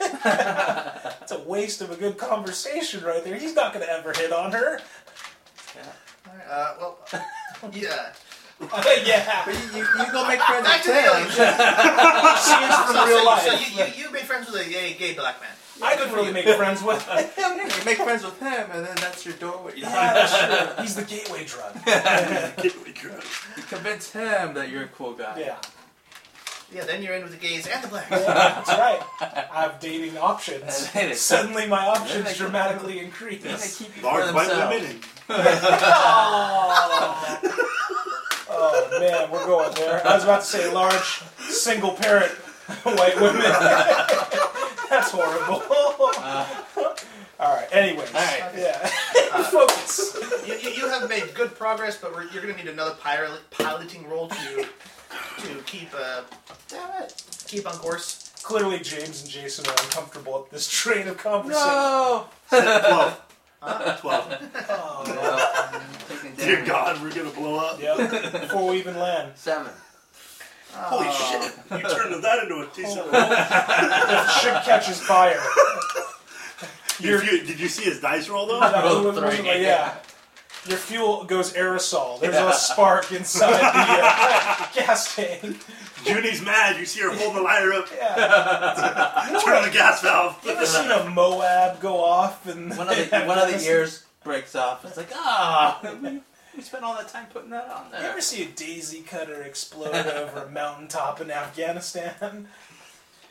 Speaker 1: it's a waste of a good conversation right there. He's not gonna ever hit on her.
Speaker 4: All right, uh, well, yeah.
Speaker 1: yeah.
Speaker 2: But you, you, you go make friends
Speaker 4: Back
Speaker 2: with
Speaker 4: to the alien.
Speaker 2: Tim.
Speaker 4: show.
Speaker 1: She is
Speaker 4: So,
Speaker 1: from
Speaker 4: so,
Speaker 1: real
Speaker 4: you-
Speaker 1: life.
Speaker 4: so you, you, you made friends with a gay, gay black man.
Speaker 1: I could really make friends with him.
Speaker 2: You make friends with him, and then that's your doorway. You,
Speaker 1: Yeah, sure. He's the gateway drug.
Speaker 3: Gateway drug.
Speaker 2: you convince him that you're a cool guy.
Speaker 1: Yeah.
Speaker 4: Yeah, then you're in with the gays and the blacks.
Speaker 1: Yeah, that's right. I have dating options.
Speaker 2: And they-
Speaker 1: Suddenly my
Speaker 2: Yeah,
Speaker 1: options
Speaker 2: they-
Speaker 1: dramatically
Speaker 2: Then they
Speaker 1: increase.
Speaker 2: keep you for
Speaker 3: Large white
Speaker 2: themselves.
Speaker 3: women. And,
Speaker 1: Oh. oh man, we're going there. I was about to say large single parent white women. That's horrible. All right. Anyways.
Speaker 2: Uh, All right.
Speaker 1: Yeah. Focus.
Speaker 4: You, you, you have made good progress, but we're, you're going to need another pilot, piloting role to to keep uh, damn it, keep on course.
Speaker 1: Clearly, James and Jason are uncomfortable at this train of conversation.
Speaker 2: No.
Speaker 3: Twelve. Twelve.
Speaker 1: Oh,
Speaker 2: no. I'm taking
Speaker 3: Dear
Speaker 2: damage.
Speaker 3: God, we're gonna blow up.
Speaker 1: yep. Before we even land,
Speaker 2: Seven.
Speaker 3: Holy shit! You turned that into a decent
Speaker 1: Holy-
Speaker 3: roll.
Speaker 1: the ship catches fire. Your
Speaker 3: Did you, did you see his dice roll though?
Speaker 1: no,
Speaker 2: Both
Speaker 1: it wasn't
Speaker 2: three.
Speaker 1: like- yeah. Your fuel goes aerosol. There's a spark inside the uh, gas tank.
Speaker 3: Junie's mad. You see her holding the lighter up,
Speaker 1: Yeah.
Speaker 3: turn on the gas valve.
Speaker 1: You ever seen a Moab go off and
Speaker 2: One of the one of the ears breaks off. It's like ah, we, we spent all that time putting that on
Speaker 1: You
Speaker 2: there.
Speaker 1: ever see a daisy cutter explode over a mountaintop in Afghanistan?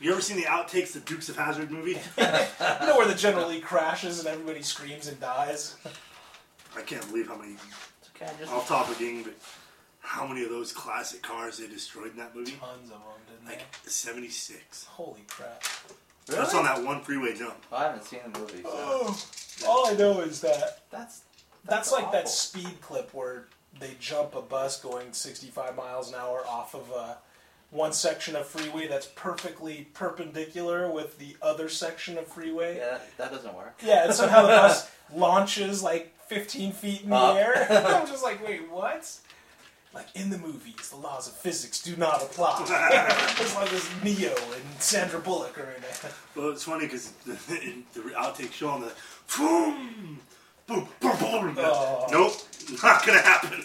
Speaker 3: You ever seen the outtakes, the Dukes of Hazard movie?
Speaker 1: You know where the General Lee crashes and everybody screams and dies?
Speaker 3: I can't believe how many
Speaker 2: It's okay, I just
Speaker 3: off topic thing, but how many of those classic cars they destroyed in that movie?
Speaker 1: Tons of them, didn't
Speaker 3: Like
Speaker 1: they?
Speaker 3: seventy six.
Speaker 1: Holy crap.
Speaker 3: That's
Speaker 16: Really?
Speaker 3: on that one freeway jump.
Speaker 2: Well, I haven't seen the movie. So.
Speaker 1: Oh, all I know is that
Speaker 2: That's
Speaker 1: that's, like that
Speaker 2: awful.
Speaker 1: speed clip where they jump a bus going 65 miles an hour off of a one section of freeway that's perfectly perpendicular with the other section of freeway.
Speaker 2: yeah, that, that doesn't work.
Speaker 1: Yeah, and somehow the bus launches like 15 feet in the
Speaker 2: Up.
Speaker 1: air. I'm just like, wait, what? Like in the movies, the laws of physics do not apply. it's like this Neo and Sandra Bullock are in it.
Speaker 3: Well, it's funny because the, the outtake show on the boom, boom, boom, boom.
Speaker 1: Oh.
Speaker 3: Nope, not gonna happen.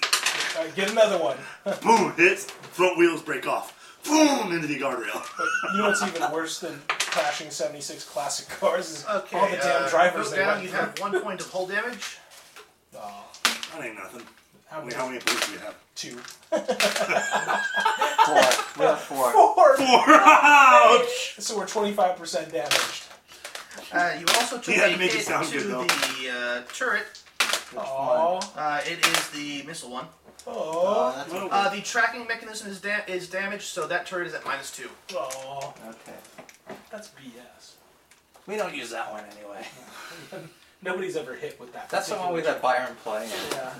Speaker 1: All right, get another one.
Speaker 3: boom hits, front wheels break off. Boom into the guardrail.
Speaker 1: You know what's even worse than crashing 76 classic cars is
Speaker 4: Okay.
Speaker 1: all the damn
Speaker 4: uh,
Speaker 1: drivers
Speaker 4: go
Speaker 1: they
Speaker 4: down.
Speaker 1: went
Speaker 4: You
Speaker 1: through.
Speaker 4: have one point of hull damage.
Speaker 1: Aw,
Speaker 3: that ain't nothing.
Speaker 1: how
Speaker 3: I mean,
Speaker 1: many?
Speaker 3: how many points do we have?
Speaker 1: Two.
Speaker 2: Four. We have four.
Speaker 1: Four!
Speaker 3: Four. Ouch!
Speaker 1: So we're 25% damaged.
Speaker 4: Uh, you also took
Speaker 3: You had
Speaker 4: a
Speaker 3: to make it
Speaker 4: hit
Speaker 3: sound
Speaker 4: to
Speaker 3: good, though.
Speaker 4: the uh, turret.
Speaker 1: Aww.
Speaker 4: Uh, it is the missile one.
Speaker 1: Aww.
Speaker 2: Oh, that's
Speaker 3: Well,
Speaker 4: Uh, the tracking mechanism is, da- is damaged, so that turret is at minus two.
Speaker 1: Aww.
Speaker 2: okay.
Speaker 1: That's BS.
Speaker 2: We don't use that one anyway.
Speaker 1: Nobody's ever hit with that.
Speaker 2: That's the one we
Speaker 1: particular-
Speaker 2: let Byron play.
Speaker 1: Yeah.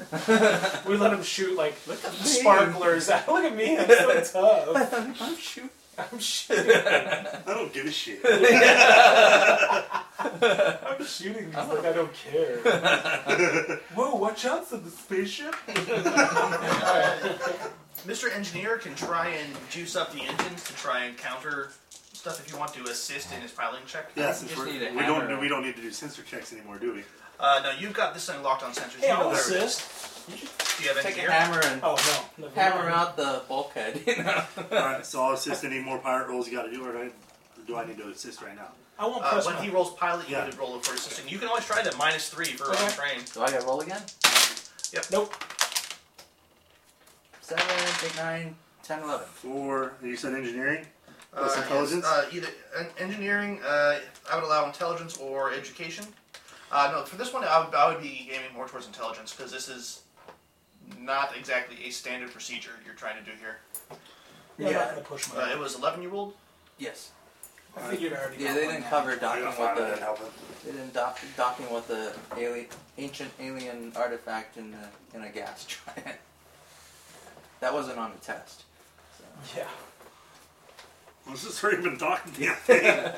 Speaker 1: we let him shoot like
Speaker 2: Look at me.
Speaker 1: sparklers out. Look at me, I'm so tough.
Speaker 2: I'm shooting.
Speaker 1: I'm shooting.
Speaker 3: I don't give a shit.
Speaker 1: I'm shooting these like I don't care. Whoa! Watch out for the spaceship.
Speaker 4: Mr. Uh, Engineer can try and juice up the engines to try and counter stuff if you want to assist in his piloting check.
Speaker 3: Yeah, since
Speaker 2: Just
Speaker 3: we're,
Speaker 2: need a
Speaker 3: we don't
Speaker 2: hammer.
Speaker 3: we don't need to do sensor checks anymore, do we?
Speaker 4: Uh, no, you've got this thing locked on sensors.
Speaker 1: Hey,
Speaker 4: you
Speaker 1: I'll
Speaker 4: know there.
Speaker 1: assist.
Speaker 4: Do you have
Speaker 2: Take a
Speaker 4: engineer?
Speaker 2: hammer and
Speaker 1: Oh no! Never
Speaker 2: hammer
Speaker 1: mind.
Speaker 2: out the bulkhead. You know.
Speaker 3: All right, so I'll assist any more pirate rolls you got to do, or do I need to assist right now?
Speaker 1: I won't
Speaker 4: Uh,
Speaker 1: press
Speaker 4: when
Speaker 1: my-
Speaker 4: he rolls pilot, you
Speaker 3: Yeah.
Speaker 4: need to roll it for assisting. You can always try that minus three for
Speaker 1: Okay.
Speaker 4: on train.
Speaker 2: Do I get roll again?
Speaker 1: Nope.
Speaker 2: Seven, eight, nine, ten, eleven.
Speaker 3: For you said engineering.
Speaker 4: Uh,
Speaker 3: Plus
Speaker 4: yes,
Speaker 3: intelligence?
Speaker 4: Uh, either en- engineering, uh, I would allow intelligence or education. Uh, no, for this one, I would, I would be aiming more towards intelligence because this is not exactly a standard procedure you're trying to do here.
Speaker 1: Yeah. I'm
Speaker 3: Yeah.
Speaker 1: not gonna push my.
Speaker 4: Uh, it was 11 you rolled?
Speaker 2: Yes.
Speaker 1: I figured I already.
Speaker 2: Yeah,
Speaker 1: got
Speaker 2: they
Speaker 1: one
Speaker 2: didn't
Speaker 1: now.
Speaker 2: cover
Speaker 3: I
Speaker 2: docking
Speaker 3: got
Speaker 2: with
Speaker 3: five that
Speaker 2: the
Speaker 3: help him.
Speaker 2: they didn't dock, docking with the alien, ancient alien artifact in a, in a gas giant. That wasn't on the test.
Speaker 1: Yeah.
Speaker 3: Well, this has already been talking to you.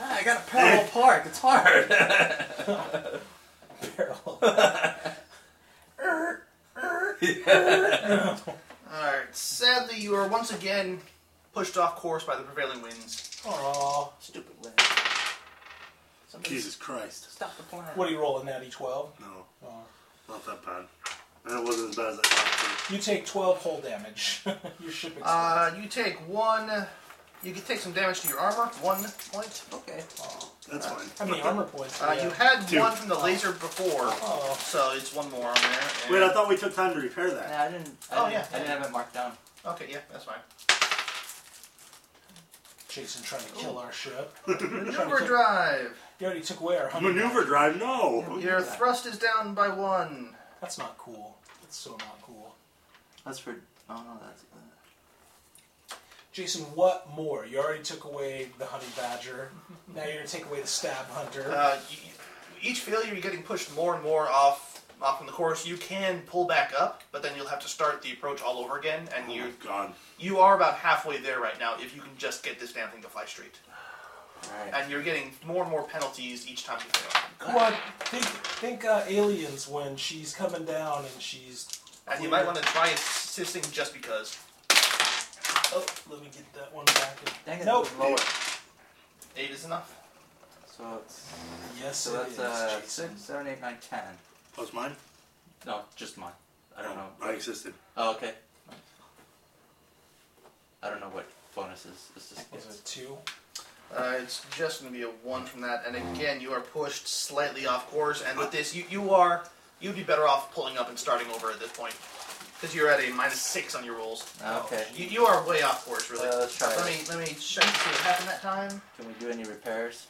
Speaker 2: Ah, I got a parallel park. It's hard.
Speaker 1: Barrel.
Speaker 4: Alright, sadly, you are once again pushed off course by the prevailing winds.
Speaker 1: Aw.
Speaker 2: Stupid wind. Somebody
Speaker 3: Jesus Christ!
Speaker 2: stop the plane.
Speaker 1: What are you rolling, Natty Twelve?
Speaker 3: No,
Speaker 1: Aw.
Speaker 3: not that bad. And it wasn't as bad as I thought.
Speaker 1: You take twelve whole damage. Your ship explodes.
Speaker 4: Uh, you take one. You can take some damage to your armor, one point.
Speaker 2: Okay.
Speaker 3: but That's fine.
Speaker 1: How many armor points? do
Speaker 4: Uh,
Speaker 1: you
Speaker 4: you
Speaker 1: have?
Speaker 4: had
Speaker 3: Two.
Speaker 4: one from the laser before,
Speaker 1: Oh.
Speaker 4: so it's one more on there. and-
Speaker 3: Wait, I thought we took time to repair that.
Speaker 2: Nah, I didn't. I
Speaker 4: Oh,
Speaker 2: didn't,
Speaker 4: yeah.
Speaker 2: I didn't have it marked down.
Speaker 4: Okay, yeah, that's fine.
Speaker 1: Jason trying to kill our ship.
Speaker 4: Maneuver drive.
Speaker 1: You already took away our honey.
Speaker 3: Maneuver drive? No.
Speaker 4: Your thrust is down by one.
Speaker 1: That's not cool. That's so not cool.
Speaker 2: That's for. Oh no, that's. Uh,
Speaker 1: Jason, what more? You already took away the honey badger. Now you're gonna take away the stab hunter.
Speaker 4: Uh, you, each failure, you're getting pushed more and more off off from the course. You can pull back up, but then you'll have to start the approach all over again, and
Speaker 3: Oh
Speaker 4: you
Speaker 3: my God.
Speaker 4: you are about halfway there right now. If you can just get this damn thing to fly straight,
Speaker 2: uh, right.
Speaker 4: and you're getting more and more penalties each time you fail.
Speaker 1: Come on, think think uh, aliens when she's coming down and she's.
Speaker 4: And you might want to try assisting just because
Speaker 1: Oh, let me get that one back.
Speaker 2: Dang it,
Speaker 1: Nope.
Speaker 2: it was lower.
Speaker 4: eight is enough.
Speaker 2: So it's.
Speaker 1: Yes,
Speaker 2: So
Speaker 1: it is.
Speaker 2: that's uh,
Speaker 1: Jason.
Speaker 2: six, seven, eight, nine, ten.
Speaker 3: Plus mine.
Speaker 2: No, just mine. I don't know.
Speaker 3: I existed.
Speaker 2: Oh, okay. I don't know what bonuses this is.
Speaker 1: Was it two?
Speaker 4: Uh, it's just going to be a one from that, and again, you are pushed slightly off course. And with this, you, you are you'd be better off pulling up and starting over at this point because you're at a minus six on your rolls.
Speaker 2: Okay.
Speaker 4: You, you are way off course, really.
Speaker 2: Uh, let's try
Speaker 4: let
Speaker 2: it.
Speaker 4: me let me check to see what happened that time.
Speaker 2: Can we do any repairs?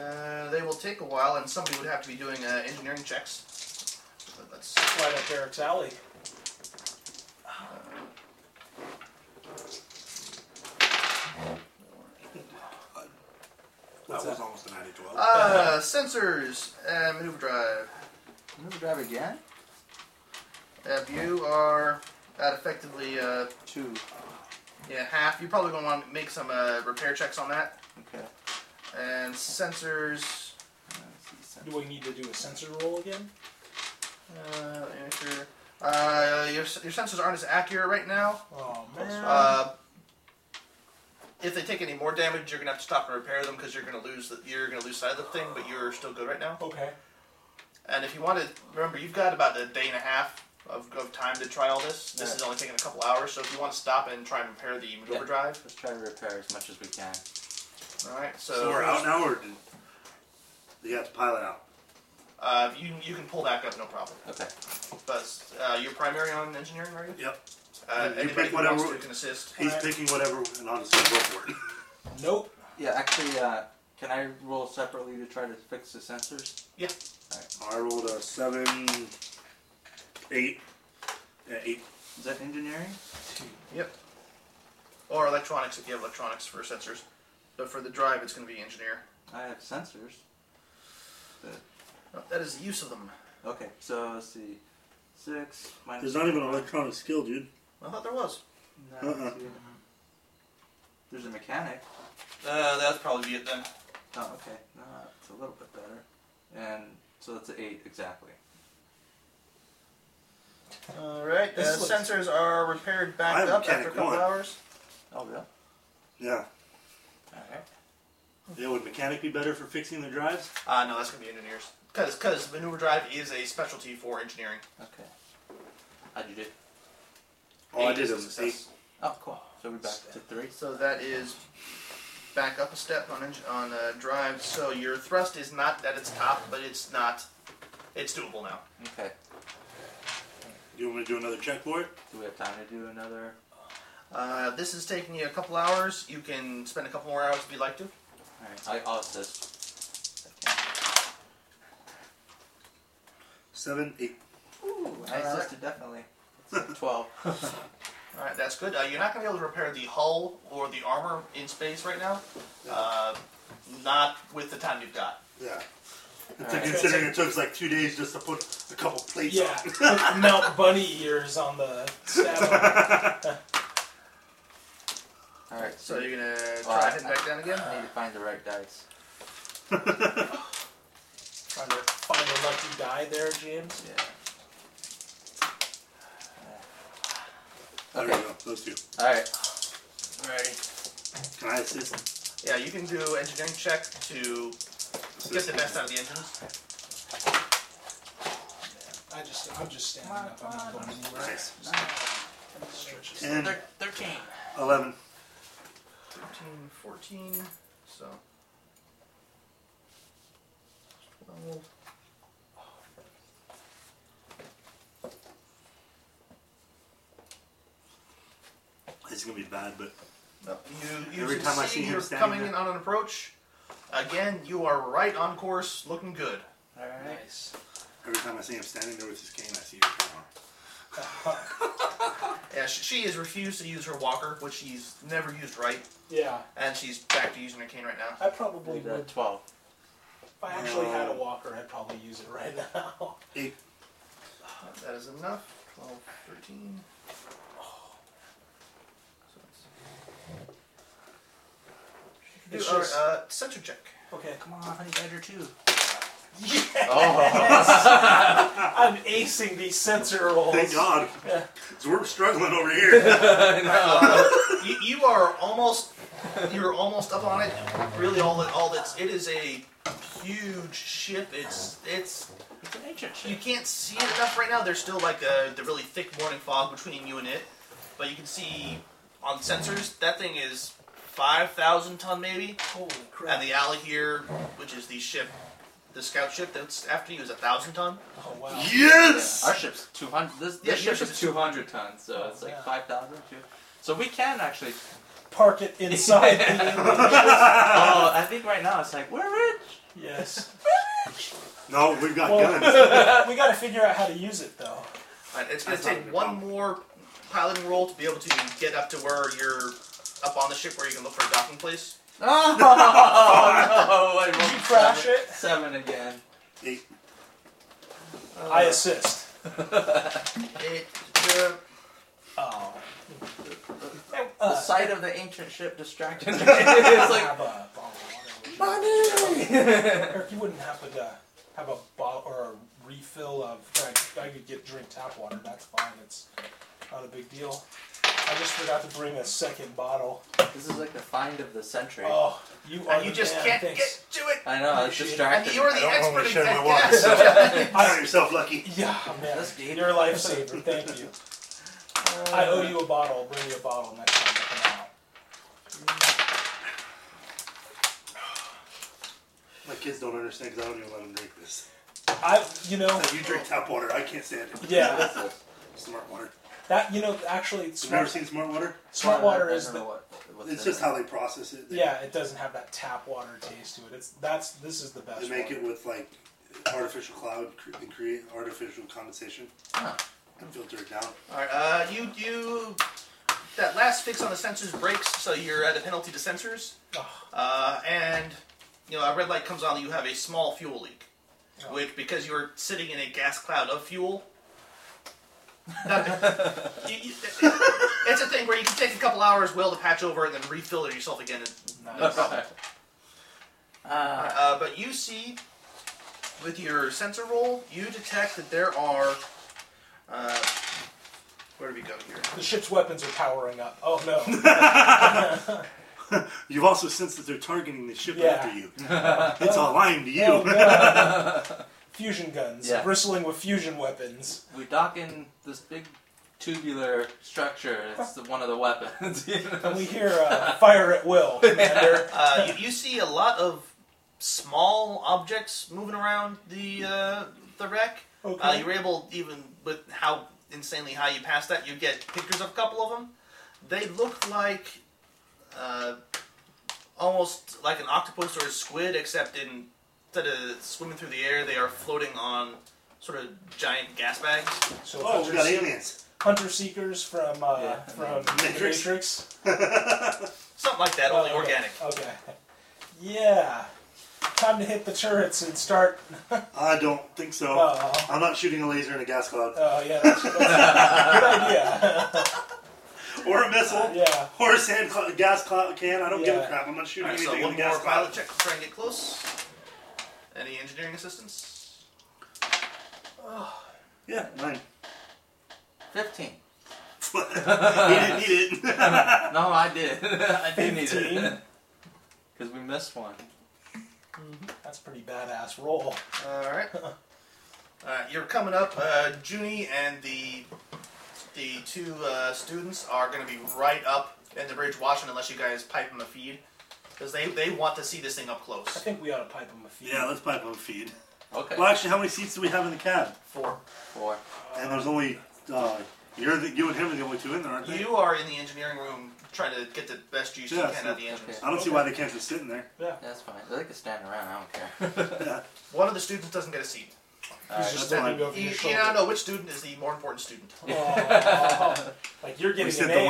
Speaker 4: Uh, they will take a while, and somebody would have to be doing uh, engineering checks. But let's
Speaker 1: Right up Eric's alley.
Speaker 3: That was almost an ID 12.
Speaker 4: Uh, sensors and maneuver drive.
Speaker 2: Maneuver drive again?
Speaker 4: If you are at effectively uh,
Speaker 2: Two.
Speaker 4: yeah, half, you're probably going to want to make some uh, repair checks on that.
Speaker 2: Okay.
Speaker 4: And sensors.
Speaker 2: Let's see,
Speaker 1: Do I need to do a sensor roll again?
Speaker 4: Uh, let me make sure. Uh, your, your sensors aren't as accurate right now.
Speaker 1: Oh man.
Speaker 4: Uh, if they take any more damage, you're gonna have to stop and repair them because you're gonna lose the, you're gonna lose sight of the thing. But you're still good right now.
Speaker 1: okay.
Speaker 4: And if you want to remember, you've got about a day and a half of, of time to try all this. This is only taking a couple hours, so if you want to stop and try and repair the maneuver
Speaker 2: Yeah.
Speaker 4: drive,
Speaker 2: Let's try to repair as much as we can.
Speaker 4: all right. So,
Speaker 3: so we're out now, or did you have to pilot out?
Speaker 4: Uh, you you can pull back up, no problem.
Speaker 2: Okay.
Speaker 4: But uh, you're primary on engineering, are you?
Speaker 3: Yep.
Speaker 4: Uh,
Speaker 3: You
Speaker 4: anybody
Speaker 3: pick
Speaker 4: who wants
Speaker 3: whatever-
Speaker 4: to can assist.
Speaker 3: He's
Speaker 1: Alright.
Speaker 3: picking whatever, and I'll just go for it.
Speaker 1: Nope.
Speaker 2: Yeah, actually, uh, can I roll separately to try to fix the sensors?
Speaker 3: I rolled a 7, 8, yeah, 8.
Speaker 2: Is that engineering?
Speaker 4: Or electronics if you have electronics for sensors. But for the drive, it's going to be engineer.
Speaker 2: I have sensors.
Speaker 4: Uh, That is the use of them.
Speaker 2: Okay, so let's see. Six minus.
Speaker 3: There's not even an
Speaker 2: one.
Speaker 3: electronic skill, dude.
Speaker 4: I thought there was.
Speaker 2: No,
Speaker 3: Uh-uh.
Speaker 2: let's see. There's a mechanic.
Speaker 17: Uh, that's probably be it then.
Speaker 2: Oh, okay. No, it's a little bit better. And so that's an eight exactly.
Speaker 4: All right. The
Speaker 1: This looks-
Speaker 4: sensors are repaired
Speaker 3: I
Speaker 4: back
Speaker 3: have
Speaker 4: up after a
Speaker 3: mechanic
Speaker 4: couple
Speaker 3: one.
Speaker 4: hours.
Speaker 2: Oh, really?
Speaker 3: Yeah.
Speaker 2: Alright.
Speaker 3: Yeah, would mechanic be better for fixing the drives?
Speaker 4: Uh, no, that's going to be engineers. Because because maneuver drive is a specialty for engineering.
Speaker 2: Okay. How'd you do?
Speaker 3: Oh, I
Speaker 4: Eight
Speaker 3: did
Speaker 4: is a
Speaker 3: them.
Speaker 4: success.
Speaker 2: Oh, cool. So we're back to three.
Speaker 4: So that is back up a step on eng- on uh, drive. So your thrust is not at its top, but it's not. It's doable now.
Speaker 2: Okay.
Speaker 3: You want me to do another check for it?
Speaker 2: Do we have time to do another?
Speaker 4: Uh, this is taking you a couple hours. You can spend a couple more hours if you'd like to.
Speaker 2: Alright, I- I'll assist. Okay.
Speaker 3: Seven, eight.
Speaker 2: Ooh, I assisted definitely. It's a 12.
Speaker 4: All right, that's good. Uh, you're not going to be able to repair the hull or the armor in space right now. Uh, not with the time you've got.
Speaker 3: Yeah. And
Speaker 2: Alright.
Speaker 3: considering it took us like two days just to put a couple plates
Speaker 1: Yeah,
Speaker 3: on.
Speaker 1: put Mount Bunny ears on the saddle.
Speaker 2: Alright,
Speaker 4: So
Speaker 2: so you
Speaker 4: you're going to
Speaker 2: Well,
Speaker 4: try
Speaker 2: I-
Speaker 4: heading back down again?
Speaker 2: need to find the right dice.
Speaker 1: Trying to find a lucky die there, James.
Speaker 2: Yeah.
Speaker 3: There we go. Those two.
Speaker 2: Alright.
Speaker 17: Alrighty.
Speaker 3: Can I assist?
Speaker 4: Yeah, you can do engineering check to get the best out of the engines.
Speaker 1: I just, I'm just standing up. I'm not going anywhere.
Speaker 3: Nice.
Speaker 1: Stretch this.
Speaker 3: Ten,
Speaker 17: Thir- Thirteen.
Speaker 3: eleven.
Speaker 4: 13, 14, so. 12.
Speaker 3: It's gonna be bad, but
Speaker 4: No, you, you
Speaker 3: Every time I
Speaker 4: succeed,
Speaker 3: see him
Speaker 4: you're
Speaker 3: standing
Speaker 4: coming
Speaker 3: there-
Speaker 4: in on an approach. Again, you are right on course, looking good.
Speaker 2: Alright.
Speaker 1: Nice.
Speaker 3: every time I see him standing there with his cane, I see his power.
Speaker 4: Yeah, she, she has refused to use her walker, which she's never used right,
Speaker 1: Yeah,
Speaker 4: and she's back to using her cane right now.
Speaker 1: I probably
Speaker 2: Leave
Speaker 1: would.
Speaker 2: that at 12.
Speaker 1: If I actually had a walker, I'd probably use it right now.
Speaker 3: Eight.
Speaker 4: That is enough. Oh. 12, 13. So it's-
Speaker 1: It's
Speaker 4: Do- or,
Speaker 1: just-
Speaker 4: uh, sensor check.
Speaker 1: Okay.
Speaker 2: Come on, honey badger too.
Speaker 1: Yes!
Speaker 2: Oh.
Speaker 1: I'm acing these sensor rolls.
Speaker 3: Thank God.
Speaker 1: Yeah.
Speaker 3: So we're struggling over here.
Speaker 4: you, you are almost you're almost up on it. Really, all that all that's it is a huge ship. It's it's
Speaker 2: it's an ancient
Speaker 4: you can't see it enough right now. There's still like a, the really thick morning fog between you and it, but you can see on sensors that thing is five thousand ton maybe,
Speaker 1: Holy crap.
Speaker 4: and the alley here, which is the ship, the scout ship that's after you, is a thousand ton.
Speaker 1: oh, wow.
Speaker 3: yes.
Speaker 2: Yeah, our ship's 200. This,
Speaker 4: Yeah,
Speaker 2: this
Speaker 4: your
Speaker 2: ship
Speaker 4: ship's
Speaker 2: is 200 tons, so
Speaker 1: Oh,
Speaker 2: it's like
Speaker 1: yeah.
Speaker 2: 5,000. too. So we can actually.
Speaker 1: Park it inside the
Speaker 2: Oh, I think right now it's like, we're rich.
Speaker 1: Yes.
Speaker 3: No, we've got
Speaker 1: Well-
Speaker 3: guns.
Speaker 1: we gotta figure out how to use it, though.
Speaker 4: Alright, it's going to
Speaker 3: That's not
Speaker 4: take
Speaker 3: a
Speaker 4: one
Speaker 3: problem.
Speaker 4: more piloting roll to be able to get up to where you're up on the ship where you can look for a docking place.
Speaker 9: Oh, no!
Speaker 2: Oh,
Speaker 9: I
Speaker 1: Did you
Speaker 9: rolled
Speaker 1: crash
Speaker 9: seven.
Speaker 1: it?
Speaker 9: Seven again.
Speaker 3: Eight.
Speaker 4: Uh,
Speaker 1: I assist.
Speaker 6: It, uh,
Speaker 4: uh,
Speaker 1: Oh. Uh.
Speaker 9: the sight of the ancient ship distracted me. it's like,
Speaker 1: have a bottle of water.
Speaker 9: money!
Speaker 1: Eric, you wouldn't have to uh, have a bottle or a refill of. I, I could get drink tap water. That's fine. It's not a big deal. I just forgot to bring a second bottle.
Speaker 9: this is like the find of the century.
Speaker 1: Oh, you
Speaker 3: Uh,
Speaker 1: are.
Speaker 6: and you
Speaker 1: the
Speaker 6: just
Speaker 1: man.
Speaker 6: can't
Speaker 1: Thanks.
Speaker 6: get to it.
Speaker 9: I know, it's
Speaker 1: Appreciate it.
Speaker 6: And
Speaker 9: distracting.
Speaker 6: you're
Speaker 3: I
Speaker 6: the
Speaker 3: don't normally
Speaker 6: expert
Speaker 3: share
Speaker 6: in
Speaker 3: my
Speaker 6: that
Speaker 3: water,
Speaker 6: gas.
Speaker 3: so
Speaker 1: I-
Speaker 3: Count yourself lucky.
Speaker 1: Yeah, man.
Speaker 9: That's deep.
Speaker 1: You're a lifesaver. Thank you. I owe you a bottle. I'll bring you a bottle next time I come out.
Speaker 3: My kids don't understand because I don't even let them drink this.
Speaker 1: I, you know,
Speaker 3: Like, you drink tap water. I can't stand it.
Speaker 1: yeah, that,
Speaker 3: Smart water.
Speaker 1: that you know, actually,
Speaker 3: You've never
Speaker 1: smart,
Speaker 3: seen smart water?
Speaker 1: smart water is
Speaker 9: the.
Speaker 1: the
Speaker 3: It's just how they process it. They,
Speaker 1: yeah. It doesn't have that tap water taste to it. It's that's this is the best.
Speaker 3: They make
Speaker 1: water.
Speaker 3: it with like artificial cloud cre- and create artificial condensation
Speaker 9: Huh.
Speaker 3: and filter it down.
Speaker 4: All right. Uh, you you that last fix on the sensors breaks, so you're at a penalty to sensors.
Speaker 1: Ugh.
Speaker 4: Uh, and you know a red light comes on. You have a small fuel leak,
Speaker 1: Oh.
Speaker 4: which because you're sitting in a gas cloud of fuel. not- you- you- it's a thing where you can take a couple hours, well, to patch over, and then refill it yourself again. No
Speaker 1: Nice.
Speaker 4: problem.
Speaker 9: Ah,
Speaker 4: Uh, but you see, with your sensor roll, you detect that there are. Uh, where do we go here?
Speaker 1: The ship's weapons are powering up. Oh no! Oh,
Speaker 3: You've also sensed that they're targeting the ship
Speaker 1: Yeah.
Speaker 3: after you.
Speaker 9: Uh,
Speaker 3: it's all lying to you.
Speaker 1: Oh, no. Fusion guns,
Speaker 9: Yeah.
Speaker 1: bristling with fusion weapons.
Speaker 9: we dock in this big tubular structure. and It's the, one of the weapons. you know?
Speaker 1: And we hear uh, fire at will, Commander.
Speaker 4: Uh, you, you see a lot of small objects moving around the uh, the wreck.
Speaker 1: Okay.
Speaker 4: Uh, you were able, even with how insanely high you passed that, you get pictures of a couple of them. They look like uh, almost like an octopus or a squid, except in, instead of swimming through the air, they are floating on sort of giant gas bags.
Speaker 1: so
Speaker 3: Oh, we
Speaker 1: hunter,
Speaker 3: got
Speaker 1: se-
Speaker 3: aliens.
Speaker 1: hunter seekers from uh,
Speaker 9: Yeah.
Speaker 1: from The
Speaker 3: Matrix.
Speaker 1: Matrix.
Speaker 4: Something like that, only
Speaker 1: Oh, okay.
Speaker 4: organic.
Speaker 1: Okay. Yeah. Time to hit the turrets and start.
Speaker 3: I don't think so.
Speaker 1: Oh.
Speaker 3: I'm not shooting a laser in a gas cloud
Speaker 1: Oh yeah, that's, that's a good idea.
Speaker 3: or a missile
Speaker 1: yeah.
Speaker 3: or a sand cl- gas cloud can. I don't give a
Speaker 1: Yeah.
Speaker 3: crap. I'm not shooting
Speaker 4: Alright, so
Speaker 3: anything in
Speaker 4: one
Speaker 3: a
Speaker 4: more
Speaker 3: gas
Speaker 4: pilot
Speaker 3: cloud.
Speaker 4: check to try and get close. Any engineering assistance?
Speaker 3: Yeah, mine.
Speaker 9: Fifteen.
Speaker 3: he didn't need it.
Speaker 9: No, I did. I did need it.
Speaker 1: Fifteen.
Speaker 9: Because we missed one.
Speaker 1: That's a pretty badass roll.
Speaker 4: All right. Uh, you're coming up. Uh, Junie and the the two uh, students are going to be right up in the bridge watching, unless you guys pipe them a feed, because they they want to see this thing up
Speaker 1: I
Speaker 4: close.
Speaker 1: think we ought to pipe him a few.
Speaker 3: yeah, let's pipe up a feed.
Speaker 9: Okay.
Speaker 3: Well, actually, how many seats do we have in the cab?
Speaker 4: Four.
Speaker 9: Four.
Speaker 3: And there's only uh, you're the, you and him are the only two in there, aren't they?
Speaker 4: You are in the engineering room trying to get the best use
Speaker 3: Yeah,
Speaker 4: you can
Speaker 3: so-
Speaker 4: out of the engines.
Speaker 3: I don't see why they can't just sit in there.
Speaker 9: That's fine. They can stand around. I don't care.
Speaker 3: Yeah.
Speaker 4: One of the students doesn't get a seat.
Speaker 9: All
Speaker 1: He's
Speaker 9: right.
Speaker 1: just
Speaker 3: that's
Speaker 1: looking
Speaker 3: fine.
Speaker 1: over
Speaker 4: You,
Speaker 1: your
Speaker 4: you
Speaker 1: shoulder.
Speaker 4: now know which student is the more important student.
Speaker 1: Aw. like you're
Speaker 3: We
Speaker 1: getting
Speaker 3: sent
Speaker 1: an
Speaker 3: the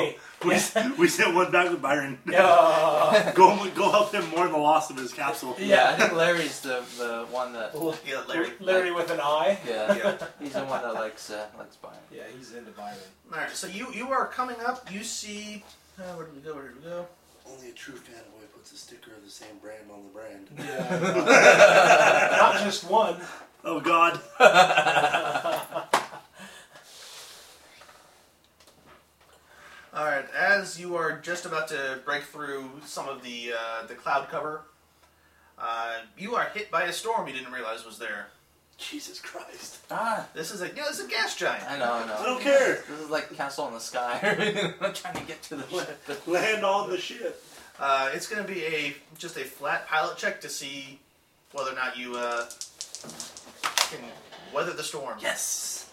Speaker 3: one,
Speaker 1: A.
Speaker 3: we, we sent one back with Byron.
Speaker 1: Yeah.
Speaker 3: go go help him mourn the loss of his capsule.
Speaker 9: yeah, I think Larry's the, the one that.
Speaker 4: Yeah, Larry.
Speaker 1: Larry with an I.
Speaker 9: Yeah,
Speaker 4: Yeah.
Speaker 9: he's the one that likes uh, likes Byron.
Speaker 1: Yeah, he's into Byron.
Speaker 4: All right. So you you are coming up. You see. Uh, where did we go? Where did we go?
Speaker 3: Only a true fanboy puts a sticker of the same brand on the brand.
Speaker 1: Yeah. Not just one.
Speaker 3: Oh God.
Speaker 4: All right. As you are just about to break through some of the uh, the cloud cover, uh, you are hit by a storm you didn't realize was there.
Speaker 3: Jesus Christ.
Speaker 9: Ah,
Speaker 4: This is a yeah, this is a gas giant.
Speaker 9: I know, I know.
Speaker 3: I don't care.
Speaker 9: This is like Castle in the Sky. I'm trying to get to the lip.
Speaker 3: Land on the ship.
Speaker 4: Uh, it's going to be a just a flat pilot check to see whether or not you uh, can weather the storm.
Speaker 9: Yes.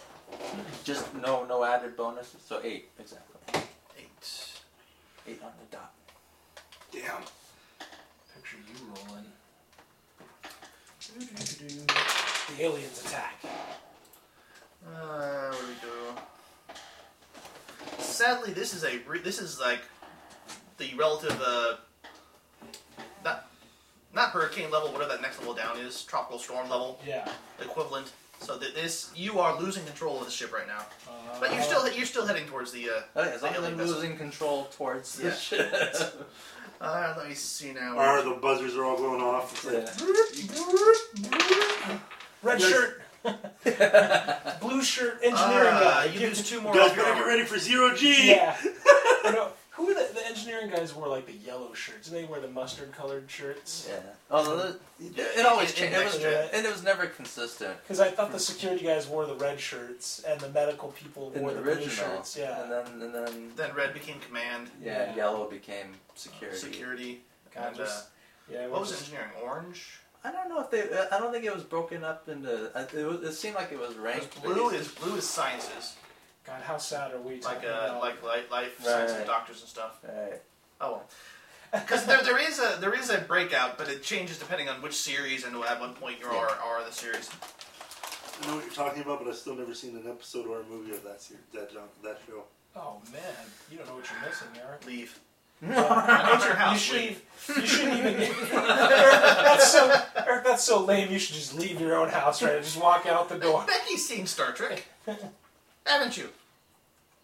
Speaker 9: Just no, no added bonus. So eight, exactly.
Speaker 4: Eight.
Speaker 9: Eight on the dot.
Speaker 3: Damn.
Speaker 1: Picture you rolling. Doo-doo-doo-doo. The aliens attack.
Speaker 4: Uh, where do we go? Sadly, this is a re- this is like the relative uh, not hurricane level, whatever that next level down is, tropical storm level
Speaker 1: Yeah.
Speaker 4: equivalent. So that this, you are losing control of the ship right now,
Speaker 1: Uh,
Speaker 4: but you're still you're still heading towards the. Uh,
Speaker 9: Okay, as long
Speaker 4: the
Speaker 9: as
Speaker 4: alien
Speaker 9: I'm
Speaker 4: vessel.
Speaker 9: losing control towards
Speaker 4: Yeah.
Speaker 9: this shit.
Speaker 4: Uh, let me see now.
Speaker 3: Or the buzzers are all going off. It's like,
Speaker 1: Red
Speaker 3: Yes.
Speaker 1: shirt. Blue shirt. Engineering
Speaker 4: Uh,
Speaker 1: guy.
Speaker 4: you lose two more.
Speaker 3: You guys
Speaker 4: of your
Speaker 3: better get
Speaker 4: armor.
Speaker 3: ready for zero G.
Speaker 1: Yeah. Or no, who are the, the engineering guys wore like the yellow shirts? Did they wear the mustard colored shirts?
Speaker 9: yeah. Oh, it, it always
Speaker 4: It- it
Speaker 9: changed. It was,
Speaker 1: extra-
Speaker 9: and it was never consistent.
Speaker 1: Because I thought the security guys wore the red shirts and the medical people
Speaker 9: In
Speaker 1: wore
Speaker 9: the
Speaker 1: blue
Speaker 9: original,
Speaker 1: shirts. Yeah.
Speaker 9: and then and then
Speaker 4: Then red became command
Speaker 9: yeah,
Speaker 1: Yeah.
Speaker 9: yellow became security.
Speaker 4: security.
Speaker 1: God,
Speaker 4: And, uh,
Speaker 1: just- yeah. we're
Speaker 4: what was
Speaker 1: just-
Speaker 4: engineering? Orange.
Speaker 9: I don't know if they. I don't think it was broken up into. I- It, was, it seemed like it was
Speaker 4: Because
Speaker 9: ranked.
Speaker 4: blue
Speaker 9: based-
Speaker 4: is blue is sciences,
Speaker 1: God, how sad are we?
Speaker 4: like
Speaker 1: talking
Speaker 4: uh,
Speaker 1: about?
Speaker 4: like li- life
Speaker 9: Right,
Speaker 4: sciences,
Speaker 9: right.
Speaker 4: doctors and stuff.
Speaker 9: Right.
Speaker 4: Oh well, because there, there is a there is a breakout, but it changes depending on which series and at what point you are are the series.
Speaker 3: I know what you're talking about, but I've still never seen an episode or a movie of that series, that junk, that show.
Speaker 1: Oh man, you don't know what you're missing, Eric.
Speaker 4: Leave.
Speaker 1: Uh,
Speaker 4: Not your
Speaker 1: you
Speaker 4: house.
Speaker 1: should.
Speaker 4: leave.
Speaker 1: You shouldn't even. Eric, that's so. Eric, that's so lame. You should just leave your own house, right? Just walk out the door.
Speaker 4: Becky's seen Star Trek, haven't you?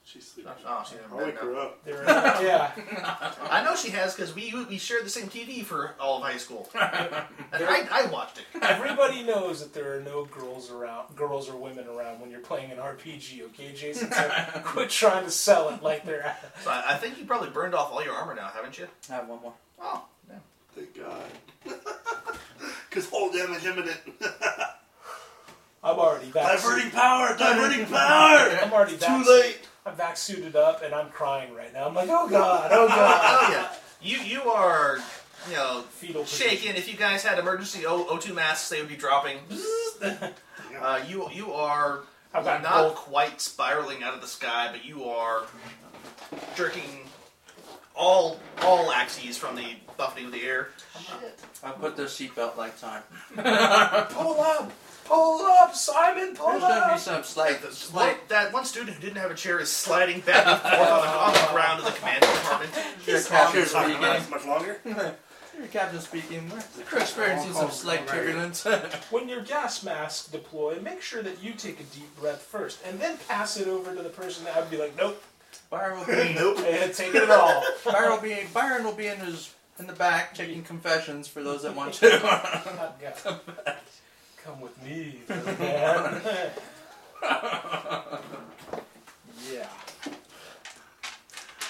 Speaker 3: She's sleeping.
Speaker 4: Oh, she's never
Speaker 3: I'll wake
Speaker 4: been.
Speaker 3: her
Speaker 4: no.
Speaker 3: up.
Speaker 1: There, yeah.
Speaker 4: I know she has because we we shared the same TV for all of high school, and I, I watched it.
Speaker 1: Everybody knows that there are no girls around, girls or women around when you're playing an RPG. Okay, Jason, so quit trying to sell it like they're.
Speaker 4: So I, I think you probably burned off all your armor now, haven't you?
Speaker 9: I have one more.
Speaker 4: Oh,
Speaker 3: Thank God. Because all damage imminent.
Speaker 1: I'm already back.
Speaker 3: diverting power. Diverting power.
Speaker 1: I'm already
Speaker 3: Too
Speaker 1: back.
Speaker 3: late.
Speaker 1: I'm back suited up and I'm crying right now. I'm like, oh god, oh god.
Speaker 4: oh yeah. You you are you know
Speaker 1: Fetal
Speaker 4: shaken. If you guys had emergency O- O2 masks, they would be dropping.
Speaker 3: Oh,
Speaker 4: Uh, you you are
Speaker 1: I've got
Speaker 4: not
Speaker 1: gold.
Speaker 4: quite spiraling out of the sky, but you are jerking all all axes from the buffeting of the air.
Speaker 9: I put their seatbelt lights on.
Speaker 1: Pull up, pull up, Simon, pull
Speaker 9: There's gonna be
Speaker 1: up.
Speaker 9: some slight,
Speaker 4: One,
Speaker 9: slight.
Speaker 4: that one student who didn't have a chair is sliding back and forth on the, on the ground of the command department.
Speaker 9: Your
Speaker 3: Sure,
Speaker 9: captain
Speaker 3: it's not gonna last
Speaker 9: speaking.
Speaker 3: much longer.
Speaker 9: Your captain speaking. We're we're experiencing some slight turbulence.
Speaker 1: When your gas mask deploy, make sure that you take a deep breath first, and then pass it over to the person that I'd be like, nope,
Speaker 9: Byron will be.
Speaker 3: Nope.
Speaker 1: and take it all.
Speaker 9: Byron will be. Byron will be in his in the back taking confessions for those that want to.
Speaker 1: Not go. Come with me, little man. yeah.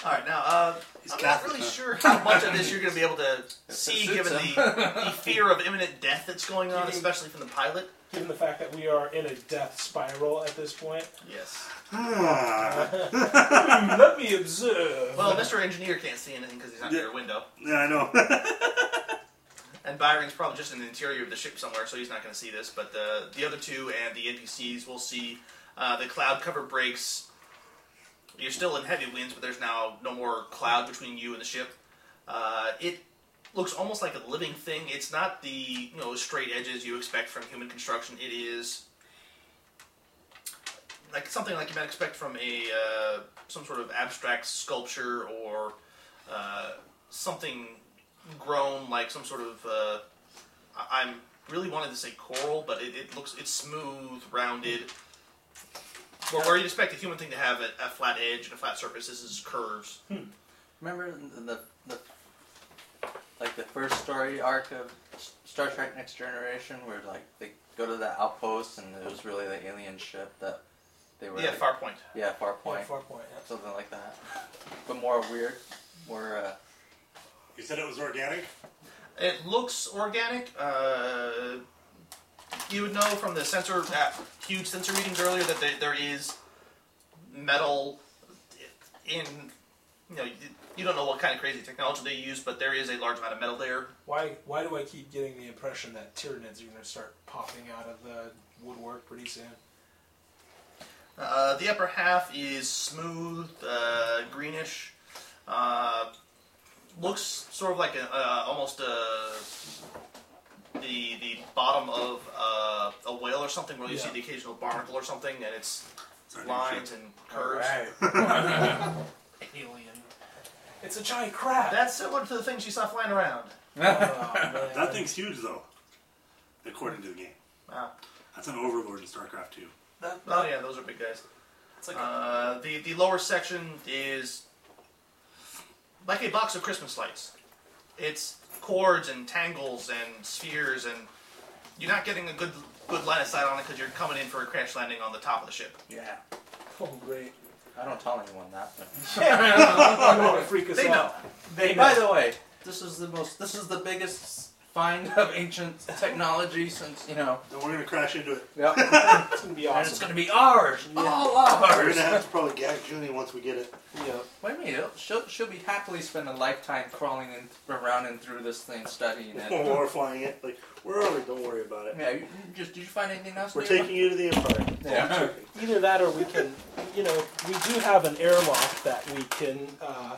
Speaker 4: All right, now uh,
Speaker 3: He's
Speaker 4: I'm not
Speaker 3: Catholic,
Speaker 4: really
Speaker 3: huh?
Speaker 4: sure how much of this you're going to be able to see,
Speaker 9: suits
Speaker 4: given the,
Speaker 9: him.
Speaker 4: the fear of imminent death that's going on,
Speaker 1: Keeping-
Speaker 4: especially from the pilot.
Speaker 1: Given the fact that we are in a death spiral at this point,
Speaker 4: Yes.
Speaker 3: Ah.
Speaker 1: Hmm, let me observe.
Speaker 4: Well, Mr. Engineer can't see anything because he's not near a window,
Speaker 3: yeah, I know.
Speaker 4: and Byron's probably just in the interior of the ship somewhere, so he's not going to see this. But uh, the the other two and the NPCs will see uh, the cloud cover breaks. You're still in heavy winds, but there's now no more cloud between you and the ship. Uh, it looks almost like a living thing. It's not the you know straight edges you expect from human construction. It is like something like you might expect from a uh, some sort of abstract sculpture or uh, something grown like some sort of. Uh, I- I'm really wanted to say coral, but it, it looks it's smooth, rounded. Well, where you'd expect a human thing to have a, a flat edge and a flat surface, this is curves.
Speaker 9: Remember the, the, the like the first story arc of S- Star Trek Next Generation, where like they go to that outpost and it was really the alien ship that they were
Speaker 4: Yeah,
Speaker 9: like-
Speaker 4: far point.
Speaker 9: yeah far point
Speaker 1: Yeah, far point. yeah.
Speaker 9: something like that, but more weird, more uh,
Speaker 3: You said it was organic.
Speaker 4: It looks organic. Uh, you would know from the sensor, uh, huge sensor readings earlier, that there, there is metal in. You know, you, you don't know what kind of crazy technology they use, but there is a large amount of metal there.
Speaker 1: Why, why do I keep getting the impression that Tyranids are going to start popping out of the woodwork pretty soon?
Speaker 4: Uh, the upper half is smooth, uh, greenish. Uh, looks sort of like a, uh, almost a, the the bottom of uh, a whale or something, where you see
Speaker 1: Yeah.
Speaker 4: the occasional barnacle or something, and it's
Speaker 3: It's our new
Speaker 4: lines and curves.
Speaker 1: Alien. It's a giant crab.
Speaker 4: That's similar to the things you saw flying around.
Speaker 18: Oh,
Speaker 3: That thing's huge, though, according to the game.
Speaker 4: Uh,
Speaker 19: Wow.
Speaker 3: That's an overlord in StarCraft 2.
Speaker 4: Oh yeah, those are big guys.
Speaker 18: It's like
Speaker 4: Uh, the the lower section is like a box of Christmas lights. It's cords and tangles and spheres, and you're not getting a good good line of sight on it because you're coming in for a crash landing on the top of the ship.
Speaker 18: yeah.
Speaker 1: Oh, great.
Speaker 2: I don't tell anyone that. But.
Speaker 1: you want to freak us
Speaker 4: They know.
Speaker 1: out. They
Speaker 2: By
Speaker 1: know.
Speaker 2: the way, this is the most. This is the biggest find of ancient technology since you know.
Speaker 3: Then we're going to crash into it.
Speaker 2: Yep.
Speaker 1: It's going to be
Speaker 2: and it's
Speaker 1: awesome.
Speaker 2: gonna be ours.
Speaker 1: Yeah.
Speaker 2: All
Speaker 3: We're going
Speaker 2: ours.
Speaker 3: to have to probably gag Junie once we get it.
Speaker 1: Yeah.
Speaker 2: Wait a minute. She'll she'll be happily spend a lifetime crawling in, around and through this thing studying it.
Speaker 3: Or flying it. Like, where are we? Don't worry about it.
Speaker 2: yeah. You, you just did you find anything else?
Speaker 3: We're
Speaker 2: Levi?
Speaker 3: taking you to the Empire.
Speaker 2: Yeah.
Speaker 1: Either that or we can, you know, we do have an airlock that we can, uh,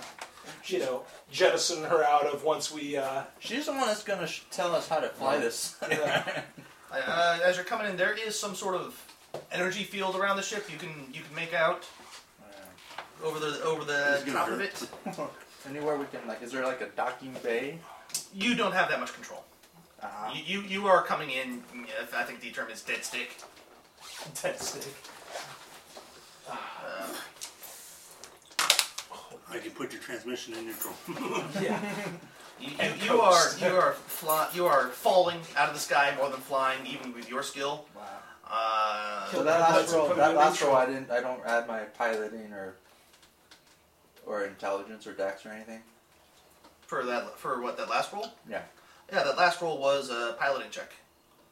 Speaker 1: you know, jettison her out of once we, uh,
Speaker 2: She's the one that's gonna sh- tell us how to fly this.
Speaker 1: Yeah.
Speaker 4: Uh, as you're coming in, there is some sort of energy field around the ship. You can you can make out over the over the
Speaker 3: It's gonna
Speaker 4: top of
Speaker 3: hurt.
Speaker 4: it.
Speaker 2: Anywhere we can like, is there like a docking bay?
Speaker 4: You don't have that much control.
Speaker 2: Uh,
Speaker 4: You you, you are coming in. I think the term is dead stick.
Speaker 1: dead stick.
Speaker 4: Uh,
Speaker 3: I can put your transmission in neutral.
Speaker 1: Yeah.
Speaker 4: You, you,
Speaker 1: And
Speaker 4: you are
Speaker 1: coast.
Speaker 4: you are fly, you are falling out of the sky more than flying, even with your skill.
Speaker 2: wow. So
Speaker 4: Uh,
Speaker 2: that
Speaker 1: Let's
Speaker 2: last roll,
Speaker 1: put it
Speaker 2: that
Speaker 1: in
Speaker 2: last
Speaker 1: neutral.
Speaker 2: roll, I didn't. I don't add my piloting or or intelligence or dex or anything.
Speaker 4: for that for what that last roll?
Speaker 2: Yeah.
Speaker 4: yeah. That last roll was a piloting check.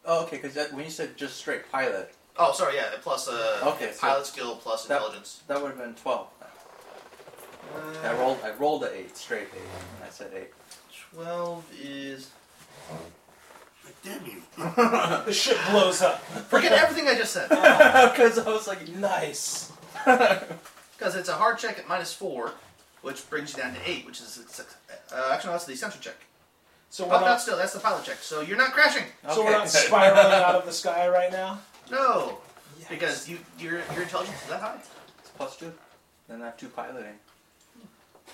Speaker 2: Oh, okay. Because when you said just straight pilot,
Speaker 4: Oh, sorry, yeah, plus uh,
Speaker 2: Okay, so-
Speaker 4: pilot skill plus
Speaker 2: That-
Speaker 4: intelligence.
Speaker 2: that would have been twelve.
Speaker 1: Uh,
Speaker 2: I rolled. I rolled a eight, straight eight, and I said eight.
Speaker 4: Twelve is
Speaker 3: Like, damn you.
Speaker 1: the ship blows up.
Speaker 4: forget everything I just said
Speaker 2: Because I was like,
Speaker 1: Nice.
Speaker 4: because it's a hard check at minus four, which brings you down to eight, which is a success- uh, actually no, that's the essential check.
Speaker 1: So
Speaker 4: Oh,
Speaker 1: we're
Speaker 4: that's
Speaker 1: not,
Speaker 4: still that's the pilot check. So you're not crashing.
Speaker 1: so we're
Speaker 2: Okay.
Speaker 1: not spiraling out of the sky right now?
Speaker 4: No, because you your your intelligence is that high.
Speaker 2: It's plus two. Then I have two piloting.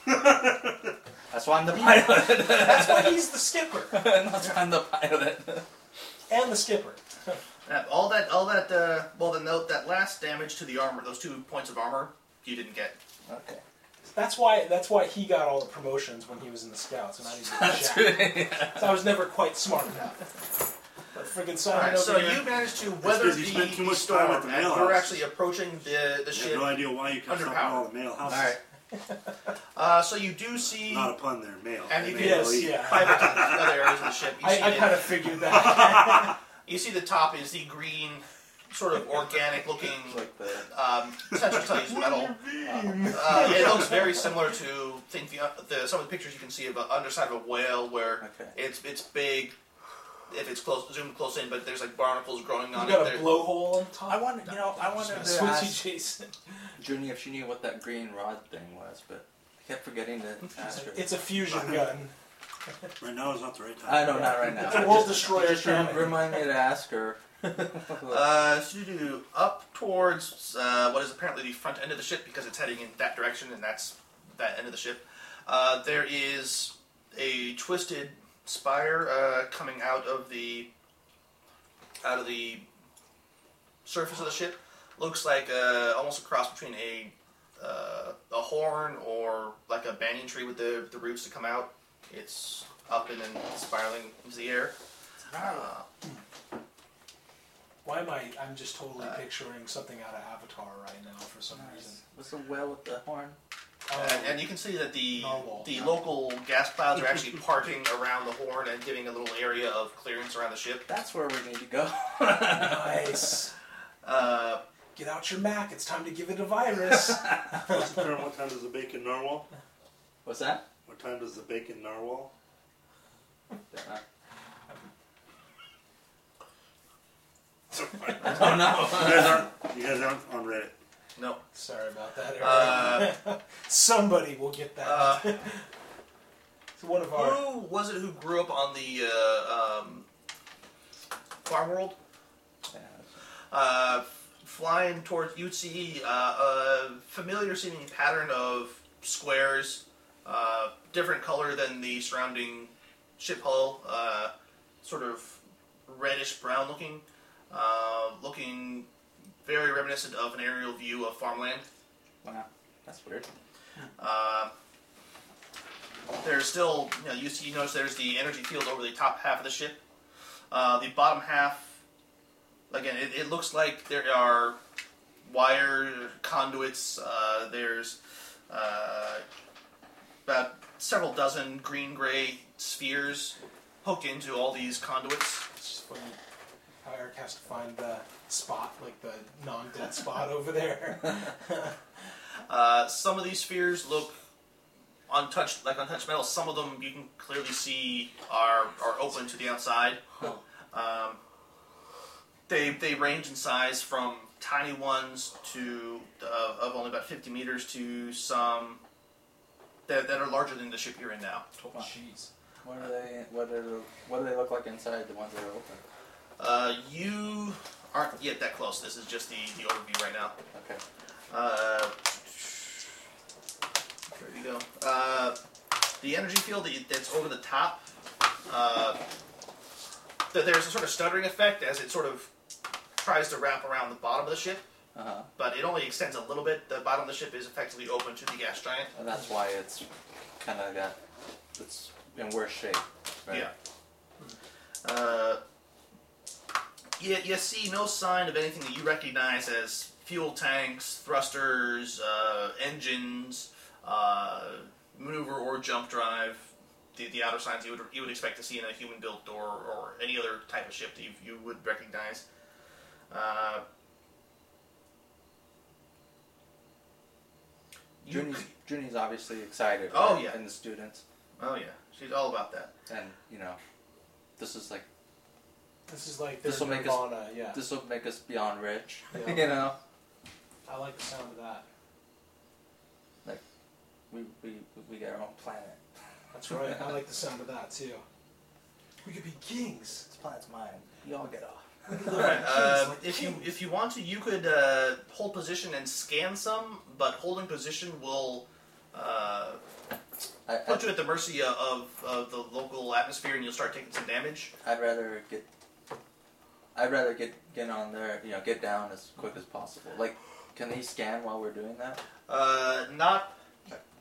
Speaker 2: That's why I'm the pilot.
Speaker 1: That's why he's the skipper.
Speaker 2: That's why I'm the pilot.
Speaker 1: And the skipper.
Speaker 4: Yeah, all that, all that. Uh, well, the note that last damage to the armor, those two points of armor, you didn't get.
Speaker 2: Okay.
Speaker 1: That's why that's why he got all the promotions when he was in the scouts and I didn't get
Speaker 2: That's
Speaker 1: jack.
Speaker 2: really-
Speaker 1: So I was never quite smart enough. But friggin'
Speaker 4: All
Speaker 1: Simon
Speaker 4: right,
Speaker 1: over
Speaker 4: so
Speaker 1: here.
Speaker 4: you managed to weather
Speaker 3: because
Speaker 4: the
Speaker 3: you spent too much
Speaker 4: storm,
Speaker 3: time at the
Speaker 4: and
Speaker 3: mail
Speaker 4: you're
Speaker 3: house.
Speaker 4: actually approaching the the
Speaker 3: I
Speaker 4: ship.
Speaker 3: have no idea why you kept
Speaker 4: Under
Speaker 3: stopping
Speaker 4: power.
Speaker 3: all the mail houses.
Speaker 2: Alright.
Speaker 4: Uh, so you do see
Speaker 3: Not a pun there, mail.
Speaker 4: And you
Speaker 3: Mail.
Speaker 4: can-
Speaker 1: Yes, yeah.
Speaker 4: five or ten other areas of the ship. You see,
Speaker 1: I, I
Speaker 4: the-
Speaker 1: kind of figured that.
Speaker 4: you see the top is the green, sort of organic looking.
Speaker 2: like the
Speaker 4: Um, essentially, it's used metal. Uh, it looks very similar to think the, the some of the pictures you can see of the underside of a whale, where
Speaker 2: okay.
Speaker 4: It's it's big. If it's close, zoomed close in, but there's like barnacles growing
Speaker 1: you
Speaker 4: on
Speaker 1: got
Speaker 4: it.
Speaker 1: a
Speaker 4: There-
Speaker 1: blowhole on top.
Speaker 2: I wanted, you know, I
Speaker 1: Just
Speaker 2: wanted
Speaker 1: gonna
Speaker 2: to
Speaker 1: switch you,
Speaker 2: ask
Speaker 1: Jason.
Speaker 2: Junie if she knew what that green rod thing was, but I kept forgetting to ask her.
Speaker 1: It's a fusion gun.
Speaker 3: Right now is not the right time.
Speaker 2: I know, not right now.
Speaker 1: It's a
Speaker 2: I
Speaker 1: world
Speaker 2: just-
Speaker 1: destroyer
Speaker 2: Just
Speaker 1: cannon.
Speaker 2: remind me to ask her.
Speaker 4: uh, so you do up towards uh, what is apparently the front end of the ship because it's heading in that direction, and that's that end of the ship. Uh, there is a twisted spire uh, coming out of the out of the surface of the ship. Looks like uh, almost a cross between a uh, a horn or like a banyan tree with the the roots that come out. It's up and then spiraling into the air. Uh,
Speaker 1: Why am I? I'm just totally
Speaker 4: Uh,
Speaker 1: picturing something out of Avatar right now for some reason.
Speaker 2: What's the whale with the horn?
Speaker 1: Oh,
Speaker 4: Uh, And, and you can see that the
Speaker 1: Narwhal.
Speaker 4: the local gas clouds are actually parting around the horn and giving a little area of clearance around the ship.
Speaker 2: That's where we need to go.
Speaker 1: nice.
Speaker 4: Uh,
Speaker 1: Get out your Mac. It's time to give it a virus.
Speaker 3: What's the term? What time does the bacon narwhal?
Speaker 2: What's that?
Speaker 3: What time does the bacon narwhal?
Speaker 2: I
Speaker 4: Oh,
Speaker 2: don't
Speaker 3: You guys
Speaker 2: know.
Speaker 3: aren't, you guys aren't on Reddit.
Speaker 4: no.
Speaker 1: Sorry about that.
Speaker 4: Uh,
Speaker 1: everyone. Somebody will get that.
Speaker 4: Uh,
Speaker 1: It's one of our.
Speaker 4: who was it who grew up on the uh, um, farm world? Uh, flying towards, you'd see uh, a familiar seeming pattern of squares, uh, different color than the surrounding ship hull, uh, sort of reddish brown looking, uh, looking very reminiscent of an aerial view of farmland.
Speaker 2: Wow, that's weird.
Speaker 4: Uh, there's still, you know, you, see, you notice there's the energy field over the top half of the ship. Uh, the bottom half, again, it, it looks like there are wire conduits. Uh, there's uh, about several dozen green gray spheres hooked into all these conduits.
Speaker 1: It's just funny how Eric has to find the spot, like the non-dead spot over there.
Speaker 4: Uh, some of these spheres look untouched, like untouched metal. Some of them you can clearly see are are open to the outside. Um, they they range in size from tiny ones to uh, of only about fifty meters to some that, that are larger than the ship you're in now.
Speaker 1: Jeez.
Speaker 2: What are they? What are? the- What do they look like inside? The ones that are open.
Speaker 4: Uh, you aren't yet that close. This is just the the overview right now.
Speaker 2: Okay.
Speaker 4: Uh, there you go. Uh, the energy field that you- that's over the top, uh, th- there's a sort of stuttering effect as it sort of tries to wrap around the bottom of the ship,
Speaker 2: Uh huh.
Speaker 4: but it only extends a little bit. The bottom of the ship is effectively open to the gas giant.
Speaker 2: And that's why it's kind of got. It's in worse shape. Right?
Speaker 4: Yeah. Uh, you, you see no sign of anything that you recognize as fuel tanks, thrusters, uh, engines, uh, maneuver or jump drive. The, the outer signs you would you would expect to see in a human built door or any other type of ship that you, you would recognize. Uh, you-
Speaker 2: Junie's, Junie's obviously excited.
Speaker 4: Oh,
Speaker 2: right?
Speaker 4: yeah.
Speaker 2: And the students,
Speaker 4: oh yeah, she's all about that.
Speaker 2: and you know, this is like
Speaker 1: This is like
Speaker 2: This'll
Speaker 1: their
Speaker 2: make us-
Speaker 1: Nirvana, yeah.
Speaker 2: this will make us beyond rich.
Speaker 1: Yeah.
Speaker 2: you know,
Speaker 1: I like the sound of that.
Speaker 2: we we we got our own planet.
Speaker 1: That's right. I like the sound of that too. We could be kings.
Speaker 2: This planet's mine. You all get off.
Speaker 1: We could
Speaker 4: All
Speaker 1: live
Speaker 4: right.
Speaker 1: like kings,
Speaker 4: Uh,
Speaker 1: like
Speaker 4: if you
Speaker 1: kings.
Speaker 4: if you want to, you could uh, hold position and scan some, but holding position will uh,
Speaker 2: I,
Speaker 4: put
Speaker 2: I,
Speaker 4: you at the mercy of, of, of the local atmosphere, and you'll start taking some damage.
Speaker 2: I'd rather get. I'd rather get get on there. You know, get down as quick as possible. Like, can he scan while we're doing that?
Speaker 4: Uh, not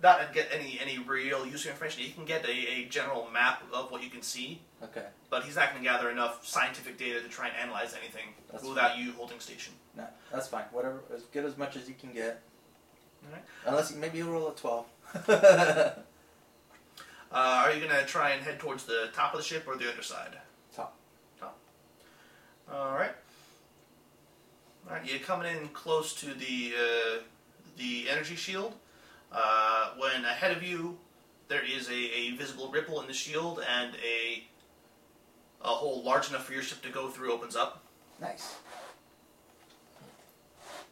Speaker 4: not get any any real useful information. He can get a, a general map of what you can see,
Speaker 2: Okay.
Speaker 4: but he's not going to gather enough scientific data to try and analyze anything
Speaker 2: That's
Speaker 4: without you holding station.
Speaker 2: No, that's fine. Whatever, as get as much as you can get.
Speaker 4: Alright.
Speaker 2: Unless you, maybe you roll a twelve.
Speaker 4: Uh, are you going to try and head towards the top of the ship or the underside?
Speaker 2: Top.
Speaker 4: Top. All right. All right. You're coming in close to the uh, the energy shield. Uh, when ahead of you, there is a, a visible ripple in the shield, and a a hole large enough for your ship to go through opens up.
Speaker 2: nice.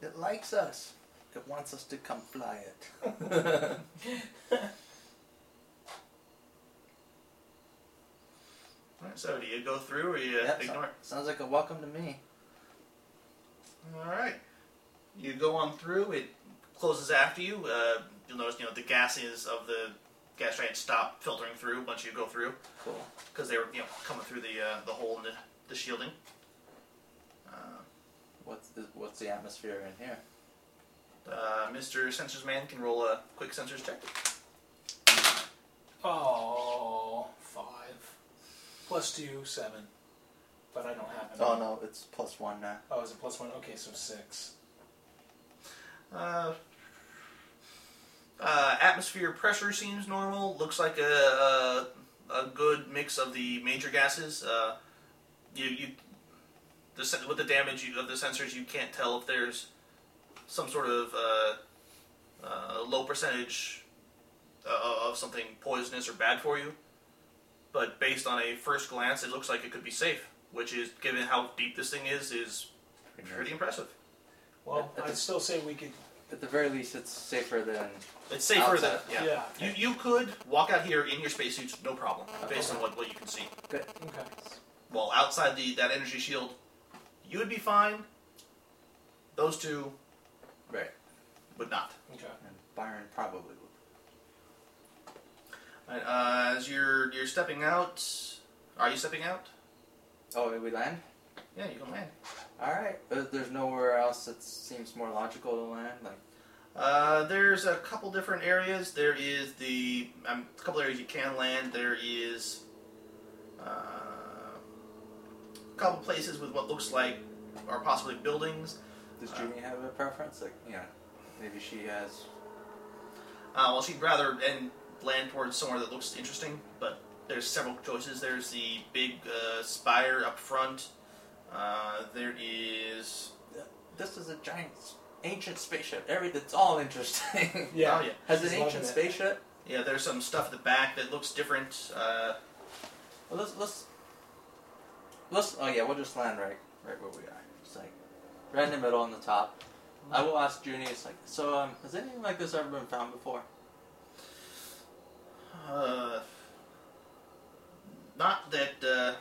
Speaker 2: It likes us. It wants us to come fly it.
Speaker 4: All right. So do you go through or you
Speaker 2: Yep,
Speaker 4: ignore it?
Speaker 2: Sounds like a welcome to me.
Speaker 4: All right. You go on through. It closes after you. Uh, you'll notice, you know, the gases of the gas giant stop filtering through once you go through
Speaker 2: Cool.
Speaker 4: because they were, you know, coming through the uh, the hole in the, the shielding. Uh,
Speaker 2: What's the, what's the atmosphere in here?
Speaker 4: uh, Mr. Sensors Man can roll a quick sensors check.
Speaker 1: Oh, five. Plus two, seven. But I don't have any.
Speaker 2: Oh no, it's plus one now.
Speaker 1: Oh, is it plus one? Okay, so six.
Speaker 4: Uh, uh, atmosphere pressure seems normal. Looks like a, a a good mix of the major gases. Uh, you you the, sen- with the damage you, of the sensors, you can't tell if there's some sort of uh, uh, low percentage uh, of something poisonous or bad for you. But based on a first glance, it looks like it could be safe, which is given how deep this thing is, is pretty impressive.
Speaker 1: Well,
Speaker 2: At- at
Speaker 1: I'd
Speaker 2: the-
Speaker 1: still say we could.
Speaker 2: At the very least, it's safer than.
Speaker 4: It's safer than
Speaker 2: Outside.
Speaker 4: yeah.
Speaker 1: yeah.
Speaker 4: You, you could walk out here in your spacesuits, no problem, based on what, what you can see.
Speaker 1: Okay.
Speaker 4: Well, outside the that energy shield, you would be fine. Those two
Speaker 2: Right.
Speaker 4: would not.
Speaker 1: Okay.
Speaker 2: And Byron probably would.
Speaker 4: Alright, uh, as you're you're stepping out, are you stepping out?
Speaker 2: Oh, did we land?
Speaker 4: Yeah, you can land.
Speaker 2: All right. There- There's nowhere else that seems more logical to land. Like
Speaker 4: Uh, there's a couple different areas. There is the um, a couple areas you can land. There is uh, a couple places with what looks like or possibly buildings.
Speaker 2: Does
Speaker 4: Uh,
Speaker 2: Junie have a preference? Like, you know, maybe she has.
Speaker 4: Uh, well, she'd rather and land towards somewhere that looks interesting, but there's several choices. There's the big uh, spire up front. Uh, there is
Speaker 2: This is a giant, s- ancient spaceship. Every it's all interesting.
Speaker 1: Yeah.
Speaker 4: oh yeah
Speaker 2: has
Speaker 1: She's
Speaker 2: an
Speaker 1: loving
Speaker 2: ancient
Speaker 1: it.
Speaker 2: spaceship.
Speaker 4: yeah there's some stuff at the back that looks different. Uh,
Speaker 2: Well, let's let's let's. Oh yeah, we'll just land right right where we are. It's like right in the middle on the top. I will ask Junie. It's like, so um, has anything like this ever been found before?
Speaker 4: Uh, not that uh,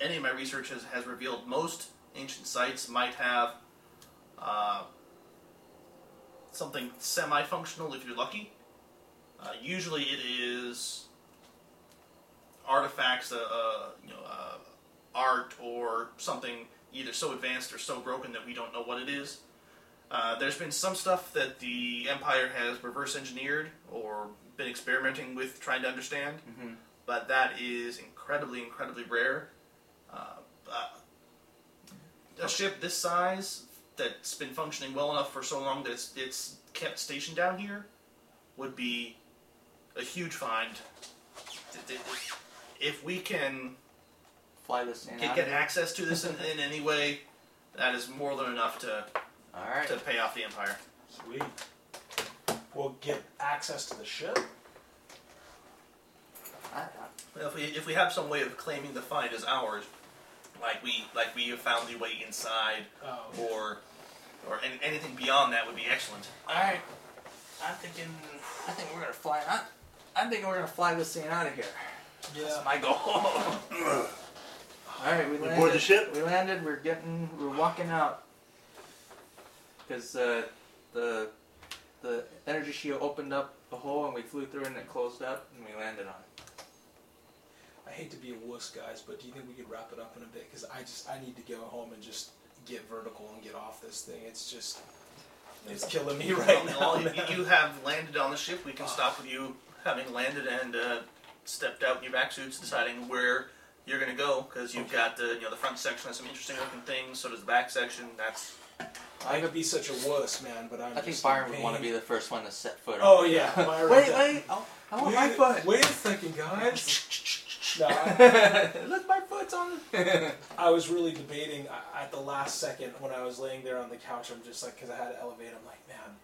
Speaker 4: any of my research has, has revealed. Most ancient sites might have uh, something semi functional if you're lucky. Uh, usually it is artifacts, uh, uh, you know, uh, art or something either so advanced or so broken that we don't know what it is. Uh, there's been some stuff that the Empire has reverse engineered or been experimenting with trying to understand,
Speaker 2: Mhm.
Speaker 4: but that is incredibly, incredibly rare. Uh, uh, a ship this size that's been functioning well enough for so long that it's, it's kept stationed down here would be a huge find. Th- th- If we can
Speaker 2: Fly this thing
Speaker 4: get,
Speaker 2: out
Speaker 4: get
Speaker 2: of here?
Speaker 4: access to this in, in any way, that is more than enough to,
Speaker 2: All right.
Speaker 4: to pay off the Empire.
Speaker 1: Sweet. We'll get access to the ship.
Speaker 2: I-
Speaker 4: If we, if we have some way of claiming the find as ours, like we like we have found the way inside,
Speaker 1: Oh.
Speaker 4: or or an anything beyond that would be excellent.
Speaker 2: All right. I'm thinking. I think we're gonna fly. I, I'm thinking we're gonna fly this thing out of here.
Speaker 1: Yeah.
Speaker 2: That's my goal. All right, we
Speaker 3: Aboard
Speaker 2: landed.
Speaker 3: the ship?
Speaker 2: We landed. We're getting. We're walking out. Because uh, the the energy shield opened up a hole and we flew through it and it closed up and we landed on it.
Speaker 1: I hate to be a wuss, guys, but do you think we could wrap it up in a bit? Because I just I need to go home and just get vertical and get off this thing. It's just it's killing me right now.
Speaker 4: Well, you,
Speaker 1: man.
Speaker 4: you have landed on the ship. We can stop with you having landed and uh, stepped out in your back suits, deciding where you're going to go because you've got the you know the front section has some interesting looking things. So does the back section. That's
Speaker 1: I could be such a wuss, man, but I'm.
Speaker 2: I think
Speaker 1: just in
Speaker 2: Byron would
Speaker 1: pain.
Speaker 2: want to be the first one to set foot.
Speaker 1: Oh,
Speaker 2: on it.
Speaker 1: yeah, Byron
Speaker 2: wait,
Speaker 1: def-
Speaker 2: wait. Oh, I want
Speaker 1: Wait,
Speaker 2: my foot.
Speaker 1: wait a second, guys. no, I-
Speaker 2: Look, my foot's on. it.
Speaker 1: I was really debating I- at the last second when I was laying there on the couch. I'm just like, because I had to elevate. I'm like, man,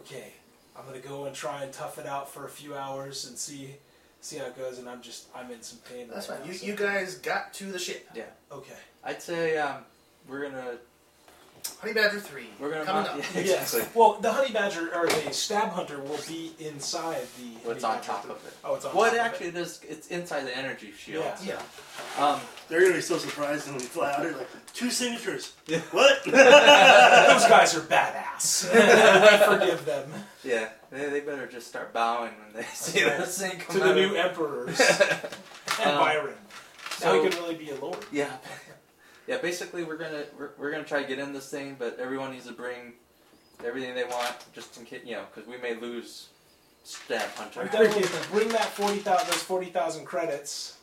Speaker 1: okay, I'm gonna go and try and tough it out for a few hours and see see how it goes. And I'm just, I'm in some pain.
Speaker 20: That's
Speaker 1: right
Speaker 20: fine.
Speaker 1: now,
Speaker 20: You,
Speaker 1: so-
Speaker 20: you guys got to the ship.
Speaker 1: okay?
Speaker 2: I'd say um, we're gonna
Speaker 20: Honey Badger 3.
Speaker 2: we're gonna
Speaker 20: coming
Speaker 2: mount-
Speaker 20: up.
Speaker 2: Yeah,
Speaker 1: Yes.
Speaker 2: exactly.
Speaker 1: Well, the honey badger or the stab hunter will be inside the.
Speaker 2: What's
Speaker 1: honey
Speaker 2: on
Speaker 1: badger.
Speaker 2: top of it?
Speaker 1: Oh, it's on.
Speaker 2: Well,
Speaker 1: top
Speaker 2: it
Speaker 1: of
Speaker 2: actually does. It's inside the energy shield.
Speaker 1: Yeah.
Speaker 20: Yeah.
Speaker 2: Um,
Speaker 3: They're gonna be so surprised when we fly out. They're like, two signatures.
Speaker 2: Yeah.
Speaker 3: What?
Speaker 1: Those guys are badass. I forgive them
Speaker 2: yeah. They, they better just start bowing when they see this thing come
Speaker 1: to
Speaker 2: out
Speaker 1: the new
Speaker 2: of-
Speaker 1: emperors and
Speaker 2: Um,
Speaker 1: Byron. Now
Speaker 2: so-
Speaker 1: he can really be a lord.
Speaker 2: Yeah. Yeah. Basically, we're gonna we're, we're gonna try to get in this thing, but everyone needs to bring everything they want, just in case you know, because we may lose stab hunter.
Speaker 1: I'm definitely bring that forty thousand, those forty thousand credits,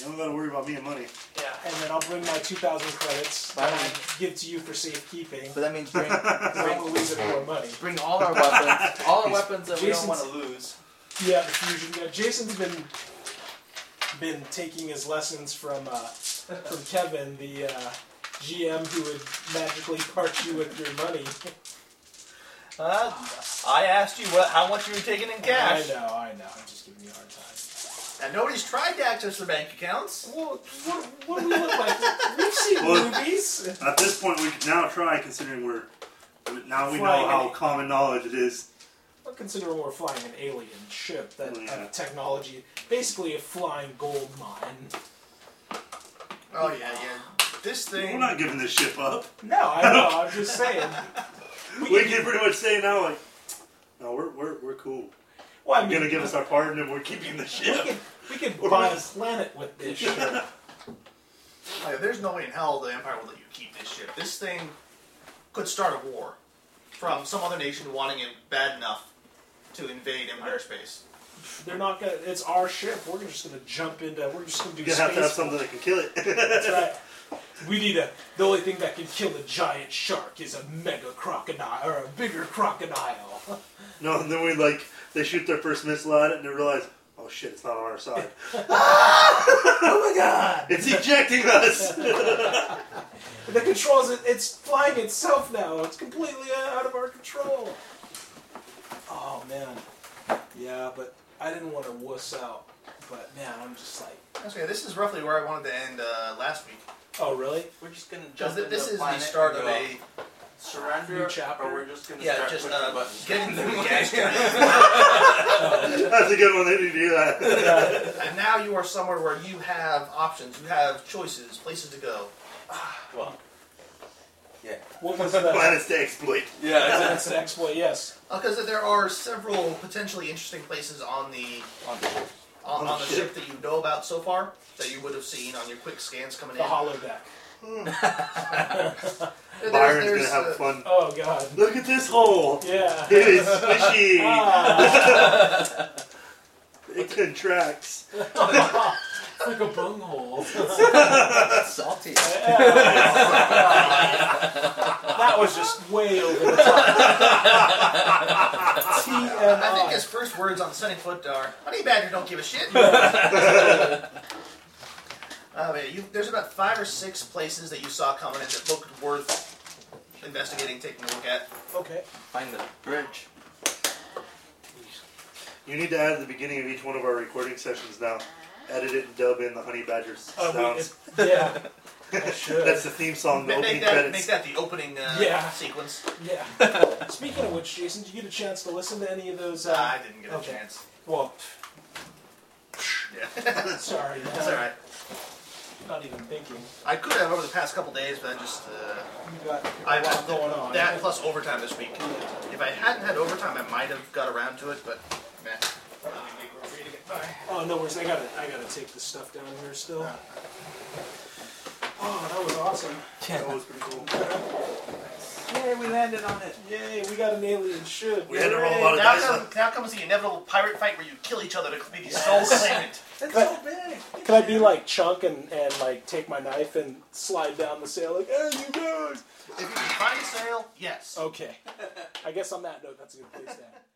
Speaker 3: you don't gotta worry about me and money.
Speaker 1: yeah, and then I'll bring my two thousand credits that I give to you for safekeeping.
Speaker 2: but that means bring
Speaker 1: 'cause I'm gonna lose it more money.
Speaker 2: bring all our weapons, all our weapons that we don't want
Speaker 1: Jason's-
Speaker 2: to lose.
Speaker 1: Yeah, the fusion. Yeah, Jason's been been taking his lessons from uh, from Kevin, the uh, GM who would magically part you with your money.
Speaker 4: Uh, I asked you what, how much you were taking in cash.
Speaker 1: I know, I know. I'm just giving you a hard time.
Speaker 4: And nobody's tried to access their bank accounts.
Speaker 1: Well, what, what do we look like? We've seen
Speaker 3: Well-
Speaker 1: movies.
Speaker 3: At this point, we can now try, considering we're now we
Speaker 1: Flying
Speaker 3: know how
Speaker 1: an-
Speaker 3: common knowledge it is.
Speaker 1: Well, consider we're flying an alien ship that
Speaker 3: Oh, yeah.
Speaker 1: had technology, basically a flying gold mine.
Speaker 20: Oh, yeah, yeah. This
Speaker 3: We're
Speaker 20: thing.
Speaker 3: not giving this ship up.
Speaker 1: No, I know. I'm just saying.
Speaker 3: We can pretty much say now, like, no, we're we're, we're cool.
Speaker 1: Well, I
Speaker 3: You're gonna
Speaker 1: mean,
Speaker 3: give us our pardon and we're keeping the
Speaker 1: we
Speaker 3: ship.
Speaker 1: could, we could
Speaker 3: What
Speaker 1: buy
Speaker 3: about-
Speaker 1: a planet with this shit.
Speaker 4: Like, there's no way in hell the Empire will let you keep this ship. This thing could start a war from some other nation wanting it bad enough to invade Empire space.
Speaker 1: They're not gonna. It's our ship. We're just gonna jump into. We're just gonna do
Speaker 3: You're gonna
Speaker 1: space.
Speaker 3: have to have something that can kill it.
Speaker 1: That's right. We need a. The only thing that can kill a giant shark is a mega crocodile or a bigger crocodile.
Speaker 3: No, and then we like they shoot their first missile at it and they realize, oh shit, it's not on our side.
Speaker 1: Oh my god!
Speaker 3: It's ejecting us.
Speaker 1: The controls. It, it's flying itself now. It's completely out of our control. Oh man. Yeah, but I didn't want to wuss out. But man, I'm just like.
Speaker 4: Okay, this is roughly where I wanted to end uh, last week.
Speaker 1: Oh really?
Speaker 2: We're just gonna
Speaker 4: Because
Speaker 2: jump
Speaker 4: thi- this
Speaker 2: into
Speaker 4: is
Speaker 2: a
Speaker 4: the
Speaker 2: planet
Speaker 4: start
Speaker 2: and
Speaker 4: of
Speaker 2: go,
Speaker 4: a
Speaker 2: surrender,
Speaker 1: New chapter?
Speaker 2: or we're just gonna
Speaker 4: yeah,
Speaker 2: start
Speaker 4: just
Speaker 2: pushing
Speaker 4: uh,
Speaker 2: buttons.
Speaker 4: getting the gas
Speaker 3: That's a good one. They need to do that.
Speaker 4: And now you are somewhere where you have options, you have choices, places to go.
Speaker 2: Well,
Speaker 1: What was that?
Speaker 3: Planets to exploit.
Speaker 2: yeah,
Speaker 1: That's the exploit. Yes.
Speaker 4: Because Uh, there are several potentially interesting places on the on,
Speaker 3: On
Speaker 4: on,
Speaker 3: the
Speaker 4: the
Speaker 3: ship.
Speaker 4: ship that you know about so far that you would have seen on your quick scans coming
Speaker 1: The
Speaker 4: in.
Speaker 1: hollow deck.
Speaker 4: There-
Speaker 3: Byron's
Speaker 4: there's-
Speaker 3: gonna have
Speaker 4: there's, uh,
Speaker 3: fun.
Speaker 1: Oh god.
Speaker 3: Look at this hole.
Speaker 1: Yeah.
Speaker 3: It is squishy.
Speaker 1: Ah,
Speaker 3: It contracts.
Speaker 1: it's like a bunghole.
Speaker 2: that's salty.
Speaker 1: that was just way over the top. TMI.
Speaker 4: I think his first words on Sunny Foot are, "Honey Badger don't give a shit." Uh, but you, there's about five or six places that you saw coming in that looked worth investigating, taking a look at.
Speaker 1: okay.
Speaker 2: Find the bridge.
Speaker 3: You need to add at the beginning of each one of our recording sessions now. Edit it and dub in the honey badger's
Speaker 4: Oh,
Speaker 1: Uh, we,
Speaker 3: sounds.
Speaker 1: if- yeah. I should.
Speaker 3: That's the theme song, the
Speaker 4: Ma-
Speaker 3: opening
Speaker 4: Make that, make
Speaker 3: credits.
Speaker 4: that the opening uh,
Speaker 1: Yeah.
Speaker 4: sequence.
Speaker 1: Yeah. Speaking of which, Jason, did you get a chance to listen to any of those? Uh,
Speaker 4: I didn't get a
Speaker 1: okay.
Speaker 4: chance.
Speaker 1: Well,
Speaker 4: Yeah,
Speaker 1: sorry. man.
Speaker 4: that's all right.
Speaker 1: Not even thinking.
Speaker 4: I could have over the past couple days, but I just uh,
Speaker 1: You got
Speaker 4: I
Speaker 1: a lot going on.
Speaker 4: That plus overtime this week. If I hadn't had overtime, I might have got around to it, but meh.
Speaker 1: Oh no worries. I gotta I gotta take this stuff down here still. Oh, that was awesome.
Speaker 3: That was pretty cool.
Speaker 2: Yay, we landed on it.
Speaker 1: Yay, we got an alien should.
Speaker 3: We had to roll a
Speaker 1: Hooray.
Speaker 3: lot of
Speaker 4: Now,
Speaker 3: dice.
Speaker 4: come, now comes the inevitable pirate fight where you kill each other to be the sole claimant.
Speaker 2: That's
Speaker 1: But-
Speaker 2: so big.
Speaker 1: Can I be like Chunk and, and like take my knife and slide down the sail like, hey, you guys?
Speaker 4: If you can find a sale, yes.
Speaker 1: Okay. I guess on that note, that's a good place to end.